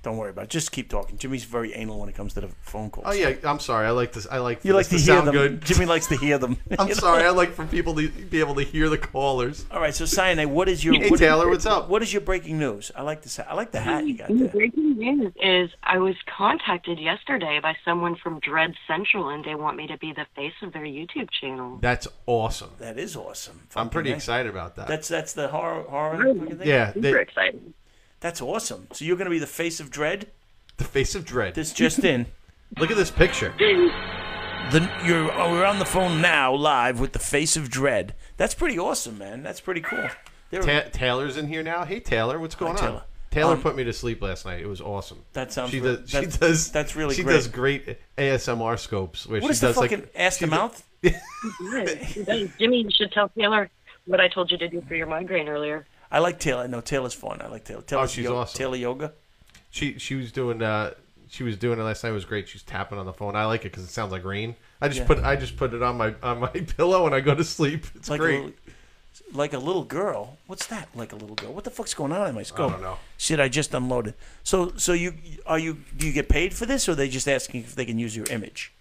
Speaker 2: Don't worry about it. Just keep talking. Jimmy's very anal when it comes to the phone calls.
Speaker 1: Oh yeah, I'm sorry. I like this. I like
Speaker 2: You like
Speaker 1: this
Speaker 2: to, hear
Speaker 1: sound
Speaker 2: them.
Speaker 1: good.
Speaker 2: [LAUGHS] Jimmy likes to hear them.
Speaker 1: [LAUGHS] I'm sorry. I like for people to be able to hear the callers.
Speaker 2: All right, so Cyanide, what is your
Speaker 1: Hey,
Speaker 2: what-
Speaker 1: Taylor, what's up?
Speaker 2: What is your breaking news? I like this. I like the hat you got.
Speaker 12: The breaking news is I was contacted yesterday by someone from Dread Central, and they want me to be the face of their YouTube channel.
Speaker 1: That's awesome.
Speaker 2: That is awesome.
Speaker 1: I'm pretty
Speaker 2: Fucking
Speaker 1: excited about that.
Speaker 2: That's that's the horror horror fucking thing.
Speaker 1: Yeah, they- Super
Speaker 12: excited.
Speaker 2: That's awesome. So you're going to be the face of dread.
Speaker 1: The face of dread.
Speaker 11: [LAUGHS]
Speaker 2: This just in.
Speaker 1: Look at this picture.
Speaker 2: The, you're oh, we're on the phone now, live with the face of dread. That's pretty awesome, man. That's pretty cool. They're-
Speaker 1: Ta- Taylor's in here now. Hey, Taylor, what's going
Speaker 2: Taylor.
Speaker 1: on? Taylor
Speaker 2: Um,
Speaker 1: put me to sleep last night. It was awesome.
Speaker 2: That sounds
Speaker 1: She
Speaker 2: re-
Speaker 1: does. She
Speaker 2: that's-
Speaker 1: does.
Speaker 2: that's really
Speaker 1: She
Speaker 2: great.
Speaker 1: does great ASMR scopes. Where
Speaker 2: What
Speaker 1: she
Speaker 2: is the
Speaker 1: does
Speaker 2: fucking
Speaker 1: like,
Speaker 2: ass to mouth?
Speaker 12: Jimmy, you should tell Taylor what I told you to do for your migraine earlier.
Speaker 2: I like Taylor. No, Taylor's fun. I like Taylor. Taylor's
Speaker 1: Oh, she's
Speaker 2: yo-
Speaker 1: awesome.
Speaker 2: Taylor yoga.
Speaker 1: She she was doing uh she was doing it last night. It was great. She's tapping on the phone. I like it because it sounds like rain. I just
Speaker 2: Yeah.
Speaker 1: put I just put it on my on my [LAUGHS] pillow and I go to sleep. It's
Speaker 2: like
Speaker 1: great.
Speaker 2: A, little- like a little girl. What's that? Like a little girl. What the fuck's going on in my scope?
Speaker 1: don't know.
Speaker 2: Shit, I just unloaded. So, so you are you? Do you get paid for this, or are they just asking if they can use your image?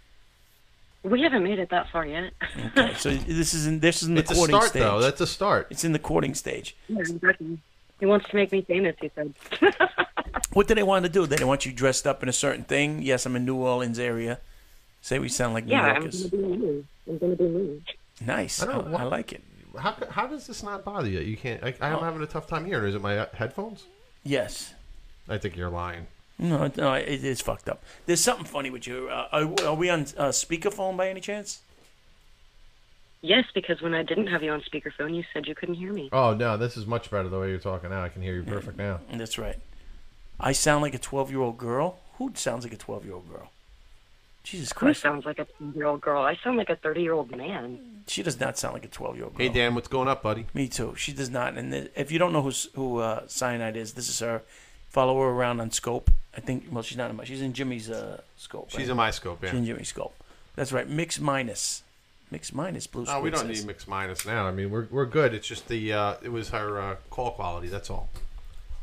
Speaker 12: We haven't made it that far yet.
Speaker 2: Okay,
Speaker 12: [LAUGHS]
Speaker 2: so this is in this is in the
Speaker 1: It's a
Speaker 2: courting
Speaker 1: start,
Speaker 2: stage.
Speaker 1: though. That's a start.
Speaker 2: It's in the courting stage.
Speaker 12: Yeah, exactly. He wants to make me famous, he said. [LAUGHS]
Speaker 2: What do they want to do? They want you dressed up in a certain thing. Yes, I'm in New Orleans area. Say we sound like New
Speaker 12: Yeah, I'm going
Speaker 2: Yorkers.
Speaker 12: to be me. I'm going to be me.
Speaker 2: Nice.
Speaker 1: I
Speaker 2: I,
Speaker 1: don't know
Speaker 2: I like it.
Speaker 1: How co- how does this not bother you? You can't. I,
Speaker 2: Oh.
Speaker 1: I'm having a tough time hearing. Is it my headphones?
Speaker 2: Yes.
Speaker 1: I think you're lying.
Speaker 2: No, no, it is fucked up. There's something funny with you. Uh, are, are we on uh, speakerphone by any chance?
Speaker 12: Yes, because when I didn't have you on speakerphone, you said you couldn't hear me.
Speaker 1: Oh no, this is much better the way you're talking now. I can hear you perfect now.
Speaker 2: That's right. I sound like a 12 year old girl? Who sounds like a 12 year old girl? Jesus
Speaker 12: Who
Speaker 2: Christ.
Speaker 12: sounds like a year old girl? I sound like a 30 year old man.
Speaker 2: She does not sound like a 12 year old girl.
Speaker 1: Hey Dan, what's going up, buddy?
Speaker 2: Me too. She does not. And th- if you don't know who, who uh, Cyanide is, this is her. Follow her around on Scope. I think, well, she's not in my, she's in Jimmy's uh, Scope.
Speaker 1: She's
Speaker 2: right?
Speaker 1: in my scope, yeah.
Speaker 2: She's in Jimmy's Scope. That's right. Mix minus. Mix minus blue
Speaker 1: No, Oh, we
Speaker 2: Squid
Speaker 1: don't
Speaker 2: says.
Speaker 1: need mixed minus now. I mean, we're, we're good. It's just the uh, it was her uh, call quality. That's all.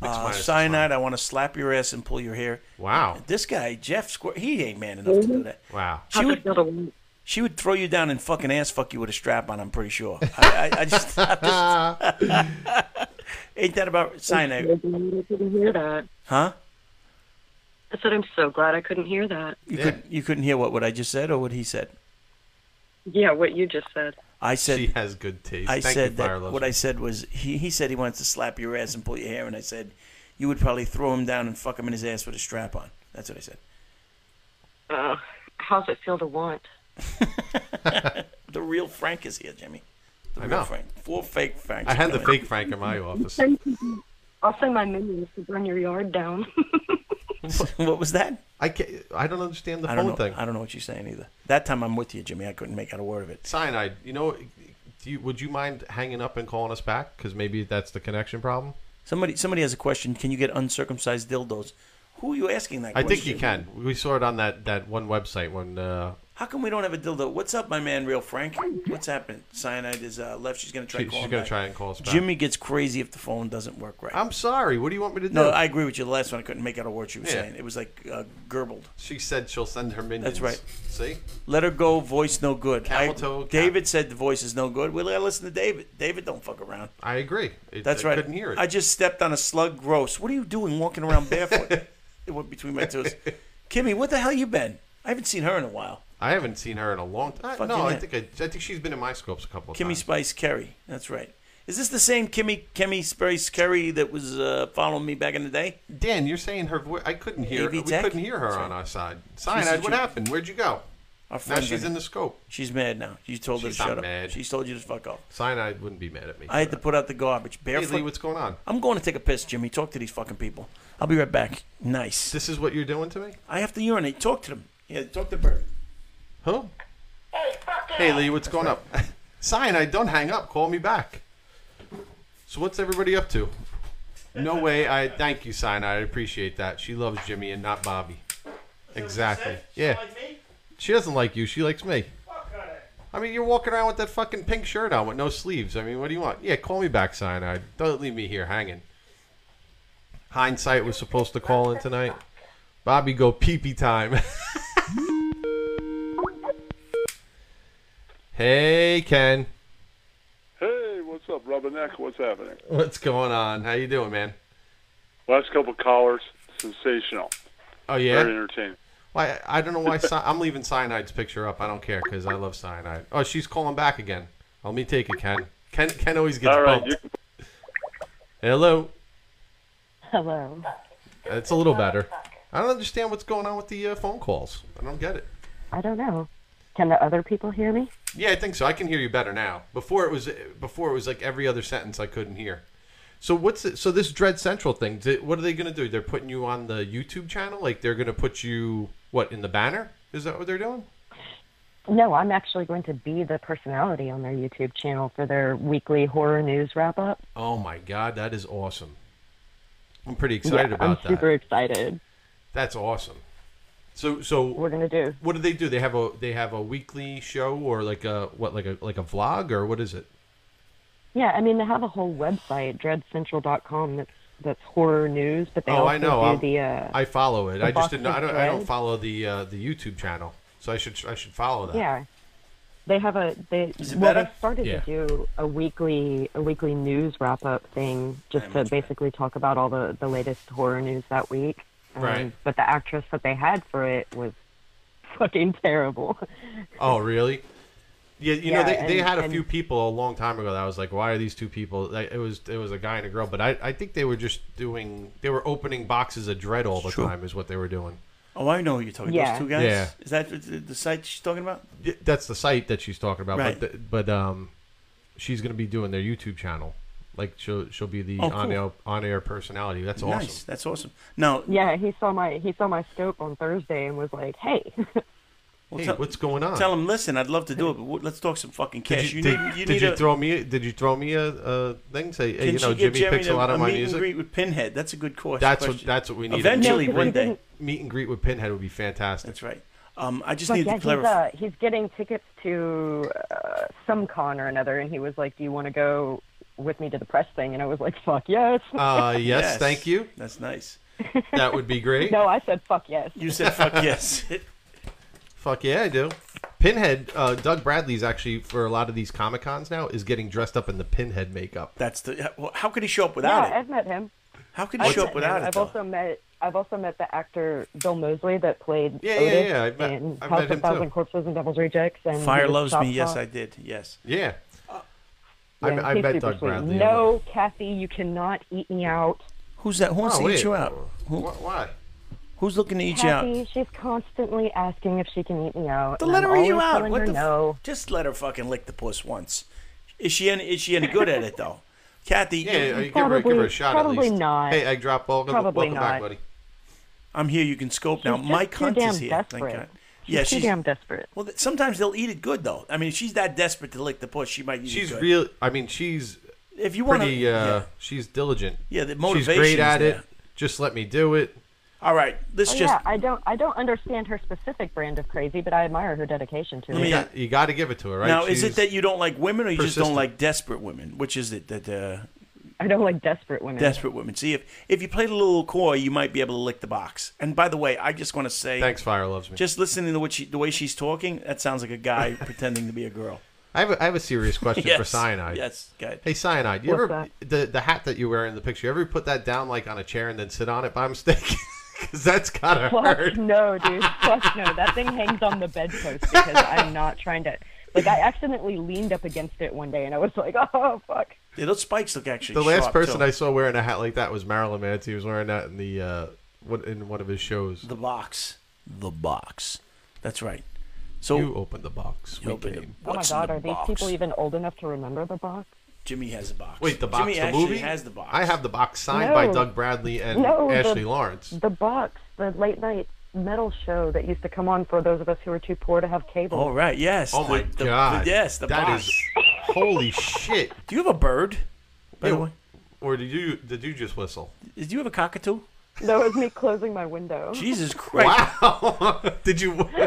Speaker 1: Mixed
Speaker 2: Uh,
Speaker 1: minus is
Speaker 2: cyanide, I want to slap your ass and pull your hair.
Speaker 1: Wow.
Speaker 2: This guy, Jeff Square, he ain't man enough to do that.
Speaker 1: fine. Wow.
Speaker 2: She would, she would throw you down and fucking ass fuck you with a strap on, I'm pretty sure. I, I, I just. [LAUGHS] I just
Speaker 1: [LAUGHS]
Speaker 2: ain't that about
Speaker 12: I'm
Speaker 2: cyanide?
Speaker 12: so glad I couldn't hear that.
Speaker 2: Huh?
Speaker 12: I said, I'm so glad I couldn't hear that.
Speaker 2: You, could, you couldn't hear what, what I just said or what he said?
Speaker 12: Yeah, what you just said.
Speaker 2: I said
Speaker 1: she has good taste.
Speaker 2: I
Speaker 1: Thank
Speaker 2: said
Speaker 1: you, Fire
Speaker 2: that
Speaker 1: Love.
Speaker 2: what I said was he, he said he wants to slap your ass and pull your hair, and I said you would probably throw him down and fuck him in his ass with a strap on. That's what I said.
Speaker 12: Uh, how's it feel to want?
Speaker 2: The real Frank is here, Jimmy. The
Speaker 1: I
Speaker 2: real
Speaker 1: know.
Speaker 2: Frank. Four fake Franks.
Speaker 1: I had the
Speaker 2: coming.
Speaker 1: fake Frank in my office.
Speaker 12: I'll send my minions to burn your yard down. [LAUGHS]
Speaker 2: [LAUGHS] what was that?
Speaker 1: I can't, I don't understand the
Speaker 2: I
Speaker 1: phone
Speaker 2: don't know.
Speaker 1: thing.
Speaker 2: I don't know what you're saying either. That time I'm with you, Jimmy. I couldn't make out a word of it.
Speaker 1: Cyanide, you know, do you, would you mind hanging up and calling us back? Because maybe that's the connection problem.
Speaker 2: Somebody somebody has a question. Can you get uncircumcised dildos? Who are you asking that
Speaker 1: I
Speaker 2: question?
Speaker 1: think you can. We saw it on that, that one website when uh,
Speaker 2: How come we don't have a dildo? What's up, my man, real Frank? What's happening? Cyanide is uh, left. She's gonna try.
Speaker 1: she,
Speaker 2: calling
Speaker 1: she's going
Speaker 2: back.
Speaker 1: to try and call us back.
Speaker 2: Jimmy gets crazy if the phone doesn't work right.
Speaker 1: I'm sorry. What do you want me to do?
Speaker 2: No, I agree with you. The last one I couldn't make out a word she was
Speaker 1: Yeah.
Speaker 2: saying. It was like uh, gerbled.
Speaker 1: She said she'll send her minions.
Speaker 2: That's right.
Speaker 1: See?
Speaker 2: Let her go. Voice no good. I-
Speaker 1: Camel toe,
Speaker 2: David said the voice is no good. We gotta listen to David. David don't fuck around.
Speaker 1: I agree. It-
Speaker 2: That's
Speaker 1: I
Speaker 2: right.
Speaker 1: couldn't hear it.
Speaker 2: I just stepped on a slug. Gross. What are you doing walking around
Speaker 1: [LAUGHS]
Speaker 2: barefoot? it went between my toes. Kimmy, what the hell you been? I haven't seen her in a while.
Speaker 1: I haven't seen her in a long time.
Speaker 2: Fucking
Speaker 1: no, I
Speaker 2: yeah.
Speaker 1: think I, I think she's been in my scopes a couple of
Speaker 2: Kimmy
Speaker 1: times.
Speaker 2: Spice Kerry. That's right. Is this the same Kimmy Kimmy Spice Kerry that was uh, following me back in the day?
Speaker 1: Dan, you're saying her voice? I couldn't hear.
Speaker 2: AV
Speaker 1: we
Speaker 2: Tech?
Speaker 1: couldn't hear her
Speaker 2: That's
Speaker 1: on
Speaker 2: right.
Speaker 1: our side.
Speaker 2: She's
Speaker 1: Cyanide,
Speaker 2: a
Speaker 1: what
Speaker 2: Jew.
Speaker 1: happened? Where'd you go? Now
Speaker 2: Our friends
Speaker 1: she's
Speaker 2: are-
Speaker 1: in the scope.
Speaker 2: She's mad now. She's told
Speaker 1: She's
Speaker 2: her
Speaker 1: not
Speaker 2: to shut up.
Speaker 1: mad.
Speaker 2: She's told you to fuck off.
Speaker 1: Cyanide wouldn't be mad at me.
Speaker 2: I had to put out the garbage
Speaker 1: Hey,
Speaker 2: barefoot.
Speaker 1: Lee, what's going on?
Speaker 2: I'm going to take a piss, Jimmy. Talk to these fucking people. I'll be right back. Nice.
Speaker 1: This is what you're doing to me?
Speaker 2: I have to urinate. Talk to them. Yeah, talk to Bert.
Speaker 1: Huh? Hey, Lee, what's going up? [LAUGHS] Cyanide, don't hang up. Call me back. So what's everybody up to? No way. I thank you, Cyanide. I appreciate that. She loves Jimmy and not Bobby. Exactly. Yeah. She doesn't like you. She likes me. I mean, you're walking around with that fucking pink shirt on with no sleeves. I mean, what do you want? Yeah, call me back, Cyanide. Don't leave me here hanging. Hindsight was supposed to call in tonight. Bobby go pee pee time. [LAUGHS] hey Ken,
Speaker 3: Hey, what's up, Rubberneck? What's happening?
Speaker 1: what's going on? How you doing, man?
Speaker 3: Last couple callers, sensational.
Speaker 1: Oh yeah.
Speaker 3: Very entertaining.
Speaker 1: Why I don't know why Si- I'm leaving Cyanide's picture up. I don't care because I love Cyanide. Oh, she's calling back again. Oh, Let me take it, Ken. Ken Ken always gets
Speaker 3: All right,
Speaker 1: bumped. Hello.
Speaker 7: Hello.
Speaker 1: It's a little better. I don't understand what's going on with the uh, phone calls. I don't get it.
Speaker 7: I don't know. Can the other people hear me?
Speaker 1: Yeah, I think so. I can hear you better now. Before it was before it was like every other sentence I couldn't hear. So what's it, so this Dread Central thing? di- What are they going to do? They're putting you on the YouTube channel. Like they're going to put you what in the banner? Is that what they're doing?
Speaker 7: No, I'm actually going to be the personality on their YouTube channel for their weekly horror news wrap up.
Speaker 1: Oh my god, that is awesome. I'm pretty excited
Speaker 7: Yeah,
Speaker 1: about
Speaker 7: I'm
Speaker 1: that.
Speaker 7: super excited.
Speaker 1: That's awesome. So so
Speaker 7: we're gonna do.
Speaker 1: What do they do? They have a they have a weekly show or like a what like a like a vlog or what is it?
Speaker 7: Yeah, I mean they have a whole website, dreadcentral.com. That's that's horror news, but they
Speaker 1: oh,
Speaker 7: also
Speaker 1: I know.
Speaker 7: do the uh,
Speaker 1: I follow it.
Speaker 7: the
Speaker 1: I just didn't.
Speaker 7: Box
Speaker 1: I
Speaker 7: of
Speaker 1: don't. I don't
Speaker 7: Dread.
Speaker 1: follow the uh, the YouTube channel, so I should. I should follow that.
Speaker 7: yeah. They have a they
Speaker 1: Is it
Speaker 7: well
Speaker 1: better?
Speaker 7: they started
Speaker 1: Yeah.
Speaker 7: to do a weekly a weekly news wrap up thing just to basically talk about all the the latest horror news that week. Um,
Speaker 1: Right.
Speaker 7: But the actress that they had for it was fucking terrible. [LAUGHS]
Speaker 1: Oh, really? Yeah. You know,
Speaker 7: Yeah,
Speaker 1: they, they
Speaker 7: and-
Speaker 1: had a
Speaker 7: and-
Speaker 1: few people a long time ago that I was like, why are these two people? Like, It was it was a guy and a girl, but I I think they were just doing. They were opening boxes of dread all the
Speaker 2: Sure.
Speaker 1: time, is what they were doing.
Speaker 2: Oh, I know who you're talking.
Speaker 1: Yeah.
Speaker 2: Those two guys.
Speaker 1: Yeah.
Speaker 2: Is that the- the the site she's talking about?
Speaker 1: Y- That's the site that she's talking about,
Speaker 2: Right.
Speaker 1: but th but um, she's gonna be doing their YouTube channel. Like she'll she'll be the
Speaker 2: Oh, cool.
Speaker 1: on air on air personality. That's awesome.
Speaker 2: Nice. That's awesome. No.
Speaker 7: Yeah, he saw my he saw my scope on Thursday and was like, "Hey,
Speaker 1: Hey, what's going on?
Speaker 2: Tell him, listen, I'd love to do it, but w- let's talk some fucking
Speaker 1: Did
Speaker 2: cash.
Speaker 1: you, did,
Speaker 2: need, you
Speaker 1: did
Speaker 2: need
Speaker 1: you
Speaker 2: a,
Speaker 1: throw me? Did you throw me a, a thing? Say, hey,
Speaker 2: Can
Speaker 1: you know,
Speaker 2: she get
Speaker 1: Jimmy
Speaker 2: Jeremy
Speaker 1: picks
Speaker 2: to-
Speaker 1: a lot of my
Speaker 2: meet
Speaker 1: music.
Speaker 2: And greet with Pinhead. That's a good course.
Speaker 1: That's what
Speaker 2: question.
Speaker 1: that's what we need.
Speaker 2: Eventually, one day.
Speaker 1: meet and greet with Pinhead would be fantastic. That's
Speaker 2: right. Um, I just
Speaker 7: But
Speaker 2: need
Speaker 7: yeah,
Speaker 2: to clarify.
Speaker 7: He's, uh, he's getting tickets to uh, some con or another, and he was like, "Do you want to go with me to the press thing?" And I was like, "Fuck yes." [LAUGHS]
Speaker 1: [LAUGHS] Uh, yes, thank you.
Speaker 2: That's nice.
Speaker 1: That would be [LAUGHS] great.
Speaker 7: No, I said fuck yes.
Speaker 2: You said fuck [LAUGHS]
Speaker 1: [LAUGHS]
Speaker 2: yes.
Speaker 1: Fuck yeah, I do. Pinhead, uh, Doug Bradley's actually for a lot of these comic cons now is getting dressed up in the Pinhead makeup.
Speaker 2: That's the. well, How could he show up
Speaker 7: yeah,
Speaker 1: without it?
Speaker 7: I've met him.
Speaker 2: How could
Speaker 1: he show up without it,
Speaker 7: I've
Speaker 1: though?
Speaker 7: also met I've also met the actor Bill Mosley that played
Speaker 1: Yeah, yeah,
Speaker 7: Otis
Speaker 1: yeah, I've met-
Speaker 7: in
Speaker 1: I've
Speaker 7: House
Speaker 1: met
Speaker 7: of
Speaker 1: him,
Speaker 7: Thousand
Speaker 1: too.
Speaker 7: Corpses and Devil's Rejects and he
Speaker 2: Fire
Speaker 7: was
Speaker 2: loves
Speaker 7: Chop
Speaker 2: me. Yes,
Speaker 7: Top.
Speaker 2: I did. Yes.
Speaker 1: Yeah.
Speaker 7: Yeah,
Speaker 1: I, I
Speaker 7: he's
Speaker 1: met
Speaker 7: super
Speaker 1: Doug
Speaker 7: sweet.
Speaker 1: Bradley.
Speaker 7: No, Kathy, you cannot eat me out.
Speaker 2: Who's that? Who wants
Speaker 1: Oh,
Speaker 2: to
Speaker 1: wait.
Speaker 2: eat you out? Who,
Speaker 1: why?
Speaker 2: Who's looking to eat you out?
Speaker 7: Kathy, she's constantly asking if she can eat me out.
Speaker 2: The
Speaker 7: and
Speaker 2: let
Speaker 7: I'm
Speaker 2: her eat you
Speaker 7: always
Speaker 2: out.
Speaker 7: telling
Speaker 2: What
Speaker 7: her
Speaker 2: the? f-
Speaker 7: no.
Speaker 2: Just let her fucking lick the puss once. Is she any? Is she any good at it though?
Speaker 7: [LAUGHS]
Speaker 2: Kathy,
Speaker 1: Yeah, yeah, give her give her a shot at least. Hey, I drop ball. Welcome back, buddy.
Speaker 2: I'm here. You can scope now.
Speaker 7: She's
Speaker 2: Mike
Speaker 7: just
Speaker 2: Hunt
Speaker 7: too damn
Speaker 2: is here.
Speaker 7: desperate.
Speaker 2: Thank God.
Speaker 7: She's
Speaker 2: yeah,
Speaker 7: too
Speaker 2: she's
Speaker 7: damn desperate.
Speaker 2: Well, th- sometimes they'll eat it good though. I mean, if she's that desperate to lick the puss, she might. Eat
Speaker 1: She's
Speaker 2: it good.
Speaker 1: real. I mean, she's
Speaker 2: If you wanna-
Speaker 1: pretty, uh,
Speaker 2: yeah.
Speaker 1: she's diligent.
Speaker 2: Yeah, the
Speaker 1: She's great
Speaker 2: motivation's
Speaker 1: at
Speaker 2: there.
Speaker 1: it. Just let me do it.
Speaker 2: All right, this
Speaker 7: Oh, yeah, I don't I don't understand her specific brand of crazy, but I admire her dedication to
Speaker 1: You
Speaker 7: it.
Speaker 1: got, you got to give it to her, right?
Speaker 2: Now, is
Speaker 1: She's-
Speaker 2: it that you don't like women, or you just don't
Speaker 1: persistent.
Speaker 2: like desperate women? Which is it that uh,
Speaker 7: I don't like desperate women.
Speaker 2: desperate women? See, if if you played a little coy, you might be able to lick the box. And by the way, I just want to say,
Speaker 1: Thanks, Fire loves me.
Speaker 2: Just listening to what she, the way she's talking, that sounds like a guy [LAUGHS] pretending to be a girl.
Speaker 1: I have a, I have a serious question for
Speaker 2: Yes,
Speaker 1: Cyanide.
Speaker 2: yes, go ahead.
Speaker 1: Hey, Cyanide, you
Speaker 2: What's
Speaker 1: ever the the hat that you wear in the picture? You ever put that down like on a chair and then sit on it by mistake? [LAUGHS] Because that's gotta
Speaker 7: Fuck
Speaker 1: hurt.
Speaker 7: no, dude. Fuck no. That thing hangs on the bedpost because I'm not trying to. Like I accidentally leaned up against it one day, and I was like, [LAUGHS] "Oh fuck!"
Speaker 2: Yeah, those spikes look actually.
Speaker 1: The last
Speaker 2: sharp,
Speaker 1: person
Speaker 2: too.
Speaker 1: I saw wearing a hat like that was Marilyn Manson. He was wearing that in the uh, what in one of his shows.
Speaker 2: The box. The box. That's right. So
Speaker 1: you opened the box.
Speaker 2: You
Speaker 1: We
Speaker 2: opened
Speaker 1: came.
Speaker 2: the- What's
Speaker 7: oh my god,
Speaker 2: in the
Speaker 7: are these
Speaker 2: box?
Speaker 7: people even old enough to remember the box?
Speaker 2: Jimmy has a box.
Speaker 1: Wait, the box,
Speaker 2: Jimmy
Speaker 1: the
Speaker 2: actually
Speaker 1: movie
Speaker 2: has the box.
Speaker 1: I have the box signed by
Speaker 7: No.
Speaker 1: Doug Bradley and
Speaker 7: no,
Speaker 1: Ashley
Speaker 7: the,
Speaker 1: Lawrence.
Speaker 7: The box, the late night metal show that used to come on for those of us who were too poor to have cable.
Speaker 2: All right. Yes.
Speaker 1: Oh
Speaker 2: the-
Speaker 1: my
Speaker 2: the- the-
Speaker 1: god.
Speaker 2: yes, the
Speaker 1: That
Speaker 2: box.
Speaker 1: is- holy shit.
Speaker 2: Do you have a bird? By the
Speaker 1: Yeah,
Speaker 2: way,
Speaker 1: or did you did you just whistle?
Speaker 2: do you have a cockatoo?
Speaker 7: That was me closing my window.
Speaker 1: [LAUGHS]
Speaker 2: Jesus Christ!
Speaker 1: Wow. [LAUGHS] did you? What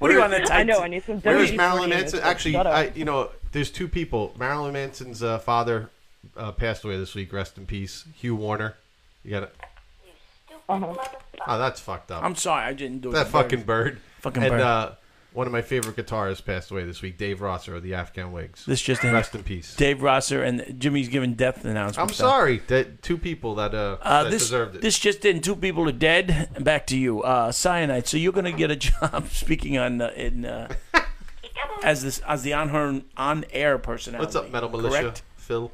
Speaker 2: are you on that?
Speaker 7: I know. I need some.
Speaker 1: Where's
Speaker 7: WD-40
Speaker 1: Marilyn
Speaker 7: in
Speaker 1: Manson?
Speaker 7: this, but
Speaker 1: Actually,
Speaker 7: shut up.
Speaker 1: I, you know, there's two people. Marilyn Manson's uh, father uh, passed away this week. Rest in peace, Hugh Warner. You got it.
Speaker 13: Uh-huh.
Speaker 1: Oh, that's fucked up.
Speaker 2: I'm sorry, I didn't do it.
Speaker 1: that fucking bird.
Speaker 2: Fucking
Speaker 1: and,
Speaker 2: bird.
Speaker 1: Uh, one of my favorite guitarists passed away this week, Dave Rosser of the Afghan Wigs.
Speaker 2: This just in.
Speaker 1: rest in peace.
Speaker 2: Dave Rosser and Jimmy's giving death announcement.
Speaker 1: I'm sorry that two people that uh,
Speaker 2: Uh,
Speaker 1: that
Speaker 2: this
Speaker 1: deserved it.
Speaker 2: this just in: two people are dead. Back to you, uh, cyanide. So you're going to get a [LAUGHS] job speaking on uh, in
Speaker 7: [LAUGHS]
Speaker 2: uh, as this as the on her on air personality.
Speaker 1: What's up, Metal Militia?
Speaker 2: correct?
Speaker 1: Phil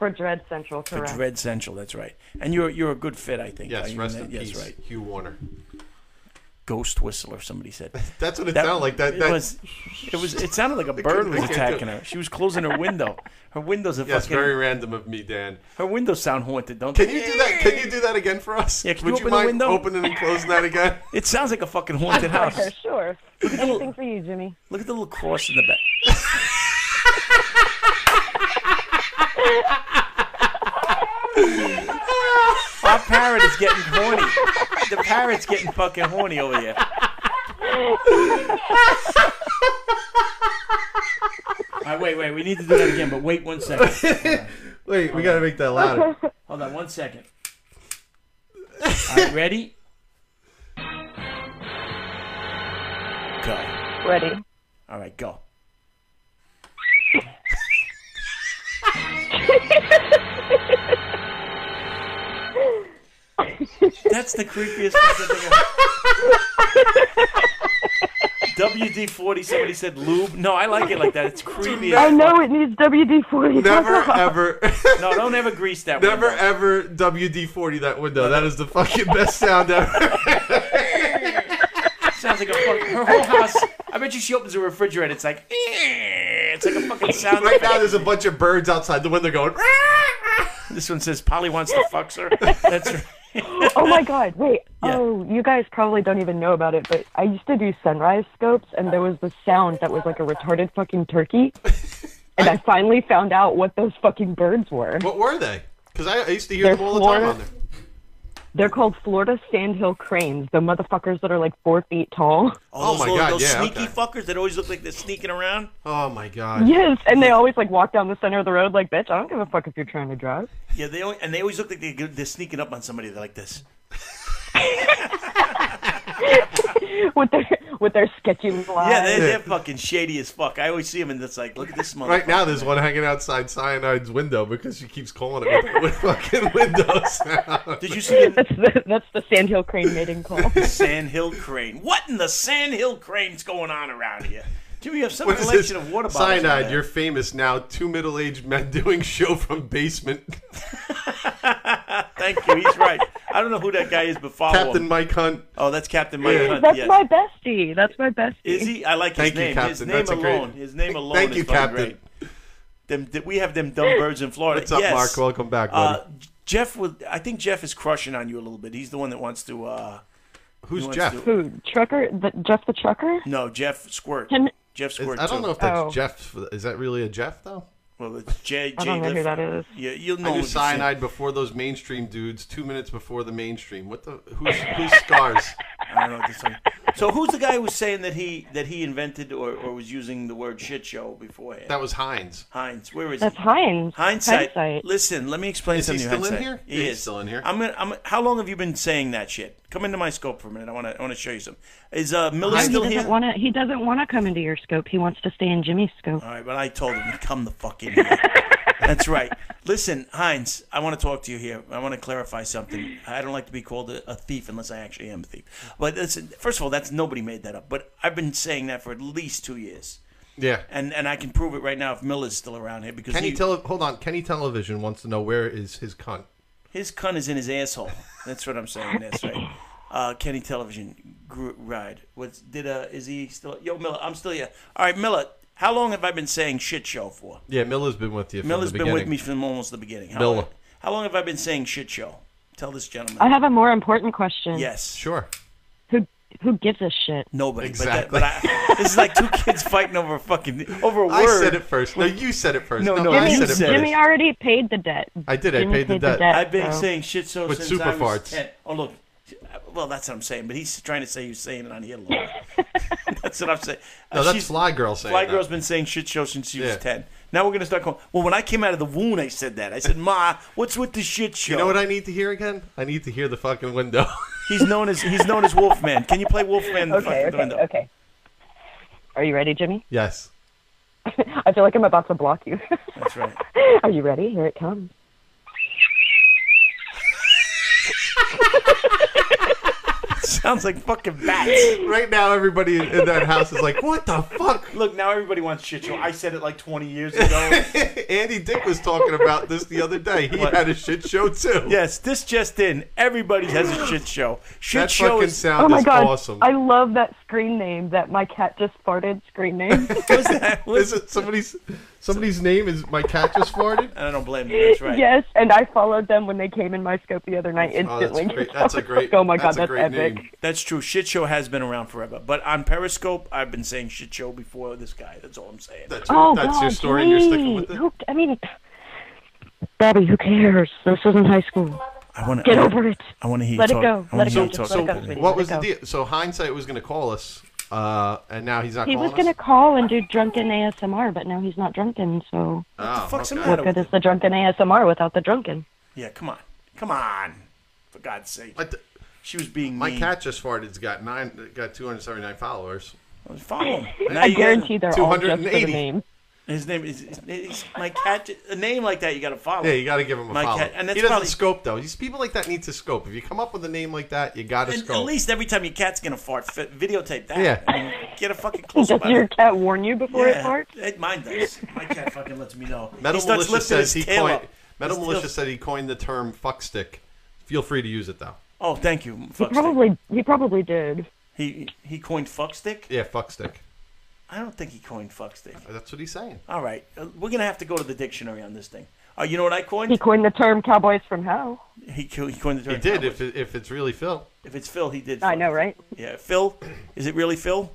Speaker 13: For Dread Central,
Speaker 2: for
Speaker 13: correct.
Speaker 2: Dread Central. That's right. And you're you're a good fit, I think.
Speaker 1: Yes,
Speaker 2: Are you
Speaker 1: rest
Speaker 2: that?
Speaker 1: in
Speaker 2: yes,
Speaker 1: peace,
Speaker 2: right.
Speaker 1: Hugh Warner.
Speaker 2: Ghost whistler. Somebody said.
Speaker 1: That's what it sounded like. That-
Speaker 2: it
Speaker 1: that-
Speaker 2: was. It was. It
Speaker 1: [LAUGHS]
Speaker 2: sounded like a
Speaker 1: I
Speaker 2: bird
Speaker 1: couldn't-
Speaker 2: was
Speaker 1: I can't do
Speaker 2: attacking
Speaker 1: it.
Speaker 2: her. She was closing her window. Her windows are
Speaker 1: Yes,
Speaker 2: fucking.
Speaker 1: very random of me, Dan.
Speaker 2: Her windows sound haunted, don't
Speaker 1: Can
Speaker 2: they?
Speaker 1: you do that? Can you do that again for us?
Speaker 2: Yeah, can
Speaker 1: Would
Speaker 2: you open
Speaker 1: mind
Speaker 2: the window?
Speaker 1: opening and closing that again?
Speaker 2: It sounds like a fucking haunted house.
Speaker 13: sure. Anything for you, Jimmy.
Speaker 2: Look at the little cross in the
Speaker 1: [LAUGHS]
Speaker 2: back. Our parrot is getting horny. The parrot's getting fucking horny over here. All right, wait, wait. We need to do that again, but wait one second. Hold on.
Speaker 1: [LAUGHS] Wait, we gotta make that louder.
Speaker 2: Hold on one second. All right, ready? Go.
Speaker 13: Ready.
Speaker 2: All right, go. That's the creepiest fucking thing. I've- WD forty. Somebody said lube. No, I like it like that. It's creepy.
Speaker 13: I
Speaker 2: as
Speaker 13: know it needs WD forty.
Speaker 1: [LAUGHS] Never
Speaker 2: [LAUGHS]
Speaker 1: ever, [LAUGHS]
Speaker 2: fuck. No, don't ever grease that.
Speaker 1: never
Speaker 2: window.
Speaker 1: ever WD-40 that window. That is the fucking best sound ever. [LAUGHS]
Speaker 2: Sounds like a fuck. Her [LAUGHS] whole house. I bet you she opens the refrigerator. It's like. "Eh." It's like a fucking sound.
Speaker 1: Right now,
Speaker 2: effect.
Speaker 1: there's a bunch of birds outside the window going. "Rah!"
Speaker 2: This one says Polly wants to fuck her. That's right.
Speaker 13: oh my god, wait.
Speaker 2: [LAUGHS]
Speaker 13: Oh, you guys probably don't even know about it, but I used to do sunrise scopes and there was this sound that was like a retarded fucking turkey. And I finally found out what those fucking birds were.
Speaker 1: What were they? Because I, I used to hear
Speaker 13: They're
Speaker 1: them all the time
Speaker 13: Florida-
Speaker 1: on there.
Speaker 13: They're called Florida sandhill cranes, the motherfuckers that are like four feet
Speaker 2: [LAUGHS]
Speaker 13: tall.
Speaker 1: [LAUGHS] Oh,
Speaker 2: those
Speaker 1: my
Speaker 2: little-
Speaker 1: god!
Speaker 2: Those
Speaker 1: yeah.
Speaker 2: sneaky
Speaker 1: okay.
Speaker 2: fuckers that always look like they're sneaking around.
Speaker 1: Oh my god.
Speaker 13: Yes, and they always like walk down the center of the road like, bitch, I don't give a fuck if you're trying to drive.
Speaker 2: Yeah, they only, and they always look like they're, they're sneaking up on somebody. They're like this.
Speaker 13: with their with their sketchy little eyes.
Speaker 2: Yeah, they're, they're fucking shady as fuck. I always see them and it's like, look at this motherfucker.
Speaker 1: Right now, there's one hanging outside Cyanide's window because she keeps calling it with, with fucking window [LAUGHS] sound.
Speaker 2: Did you see
Speaker 13: [LAUGHS] that's the, that's the sandhill crane mating
Speaker 2: [LAUGHS]
Speaker 13: call.
Speaker 2: Sand Hill Crane. What in the Sand Hill Crane's going on around here? Jimmy, you have some
Speaker 1: What is this?
Speaker 2: collection of water bottles. in
Speaker 1: Cyanide,
Speaker 2: there.
Speaker 1: you're famous now. Two middle-aged men [LAUGHS] doing show from basement.
Speaker 2: Thank you. He's right. I don't know who that guy is, but follow
Speaker 1: Captain
Speaker 2: him.
Speaker 1: Mike Hunt.
Speaker 2: Oh, that's Captain Mike
Speaker 1: Yeah.
Speaker 2: Hunt.
Speaker 13: That's
Speaker 2: yes.
Speaker 13: my bestie. That's my bestie.
Speaker 2: Is he? I like his
Speaker 1: Thank you,
Speaker 2: name. his
Speaker 1: Captain.
Speaker 2: name
Speaker 1: That's a great-
Speaker 2: alone. His name alone.
Speaker 1: Thank
Speaker 2: is
Speaker 1: you,
Speaker 2: fucking
Speaker 1: Captain.
Speaker 2: Great. Them, th- we have them dumb birds in Florida.
Speaker 1: What's up,
Speaker 2: Yes.
Speaker 1: Mark? Welcome back, buddy.
Speaker 2: Uh, Jeff, would, I think Jeff is crushing on you a little bit. He's the one that wants to. Uh, he
Speaker 1: Who's
Speaker 2: wants
Speaker 1: Jeff?
Speaker 2: to-
Speaker 13: Who? Trucker? The, Jeff the trucker?
Speaker 2: no, Jeff Squirt.
Speaker 13: Can-
Speaker 2: Jeff
Speaker 1: Is-
Speaker 2: Squirt.
Speaker 1: I don't
Speaker 2: too.
Speaker 1: know if that's
Speaker 13: Oh.
Speaker 1: Jeff. Is that really a Jeff though?
Speaker 2: Well, it's J. J
Speaker 13: I don't know who
Speaker 2: Liff-
Speaker 13: that is.
Speaker 2: Yeah, you'll
Speaker 1: I
Speaker 2: know.
Speaker 1: knew
Speaker 2: if you see him.
Speaker 1: Cyanide before those mainstream dudes. Two minutes before the mainstream. What the? Who's, who's scars?
Speaker 2: I don't know what this one. So who's the guy who was saying that he that he invented or, or was using the word shit show beforehand?
Speaker 1: That was Heinz.
Speaker 2: Heinz, where is
Speaker 13: That's
Speaker 2: he?
Speaker 13: Heinz.
Speaker 2: Hindsight.
Speaker 13: Hindsight.
Speaker 2: Listen, let me explain
Speaker 1: Is he
Speaker 2: something. to you,
Speaker 1: still in here?
Speaker 2: hindsight. He
Speaker 1: Yeah,
Speaker 2: is
Speaker 1: he's still in here.
Speaker 2: I'm gonna. I'm. How long have you been saying that shit? Come into my scope for a minute. I want to. I want to show you something. Is uh Miller
Speaker 13: He
Speaker 2: still here?
Speaker 13: doesn't want to. He doesn't want to come into your scope. He wants to stay in Jimmy's scope.
Speaker 2: All right, but I told him to come the fuck in. Here. That's right. Listen, Heinz, I want to talk to you here. I want to clarify something. I don't like to be called a, a thief unless I actually am a thief. But listen, first of all, that's nobody made that up. But I've been saying that for at least two years.
Speaker 1: Yeah.
Speaker 2: and and I can prove it right now if Miller's still around here because
Speaker 1: Kenny
Speaker 2: he,
Speaker 1: tele- Hold on. Kenny Television wants to know where is his cunt.
Speaker 2: his cunt is in his asshole. That's what I'm saying. That's right. Uh, Kenny Television grew, ride. What's did uh is he still? Yo, Miller, I'm still here. All right, Miller, how long have I been saying shit show for?
Speaker 1: Yeah, Miller's been with you. From
Speaker 2: Miller's
Speaker 1: the
Speaker 2: been with
Speaker 1: beginning.
Speaker 2: me from almost the beginning. How
Speaker 1: Miller.
Speaker 2: Long, how long have I been saying shit show? Tell this gentleman.
Speaker 13: I have a more important question.
Speaker 2: yes.
Speaker 1: Sure.
Speaker 13: Who who gives a shit?
Speaker 2: Nobody.
Speaker 1: Exactly.
Speaker 2: But, that, but I, this is like two kids fighting over a fucking over a word.
Speaker 1: I said it first. No, you said it first.
Speaker 2: No,
Speaker 1: No,
Speaker 2: no,
Speaker 1: I
Speaker 2: you
Speaker 1: said it
Speaker 2: said it.
Speaker 1: first.
Speaker 13: Jimmy already paid the debt.
Speaker 1: I did. I
Speaker 13: Jimmy
Speaker 1: paid the debt.
Speaker 2: I've been
Speaker 7: Oh.
Speaker 13: so-
Speaker 2: saying shit so
Speaker 1: With
Speaker 2: since
Speaker 1: super
Speaker 2: I was
Speaker 1: farts.
Speaker 2: 10. Oh look, well that's what I'm saying, but he's trying to say he's saying it on here. a lot. [LAUGHS] that's what I'm saying.
Speaker 1: No, that's
Speaker 2: She's-
Speaker 1: Fly Girl saying
Speaker 2: Fly
Speaker 1: that.
Speaker 2: Girl's been saying shit show since she was
Speaker 1: Yeah.
Speaker 2: ten. Now we're going to start calling. Well, when I came out of the womb, I said that. I said, Ma, what's with the shit show?
Speaker 1: You know what I need to hear again? I need to hear the fucking window. [LAUGHS]
Speaker 2: He's known as he's known as Wolfman. Can you play Wolfman? the fucking
Speaker 13: Okay, okay,
Speaker 2: window?
Speaker 13: okay. Are you ready, Jimmy?
Speaker 1: Yes.
Speaker 13: I feel like I'm about to block you. [LAUGHS]
Speaker 2: That's right.
Speaker 13: Are you ready? Here it comes.
Speaker 2: Sounds like fucking bats.
Speaker 1: right now, everybody in in that house is like, "What the fuck?" [LAUGHS]
Speaker 2: Look, now everybody wants shit show. I said it like 20 years ago.
Speaker 1: Andy Dick was talking about this the other day. He had a shit show too.
Speaker 2: yes, this just in. Everybody has a shit show. Shit
Speaker 1: That
Speaker 2: show
Speaker 1: fucking
Speaker 2: is [LAUGHS]
Speaker 1: sound
Speaker 13: oh my
Speaker 1: is
Speaker 13: god!
Speaker 1: awesome.
Speaker 13: I love that screen name that my cat just farted. Screen [LAUGHS] name.
Speaker 1: [LAUGHS] Is it somebody's somebody's name is my cat just farted?
Speaker 2: I don't blame you. That's right.
Speaker 13: yes, and I followed them when they came in my scope the other night
Speaker 2: Oh, that's
Speaker 13: instantly.
Speaker 2: great.
Speaker 13: [LAUGHS]
Speaker 1: That's a great.
Speaker 13: Oh my god,
Speaker 2: that's
Speaker 13: that's,
Speaker 2: a great
Speaker 13: epic.
Speaker 2: That's true. Shit show has been around forever, but on Periscope, I've been saying shit show before this guy. That's all I'm saying. That's,
Speaker 13: Oh god, Jimmy. Who, I mean, Bobby, who cares? This isn't high school.
Speaker 2: I want
Speaker 13: get over it.
Speaker 2: I want to
Speaker 13: Let it go. Let it go. Just let it go. sweetie.
Speaker 1: What
Speaker 13: Let
Speaker 1: was
Speaker 13: it
Speaker 1: the
Speaker 13: go.
Speaker 1: deal? So hindsight was going to call us, uh, and now he's not
Speaker 13: He
Speaker 1: calling
Speaker 13: was going to
Speaker 1: us.
Speaker 13: call and do drunken ASMR, but now he's not drunken, so.
Speaker 1: Oh,
Speaker 2: fuck's the
Speaker 1: okay.
Speaker 2: matter
Speaker 13: What good is the drunken ASMR without the drunken?
Speaker 2: Yeah, come on, come on, for God's sake. she was being
Speaker 1: My
Speaker 2: mean.
Speaker 1: cat just farted's got nine, got two hundred seventy nine followers.
Speaker 2: Follow him.
Speaker 1: [LAUGHS] I
Speaker 2: Now you gotta-
Speaker 1: guarantee they're all just for the 280. name.
Speaker 2: His name is, is, is my cat. A name like that, you got to follow.
Speaker 1: Yeah, you got to give him a
Speaker 2: my
Speaker 1: follow.
Speaker 2: Cat, and that's
Speaker 1: he doesn't
Speaker 2: probably,
Speaker 1: scope though. These people like that need to scope. If you come up with a name like that, you got to
Speaker 2: and at
Speaker 1: scope.
Speaker 2: least every time your cat's gonna fart, fi- videotape that.
Speaker 1: Yeah.
Speaker 2: I mean, get a fucking close
Speaker 13: Does
Speaker 2: up.
Speaker 13: your cat warn you before
Speaker 2: yeah.
Speaker 13: it farts?
Speaker 2: It, mine does. My cat fucking lets me know.
Speaker 1: Metal
Speaker 2: he starts
Speaker 1: Militia
Speaker 2: lifting
Speaker 1: says
Speaker 2: his
Speaker 1: he
Speaker 2: tail
Speaker 1: coined.
Speaker 2: up.
Speaker 1: Metal
Speaker 2: His tail-
Speaker 1: Militia said he coined the term "fuck stick." Feel free to use it though.
Speaker 2: Oh, thank you.
Speaker 13: He
Speaker 2: Fuck stick.
Speaker 13: probably he probably did.
Speaker 2: He he coined fuck stick.
Speaker 1: Yeah, fuck stick.
Speaker 2: I don't think he coined fuck stick.
Speaker 1: That's what he's saying.
Speaker 2: All right, uh, we're gonna have to go to the dictionary on this thing. Uh, you know what I
Speaker 1: [LAUGHS]
Speaker 2: coined?
Speaker 13: He coined the term "cowboys from hell."
Speaker 2: He, co- he coined the term.
Speaker 1: He did. If it, if it's really Phil,
Speaker 2: If it's Phil, he did.
Speaker 13: I know, right?
Speaker 2: Yeah, Phil. Is it really Phil?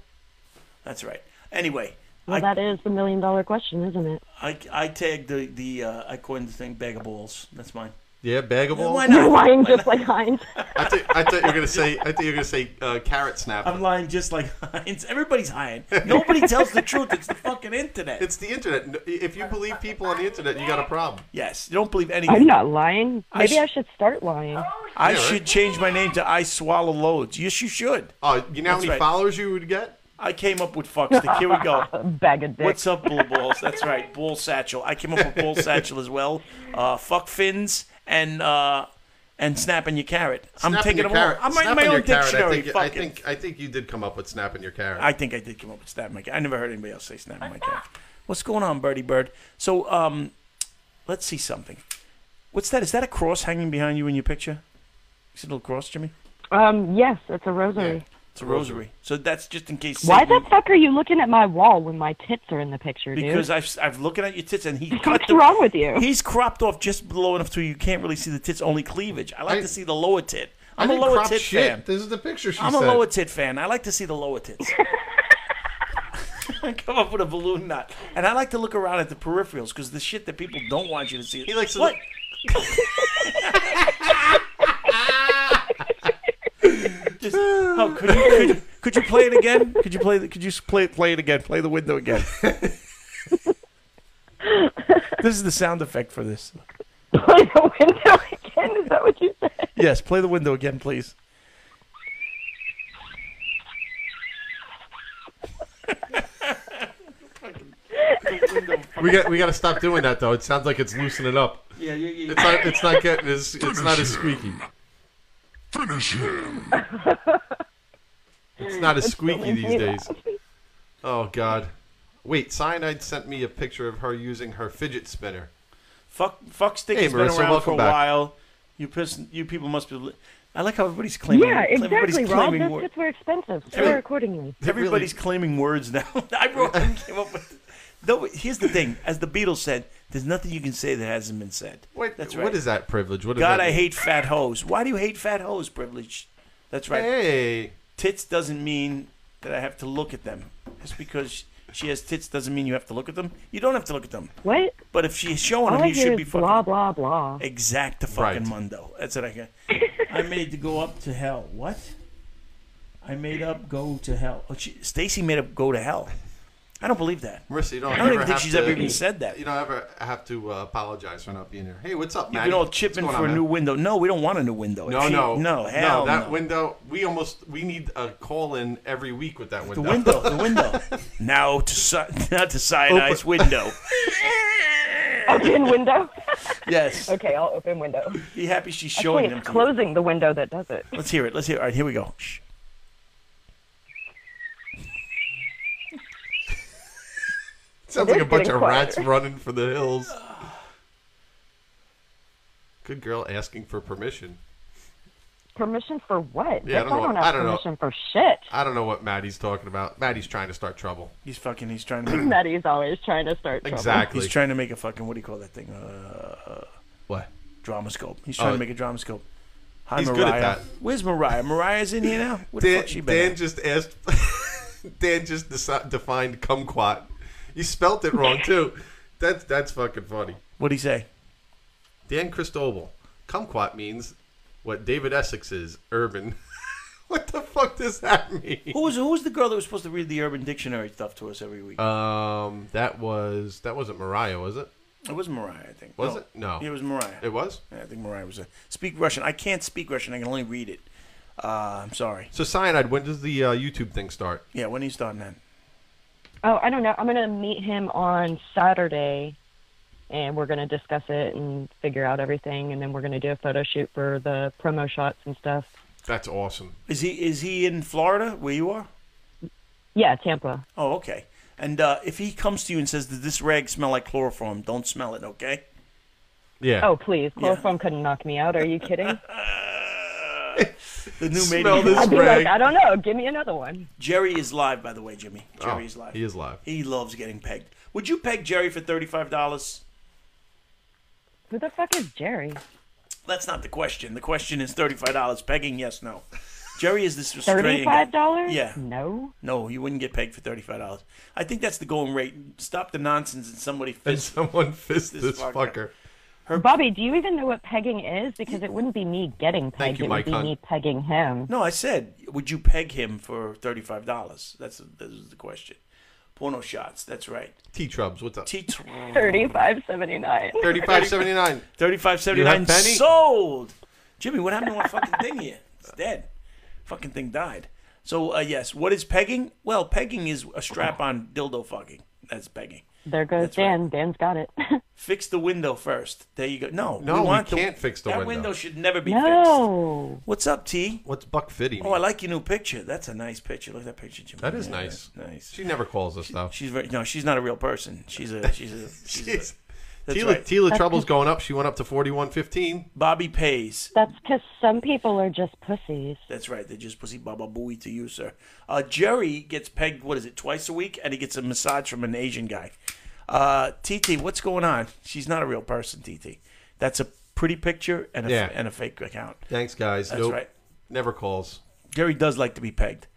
Speaker 2: That's right. Anyway,
Speaker 13: Well, that is the million dollar question, isn't it?
Speaker 2: I, I tagged the the uh, I coined the thing bag of balls. That's mine.
Speaker 1: yeah, bag of
Speaker 2: Yeah,
Speaker 1: balls.
Speaker 2: why not?
Speaker 13: You're lying just like Heinz.
Speaker 1: I, thi- I thought you were gonna say. I thought you were gonna say uh, carrot snap.
Speaker 2: I'm lying just like [LAUGHS] Heinz. Everybody's lying. Nobody tells the truth. It's the fucking internet.
Speaker 1: It's the internet. N- If you believe people on the internet, you got a problem.
Speaker 2: yes, you don't believe anything.
Speaker 13: I'm not lying.
Speaker 2: I
Speaker 13: Maybe
Speaker 2: sh-
Speaker 13: I, should start lying.
Speaker 2: I
Speaker 1: Yeah, right.
Speaker 2: should change my name to I Swallow Loads. Yes, you should.
Speaker 1: Oh, you know how many followers you would get?
Speaker 2: I came up with Fuckstick. Here we
Speaker 13: [LAUGHS]
Speaker 2: go.
Speaker 13: Bag of dicks.
Speaker 2: What's up, Bull Balls? That's right, Bull Satchel. I came up with Bull Satchel as well. Uh, fuck Fins and uh, and Snapping Your Carrot. I'm
Speaker 1: Snapping
Speaker 2: taking
Speaker 1: your
Speaker 2: them
Speaker 1: carrot.
Speaker 2: all. I'm writing
Speaker 1: snapping
Speaker 2: my
Speaker 1: your
Speaker 2: own
Speaker 1: carrot, I
Speaker 2: dictionary.
Speaker 1: think,
Speaker 2: Fuck
Speaker 1: I
Speaker 2: it.
Speaker 1: think I think you did come up with snapping your carrot.
Speaker 2: I think I did come up with Snap My Cat. I never heard anybody else say Snap My Cat. What's going on, Birdie Bird? So, um, let's see something. What's that? Is that a cross hanging behind you in your picture? Is it a little cross, Jimmy?
Speaker 13: Um, yes, it's a rosary.
Speaker 2: It's a rosary. So that's just in case.
Speaker 13: Why
Speaker 2: Satan-
Speaker 13: the fuck are you looking at my wall when my tits are in the picture, dude? [LAUGHS]
Speaker 2: Because I've I've looking at your tits and he cut
Speaker 13: What's
Speaker 2: the,
Speaker 13: wrong with you?
Speaker 2: He's cropped off just low enough to you can't really see the tits, only cleavage. I like to see the lower tit.
Speaker 1: I
Speaker 2: I'm a
Speaker 1: didn't
Speaker 2: lower
Speaker 1: crop
Speaker 2: tit
Speaker 1: shit.
Speaker 2: fan.
Speaker 1: This is the picture she
Speaker 2: I'm
Speaker 1: said.
Speaker 2: a lower tit fan. I like to see the lower tits. I come up with a balloon knot, and I like to look around at the peripherals because the shit that people don't want you to see. He likes to what? [LAUGHS] Just, oh, could you, could, you- could you play it again? Could you play? the- Could you s- play play it again? Play the window again. this is the sound effect for this.
Speaker 13: Play the window again. Is that what you said?
Speaker 2: Yes, play the window again, please.
Speaker 1: we got we got to stop doing that though. It sounds like it's loosening up.
Speaker 2: Yeah, yeah, yeah.
Speaker 1: It's not it's not getting as it's not as squeaky.
Speaker 9: Finish him.
Speaker 1: It's not as
Speaker 9: It's
Speaker 1: squeaky
Speaker 9: making
Speaker 1: these
Speaker 9: me
Speaker 1: days. Oh God! Wait, Cyanide sent me a picture of her using her fidget spinner.
Speaker 2: Fuck, fuck stick
Speaker 1: Hey, Marissa,
Speaker 2: has been around for
Speaker 1: welcome
Speaker 2: a
Speaker 1: back.
Speaker 2: while. You piss, you people must be. I like how everybody's claiming.
Speaker 13: yeah,
Speaker 2: claim-
Speaker 13: exactly,
Speaker 2: Everybody's
Speaker 13: Rob.
Speaker 2: claiming
Speaker 13: That's
Speaker 2: wor-
Speaker 13: because we're expensive.
Speaker 2: Every-
Speaker 13: Swear accordingly.
Speaker 2: Everybody's claiming words now. [LAUGHS] I wrote I came up with. Though here's the thing, as the Beatles said, there's nothing you can say that hasn't been said.
Speaker 1: What,
Speaker 2: That's right.
Speaker 1: What is that privilege? What does
Speaker 2: God,
Speaker 1: that
Speaker 2: I
Speaker 1: mean?
Speaker 2: hate fat hoes. Why do you hate fat hoes? Privilege. That's right.
Speaker 1: Hey.
Speaker 2: Tits doesn't mean that I have to look at them. Just because she has tits doesn't mean you have to look at them. You don't have to look at them.
Speaker 13: What?
Speaker 2: But if she's showing
Speaker 13: All
Speaker 2: them,
Speaker 13: I
Speaker 2: you should
Speaker 13: hear
Speaker 2: be
Speaker 13: is
Speaker 2: fucking
Speaker 13: blah blah blah.
Speaker 2: exact the fucking mundo. That's what I
Speaker 13: [LAUGHS]
Speaker 2: got. I made to go up to hell. What? I made up go to hell. Oh, she, Stacy made up go to hell. I don't believe that.
Speaker 1: Marissa, you don't.
Speaker 2: I don't even
Speaker 1: ever
Speaker 2: think
Speaker 1: have
Speaker 2: she's
Speaker 1: to-
Speaker 2: ever even said that.
Speaker 1: You don't ever have to uh, apologize for not being here. Hey, what's up,
Speaker 2: You
Speaker 1: man?
Speaker 2: can all chip in for a new window. No, we don't want a new window.
Speaker 1: No,
Speaker 2: It
Speaker 1: no,
Speaker 2: can't- no, hell
Speaker 1: that
Speaker 2: no.
Speaker 1: window. We almost we need a call in every week with that window.
Speaker 2: The window,
Speaker 1: [LAUGHS]
Speaker 2: the window. now to si- [LAUGHS] not to
Speaker 1: [LAUGHS]
Speaker 2: cyanide's window.
Speaker 13: Open window. [LAUGHS]
Speaker 2: Yes.
Speaker 13: Okay, I'll open window.
Speaker 2: Be happy she's
Speaker 13: Actually,
Speaker 2: showing
Speaker 13: it's
Speaker 2: them. to you.
Speaker 13: closing the window that does it.
Speaker 2: Let's hear it. Let's hear. It. All right, here we go. Shh.
Speaker 1: Sounds like a bunch of rats running for the hills. Good girl asking for permission.
Speaker 13: Permission for what?
Speaker 1: Yeah, I
Speaker 13: That's-
Speaker 1: don't
Speaker 13: have
Speaker 1: know. I don't know.
Speaker 13: permission for shit. [CLEARS THROAT]
Speaker 1: I don't know what Maddie's talking about. Maddie's trying to start trouble.
Speaker 2: He's fucking. He's trying
Speaker 13: Maddie's always trying to start trouble.
Speaker 1: Exactly.
Speaker 2: He's trying to make a fucking what do you call that thing? Uh,
Speaker 1: what?
Speaker 2: Drama scope. He's trying
Speaker 1: Oh.
Speaker 2: to make a drama scope. Hi,
Speaker 1: He's
Speaker 2: Mariah.
Speaker 1: good at that.
Speaker 2: Where's Mariah? Mariah's in here now. What the
Speaker 1: Dan,
Speaker 2: fuck she
Speaker 1: Dan
Speaker 2: been? at?
Speaker 1: just asked. [LAUGHS] Dan just deci- defined kumquat. You spelt it wrong
Speaker 2: [LAUGHS]
Speaker 1: too. That's that's fucking funny.
Speaker 2: What'd he say?
Speaker 1: Dan Cristobal. Kumquat means what David Essex is. Urban. [LAUGHS] what the fuck does that mean?
Speaker 2: Who was who was the girl that was supposed to read the Urban Dictionary stuff to us every week?
Speaker 1: Um, that was that wasn't Mariah, was it?
Speaker 2: it was Mariah, I think.
Speaker 1: Was it? No.
Speaker 2: it was Mariah.
Speaker 1: It was.
Speaker 2: Yeah, I think Mariah was a speak Russian. I can't speak Russian. I can only read it. Uh, I'm sorry.
Speaker 1: So cyanide. When does the uh, YouTube thing start?
Speaker 2: Yeah, when he's done then.
Speaker 13: Oh, I don't know. I'm gonna meet him on Saturday, and we're gonna discuss it and figure out everything, and then we're gonna do a photo shoot for the promo shots and stuff.
Speaker 1: That's awesome.
Speaker 2: Is he is he in Florida where you are?
Speaker 13: Yeah, Tampa.
Speaker 2: Oh, okay. And uh, if he comes to you and says, "Does this rag smell like chloroform?" Don't smell it, okay?
Speaker 1: Yeah.
Speaker 13: Oh, please. Chloroform couldn't knock me out. Are you
Speaker 1: [LAUGHS]
Speaker 13: kidding?
Speaker 2: Uh, The new maid.
Speaker 13: I'd be like, I don't know. Give me another one.
Speaker 2: Jerry is live, by the way, Jimmy. Jerry
Speaker 1: Oh,
Speaker 2: is live.
Speaker 1: he is live.
Speaker 2: He loves getting pegged. Would you peg Jerry for thirty-five dollars?
Speaker 13: Who the fuck is Jerry?
Speaker 2: That's not the question. The question is thirty-five dollars. Pegging, yes, no. Jerry is this Australian guy.
Speaker 13: $35?
Speaker 2: Yeah.
Speaker 13: No.
Speaker 2: No, you wouldn't get pegged for thirty-five dollars. I think that's the going rate. Stop the nonsense and somebody fist.
Speaker 1: And someone fist
Speaker 2: this
Speaker 1: this
Speaker 2: fucker.
Speaker 1: fucker.
Speaker 13: Bobby, do you even know what pegging is? Because it wouldn't be me getting pegged.
Speaker 2: Thank you,
Speaker 13: it
Speaker 2: Mike
Speaker 13: would be
Speaker 2: Hunt.
Speaker 13: me pegging him.
Speaker 2: No, I said, would you peg him for thirty-five dollars? That's that was the question. Porno shots. That's right.
Speaker 1: T Trubs, what's up?
Speaker 2: T
Speaker 13: [LAUGHS] Thirty-five seventy-nine.
Speaker 1: Thirty-five seventy-nine.
Speaker 2: Thirty-five
Speaker 1: You
Speaker 2: seventy-nine.
Speaker 1: have Penny?
Speaker 2: Sold. Jimmy, what happened to my fucking thing here? It's dead. Fucking thing died. So uh, yes, what is pegging? Well, pegging is a strap-on dildo fucking. That's pegging.
Speaker 13: There goes Dan. Dan's got it. [LAUGHS]
Speaker 2: Fix the window first. There you go. No,
Speaker 1: No, we
Speaker 2: want
Speaker 1: can't fix the
Speaker 2: that
Speaker 1: window.
Speaker 2: window should never be
Speaker 13: no.
Speaker 2: fixed. What's up, T?
Speaker 1: What's Buck Fitty?
Speaker 2: Oh, I like your new picture. That's a nice picture. Look at that picture, Jimmy.
Speaker 1: That is
Speaker 2: Yeah,
Speaker 1: nice.
Speaker 2: that's Nice.
Speaker 1: She never calls us though.
Speaker 2: She's very no. She's not a real person. She's a.
Speaker 1: [LAUGHS]
Speaker 2: She's a. She's a that's
Speaker 1: Tila,
Speaker 2: right.
Speaker 1: Tila Trouble's going up. She went up to forty-one fifteen.
Speaker 2: Bobby pays.
Speaker 13: That's because some people are just pussies.
Speaker 2: That's right. They just pussy baba booey to you, sir. Uh, Jerry gets pegged. What is it? Twice a week, and he gets a massage from an Asian guy. Uh, TT, what's going on? She's not a real person, TT. That's a pretty picture and a
Speaker 1: Yeah.
Speaker 2: and a fake account.
Speaker 1: Thanks, guys.
Speaker 2: That's
Speaker 1: nope.
Speaker 2: right.
Speaker 1: Never calls.
Speaker 2: Jerry does like to be pegged.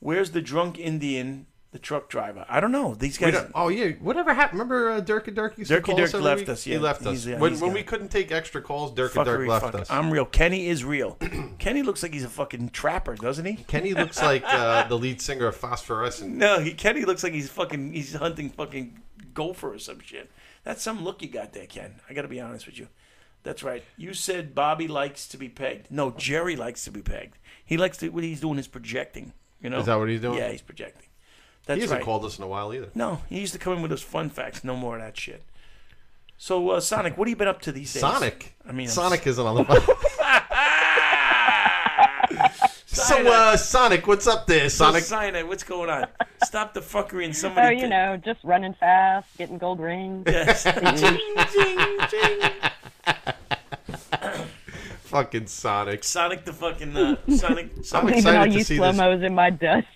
Speaker 2: Where's the drunk Indian, the truck driver? I don't know. These
Speaker 1: We
Speaker 2: guys.
Speaker 1: don't, oh yeah, whatever happened? Remember uh, Dirk and Dirk used to
Speaker 2: Dirk and
Speaker 1: call
Speaker 2: Dirk
Speaker 1: us every
Speaker 2: left
Speaker 1: week?
Speaker 2: us,
Speaker 1: He
Speaker 2: yeah.
Speaker 1: left us
Speaker 2: He's- yeah,
Speaker 1: when,
Speaker 2: he's
Speaker 1: when
Speaker 2: got
Speaker 1: we
Speaker 2: it.
Speaker 1: couldn't take extra calls. Dirk and Dirk
Speaker 2: Fuckery,
Speaker 1: left
Speaker 2: fuck-
Speaker 1: us.
Speaker 2: I'm real. Kenny is real. [CLEARS THROAT] Kenny looks like he's a fucking trapper, doesn't he?
Speaker 1: Kenny
Speaker 2: [LAUGHS]
Speaker 1: looks like uh, the lead singer of Phosphorescent.
Speaker 2: No, he Kenny looks like he's fucking he's hunting fucking gopher or some shit. That's some look you got there, Ken. I gotta be honest with you. That's right. You said Bobby likes to be pegged. No, Jerry likes to be pegged. He likes to what he's doing is projecting. You know
Speaker 1: Is that what he's doing?
Speaker 2: Yeah, he's projecting. That's
Speaker 1: he hasn't
Speaker 2: right.
Speaker 1: called us in a while either.
Speaker 2: No, he used to come in with those fun facts. No more of that shit. So uh, Sonic, what have you been up to these days?
Speaker 1: Sonic.
Speaker 2: I mean, I'm
Speaker 1: Sonic isn't on the
Speaker 2: [LAUGHS]
Speaker 1: phone. [LAUGHS] so, uh, Sonic, what's up there, Sonic?
Speaker 2: So Cyanide, what's
Speaker 1: [LAUGHS]
Speaker 2: going on? Stop the fuckery and somebody.
Speaker 13: Oh, you know, just running fast, getting gold rings.
Speaker 2: [LAUGHS] Yes.
Speaker 1: Fucking Sonic.
Speaker 2: Sonic the fucking uh,
Speaker 13: [LAUGHS]
Speaker 2: Sonic.
Speaker 1: I'm
Speaker 2: Sonic.
Speaker 13: Leaving all
Speaker 1: excited to
Speaker 13: you
Speaker 1: see
Speaker 13: slow
Speaker 1: this.
Speaker 13: mos in my dust.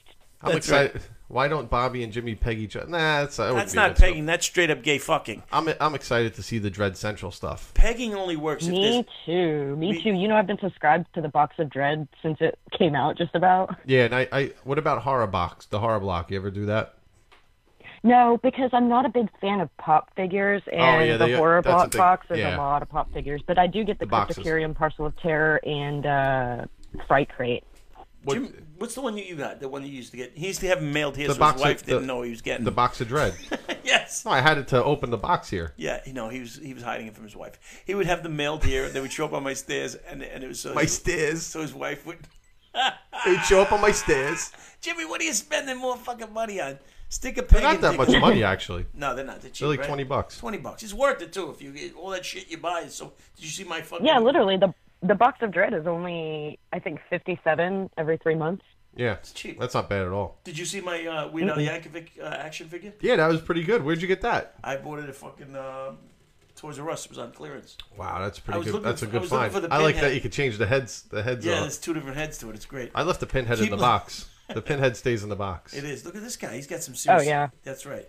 Speaker 1: I'm
Speaker 2: That's
Speaker 1: excited. Why don't Bobby and Jimmy peg each other? Nah, that's, that would
Speaker 2: That's
Speaker 1: be
Speaker 2: not
Speaker 1: mixed up.
Speaker 2: pegging. That's straight up gay fucking.
Speaker 1: I'm I'm excited to see the Dread Central stuff.
Speaker 2: Pegging only works if
Speaker 13: Me
Speaker 2: there's.
Speaker 13: too. Me too. You know, I've been subscribed to the Box of Dread since it came out, just about.
Speaker 1: Yeah, and I, I what about Horror Box, the Horror Block? You ever do that?
Speaker 13: No, because I'm not a big fan of pop figures, and
Speaker 1: Oh, yeah,
Speaker 13: the
Speaker 1: they-
Speaker 13: horror
Speaker 1: that's
Speaker 13: block
Speaker 1: a thing.
Speaker 13: box. There's
Speaker 1: Yeah.
Speaker 13: a lot of pop figures, but I do get the,
Speaker 1: The boxes.
Speaker 13: Cryptocurium, Parcel of Terror, and uh, Fright Crate.
Speaker 1: What-
Speaker 2: Jim, what's the one you got? The one you used to get? He used to have them mailed here,
Speaker 1: The
Speaker 2: so
Speaker 1: box
Speaker 2: his wife
Speaker 1: of- the-
Speaker 2: didn't know he was getting.
Speaker 1: The box of
Speaker 2: [LAUGHS]
Speaker 1: dread.
Speaker 2: yes.
Speaker 1: No, I had it to open the box here.
Speaker 2: Yeah, you know, he was he was hiding it from his wife. He would have them mailed here. They would show up on my stairs, and and it was so
Speaker 1: My stairs.
Speaker 2: So his wife would.
Speaker 1: It show up on my stairs.
Speaker 2: Jimmy, what are you spending more fucking money on? Stick a pig.
Speaker 1: not
Speaker 2: in
Speaker 1: that
Speaker 2: Dick-
Speaker 1: much money, actually.
Speaker 2: No, they're not. They're cheap.
Speaker 1: They're like
Speaker 2: right?
Speaker 1: 20 bucks.
Speaker 2: Twenty bucks. It's worth it too. If you get all that shit you buy. is So did you see my fucking?
Speaker 13: Yeah, literally the the box of dread is only I think fifty seven every three months.
Speaker 1: Yeah,
Speaker 2: cheap.
Speaker 1: That's not bad at all.
Speaker 2: Did you see my uh, Weird Al
Speaker 1: Mm-mm.
Speaker 2: Yankovic uh, action figure?
Speaker 1: Yeah, that was pretty good. Where'd you get that?
Speaker 2: I bought it at fucking uh, Toys R Us. It was on clearance.
Speaker 1: Wow, that's
Speaker 2: I
Speaker 1: pretty
Speaker 2: was
Speaker 1: good.
Speaker 2: looking
Speaker 1: That's a
Speaker 2: for- I
Speaker 1: good
Speaker 2: was looking
Speaker 1: find.
Speaker 2: for the
Speaker 1: I like that
Speaker 2: pinhead.
Speaker 1: you could change the heads. The heads.
Speaker 2: Yeah,
Speaker 1: off.
Speaker 2: there's two different heads to it. It's great.
Speaker 1: I left the pinhead
Speaker 2: Keep
Speaker 1: in the
Speaker 2: looking.
Speaker 1: box.
Speaker 2: [LAUGHS]
Speaker 1: The pinhead stays in the box.
Speaker 2: It is. Look at this guy. He's got some serious.
Speaker 13: Oh, yeah.
Speaker 2: That's right.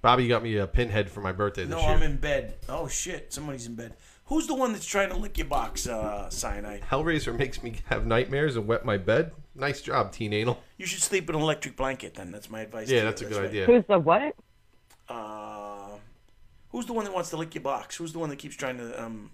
Speaker 1: Bobby got me a pinhead for my birthday this
Speaker 2: No,
Speaker 1: year.
Speaker 2: I'm in bed. Oh shit! Somebody's in bed. Who's the one that's trying to lick your box, uh, cyanide?
Speaker 1: Hellraiser makes me have nightmares and wet my bed. Nice job, teen anal.
Speaker 2: You should sleep in an electric blanket. Then that's my advice.
Speaker 1: Yeah,
Speaker 2: to you.
Speaker 1: that's a good
Speaker 2: right.
Speaker 1: idea.
Speaker 13: Who's the what?
Speaker 2: Uh, who's the one that wants to lick your box? Who's the one that keeps trying to um,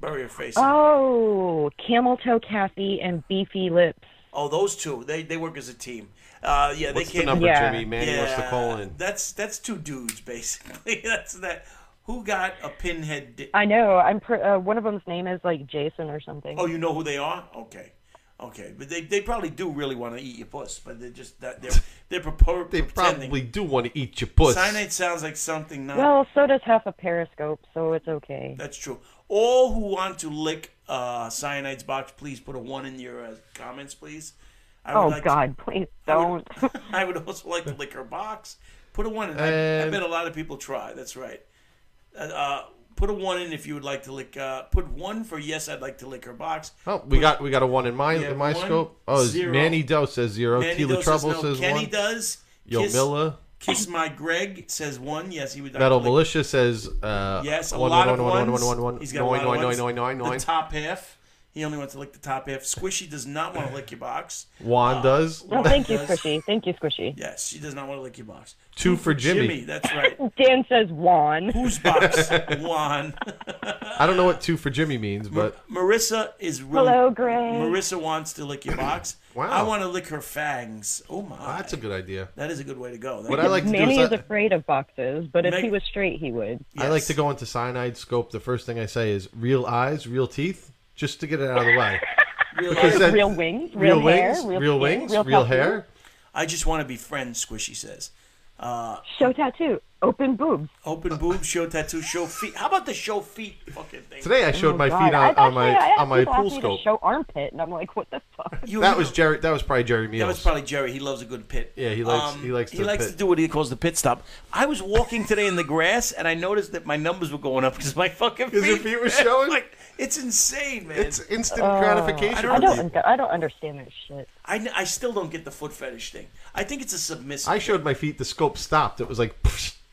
Speaker 2: bury your face? in-
Speaker 13: Oh, camel toe Kathy and beefy lips.
Speaker 2: Oh, those two. They they work as a team. Uh, yeah,
Speaker 1: What's
Speaker 2: they
Speaker 1: the
Speaker 2: came.
Speaker 1: number, Yeah. Jimmy? Manny wants to call in.
Speaker 2: That's that's two dudes basically. [LAUGHS] that's that. Who got a pinhead? Di-
Speaker 13: I know. I'm pr uh, one of them's name is like Jason or something.
Speaker 2: Oh, you know who they are? Okay, okay. But they, they probably do really want to eat your puss, but they're just that they're they're purpo-
Speaker 1: [LAUGHS] They
Speaker 2: pretending.
Speaker 1: probably do want to eat your puss.
Speaker 2: Cyanide sounds like something not.
Speaker 13: Well, so does half a periscope, so it's okay.
Speaker 2: That's true. All who want to lick uh, cyanide's box, please put a one in your uh, comments, please. I would
Speaker 13: oh
Speaker 2: like to-
Speaker 13: God, [LAUGHS] please don't.
Speaker 2: [LAUGHS] I would also like to lick her box. Put a one in. I, I
Speaker 1: Um,
Speaker 13: And-
Speaker 2: bet a lot of people try. That's right. Uh, uh, put a one in if you would like to lick. Uh, put one for yes, I'd like to lick her box.
Speaker 1: Oh, we got we got a one in my
Speaker 2: Yeah,
Speaker 1: in my
Speaker 2: one,
Speaker 1: scope. Oh, it's
Speaker 2: zero.
Speaker 1: Manny Doe says zero.
Speaker 2: Manny
Speaker 1: Tila
Speaker 2: Doe
Speaker 1: Trouble
Speaker 2: no.
Speaker 1: says
Speaker 2: Kenny
Speaker 1: one.
Speaker 2: does.
Speaker 1: Yo
Speaker 2: Kiss-
Speaker 1: Milla.
Speaker 2: Kiss my Greg says one. Yes, he would. like
Speaker 1: Metal
Speaker 2: to lick-
Speaker 1: Militia says uh,
Speaker 2: Yes, a
Speaker 1: one,
Speaker 2: lot
Speaker 1: one,
Speaker 2: of
Speaker 1: one, one,
Speaker 2: ones.
Speaker 1: one, one, one.
Speaker 2: He's got
Speaker 1: Noin,
Speaker 2: a lot
Speaker 1: noin,
Speaker 2: of ones.
Speaker 1: noin, noin, noin, noin.
Speaker 2: The top half. He only wants to lick the top half. Squishy does not want to lick your box.
Speaker 1: Juan
Speaker 2: [LAUGHS]
Speaker 1: does.
Speaker 13: No, thank you, Squishy. Thank you, Squishy.
Speaker 2: Yes, she does not want to lick your box.
Speaker 1: Two for Jimmy.
Speaker 2: That's right.
Speaker 13: Dan says Juan.
Speaker 1: [LAUGHS]
Speaker 2: Whose box? Juan.
Speaker 1: I don't know what two for Jimmy means, but
Speaker 2: Marissa is really.
Speaker 13: Hello, Greg.
Speaker 2: Marissa wants to lick your box.
Speaker 1: [CLEARS THROAT] Wow.
Speaker 2: I want to lick her fangs. Oh my.
Speaker 1: that's a good idea.
Speaker 2: That is a good way to go.
Speaker 1: What I like to do
Speaker 13: Manny
Speaker 1: is
Speaker 13: is
Speaker 1: I-
Speaker 13: afraid of boxes, but if
Speaker 2: Meg-
Speaker 13: he was straight, he would.
Speaker 1: I like to go into cyanide scope. The first thing I say is real eyes, real teeth, just to get it out of
Speaker 13: [LAUGHS]
Speaker 1: the way. Because that-
Speaker 13: real wings,
Speaker 1: real,
Speaker 13: real,
Speaker 1: wings,
Speaker 13: hair, real,
Speaker 1: real
Speaker 13: skin,
Speaker 1: wings,
Speaker 13: real,
Speaker 1: real
Speaker 13: tattoo.
Speaker 1: hair.
Speaker 2: I just want to be friends, Squishy says. Uh,
Speaker 13: Show tattoo, open boobs.
Speaker 2: open boob, show tattoo, show feet. How about the show feet fucking thing?
Speaker 1: Today I showed
Speaker 13: Oh,
Speaker 1: my
Speaker 13: God.
Speaker 1: feet
Speaker 13: I
Speaker 1: on, on my
Speaker 13: actually- I
Speaker 1: on my
Speaker 13: actually
Speaker 1: pool
Speaker 13: asked you to
Speaker 1: scope.
Speaker 13: Show armpit, and I'm like, what the [LAUGHS] fuck?
Speaker 1: That was Jerry. That was probably Jerry
Speaker 2: That was
Speaker 1: Meals.
Speaker 2: probably Jerry. He loves a good pit. Um,
Speaker 1: Yeah, he likes- he likes
Speaker 2: He
Speaker 1: the
Speaker 2: likes
Speaker 1: pit.
Speaker 2: to do what he calls the pit stop. I was walking today in the grass and I noticed that my numbers were going up because my fucking feet.
Speaker 1: Because your feet were showing?
Speaker 2: [LAUGHS] like it's insane, man.
Speaker 1: It's instant
Speaker 13: Uh,
Speaker 1: gratification.
Speaker 13: I
Speaker 2: for
Speaker 13: don't, I
Speaker 2: people.
Speaker 13: don't, I don't understand that shit.
Speaker 2: I, n- I still don't get the foot fetish thing. I think it's a submissive.
Speaker 1: I showed my feet. The scope stopped. It was like [LAUGHS]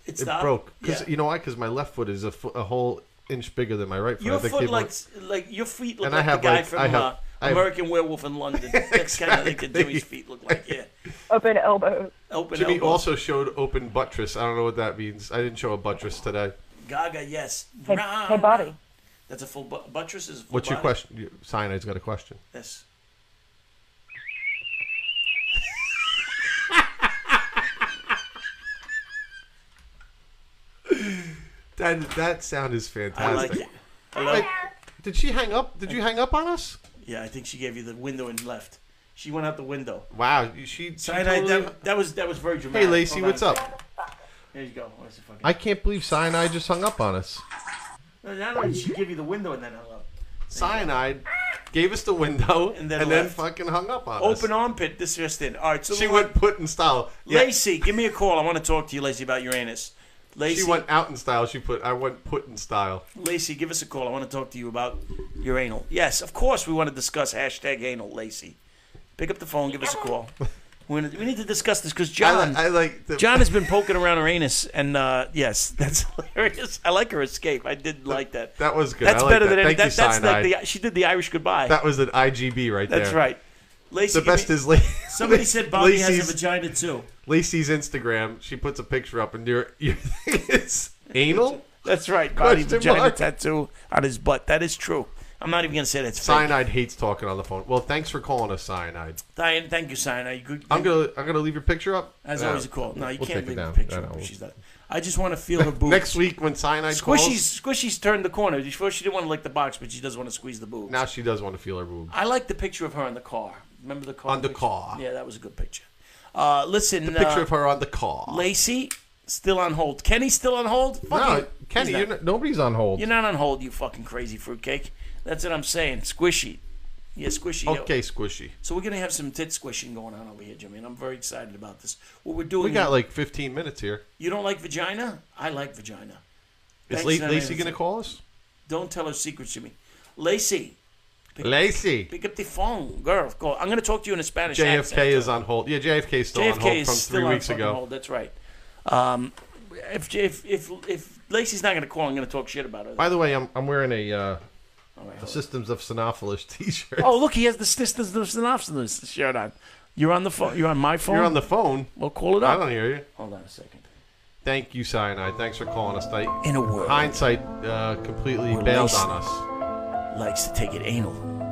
Speaker 2: It
Speaker 1: it,
Speaker 2: stopped?
Speaker 1: broke. Because
Speaker 2: Yeah.
Speaker 1: you know why? Because my left foot is a, fo- a whole inch bigger than my right foot.
Speaker 2: Your
Speaker 1: I think
Speaker 2: foot
Speaker 1: people-
Speaker 2: like like your feet look
Speaker 1: And I
Speaker 2: like
Speaker 1: have,
Speaker 2: the guy
Speaker 1: like,
Speaker 2: from
Speaker 1: I have-
Speaker 2: uh,
Speaker 1: I have-
Speaker 2: American Werewolf in
Speaker 1: [LAUGHS]
Speaker 2: London. That's kind of like the Jimmy's feet look like. Yeah,
Speaker 13: Open elbow.
Speaker 2: open.
Speaker 1: Jimmy
Speaker 2: elbow.
Speaker 1: also showed open buttress. I don't know what that means. I didn't show a buttress today.
Speaker 2: Gaga. Yes.
Speaker 13: Hey,
Speaker 2: Rah,
Speaker 13: hey, body.
Speaker 2: That's a full bu- buttress. Is a full
Speaker 1: What's your
Speaker 2: body.
Speaker 1: question? You- Cyanide's got a question.
Speaker 2: Yes.
Speaker 1: That that sound is
Speaker 2: I
Speaker 1: fantastic.
Speaker 2: like it. Hello.
Speaker 1: Did she hang up? Did you hang up on us?
Speaker 2: Yeah, I think she gave you the window and left. She went out the window.
Speaker 1: Wow, you- she. she
Speaker 2: Cyanide,
Speaker 1: totally-
Speaker 2: that, that was that was very dramatic.
Speaker 1: Hey, Lacey,
Speaker 2: Hold on
Speaker 1: what's
Speaker 2: a
Speaker 1: up?
Speaker 2: second. There you go. Where's the fucking-
Speaker 1: I can't believe Cyanide just hung up on us.
Speaker 2: No, Not only did she give you the window and then hung up.
Speaker 1: Cyanide gave us the window and then,
Speaker 2: then left.
Speaker 1: fucking hung up on us.
Speaker 2: Open armpit. This just in. All right, so
Speaker 1: She
Speaker 2: the-
Speaker 1: went put in style. Yeah,
Speaker 2: Lacey, give me a call. I want to talk to you, Lacey, about Uranus. Lacey,
Speaker 1: she went out in style. She put I went put in style.
Speaker 2: Lacey, give us a call. I want to talk to you about your anal. Yes, of course we want to discuss hashtag anal, Lacey. Pick up the phone, give us a call. We're gonna, we need to discuss this because John,
Speaker 1: I, li- I like the,
Speaker 2: John has been poking around her anus, and uh, yes, that's [LAUGHS] hilarious. I like her escape. I did like that.
Speaker 1: That was good.
Speaker 2: That's
Speaker 1: I like
Speaker 2: better
Speaker 1: that.
Speaker 2: than any-
Speaker 1: Thank you,
Speaker 2: that, that's like
Speaker 1: Cyanide.
Speaker 2: the she did the Irish goodbye.
Speaker 1: That was an IGB right
Speaker 2: that's
Speaker 1: there.
Speaker 2: right. Lacey,
Speaker 1: The
Speaker 2: give
Speaker 1: best
Speaker 2: me-
Speaker 1: is Lacey.
Speaker 2: [LAUGHS] somebody said Bobby has
Speaker 1: Lacey's-
Speaker 2: a vagina too.
Speaker 1: Lacey's Instagram. She puts a picture up and your your [LAUGHS] thing is anal.
Speaker 2: That's right. Body
Speaker 1: Question
Speaker 2: vagina
Speaker 1: mark.
Speaker 2: tattoo on his butt. That is true. I'm not even gonna say that's fake.
Speaker 1: Cyanide hates talking on the phone. Well, thanks for calling us Cyanide.
Speaker 2: Cyan- Thank you, Cyanide. You good?
Speaker 1: I'm gonna I'm gonna leave your picture up.
Speaker 2: That's
Speaker 1: Yeah.
Speaker 2: always a call. No, you
Speaker 1: We'll
Speaker 2: can't
Speaker 1: take it
Speaker 2: leave a
Speaker 1: down.
Speaker 2: picture
Speaker 1: Yeah,
Speaker 2: up if
Speaker 1: we'll-
Speaker 2: she's not. I just want to
Speaker 1: [LAUGHS]
Speaker 2: feel her boob.
Speaker 1: Next week when Cyanide
Speaker 2: Squishy's Squishy's turned the corner. Before she didn't want to lick the box, but she does want to squeeze the boob.
Speaker 1: calls, now she does want to feel her boob.
Speaker 2: I like the picture of her in the car. Remember the car?
Speaker 1: On the
Speaker 2: picture?
Speaker 1: car.
Speaker 2: Yeah, that was a good picture. Uh, listen,
Speaker 1: The picture
Speaker 2: uh,
Speaker 1: of her on the car.
Speaker 2: Lacey still on hold. Kenny's still on hold.
Speaker 1: No,
Speaker 2: Fucking-
Speaker 1: Kenny,
Speaker 2: he's
Speaker 1: you're not, nobody's on hold.
Speaker 2: You're not on hold, you fucking crazy fruitcake. That's what I'm saying. Squishy. Yeah, squishy. yo.
Speaker 1: okay, Squishy.
Speaker 2: So we're gonna have some tit squishing going on over here, Jimmy, and I'm very excited about this. What we're doing.
Speaker 1: We got like 15 minutes here.
Speaker 2: You don't like vagina? I like vagina.
Speaker 1: Is
Speaker 2: Thanks,
Speaker 1: La-
Speaker 2: Diane.
Speaker 1: Lacey gonna call us?
Speaker 2: Don't tell her secrets, Jimmy. Lacey. Pick-
Speaker 1: Lacey.
Speaker 2: Pick up the phone, girl. Call. I'm gonna talk to you in a Spanish accent.
Speaker 1: JFK is on hold. Yeah, JFK is still on
Speaker 2: JFK
Speaker 1: hold
Speaker 2: is
Speaker 1: from
Speaker 2: still
Speaker 1: three
Speaker 2: on
Speaker 1: weeks
Speaker 2: fucking
Speaker 1: ago.
Speaker 2: hold, That's right. Um, if if if if Lacey's not gonna call, I'm gonna talk shit about her.
Speaker 1: By the way, I'm, I'm wearing a uh, a Systems of Sinophilus [LAUGHS] T-shirt.
Speaker 2: Oh, look, he has the sisters of synopsis shirt on. You're on the phone. You're on my phone.
Speaker 1: You're on the phone.
Speaker 2: Well, call it up.
Speaker 1: I don't hear you.
Speaker 2: Hold on a second.
Speaker 1: Thank you, Cyanide. Thanks for calling us. Thank-
Speaker 2: In a world
Speaker 1: hindsight uh, completely
Speaker 2: where
Speaker 1: bailed
Speaker 2: Lacey
Speaker 1: on us.
Speaker 2: Likes to take it anal,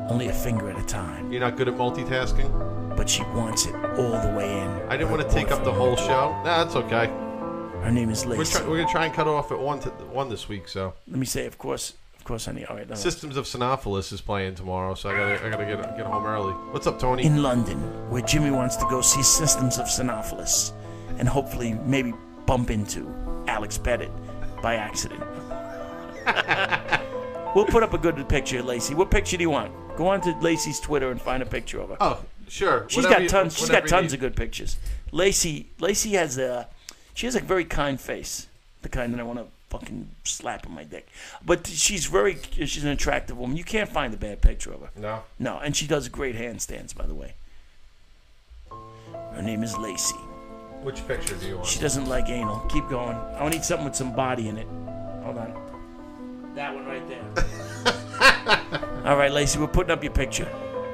Speaker 2: only a finger at a time.
Speaker 1: You're not good at multitasking,
Speaker 2: but she wants it all the way in.
Speaker 1: I didn't want to take up the whole show. Nah, that's okay.
Speaker 2: Her name is
Speaker 1: We're,
Speaker 2: Lacey.
Speaker 1: try- we're gonna try and cut off at one to- one this week. So
Speaker 2: Let me say, of course, of course, honey. All right. no.
Speaker 1: Systems of Sinophilus is playing tomorrow, so I gotta I gotta get get home early. What's up, Tony?
Speaker 2: In London, where Jimmy wants to go see Systems of Sinophilus, and hopefully maybe bump into Alex Pettit by
Speaker 1: [LAUGHS]
Speaker 2: accident. we'll put up a good picture, Lacey. What picture do you want? Go on to Lacey's Twitter and find a picture of her.
Speaker 1: Oh, sure.
Speaker 2: She's
Speaker 1: Whatever
Speaker 2: got
Speaker 1: you-
Speaker 2: tons. She's got
Speaker 1: whatever you
Speaker 2: tons
Speaker 1: need.
Speaker 2: of good pictures. Lacey, Lacey has a, she has a very kind face, the kind that I want to fucking slap on my dick. But she's very, she's an attractive woman. You can't find a bad picture of her.
Speaker 1: No.
Speaker 2: No, and she does great handstands, by the way. Her name is Lacey.
Speaker 1: Which picture do you want?
Speaker 2: She doesn't like anal. Keep going. I need something with some body in it. Hold on. That one right
Speaker 1: [LAUGHS]
Speaker 2: there. All right, Lacey, we're putting up your picture.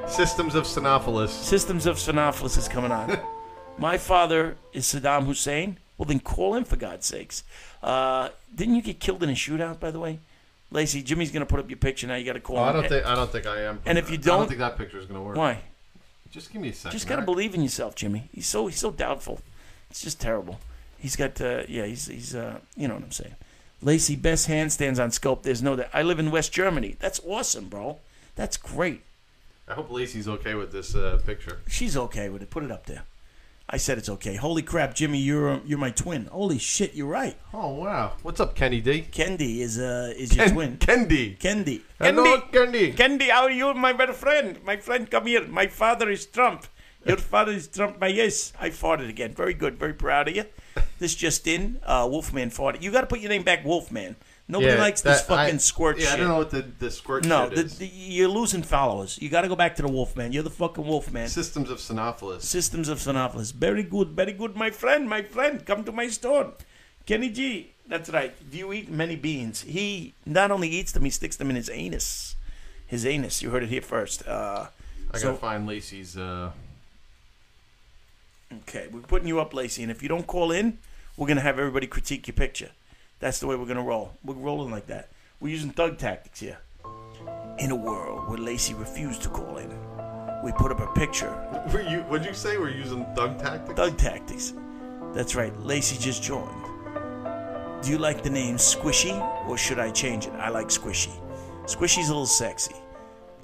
Speaker 1: Systems of Sinophilus.
Speaker 2: Systems of Sinophilus is
Speaker 1: [LAUGHS]
Speaker 2: coming on. My father is Saddam Hussein. Well, then call him for God's sakes. Uh, didn't you get killed in a shootout, by the way? Lacey, Jimmy's going to put up your picture now. You got to call
Speaker 1: Oh,
Speaker 2: him.
Speaker 1: I don't think I don't think I am.
Speaker 2: And if you
Speaker 1: I
Speaker 2: don't-
Speaker 1: don't think that picture is gonna work.
Speaker 2: Why?
Speaker 1: Just give me a second.
Speaker 2: Just
Speaker 1: all
Speaker 2: gotta
Speaker 1: right?
Speaker 2: believe in yourself, Jimmy. He's so he's so doubtful. It's just terrible. He's got uh, yeah. He's he's uh, you know what I'm saying. Lacey, best handstands on scope. There's no that. I live in West Germany. That's awesome, bro. That's great.
Speaker 1: I hope Lacey's okay with this uh, picture.
Speaker 2: She's okay with it. Put it up there. I said it's okay. Holy crap, Jimmy, you're uh, you're my twin. Holy shit, you're right.
Speaker 1: Oh wow. What's up, Kenny D?
Speaker 2: Kendi is uh is your
Speaker 1: Ken-
Speaker 2: twin.
Speaker 1: Kendi.
Speaker 2: Kendi.
Speaker 1: Hello, Kendi.
Speaker 2: Kendi, how are you, my better friend? My friend, come here. My father is Trump.
Speaker 1: [LAUGHS]
Speaker 2: Your father is Trump. My yes, I farted again. Very good. Very proud of you. This just in, uh, Wolfman farted. You got to put your name back, Wolfman. Nobody
Speaker 1: Yeah,
Speaker 2: likes this
Speaker 1: that- I-
Speaker 2: fucking squirt
Speaker 1: yeah,
Speaker 2: shit.
Speaker 1: I don't know what the, the squirt
Speaker 2: No,
Speaker 1: shit
Speaker 2: the,
Speaker 1: is.
Speaker 2: the, you're losing followers. You got to go back to the Wolfman. You're the fucking Wolfman.
Speaker 1: Systems of Sinophilus.
Speaker 2: Systems of Sinopolis. Very good, very good, my friend, my friend. Come to my store. Kenny G. That's right. Do you eat many beans? He not only eats them, he sticks them in his anus. His anus. You heard it here first. Uh,
Speaker 1: I
Speaker 2: so-
Speaker 1: gotta find Lacey's. Uh... [LAUGHS]
Speaker 2: Okay, we're putting you up, Lacey, and if you don't call in, we're gonna have everybody critique your picture. That's the way we're gonna roll. We're rolling like that. We're using thug tactics here. In a world where Lacey refused to call in, we put up a picture
Speaker 1: Were you? What'd you say? We're using thug tactics.
Speaker 2: Thug Tactics. That's right. Lacey just joined. Do you like the name Squishy or should I change it? I like Squishy. Squishy's a little sexy.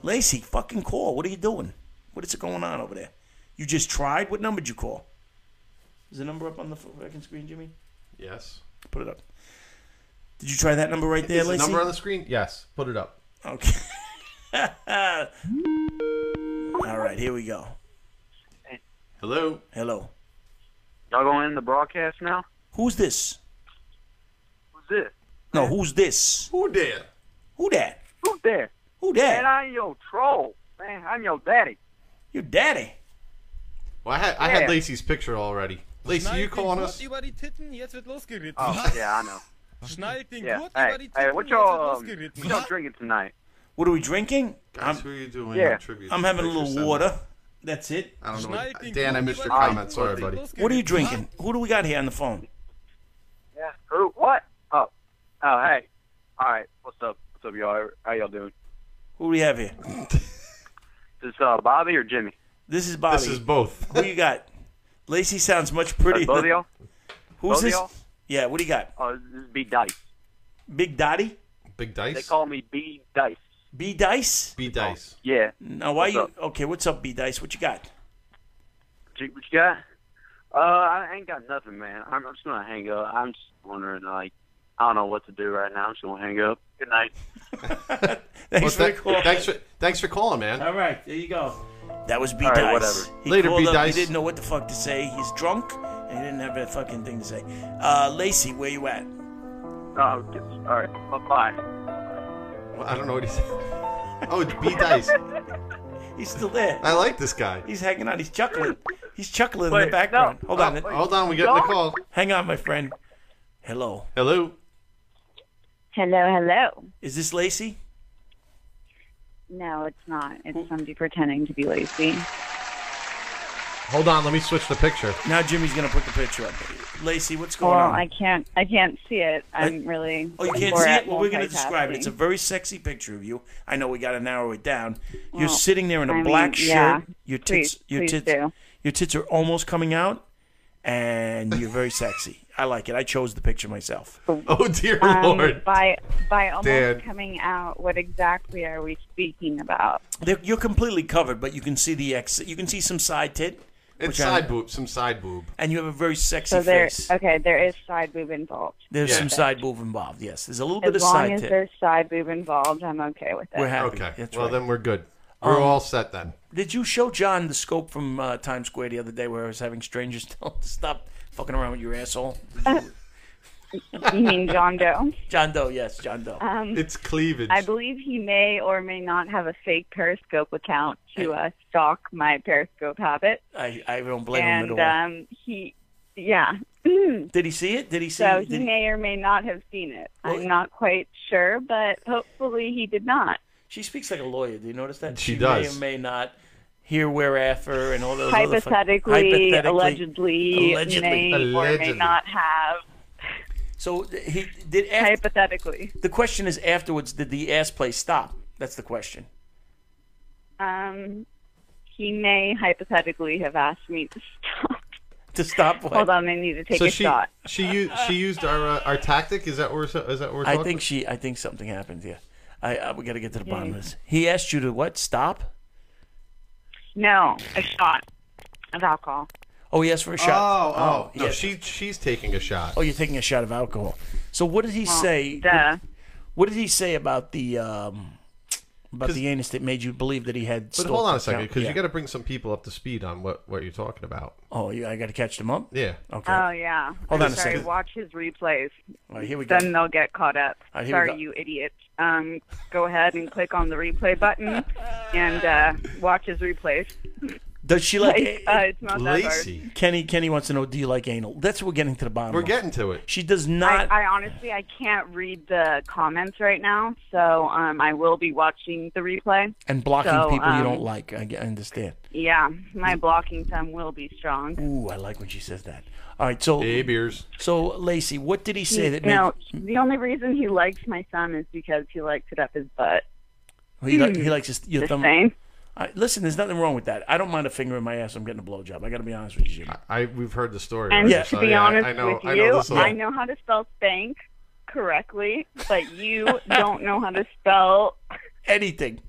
Speaker 2: Lacey, fucking call. What are you doing? What is it going on over there? You just tried? What number'd you call? Is the number up on the fucking screen, Jimmy?
Speaker 1: Yes.
Speaker 2: Put it up. Did you try that number right there,
Speaker 1: Is the
Speaker 2: Lacey?
Speaker 1: number on the screen? Yes. Put it up.
Speaker 2: Okay. [LAUGHS] All right, here we go.
Speaker 1: Hello.
Speaker 2: Hello.
Speaker 14: Y'all going in the broadcast now?
Speaker 2: Who's this?
Speaker 14: Who's this?
Speaker 2: No, who's this?
Speaker 1: Who there?
Speaker 2: Who that?
Speaker 14: Who there?
Speaker 2: Who that?
Speaker 14: Man, I'm your troll. Man, I'm your daddy.
Speaker 2: Your daddy.
Speaker 1: Well, I had I had
Speaker 14: Yeah.
Speaker 1: Lacey's picture already. Lacey, you calling us?
Speaker 14: Oh, yeah, I know. yeah. Hey, hey, what y'all, um, what y'all drinking tonight?
Speaker 2: What are we drinking?
Speaker 1: Guys, who are you doing?
Speaker 14: Yeah.
Speaker 1: tribute
Speaker 2: I'm
Speaker 1: to
Speaker 2: having a
Speaker 1: picture
Speaker 2: little
Speaker 1: sending?
Speaker 2: water. That's it.
Speaker 1: I don't know. What, Dan, I missed your comment. Sorry, buddy.
Speaker 2: What are you drinking? Who do we got here on the phone?
Speaker 14: Yeah. Who? What? Oh. Oh, hey. All right. What's up? What's up, y'all? How y'all doing?
Speaker 2: Who do we have here?
Speaker 4: Is [LAUGHS] this uh, Bobby or Jimmy?
Speaker 2: This is Bobby.
Speaker 4: This is both.
Speaker 2: Who you got? Lacey sounds much prettier.
Speaker 4: both of
Speaker 2: than-
Speaker 4: y'all?
Speaker 2: [LAUGHS] Who's
Speaker 4: Both of
Speaker 2: this?
Speaker 4: y'all?
Speaker 2: Yeah, what do you got?
Speaker 4: Uh, this is B Dice.
Speaker 2: Big Dottie?
Speaker 1: Big
Speaker 4: They
Speaker 1: Dice?
Speaker 4: call me B Dice.
Speaker 2: B Dice?
Speaker 1: B Dice.
Speaker 4: Yeah.
Speaker 2: Now, why you. Okay, what's up, B Dice? What you got?
Speaker 4: Jake, what you got? Uh, I ain't got nothing, man. I'm, I'm just gonna hang up. I'm just wondering, like, I don't know what to do right now. I'm just gonna hang up. Good night.
Speaker 1: Well,
Speaker 2: Thanks for
Speaker 1: tha-
Speaker 2: the call.
Speaker 1: Thanks for, thanks for calling, man.
Speaker 2: All right, there you go. That was B
Speaker 1: All right,
Speaker 2: Dice.
Speaker 1: whatever.
Speaker 2: He
Speaker 1: Later,
Speaker 2: called
Speaker 1: B.
Speaker 2: up,
Speaker 1: Dice.
Speaker 2: He didn't know what the fuck to say. He's drunk, and he didn't have a fucking thing to say. Uh, Lacey, where you at?
Speaker 4: Oh, all right. Bye bye.
Speaker 1: Well, I don't know what he said. [LAUGHS] Oh, it's B Dice.
Speaker 2: He's still there.
Speaker 1: I like this guy.
Speaker 2: He's hanging out. He's chuckling. He's chuckling in
Speaker 1: Wait,
Speaker 2: the background.
Speaker 1: no.
Speaker 2: hold on.
Speaker 1: Oh, wait. Hold on, we're getting a No. call.
Speaker 2: Hang on, my friend. Hello.
Speaker 1: Hello.
Speaker 7: Hello, hello.
Speaker 2: Is this Lacey?
Speaker 7: No, it's not. It's somebody pretending to be Lacey.
Speaker 1: Hold on, let me switch the picture.
Speaker 2: Now Jimmy's gonna put the picture up. Lacey, what's
Speaker 7: Well,
Speaker 2: going on?
Speaker 7: I can't. I can't see it. I'm
Speaker 2: I-
Speaker 7: really.
Speaker 2: Oh, you can't
Speaker 7: poor
Speaker 2: see
Speaker 7: at
Speaker 2: it? Well, we're going to describe it.
Speaker 7: multitasking.
Speaker 2: It's a very sexy picture of you. I know we got to narrow it down. You're
Speaker 7: Well,
Speaker 2: sitting there in a
Speaker 7: I mean,
Speaker 2: black shirt.
Speaker 7: yeah.
Speaker 2: Your tits,
Speaker 7: Please-
Speaker 2: your
Speaker 7: please
Speaker 2: tits,
Speaker 1: [LAUGHS]
Speaker 7: do.
Speaker 2: your tits are almost coming out, and you're very sexy. I like it. I chose the picture myself.
Speaker 1: Oh dear
Speaker 7: Um, By by almost
Speaker 2: Dan.
Speaker 7: coming out, what exactly are we speaking about?
Speaker 2: They're, you're completely covered, but you can see the ex. You can see some side tit.
Speaker 1: It's
Speaker 2: which I-
Speaker 1: side boob, some side boob.
Speaker 2: And you have a very sexy
Speaker 7: So there.
Speaker 2: face.
Speaker 7: Okay, there is side boob involved.
Speaker 2: There's
Speaker 7: Okay.
Speaker 2: some side boob involved. Yes, there's a little bit of
Speaker 7: As long
Speaker 2: side
Speaker 7: as
Speaker 2: tit.
Speaker 7: there's side boob involved, I'm okay with it.
Speaker 2: We're happy.
Speaker 1: Okay.
Speaker 2: That's
Speaker 1: well,
Speaker 2: right.
Speaker 1: then we're good. We're
Speaker 2: Um,
Speaker 1: all set then.
Speaker 2: Did you show John the scope from uh, Times Square the other day where I was having strangers [LAUGHS] tell him to stop fucking around with your
Speaker 7: [LAUGHS]
Speaker 2: asshole?
Speaker 7: you mean John Doe?
Speaker 2: John Doe, yes, John Doe.
Speaker 7: Um,
Speaker 1: It's cleavage.
Speaker 7: I believe he may or may not have a fake Periscope account to uh, stalk my Periscope habit.
Speaker 2: I, I don't blame
Speaker 7: And
Speaker 2: him at all.
Speaker 7: um, he, yeah.
Speaker 2: Did he see it? Did he see
Speaker 7: So
Speaker 2: it?
Speaker 7: he
Speaker 2: Did
Speaker 7: may or may not have seen it.
Speaker 2: Well-
Speaker 7: I'm not quite sure, but hopefully he did not.
Speaker 2: She speaks like a lawyer. Do you notice that?
Speaker 1: She does.
Speaker 2: may or may not hear whereafter and all those other fuck-
Speaker 7: Hypothetically,
Speaker 2: hypothetically,
Speaker 7: allegedly,
Speaker 2: allegedly,
Speaker 7: may or may not have.
Speaker 2: So th- he did.
Speaker 7: hypothetically,
Speaker 2: The question is afterwards, did the ass play stop? That's the question. [LAUGHS]
Speaker 7: um, he may hypothetically have asked me to stop. [LAUGHS]
Speaker 2: To stop what?
Speaker 7: Hold on, I need to take
Speaker 1: so
Speaker 7: a
Speaker 1: she
Speaker 7: shot.
Speaker 1: she used she used our uh, our tactic. Is that what we're, so- is that what we're
Speaker 2: I
Speaker 1: talking?
Speaker 2: think she. I think something happened. Yeah. I, I we got to get to the bottom of this. He asked you to what? Stop?
Speaker 7: No, a shot of alcohol.
Speaker 2: Oh, he asked for a shot.
Speaker 1: Oh, oh, no,
Speaker 2: yes.
Speaker 1: she she's taking a shot.
Speaker 2: Oh, you're taking a shot of alcohol. So what did he
Speaker 7: Well,
Speaker 2: say?
Speaker 7: duh.
Speaker 2: What did he say about the um, about the anus that made you believe that he had?
Speaker 1: But hold on a second, because you got to bring some people up to speed on what what you're talking about.
Speaker 2: Oh, you, I got to catch them up.
Speaker 1: Yeah.
Speaker 2: Okay.
Speaker 7: Oh yeah.
Speaker 2: Hold on
Speaker 7: I'm
Speaker 2: a
Speaker 7: sorry.
Speaker 2: second.
Speaker 7: Watch his replays.
Speaker 2: All right, here we go.
Speaker 7: then they'll get caught up.
Speaker 2: All right, here we
Speaker 7: sorry,
Speaker 2: go.
Speaker 7: you idiot. Um, go ahead and click on the replay button and uh, watch his replays.
Speaker 2: Does she
Speaker 7: [LAUGHS]
Speaker 2: like?
Speaker 7: Like, uh, it's not that Lacey.
Speaker 2: Kenny. Kenny wants to know. Do you like anal? That's what we're getting to the bottom.
Speaker 1: We're
Speaker 2: of.
Speaker 1: getting to it.
Speaker 2: She does
Speaker 7: I,
Speaker 2: not.
Speaker 7: I honestly I can't read the comments right now, so um, I will be watching the replay.
Speaker 2: and blocking
Speaker 7: So,
Speaker 2: people you
Speaker 7: um,
Speaker 2: don't like. I, get- I understand.
Speaker 7: Yeah,
Speaker 2: Mm.
Speaker 7: my blocking thumb will be strong.
Speaker 2: Ooh, I like when she says that. All right. So hey,
Speaker 1: beers.
Speaker 2: So Lacey, what did he say that made?
Speaker 7: no, the only reason he likes my thumb is because he likes it up his butt.
Speaker 2: Oh, He, li- he likes his, your
Speaker 7: hmm, The
Speaker 2: thumb.
Speaker 7: same.
Speaker 2: I, listen, there's nothing wrong with that. I don't mind a finger in my ass. I'm getting a blowjob. I got to be honest with you, Jimmy.
Speaker 1: I we've heard the story.
Speaker 7: And
Speaker 1: right?
Speaker 7: to
Speaker 1: So,
Speaker 2: Oh,
Speaker 7: be
Speaker 1: yeah,
Speaker 7: honest
Speaker 1: I know,
Speaker 7: with
Speaker 1: I
Speaker 7: you,
Speaker 1: know this little-
Speaker 7: I know how to spell spank correctly, but you
Speaker 2: [LAUGHS]
Speaker 7: don't know how to spell
Speaker 2: anything.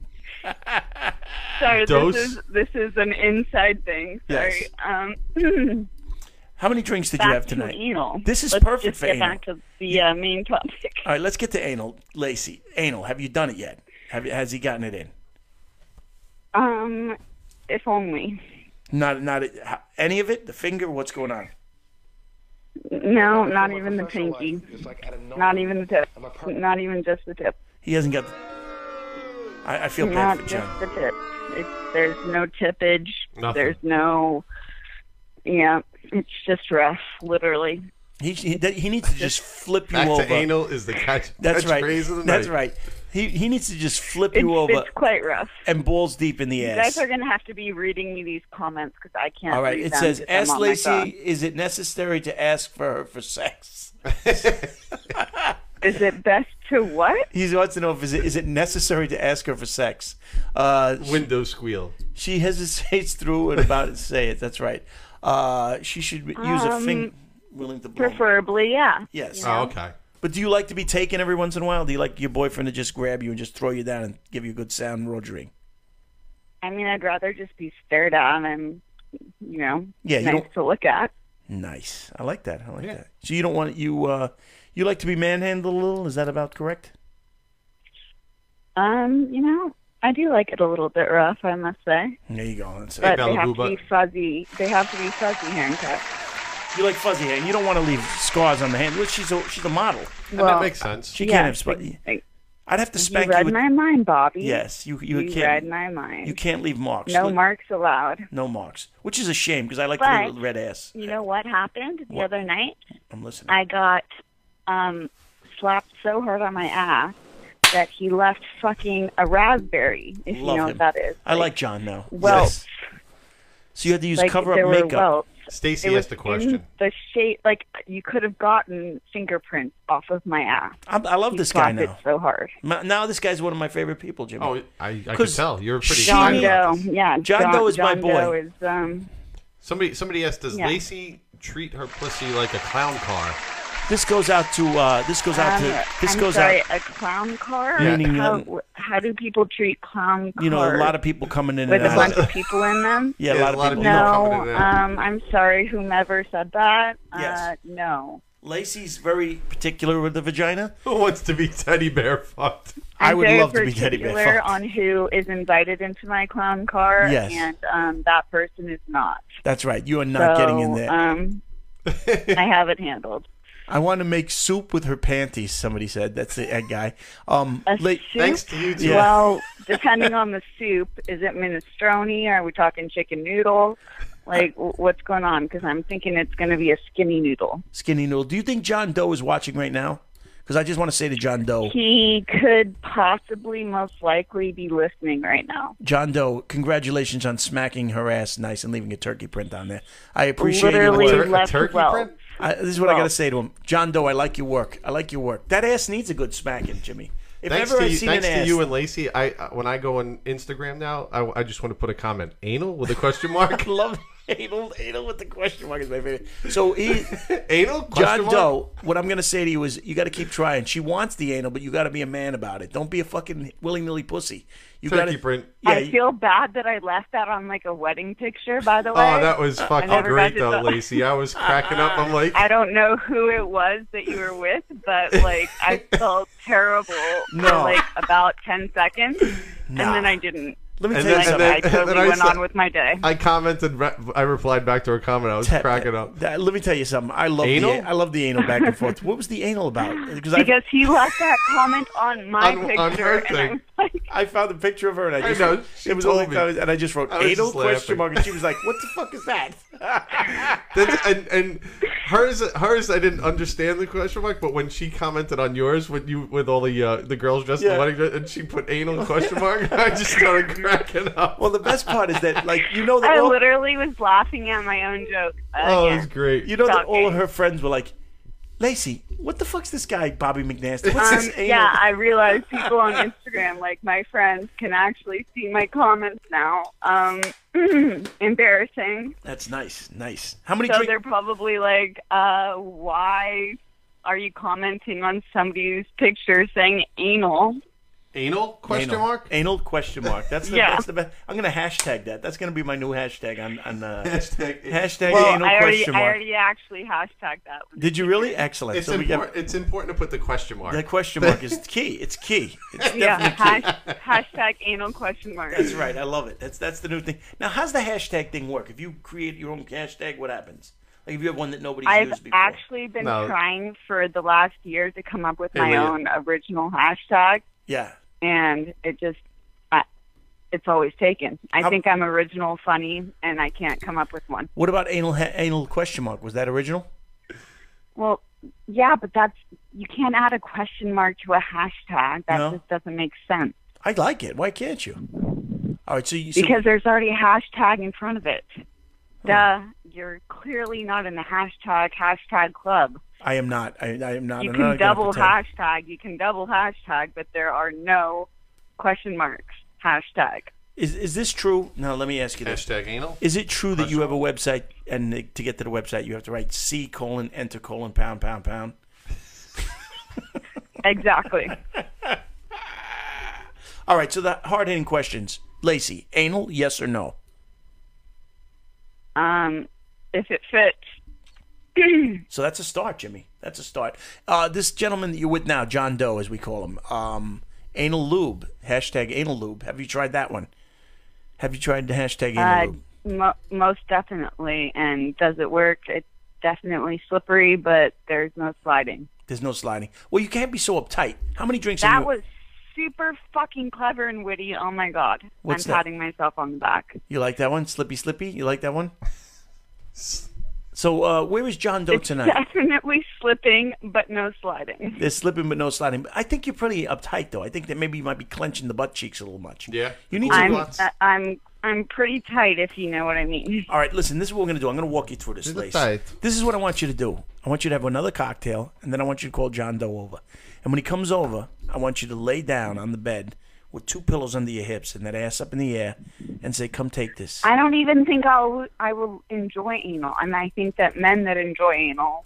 Speaker 7: Sorry,
Speaker 2: Dose?
Speaker 7: this is this is an inside thing. Sorry.
Speaker 2: Yes.
Speaker 7: Um, [CLEARS THROAT]
Speaker 2: How many drinks did
Speaker 7: back
Speaker 2: you have
Speaker 7: to
Speaker 2: tonight?
Speaker 7: anal.
Speaker 2: This is
Speaker 7: Let's
Speaker 2: perfect
Speaker 7: just
Speaker 2: for
Speaker 7: get
Speaker 2: anal.
Speaker 7: back to the uh, main topic.
Speaker 2: All right, let's get to anal, Lacey. Anal, have you done it yet? Have you- has he gotten it in?
Speaker 7: Um, if only.
Speaker 2: Not not it- ha- any of it. The finger. What's going on?
Speaker 7: No, not even the pinky. Not even the tip. Not even just the tip.
Speaker 2: He hasn't got. The, I, I feel bad
Speaker 7: Not
Speaker 2: for
Speaker 7: just
Speaker 2: John.
Speaker 7: the tip. It's, there's no tippage.
Speaker 2: Nothing.
Speaker 7: There's no. Yeah, it's just rough, literally.
Speaker 2: He he, that- he needs to just flip you
Speaker 1: Back
Speaker 2: over.
Speaker 1: to anal is the catch.
Speaker 2: That's right.
Speaker 1: catchphrase of the
Speaker 2: That's
Speaker 1: night.
Speaker 2: right. He he needs to just flip
Speaker 7: It's,
Speaker 2: you over
Speaker 7: it's quite rough.
Speaker 2: and balls deep in the
Speaker 7: You
Speaker 2: ass.
Speaker 7: guys are gonna have to be reading me these comments because I can't.
Speaker 2: All right.
Speaker 7: read
Speaker 2: It
Speaker 7: them
Speaker 2: says,
Speaker 7: 'cause I'm
Speaker 2: "Ask
Speaker 7: on my
Speaker 2: Lacey,
Speaker 7: phone."
Speaker 2: is it necessary to ask for her for sex?"
Speaker 7: Is it best to what?
Speaker 2: He wants to know if is it, is it necessary to ask her for sex. Uh,
Speaker 1: [LAUGHS] Window squeal. Oh,
Speaker 2: She hesitates through and about to say it. That's right. Uh, she should use a
Speaker 7: Um,
Speaker 2: finger willing to blow.
Speaker 7: Preferably, yeah.
Speaker 2: Yes.
Speaker 7: You know?
Speaker 2: But do you like to be taken every once in a while? Do you like your boyfriend to just grab you and just throw you down and give you a good sound rogering?
Speaker 7: I mean, I'd rather just be stared at and, you know,
Speaker 2: Yeah, you
Speaker 7: nice
Speaker 2: don't-
Speaker 7: to look at.
Speaker 2: Nice. I like that. I like that. So you don't want you uh you like to be manhandled a little? Is that about correct?
Speaker 7: Um, you know, I do like it a little bit rough, I must say.
Speaker 2: There you go. That's
Speaker 7: but they have to be fuzzy. They have to be fuzzy handcuffs.
Speaker 2: You like fuzzy hair. You don't want to leave scars on the hand. Look, she's a she's a model.
Speaker 7: And that Well, makes
Speaker 1: sense.
Speaker 2: She
Speaker 7: yeah,
Speaker 2: can't have sp- I'd have to
Speaker 7: You
Speaker 2: spank you.
Speaker 7: read
Speaker 2: with-
Speaker 7: my mind, Bobby.
Speaker 2: Yes, you you, can't.
Speaker 7: read my mind.
Speaker 2: You can't leave marks.
Speaker 7: No
Speaker 2: Look,
Speaker 7: marks allowed.
Speaker 2: No marks, which is a shame because I like the
Speaker 7: But-
Speaker 2: little red ass.
Speaker 7: You know what happened the
Speaker 2: What?
Speaker 7: other night?
Speaker 2: I'm listening.
Speaker 7: I got um, slapped so hard on my ass that he left fucking a raspberry,
Speaker 2: Love
Speaker 7: if you know
Speaker 2: him.
Speaker 7: what that is.
Speaker 2: I like John now.
Speaker 7: Welts.
Speaker 2: So you had to use
Speaker 7: Like,
Speaker 2: cover
Speaker 7: there
Speaker 2: up
Speaker 7: were
Speaker 2: makeup.
Speaker 7: welts. It
Speaker 1: Stacy
Speaker 7: was
Speaker 1: asked a
Speaker 7: in
Speaker 1: question.
Speaker 7: the shape, like you could have gotten fingerprints off of my ass.
Speaker 2: I, I love
Speaker 7: He
Speaker 2: this guy
Speaker 7: slapped it
Speaker 2: now.
Speaker 7: so hard.
Speaker 2: now this guy's one of my favorite people, Jimmy.
Speaker 1: Oh, I, I could
Speaker 2: 'Cause
Speaker 1: tell you're pretty.
Speaker 2: John
Speaker 1: excited
Speaker 2: Doe.
Speaker 1: about
Speaker 7: Oh,
Speaker 1: this.
Speaker 7: yeah.
Speaker 2: John Doe is my
Speaker 7: John
Speaker 2: boy.
Speaker 7: Doe is, um,
Speaker 1: Somebody somebody asked, does
Speaker 7: Yeah.
Speaker 1: Lacey treat her pussy like a clown
Speaker 2: [LAUGHS]
Speaker 1: car?
Speaker 2: This goes out to uh, this goes out
Speaker 7: um,
Speaker 2: to this
Speaker 7: I'm
Speaker 2: goes
Speaker 7: sorry,
Speaker 2: out.
Speaker 7: a clown car?
Speaker 2: Yeah. Meaning,
Speaker 7: how,
Speaker 2: um,
Speaker 7: how do people treat clown cars?
Speaker 2: You know, a lot of people coming in
Speaker 7: with
Speaker 2: and
Speaker 7: a bunch
Speaker 2: out.
Speaker 7: of people in them?
Speaker 2: [LAUGHS] Yeah, a lot of people.
Speaker 7: No, um, I'm sorry, whomever said that. Uh,
Speaker 2: Yes.
Speaker 7: no.
Speaker 2: Lacey's very particular with the vagina.
Speaker 1: Who wants to be teddy bear fucked?
Speaker 7: I'm
Speaker 2: I would
Speaker 7: very
Speaker 2: love to be teddy bear
Speaker 7: particular
Speaker 2: fucked.
Speaker 7: on who is invited into my clown car,
Speaker 2: Yes.
Speaker 7: and um, that person is not.
Speaker 2: That's right. You are not
Speaker 7: so,
Speaker 2: getting in there. [LAUGHS]
Speaker 7: Um, I have it handled.
Speaker 2: I want to make soup with her panties. Somebody said that's the egg guy. Um,
Speaker 7: A
Speaker 2: La-
Speaker 7: soup? Well, depending on the soup, is it minestrone? Are we talking chicken noodle? Like, w- what's going on? Because I'm thinking it's going to be a skinny noodle.
Speaker 2: skinny noodle. Do you think John Doe is watching right now? Because I just want to say to John
Speaker 1: Oh.
Speaker 2: Doe,
Speaker 7: He could possibly, most likely, be listening right now.
Speaker 2: John Doe, congratulations on smacking her ass nice and leaving a turkey print on there. I appreciate
Speaker 7: Literally
Speaker 2: your work.
Speaker 7: left well.
Speaker 2: I, this is what I got to say to him, John Doe. I like your work. I like your work. That ass needs a good smacking, Jimmy. If
Speaker 1: thanks
Speaker 2: ever
Speaker 1: to
Speaker 2: I
Speaker 1: you,
Speaker 2: seen
Speaker 1: thanks
Speaker 2: an
Speaker 1: to
Speaker 2: ass,
Speaker 1: you and Lacey, I uh, when I go on Instagram now, I, I just want to put a comment: anal with a question
Speaker 2: [LAUGHS]
Speaker 1: mark.
Speaker 2: [LAUGHS] love anal, anal with the question mark is my favorite. So he,
Speaker 1: anal
Speaker 2: John
Speaker 1: [LAUGHS] Question mark?
Speaker 2: Doe. What I'm gonna say to you is, you got to keep trying. She wants the anal, but you got to be a man about it. Don't be a fucking willy nilly pussy. You got
Speaker 1: Turkey
Speaker 2: to
Speaker 1: print.
Speaker 2: Yeah,
Speaker 7: I
Speaker 2: you-
Speaker 7: feel bad that I left that on like a wedding picture. By the way,
Speaker 1: Oh, that was
Speaker 7: I
Speaker 1: fucking
Speaker 7: never
Speaker 1: great
Speaker 7: got to
Speaker 1: though,
Speaker 7: tell-
Speaker 1: Lacey. I
Speaker 7: [LAUGHS]
Speaker 1: was cracking up. I'm like,
Speaker 7: I don't know who it was that you were with, but like
Speaker 1: [LAUGHS]
Speaker 7: I felt terrible for
Speaker 1: No.
Speaker 7: like about ten seconds,
Speaker 1: Nah.
Speaker 7: and then I didn't.
Speaker 2: Let
Speaker 1: me
Speaker 7: and
Speaker 1: tell you
Speaker 7: like,
Speaker 1: something.
Speaker 7: I
Speaker 1: And then-
Speaker 7: totally
Speaker 1: and then I
Speaker 7: went
Speaker 1: said-
Speaker 7: on with my day.
Speaker 1: I commented. re- I replied back to her comment. I was
Speaker 2: Te-
Speaker 1: cracking up.
Speaker 2: That- let me tell you something. I love
Speaker 1: Anal?
Speaker 2: the I love the anal back and forth. What was the anal about? Because I
Speaker 7: Because he left that comment on my
Speaker 2: On-
Speaker 7: picture.
Speaker 2: on her
Speaker 7: and
Speaker 2: thing.
Speaker 7: I'm-
Speaker 2: I found the picture of her and I
Speaker 1: I
Speaker 2: just
Speaker 1: know, she
Speaker 2: it was
Speaker 1: told
Speaker 2: only
Speaker 1: me.
Speaker 2: and I just wrote
Speaker 1: I was
Speaker 2: anal
Speaker 1: just
Speaker 2: question
Speaker 1: laughing.
Speaker 2: mark and she was like, "What the fuck is that?" [LAUGHS]
Speaker 1: That's, and and hers hers I didn't understand the question mark, but when she commented on yours, when you with all the uh, the girls dressed
Speaker 2: Yeah.
Speaker 1: in wedding dress, and she put anal question mark, [LAUGHS] I just started
Speaker 7: [LAUGHS]
Speaker 1: cracking up.
Speaker 2: Well, the best part is
Speaker 1: [LAUGHS]
Speaker 2: that like you know that
Speaker 7: I
Speaker 2: all,
Speaker 7: literally was laughing at my own joke.
Speaker 2: Oh,
Speaker 7: again.
Speaker 2: it's great. You know that all of her friends were like, "Lacey, what the fuck's this guy Bobby McNasty? What's
Speaker 7: Um,
Speaker 2: this anal?"
Speaker 7: yeah, I realize people on Instagram, like my friends, can actually see my comments now. Um, [CLEARS THROAT] embarrassing.
Speaker 2: That's nice, nice. How many
Speaker 7: so
Speaker 2: drink-
Speaker 7: they're probably like, uh, why are you commenting on somebody's picture saying anal?
Speaker 1: Anal question
Speaker 2: Anal.
Speaker 1: mark?
Speaker 2: Anal question mark. That's the,
Speaker 7: [LAUGHS] Yeah.
Speaker 2: that's the best. I'm gonna hashtag that. That's gonna be my new hashtag on on uh,
Speaker 1: [LAUGHS] Hashtag-
Speaker 2: hashtag
Speaker 1: Well,
Speaker 2: anal
Speaker 7: I already,
Speaker 2: question
Speaker 7: I
Speaker 2: mark.
Speaker 7: already actually hashtagged that
Speaker 2: [LAUGHS]
Speaker 7: one.
Speaker 2: Did you really? Excellent.
Speaker 1: It's
Speaker 2: so we got
Speaker 1: important. It's important to put the question mark.
Speaker 2: that question mark is key. It's key. It's
Speaker 7: yeah,
Speaker 2: definitely key.
Speaker 7: hash, hashtag anal question mark.
Speaker 2: That's right. I love it. That's that's the new thing. Now, how's the hashtag thing work? If you create your own hashtag, what happens? Like if you have one that nobody's
Speaker 7: I've
Speaker 2: used before.
Speaker 7: actually been
Speaker 2: No.
Speaker 7: trying for the last year to come up with
Speaker 2: Hey,
Speaker 7: my
Speaker 2: Leah.
Speaker 7: own original hashtag.
Speaker 2: yeah.
Speaker 7: and it just I, it's always taken. I
Speaker 2: How-
Speaker 7: think I'm original, funny, and I can't come up with one.
Speaker 2: What about anal ha- anal question mark? Was that original?
Speaker 7: Well, yeah, but that's you can't add a question mark to a hashtag. That
Speaker 2: No.
Speaker 7: just doesn't make sense
Speaker 2: I like it. Why can't you? All right. So you so-
Speaker 7: because there's already a hashtag in front of it. Duh, you're clearly not in the hashtag hashtag club.
Speaker 2: I am not. I, I am not.
Speaker 7: You
Speaker 2: I'm
Speaker 7: can
Speaker 2: not gonna
Speaker 7: double
Speaker 2: pretend.
Speaker 7: hashtag. You can double hashtag, but there are no question marks. Hashtag.
Speaker 2: Is is this true? Now let me ask you this.
Speaker 1: Hashtag anal.
Speaker 2: Is it true that you have a website and the- to get to the website you have to write C colon enter colon pound pound pound? [LAUGHS]
Speaker 7: Exactly.
Speaker 2: All right. So the hard hitting questions. Lacey, anal, yes or no?
Speaker 7: Um, if it [CLEARS THROAT] fits.
Speaker 2: So that's a start, Jimmy. That's a start. Uh, this gentleman that you're with now, John Doe, as we call him, um, anal lube hashtag anal lube. Have you tried that one? Have you tried the hashtag anal
Speaker 7: uh,
Speaker 2: lube?
Speaker 7: mo- most definitely. And does it work? It's definitely slippery, but there's no sliding.
Speaker 2: There's no sliding. Well, you can't be so uptight. How many drinks? have
Speaker 7: That
Speaker 2: you...
Speaker 7: was super fucking clever and witty. Oh my god!
Speaker 2: What's
Speaker 7: I'm
Speaker 2: that?
Speaker 7: patting myself on the back.
Speaker 2: You like that one, Slippy Slippy? You like that one? So uh, where is John Doe tonight?
Speaker 7: Definitely slipping, but no sliding.
Speaker 2: They're slipping but no sliding. I think you're pretty uptight though. I think that maybe you might be clenching the butt cheeks a little much. Yeah. You need to
Speaker 7: I'm, uh, I'm I'm pretty tight, if you know what I mean. [LAUGHS]
Speaker 2: All right, listen, this is what we're going to do. I'm going to walk you through this,
Speaker 7: Little
Speaker 2: Lace.
Speaker 7: tight.
Speaker 2: This is what I want you to do. I want you to have another cocktail, and then I want you to call John Doe over. And when he comes over, I want you to lay down on the bed with two pillows under your hips and that ass up in the air and say, come take this.
Speaker 7: I don't even think I'll I will enjoy anal, and I think that men that enjoy anal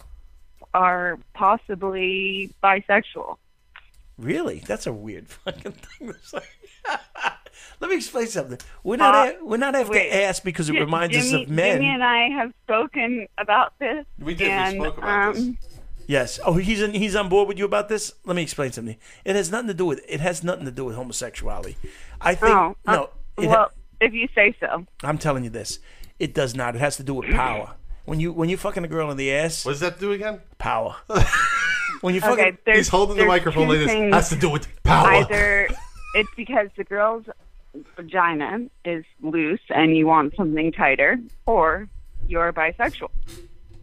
Speaker 7: are possibly bisexual.
Speaker 2: Really? That's a weird [LAUGHS] fucking thing to say. [LAUGHS] Let me explain something. We're not
Speaker 7: Uh,
Speaker 2: a- we're not after
Speaker 7: wait.
Speaker 2: ass because it
Speaker 7: Ji-
Speaker 2: reminds us
Speaker 7: Jimmy-
Speaker 2: of men.
Speaker 7: Jimmy and I have spoken about this.
Speaker 2: We did. We
Speaker 7: And,
Speaker 2: spoke about
Speaker 7: um, this.
Speaker 2: Yes. Oh, he's in, he's on board with you about this. Let me explain something. It has nothing to do with it has nothing to do with homosexuality. I think
Speaker 7: Oh, uh,
Speaker 2: no. it ha-
Speaker 7: well, if you say so.
Speaker 2: I'm telling you this. It does not. It has to do with power. When you when you fucking a girl in the ass. What
Speaker 1: does that do again?
Speaker 2: Power. when you
Speaker 7: Okay,
Speaker 2: fucking
Speaker 7: there's- He's holding the there's microphone two like this. things- Has to
Speaker 2: do with
Speaker 7: Either it's because the girl's vagina is loose and you want something tighter, or you're bisexual.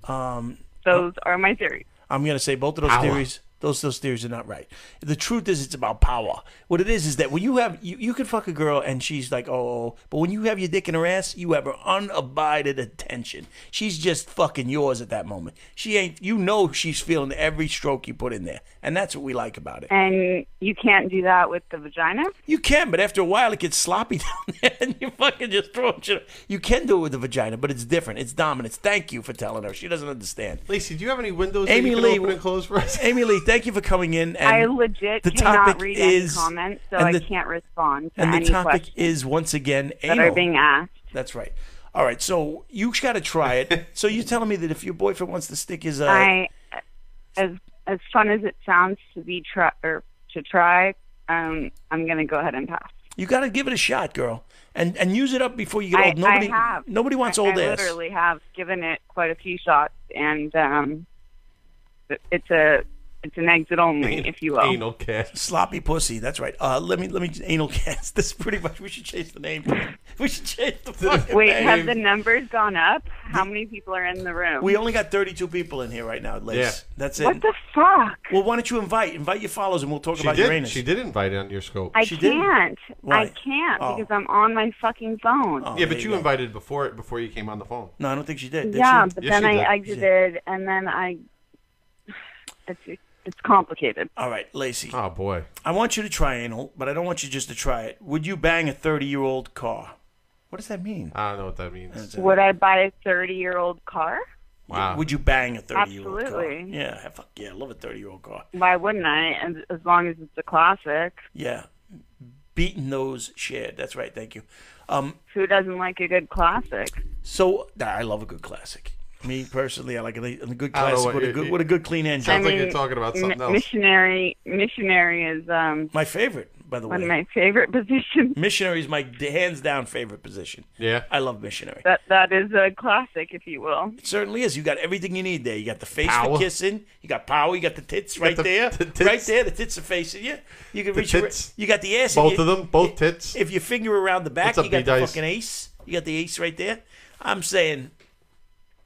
Speaker 2: Um,
Speaker 7: Those are my theories.
Speaker 2: I'm going to say both of those
Speaker 7: Power.
Speaker 2: theories. Those those theories are not right. The truth is, it's about power. What it is is that when you have you, you can fuck a girl and she's like, oh, but when you have your dick in her ass, you have her unabided attention. She's just fucking yours at that moment. She ain't. You know she's feeling every stroke you put in there, and that's what we like about it.
Speaker 7: And you can't do that with the vagina?
Speaker 2: You can, but after a while, it gets sloppy [LAUGHS] down there, and you fucking just throw shit. You can do it with the vagina, but it's different. It's dominance. Thank you for telling her. She doesn't understand.
Speaker 1: Lacey, do you have any windows that
Speaker 2: Amy
Speaker 1: you can
Speaker 2: Lee,
Speaker 1: open and close for us?
Speaker 2: Amy Lee, thank you for coming in. And
Speaker 7: I legit
Speaker 2: the
Speaker 7: cannot
Speaker 2: topic
Speaker 7: read
Speaker 2: is,
Speaker 7: any comments, so
Speaker 2: and
Speaker 7: I
Speaker 2: the-
Speaker 7: can't respond to
Speaker 2: And the
Speaker 7: any
Speaker 2: topic
Speaker 7: questions
Speaker 2: is once again
Speaker 7: that
Speaker 2: anal.
Speaker 7: are being asked.
Speaker 2: That's right. All right, so you got to try it. so you're telling me that if your boyfriend wants to stick his uh,
Speaker 7: I, as as fun as it sounds to be try or to try, um, I'm gonna go ahead and pass.
Speaker 2: you got to give it a shot, girl, and and use it up before you get
Speaker 7: I,
Speaker 2: old. Nobody
Speaker 7: I have.
Speaker 2: nobody wants
Speaker 7: I,
Speaker 2: old
Speaker 7: I
Speaker 2: ass.
Speaker 7: literally have given it quite a few shots, and um, it's a it's an exit only, if you will.
Speaker 1: cast.
Speaker 2: Sloppy pussy. That's right. Uh, let me let me anal cast. [LAUGHS] This is pretty much. We should change the name. We should change the fucking
Speaker 7: Wait,
Speaker 2: name.
Speaker 7: have the numbers gone up? How many people are in the room?
Speaker 2: We only got 32 people in here right now, Liz.
Speaker 1: Yeah.
Speaker 2: That's it.
Speaker 7: What the fuck?
Speaker 2: Well, why don't you invite invite your followers and we'll talk
Speaker 1: She
Speaker 2: about
Speaker 1: did.
Speaker 2: Uranus.
Speaker 1: She did invite on your scope.
Speaker 7: I
Speaker 2: she didn't.
Speaker 7: can't. I
Speaker 1: Why?
Speaker 7: can't
Speaker 1: Oh.
Speaker 7: because I'm on my fucking phone.
Speaker 2: Oh,
Speaker 1: yeah, but you, invited before it before you came on the phone.
Speaker 2: No, I don't think she did.
Speaker 7: yeah, but
Speaker 1: Yes,
Speaker 7: then
Speaker 1: she
Speaker 7: I
Speaker 1: did.
Speaker 7: exited, and then I. [SIGHS] It's it's complicated.
Speaker 2: All right, Lacey.
Speaker 1: Oh boy.
Speaker 2: I want you to try anal, but I don't want you just to try it. Would you bang a 30 year old car? What does that mean?
Speaker 1: I don't know what that means.
Speaker 7: Would I buy a thirty-year-old car?
Speaker 1: Wow.
Speaker 2: Would you bang a 30 year old car?
Speaker 7: Absolutely.
Speaker 2: Yeah, fuck yeah. I love a 30 year old car.
Speaker 7: Why wouldn't I? And as long as it's a classic,
Speaker 2: Yeah. Beating those shared. That's right. Thank you. Um,
Speaker 7: who doesn't like a good classic?
Speaker 2: so nah, I love a good classic. Me personally, I like a, a good
Speaker 1: I don't know
Speaker 2: classic
Speaker 1: what
Speaker 2: with a
Speaker 1: you-
Speaker 2: good with a good clean engine.
Speaker 7: I mean, mi- Missionary, missionary is um
Speaker 2: My favorite, by the
Speaker 7: one of
Speaker 2: way.
Speaker 7: my favorite [LAUGHS] positions.
Speaker 2: Missionary is my d- hands down favorite position.
Speaker 1: Yeah.
Speaker 2: I love missionary.
Speaker 7: That that is a classic, if you will.
Speaker 2: It certainly is. You got everything you need there. You got the face
Speaker 1: Power.
Speaker 2: for kissing. You got power. You got the tits right there. Right there. The tits are facing you. You can
Speaker 1: The
Speaker 2: reach. your-
Speaker 1: tits.
Speaker 2: You got the ass. in
Speaker 1: Both
Speaker 2: your-
Speaker 1: of them, both tits.
Speaker 2: If you finger around the back,
Speaker 1: What's up,
Speaker 2: you got the
Speaker 1: B-Dice?
Speaker 2: fucking ace. You got the ace right there. I'm saying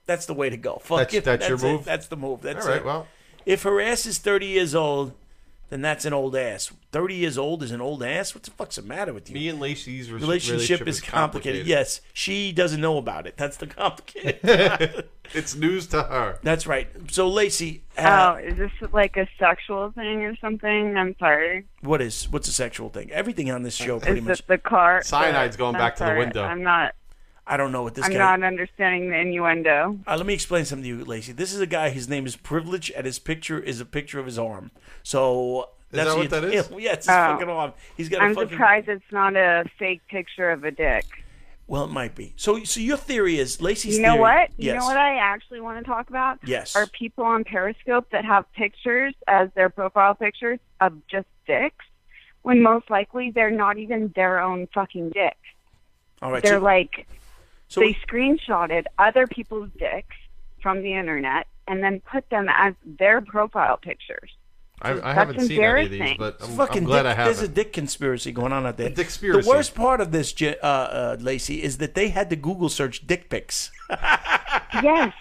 Speaker 2: that's the way to go. Fuck
Speaker 1: That's-
Speaker 2: it.
Speaker 1: that's your
Speaker 2: it.
Speaker 1: move?
Speaker 2: That's the move. That's
Speaker 1: All right,
Speaker 2: it.
Speaker 1: well.
Speaker 2: if her ass is 30 years old, then that's an old ass. 30 years old is an old ass. What the fuck's the matter with you?
Speaker 1: Me and Lacey's
Speaker 2: relationship, is [LAUGHS] complicated. Yes, she doesn't know about it. That's the complicated. part.
Speaker 1: It's news to her.
Speaker 2: That's right. So Lacey,
Speaker 7: Oh,
Speaker 2: uh,
Speaker 7: is this like a sexual thing or something? I'm sorry.
Speaker 2: what is what's a sexual thing? Everything on this show pretty
Speaker 7: is
Speaker 2: much.
Speaker 7: it the car?
Speaker 2: Cyanide's
Speaker 7: the-
Speaker 2: going
Speaker 7: I'm
Speaker 2: back to the
Speaker 7: sorry,
Speaker 2: window.
Speaker 7: I'm not.
Speaker 2: I don't know what this
Speaker 7: I'm
Speaker 2: guy.
Speaker 7: not understanding the innuendo.
Speaker 2: Uh, let me explain something to you, Lacey. This is a guy. His name is Privilege, and his picture is a picture of his arm. So that's
Speaker 1: that what that is?
Speaker 2: Yeah, well, [LAUGHS] yeah, it's his
Speaker 7: Oh.
Speaker 2: fucking arm. He's got
Speaker 7: I'm
Speaker 2: a fucking.
Speaker 7: surprised it's not a fake picture of a dick.
Speaker 2: Well, it might be. So, so your theory is Lacey's.
Speaker 7: You know
Speaker 2: theory-
Speaker 7: what? You
Speaker 2: Yes.
Speaker 7: know what I actually want to talk about?
Speaker 2: Yes.
Speaker 7: Are people on Periscope that have pictures as their profile pictures of just dicks when most likely they're not even their own fucking dick.
Speaker 2: All right.
Speaker 7: they're
Speaker 2: so-
Speaker 7: like
Speaker 2: so-
Speaker 7: they screenshotted other people's dicks from the internet and then put them as their profile pictures.
Speaker 1: I, I
Speaker 7: That's
Speaker 1: haven't seen any of these,
Speaker 7: embarrassing.
Speaker 1: but I'm,
Speaker 2: fucking
Speaker 1: I'm glad
Speaker 2: dick,
Speaker 1: I
Speaker 2: there's a
Speaker 1: haven't.
Speaker 2: dick conspiracy going on out there.
Speaker 1: dickspiracy.
Speaker 2: The worst part of this, Je- uh, uh, Lacey, is that they had to Google search dick pics.
Speaker 7: Yes.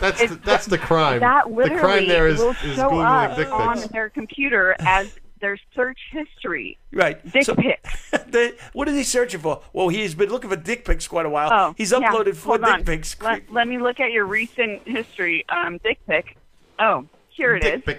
Speaker 1: That's the, that's the crime.
Speaker 7: That
Speaker 1: the
Speaker 7: literally
Speaker 1: crime there is,
Speaker 7: will
Speaker 1: is
Speaker 7: show
Speaker 1: googling
Speaker 7: up
Speaker 1: dick
Speaker 7: on
Speaker 1: pics.
Speaker 7: their computer as their search history.
Speaker 2: Right.
Speaker 7: Dick
Speaker 2: so, [LAUGHS] they, what is he searching for? Well, he's been looking for dick pics quite a while.
Speaker 7: Oh,
Speaker 2: he's
Speaker 7: yeah.
Speaker 2: uploaded four
Speaker 7: Hold on.
Speaker 2: dick pics.
Speaker 7: Let, let me look at your recent history. Um, dick pic. Oh, here it is.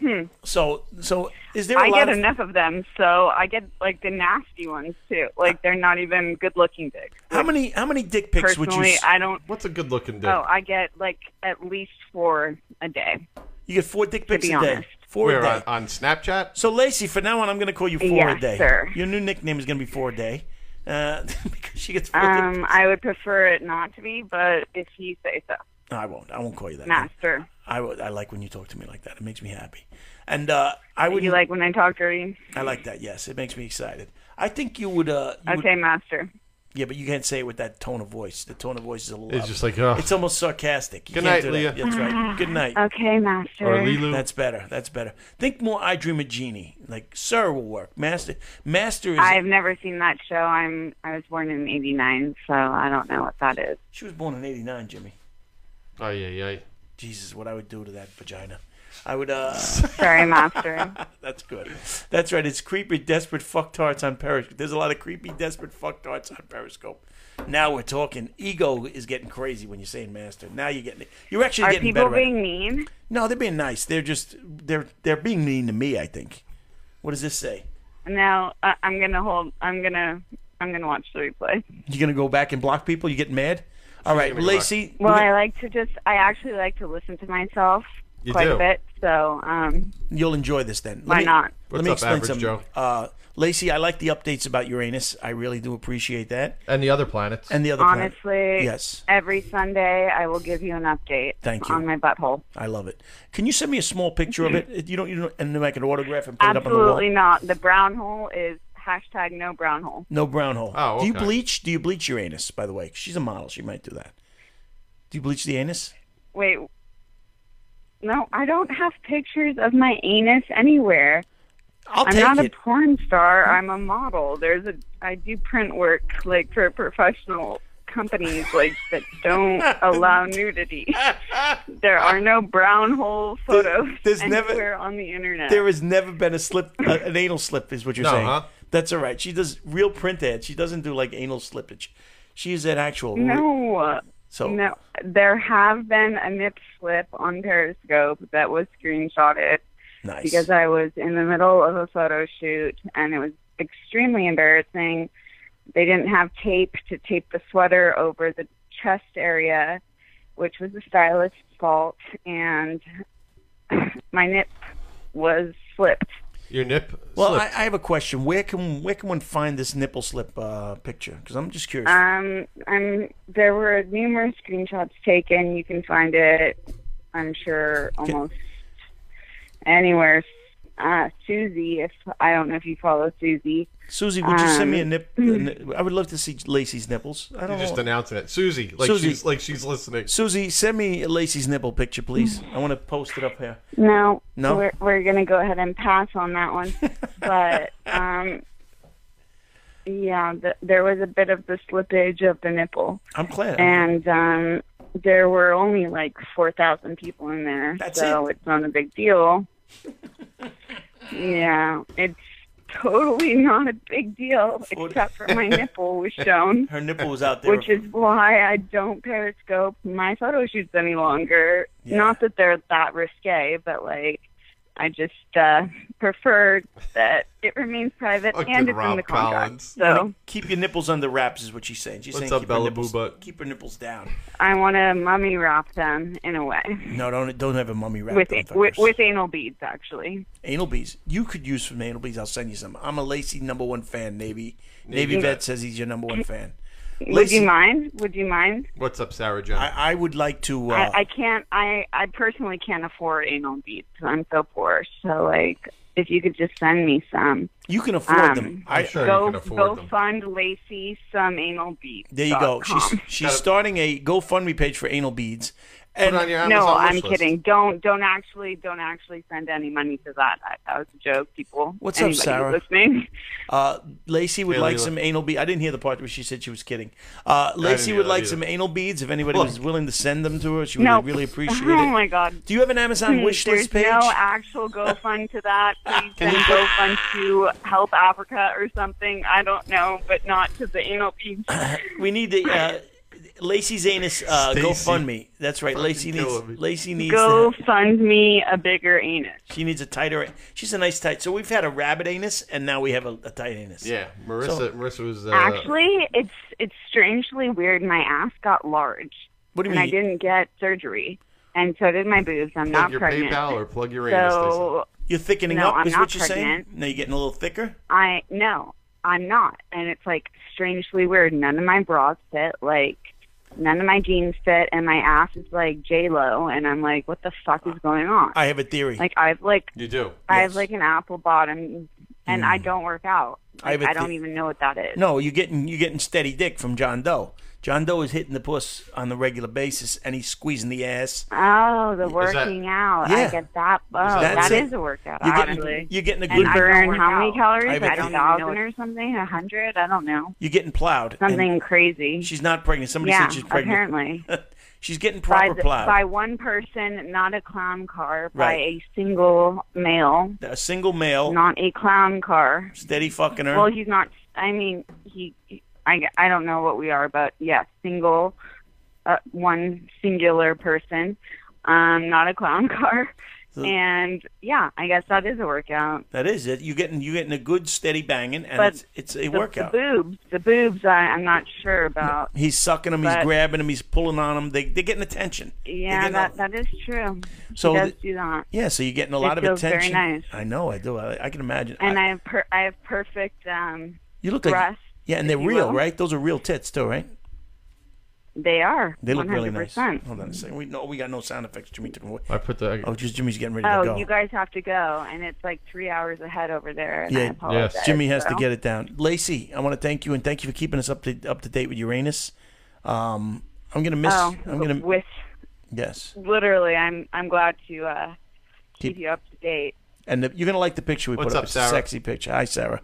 Speaker 7: Hmm.
Speaker 2: So, so is there? a
Speaker 7: I
Speaker 2: lot
Speaker 7: get
Speaker 2: of-
Speaker 7: enough of them, so I get like the nasty ones too. Like they're not even good-looking dicks.
Speaker 2: How many? How many dick pics would you?
Speaker 7: Personally,
Speaker 2: s-
Speaker 7: I don't.
Speaker 1: What's a good looking
Speaker 7: Oh, I get like at least four a day.
Speaker 2: You get four dick pics
Speaker 7: be
Speaker 2: a day.
Speaker 7: honest.
Speaker 2: Four
Speaker 1: Where,
Speaker 2: a day.
Speaker 1: on- Snapchat.
Speaker 2: So Lacey, for now on, I'm going to call you four a
Speaker 7: Yes,
Speaker 2: day.
Speaker 7: sir.
Speaker 2: Your new nickname is going to be four a day. Uh, [LAUGHS] because she gets four dick
Speaker 7: Um, I would prefer it not to be, but if you say so,
Speaker 2: No, I won't. I won't call you that.
Speaker 7: master.
Speaker 2: I, would- I like when you talk to me like that. It makes me happy. And uh, I would.
Speaker 7: You like when I talk dirty?
Speaker 2: I like that. Yes, it makes me excited. I think you would. Uh, you would-
Speaker 7: Okay, master.
Speaker 2: yeah, but you can't say it with that tone of voice. The tone of voice is a little.
Speaker 1: It's
Speaker 2: up.
Speaker 1: just like, ugh.
Speaker 2: It's almost sarcastic. You
Speaker 1: Good
Speaker 2: can't
Speaker 1: night,
Speaker 2: do that.
Speaker 1: Leah.
Speaker 2: That's right.
Speaker 7: [LAUGHS]
Speaker 2: Good night.
Speaker 7: Okay, master.
Speaker 2: That's better. That's better. Think more. I dream a genie. Like sir will work. Master. Master is.
Speaker 7: I've never seen that show. I'm I was born in '89, so I don't know what that is.
Speaker 2: She was born in '89, Jimmy.
Speaker 1: Oh yeah, yeah.
Speaker 2: Jesus, what I would do to that vagina. I would.
Speaker 1: [LAUGHS]
Speaker 2: uh
Speaker 7: Sorry, master.
Speaker 2: That's good. That's right. It's creepy, desperate fucktarts on Periscope. There's a lot of creepy, desperate fucktarts on Periscope. Now we're talking. Ego is getting crazy when you're saying master. Now you're getting. [LAUGHS] You're actually
Speaker 7: Are
Speaker 2: getting
Speaker 7: people
Speaker 2: better. at it.
Speaker 7: being mean?
Speaker 2: No, they're being nice. They're just they're they're being mean to me. I think. What does this say?
Speaker 7: No, I, I'm gonna hold. I'm gonna. I'm gonna watch the replay.
Speaker 2: You're gonna go back and block people? You getting mad? All right,
Speaker 7: gonna go
Speaker 2: Lacey.
Speaker 7: Well, I like to just. I actually like to listen to myself
Speaker 2: You
Speaker 7: quite
Speaker 2: do.
Speaker 7: a bit. So, um,
Speaker 2: You'll enjoy this then. Let
Speaker 7: Why
Speaker 2: me,
Speaker 7: not?
Speaker 2: let
Speaker 1: What's
Speaker 2: me
Speaker 1: up,
Speaker 2: explain
Speaker 1: Average
Speaker 2: something.
Speaker 1: Joe?
Speaker 2: Uh, Lacey, I like the updates about Uranus. I really do appreciate that.
Speaker 1: And the other planets.
Speaker 2: And the other planet.
Speaker 7: honestly,
Speaker 2: Yes.
Speaker 7: Every Sunday, I will give you an update.
Speaker 2: Thank you.
Speaker 7: On my butthole.
Speaker 2: I love it. Can you send me a small picture of it? You don't. You don't. And then I can autograph and put it up on the
Speaker 7: Absolutely
Speaker 2: wall.
Speaker 7: not. The brown hole is hashtag no brown hole.
Speaker 2: No brown hole.
Speaker 1: Oh,
Speaker 2: Do you
Speaker 1: okay.
Speaker 2: bleach? Do you bleach your anus? By the way, she's a model. She might do that. Do you bleach the anus?
Speaker 7: Wait. No, I don't have pictures of my anus anywhere.
Speaker 2: I'll
Speaker 7: am
Speaker 2: take
Speaker 7: not
Speaker 2: it.
Speaker 7: a porn star. I'm a model. There's a I do print work like for professional companies like that
Speaker 2: [LAUGHS]
Speaker 7: don't allow nudity. [LAUGHS]
Speaker 1: [LAUGHS]
Speaker 7: there are no brown hole photos
Speaker 2: there's never-
Speaker 7: anywhere on the
Speaker 2: [LAUGHS]
Speaker 7: internet.
Speaker 2: There has never been a slip, uh, an anal slip, is what you're
Speaker 1: No,
Speaker 2: saying.
Speaker 1: huh?
Speaker 2: That's all right. She does real print ads. She doesn't do like anal slippage. She is an actual.
Speaker 7: no.
Speaker 2: So-
Speaker 7: no, there have been a nip slip on Periscope that was screenshotted
Speaker 2: Nice.
Speaker 7: because I was in the middle of a photo shoot and it was extremely embarrassing. They didn't have tape to tape the sweater over the chest area, which was the stylist's fault, and [SIGHS] my nip was slipped.
Speaker 1: Your nip.
Speaker 2: Well, I,
Speaker 1: slipped.
Speaker 2: I have a question. Where can where can one find this nipple slip uh, picture? Because I'm just curious.
Speaker 7: Um, I'm, there were numerous screenshots taken. You can find it, I'm sure, almost anywhere. Uh, Susie, if I don't know if you follow Susie.
Speaker 2: Susie, would you send me a
Speaker 7: um,
Speaker 2: nip? a ni- I would love to see Lacey's nipples. I
Speaker 1: You're
Speaker 2: don't
Speaker 1: just
Speaker 2: know.
Speaker 1: announcing it, Susie. Like
Speaker 2: Oh. Susie.
Speaker 1: she's like she's listening.
Speaker 2: Susie, send me Lacey's nipple picture, please. I want to post it up here.
Speaker 7: No,
Speaker 2: No?
Speaker 7: we're we're gonna go ahead and pass on
Speaker 2: [LAUGHS]
Speaker 7: that one. but um, yeah, th- there was a bit of the slippage of the nipple,
Speaker 2: I'm glad.
Speaker 7: and um, there were only like four thousand people in there,
Speaker 2: That's [LAUGHS]
Speaker 7: so it's not a big deal. yeah, it's totally not a big deal,
Speaker 2: Forty-
Speaker 7: except for my nipple was shown,
Speaker 2: Her nipple was out there.
Speaker 7: which is why I don't periscope my photo shoots any longer.
Speaker 2: Yeah.
Speaker 7: Not that they're that risque, but like I just uh, prefer that it remains private and it's in the contract. So
Speaker 2: keep your nipples under wraps is what she's saying. She's
Speaker 1: What's
Speaker 2: saying
Speaker 1: up,
Speaker 2: keep
Speaker 1: Bella
Speaker 2: her nipples,
Speaker 1: Boo Butt?
Speaker 2: keep her nipples down.
Speaker 7: I want to mummy wrap them in a way
Speaker 2: No, don't don't have a mummy wrap.
Speaker 7: with,
Speaker 2: them
Speaker 7: with
Speaker 2: fuckers.
Speaker 7: with anal beads actually.
Speaker 2: Anal beads. You could use some anal beads. I'll send you some. I'm a Lacey number one fan. Navy Navy
Speaker 7: Navy.
Speaker 2: vet says he's your number one fan.
Speaker 7: Would
Speaker 2: Lacey-
Speaker 7: you mind? Would you mind?
Speaker 1: What's up, Sarah Jen?
Speaker 2: I, I would like to. Uh,
Speaker 7: I, I can't. I I personally can't afford anal beads. I'm so poor. So like, if you could just send me some,
Speaker 2: you can afford
Speaker 7: um,
Speaker 2: them. I
Speaker 7: go go fund Lacey some anal beads.
Speaker 2: There you go.
Speaker 7: um,
Speaker 2: [LAUGHS] She's she's starting a GoFundMe page for anal beads. And
Speaker 7: no, I'm kidding. Don't don't actually don't actually send any money to that. That, that was a joke, people.
Speaker 2: What's
Speaker 7: Anybody
Speaker 2: up, Sarah?
Speaker 7: Listening. [LAUGHS]
Speaker 2: Uh, Lacey would
Speaker 7: Hey,
Speaker 2: like
Speaker 7: Leela.
Speaker 2: some anal beads. I didn't hear the part where she said she was kidding. Uh,
Speaker 7: didn't
Speaker 2: Lacey
Speaker 7: hear
Speaker 2: would
Speaker 7: that
Speaker 2: like
Speaker 7: either.
Speaker 2: some anal beads. If anybody was willing to send them to her, she would
Speaker 7: No.
Speaker 2: really appreciate
Speaker 7: Oh
Speaker 2: it.
Speaker 7: [LAUGHS] my god.
Speaker 2: Do you have an Amazon
Speaker 7: Please,
Speaker 2: wish list
Speaker 7: there's
Speaker 2: page?
Speaker 7: No actual GoFund to
Speaker 2: [LAUGHS]
Speaker 7: that. Please send GoFund to Help Africa or something. I don't know, but not to the anal beads.
Speaker 2: [CLEARS THROAT] we need the uh, Lacey's anus uh,
Speaker 7: Stacey.
Speaker 2: GoFundMe. That's right. Lacey needs. Lacey needs.
Speaker 7: Go
Speaker 2: to-
Speaker 7: fund me a bigger anus.
Speaker 2: She needs a tighter. She's a nice tight. So we've had a rabbit anus, and now we have a, a tight anus.
Speaker 1: Yeah, Marissa. Marissa was uh,
Speaker 7: Actually, it's it's strangely weird. My ass got large.
Speaker 2: What do you
Speaker 7: and
Speaker 2: mean?
Speaker 7: I didn't get surgery, and so did my boobs. I'm
Speaker 1: plug
Speaker 7: not
Speaker 1: your
Speaker 7: pregnant.
Speaker 1: PayPal or plug your anus. they say.
Speaker 7: so
Speaker 2: You're thickening
Speaker 7: No,
Speaker 2: up,
Speaker 7: I'm
Speaker 2: is
Speaker 7: not
Speaker 2: what you're saying.
Speaker 7: pregnant.
Speaker 2: Now you're getting a little thicker.
Speaker 7: I no, I'm not, and it's like strangely weird. None of my bras fit. Like none of my jeans fit, and my ass is like J Lo, and I'm like, what the fuck is going on?
Speaker 2: I have a theory.
Speaker 7: Like I've like
Speaker 1: you do.
Speaker 7: I have like an apple bottom, and I don't work out.
Speaker 2: Mm. I have
Speaker 7: Like,
Speaker 2: a
Speaker 7: I, don't
Speaker 2: the-
Speaker 7: even know what that is.
Speaker 2: No, you're getting you're getting steady dick from John Doe. John Doe is hitting the puss on the regular basis, and he's squeezing the ass.
Speaker 7: Oh, the
Speaker 2: that-
Speaker 7: working out.
Speaker 2: Yeah.
Speaker 7: I get that. Oh,
Speaker 2: That's
Speaker 7: that
Speaker 2: it.
Speaker 7: is a workout.
Speaker 2: You're getting-
Speaker 7: honestly.
Speaker 2: you're getting a
Speaker 7: And
Speaker 2: good-
Speaker 7: I burn how many
Speaker 2: I
Speaker 7: calories?
Speaker 2: have a
Speaker 7: I don't
Speaker 2: good-
Speaker 7: thousand or something, a hundred. I don't know.
Speaker 2: You're getting plowed. and
Speaker 7: Something crazy.
Speaker 2: She's not pregnant. Somebody
Speaker 7: yeah,
Speaker 2: said she's pregnant.
Speaker 7: apparently.
Speaker 2: She's getting
Speaker 7: by,
Speaker 2: proper
Speaker 7: the-
Speaker 2: plowed.
Speaker 7: by one person, not a clown car, by
Speaker 2: Right.
Speaker 7: a single male,
Speaker 2: a single male,
Speaker 7: not a clown car.
Speaker 2: steady fucking her.
Speaker 7: Well, he's not. I mean, he. I, I don't know what we are, but yeah, single, uh, one singular person, um, not a clown [LAUGHS] car,
Speaker 2: So-
Speaker 7: and yeah, I guess that is a workout.
Speaker 2: that is it. You're getting you're getting a good steady banging, and
Speaker 7: But
Speaker 2: it's it's a
Speaker 7: the,
Speaker 2: workout.
Speaker 7: The boobs, the boobs. I, I'm not sure about.
Speaker 2: He's sucking them, he's
Speaker 7: But-
Speaker 2: grabbing them, he's pulling on them. They they're getting attention.
Speaker 7: Yeah,
Speaker 2: getting
Speaker 7: that that is true.
Speaker 2: So
Speaker 7: he does
Speaker 2: the-
Speaker 7: do that.
Speaker 2: Yeah, so you're getting a
Speaker 7: It
Speaker 2: lot of
Speaker 7: feels very
Speaker 2: attention.
Speaker 7: nice.
Speaker 2: I know, I do. I, I can imagine.
Speaker 7: and
Speaker 2: I,
Speaker 7: I have per- I have perfect um
Speaker 2: you look like
Speaker 7: breasts,
Speaker 2: yeah, and they're
Speaker 7: if you
Speaker 2: real,
Speaker 7: will.
Speaker 2: right? Those are real tits too, right?
Speaker 7: They are.
Speaker 2: They look
Speaker 7: 100%.
Speaker 2: really nice. Hold on a second. We no, we got no sound effects. Jimmy took them away. I
Speaker 1: put the
Speaker 2: oh, just Jimmy's getting ready to
Speaker 7: Oh,
Speaker 2: go.
Speaker 7: you guys have to go, and it's like three hours ahead over there. And I
Speaker 2: yeah,
Speaker 7: apologize,
Speaker 2: Jimmy has to
Speaker 7: so.
Speaker 2: get it down. Lacey, I want to thank you and thank you for keeping us up to up to date with Uranus. Um, I'm gonna miss.
Speaker 7: Oh,
Speaker 2: I'm gonna
Speaker 7: with
Speaker 2: yes,
Speaker 7: literally. I'm I'm glad to uh, keep,
Speaker 2: Keep-
Speaker 7: you up to date.
Speaker 2: and the, you're gonna like the picture we
Speaker 1: What's
Speaker 2: put
Speaker 1: up,
Speaker 2: It's a
Speaker 1: Sarah?
Speaker 2: sexy picture. Hi, Sarah.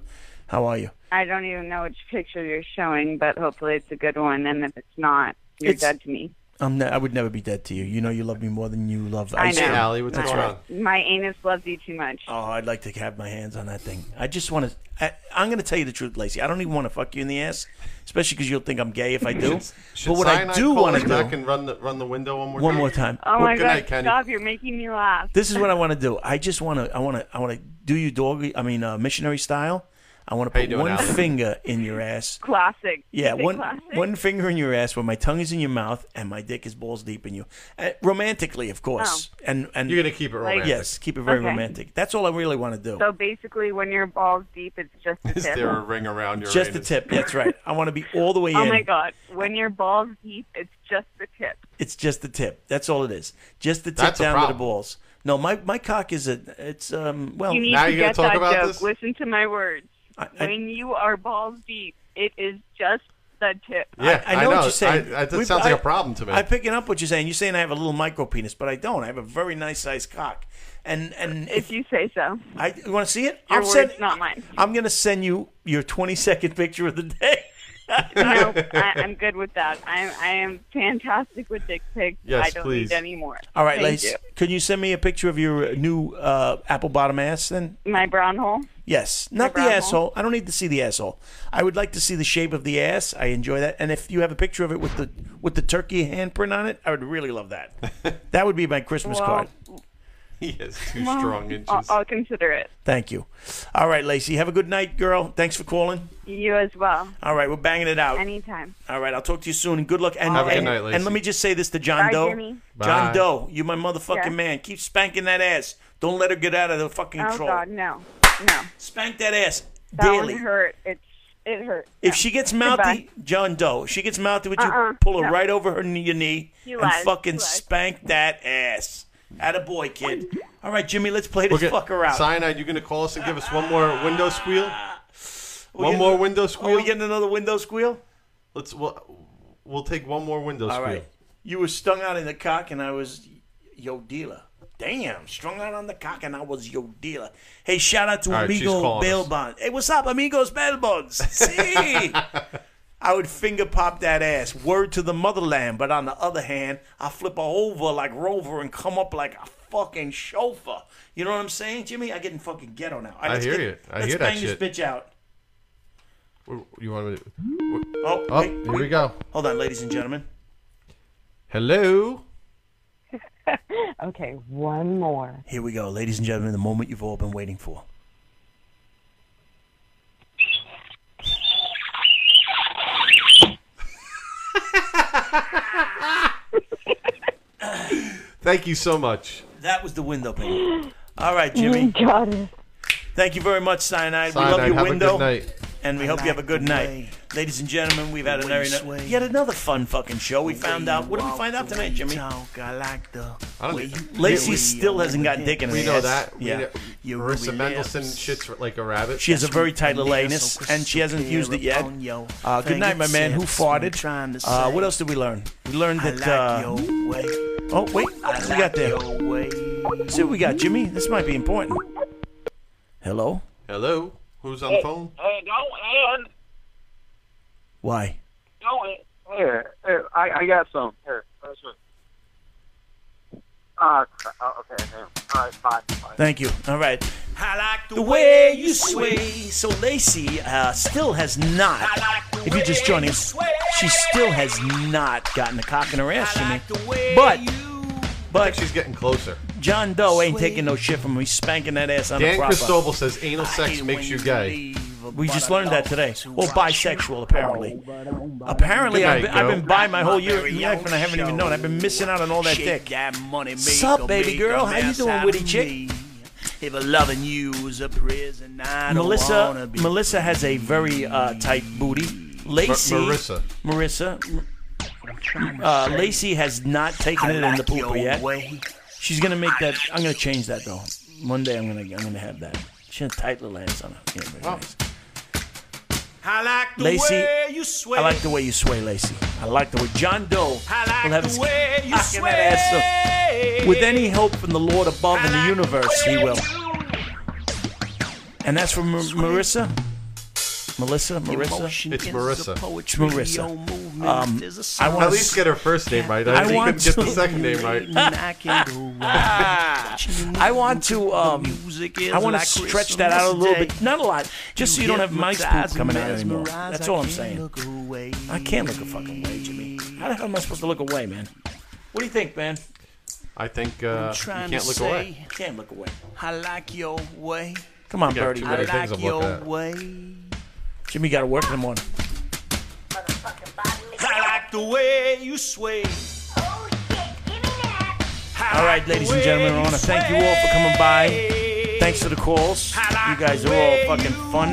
Speaker 2: How are you?
Speaker 7: I don't even know which picture you're showing, but hopefully it's a good one. And if it's not, you're
Speaker 2: It's-
Speaker 7: dead to me.
Speaker 2: I'm ne- I would never be dead to you. You know you love me more than you love
Speaker 7: I
Speaker 2: ice
Speaker 7: know.
Speaker 2: cream.
Speaker 7: my,
Speaker 2: That's right.
Speaker 7: My anus loves you too much.
Speaker 2: Oh, I'd like to have my hands on that thing. I just want to. I, I'm going to tell you the truth, Lacey. I don't even want to fuck you in the ass, especially because you'll think I'm gay if I do.
Speaker 1: Should
Speaker 2: but what I
Speaker 1: Cyanide
Speaker 2: do
Speaker 1: call
Speaker 2: want
Speaker 1: us
Speaker 2: to
Speaker 1: back
Speaker 2: do,
Speaker 1: and run the run the window one more
Speaker 2: One
Speaker 1: time?
Speaker 2: more time.
Speaker 7: Oh my
Speaker 1: Good
Speaker 7: god!
Speaker 1: night, Kenny.
Speaker 7: stop! You're making me laugh.
Speaker 2: this is what I want to do. I just want to. I want to. I want to do you dog. I mean, uh, missionary style. I want to put
Speaker 1: you doing,
Speaker 2: one
Speaker 1: Alex?
Speaker 2: finger in your ass.
Speaker 7: classic.
Speaker 2: Yeah,
Speaker 7: Is it
Speaker 2: one
Speaker 7: [LAUGHS] classic?
Speaker 2: one finger in your ass where my tongue is in your mouth and my dick is balls deep in you. Uh, romantically, of course. And and
Speaker 1: You're gonna keep it
Speaker 7: Like- romantic.
Speaker 2: Yes, keep it very
Speaker 7: Oh. Okay.
Speaker 2: romantic. That's all I really want to do.
Speaker 7: So basically, when your balls deep, it's just
Speaker 1: [LAUGHS]
Speaker 7: the
Speaker 1: Is
Speaker 2: [LAUGHS]
Speaker 7: tip.
Speaker 1: there a ring around your
Speaker 2: Just the
Speaker 1: anus?
Speaker 2: tip. That's right. I want to be all the way
Speaker 7: [LAUGHS] Oh
Speaker 2: in.
Speaker 7: my god! When your balls deep, it's just the tip.
Speaker 2: It's just the tip. That's all it is. Just the tip
Speaker 1: That's a
Speaker 2: down to the
Speaker 1: problem.
Speaker 2: balls. No, my, my cock is a. It's um. Well,
Speaker 7: you need to get that joke. Listen to my words.
Speaker 2: I-
Speaker 7: when you are balls deep, it is just the tip.
Speaker 1: Yeah,
Speaker 2: I, know, what
Speaker 1: I-
Speaker 2: you're saying.
Speaker 1: I- that
Speaker 2: We-
Speaker 1: sounds like
Speaker 2: I-
Speaker 1: a problem to me. [LAUGHS]
Speaker 2: I'm picking up what you're saying. You're saying I have a little micro penis, but I don't. I have a very nice sized cock. And and
Speaker 7: If you say so.
Speaker 2: I you want to see it,
Speaker 7: Your
Speaker 2: I'm
Speaker 7: words,
Speaker 2: send,
Speaker 7: not mine.
Speaker 2: [LAUGHS] I'm gonna send you your 20 second picture of the day. [LAUGHS]
Speaker 7: no, I, I'm good with that. I'm I am fantastic with dick pics.
Speaker 2: Yes,
Speaker 7: I don't
Speaker 2: please.
Speaker 7: need any more.
Speaker 2: All right,
Speaker 7: Thank
Speaker 2: Lace.
Speaker 7: you.
Speaker 2: Could you send me a picture of your new uh, apple uh, bottom ass then?
Speaker 7: My brown hole.
Speaker 2: Yes, not the
Speaker 15: brown hole?
Speaker 2: asshole. I don't need to see the asshole. I would like to see the shape of the ass. I enjoy that. And if you have a picture of it with the with the turkey handprint on it, I would really love that.
Speaker 1: [LAUGHS]
Speaker 2: that would be my Christmas
Speaker 16: Well,
Speaker 2: card.
Speaker 1: He has
Speaker 2: two
Speaker 16: Well,
Speaker 2: strong
Speaker 16: I'll,
Speaker 2: inches.
Speaker 16: I'll consider it.
Speaker 2: Thank you. All right, Lacey. Have a good night, girl. Thanks for calling.
Speaker 16: You as well.
Speaker 2: All right, we're banging it out.
Speaker 16: Anytime.
Speaker 2: All right, I'll talk to you soon. and Good luck. And,
Speaker 1: Have a good
Speaker 2: and-
Speaker 1: night, Lacey.
Speaker 2: and let me just say this to John
Speaker 16: Bye,
Speaker 2: Doe.
Speaker 16: Jimmy.
Speaker 1: Bye.
Speaker 2: John Doe, you my motherfucking
Speaker 16: Yeah.
Speaker 2: man. Keep spanking that ass. Don't let her get out of the fucking
Speaker 16: oh
Speaker 2: control.
Speaker 16: God, no, no.
Speaker 2: Spank that ass
Speaker 16: That
Speaker 2: daily.
Speaker 16: one hurt. It's it hurt.
Speaker 2: If she gets mouthy, John Doe, if she gets mouthy with you,
Speaker 16: Uh-uh,
Speaker 2: pull her
Speaker 16: no.
Speaker 2: right over her knee, your knee
Speaker 16: You
Speaker 2: and
Speaker 16: lied,
Speaker 2: fucking
Speaker 16: you lied.
Speaker 2: spank that ass. At a boy, kid. All right, Jimmy, let's play
Speaker 1: We'll
Speaker 2: this
Speaker 1: get-
Speaker 2: fucker out.
Speaker 1: Cyanide, you gonna call us and give us one more window squeal?
Speaker 2: We
Speaker 1: one
Speaker 2: get-
Speaker 1: more window squeal.
Speaker 7: Oh,
Speaker 1: Are we
Speaker 2: getting another window squeal?
Speaker 1: Let's. We'll, we'll take one more window
Speaker 2: All
Speaker 1: squeal.
Speaker 2: right. You were stung out in the cock, and I was yo dealer. Damn, strung out on the cock, and I was yo dealer. Hey, shout out to
Speaker 1: All right, she's
Speaker 2: Amigo
Speaker 1: calling
Speaker 2: Bail
Speaker 1: us.
Speaker 2: Bonds. Hey, what's up, Amigos
Speaker 1: [LAUGHS]
Speaker 2: Bail Bonds? See, I would finger pop that ass. Word to the motherland. But on the other hand, I flip her over like Rover and come up like a fucking chauffeur. You know what I'm saying, Jimmy? I getting fucking ghetto now. All
Speaker 1: I
Speaker 2: let's
Speaker 1: hear
Speaker 2: get-
Speaker 1: you. I
Speaker 2: let's
Speaker 1: hear that
Speaker 2: bang
Speaker 1: shit.
Speaker 2: this bitch out.
Speaker 1: You want me to?
Speaker 2: Oh,
Speaker 1: Oh,
Speaker 2: wait,
Speaker 1: here
Speaker 2: wait.
Speaker 1: we go.
Speaker 2: Hold on, ladies and gentlemen.
Speaker 1: Hello.
Speaker 11: Okay, one more.
Speaker 2: Here we go, ladies and gentlemen, the moment you've all been waiting for.
Speaker 1: Thank you so much.
Speaker 2: That was the window pane. All right, Jimmy. Thank you very much, Cyanide. we love
Speaker 1: Cyanide,
Speaker 2: your
Speaker 1: have a
Speaker 2: window.
Speaker 1: good night.
Speaker 2: And we hope you have a good night. Ladies and gentlemen, we've had
Speaker 15: The
Speaker 2: another,
Speaker 15: way you sway.
Speaker 2: yet another fun fucking show. We found
Speaker 1: Uh,
Speaker 2: out. What did we
Speaker 15: walk,
Speaker 2: find out
Speaker 15: the
Speaker 2: tonight,
Speaker 15: way
Speaker 2: Jimmy?
Speaker 15: I like the.
Speaker 1: I don't
Speaker 15: way you-
Speaker 2: Lacey
Speaker 1: we-
Speaker 2: still hasn't got dick in her
Speaker 1: We know
Speaker 2: ass.
Speaker 1: that. We
Speaker 2: Yeah.
Speaker 1: know- Marissa Mendelson shits like a rabbit.
Speaker 2: She has a very tight little anus, and she hasn't used it yet. Uh, good night, my man. Who farted? Uh, what else did we learn? We learned that. Uh, oh wait, what do we got there? See what we got, Jimmy. This might be important. Hello.
Speaker 1: Hello. Who's on the phone?
Speaker 5: Uh,
Speaker 9: Hey, don't end.
Speaker 2: Why?
Speaker 9: Don't end.
Speaker 17: Here, here, I, I got some. Here, that's one. Ah, crap. Oh, okay. Here. All right, bye. bye.
Speaker 2: Thank you. All right. the, way, you sway. So Lacey uh, still has not. If you're just joining us, she still has not gotten a cock in her ass, Jimmy. But, but
Speaker 1: she's getting closer.
Speaker 2: John Doe ain't taking no shit from me. He's spanking that ass on
Speaker 1: Dan
Speaker 2: the proper.
Speaker 1: Cristobal says anal sex makes you gay.
Speaker 2: We just learned that today. Well, bisexual apparently. Apparently,
Speaker 1: Good
Speaker 2: I've
Speaker 1: night,
Speaker 2: been, I've
Speaker 1: girl.
Speaker 2: been bi my whole year life, and I haven't even known. I've been missing out on all that
Speaker 15: Shake
Speaker 2: dick.
Speaker 15: that money,
Speaker 2: Sup, baby girl? How you doing, witty chick?
Speaker 15: If loving you is a prison, I don't wanna
Speaker 2: Melissa
Speaker 15: be.
Speaker 2: Melissa has a very uh, tight booty. Lacey
Speaker 15: Mar- Marissa.
Speaker 2: Marissa uh, Lacey has not taken it in the pooper yet. She's gonna make that. I'm gonna change that though. One day I'm gonna I'm gonna have that. She has a tight little ass on her. Yeah, very nice.
Speaker 15: I like the
Speaker 2: Lacey,
Speaker 15: way you sway.
Speaker 2: I like the way you sway, Lacey. I like the way John Doe
Speaker 15: I like
Speaker 2: will have
Speaker 15: the
Speaker 2: his
Speaker 15: way you
Speaker 2: cock in that ass up. With any help from the Lord above in the universe, he will. And that's from Mar- Marissa. Melissa, Marissa.
Speaker 1: It's Marissa.
Speaker 2: It's Marissa. Um, I want
Speaker 1: At least get her first name right.
Speaker 2: I
Speaker 1: I, think
Speaker 2: want
Speaker 1: couldn't get the
Speaker 2: to-
Speaker 1: second name right.
Speaker 2: I want to. Um, I want to stretch that out a little bit. Not a lot, just so you don't have mice poop coming out anymore. That's all I'm saying. I can't look a fucking way, Jimmy. How the hell am I supposed to look away, man? What do you think, man?
Speaker 1: I think uh, you
Speaker 15: trying
Speaker 1: can't
Speaker 15: to
Speaker 1: look
Speaker 15: say-
Speaker 1: away.
Speaker 2: Can't look away.
Speaker 15: I like your way.
Speaker 2: Come on,
Speaker 1: You got
Speaker 2: Birdie.
Speaker 1: too many
Speaker 15: I
Speaker 1: things
Speaker 15: like
Speaker 1: I'm looking
Speaker 15: your
Speaker 1: at.
Speaker 15: way.
Speaker 2: Jimmy got to work in the morning.
Speaker 15: I like the way you sway.
Speaker 2: All right, ladies and gentlemen, I want to thank you all for coming by. Thanks for the calls. You guys are all fucking fun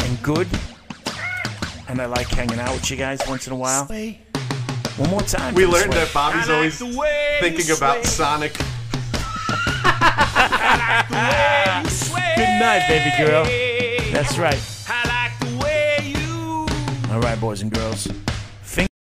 Speaker 2: and good. And I like hanging out with you guys once in a while. One more time.
Speaker 1: We
Speaker 2: Sway.
Speaker 1: learned that Bobby's always thinking about Sonic.
Speaker 2: Good night, baby girl. That's right. All right, boys and girls. Fing-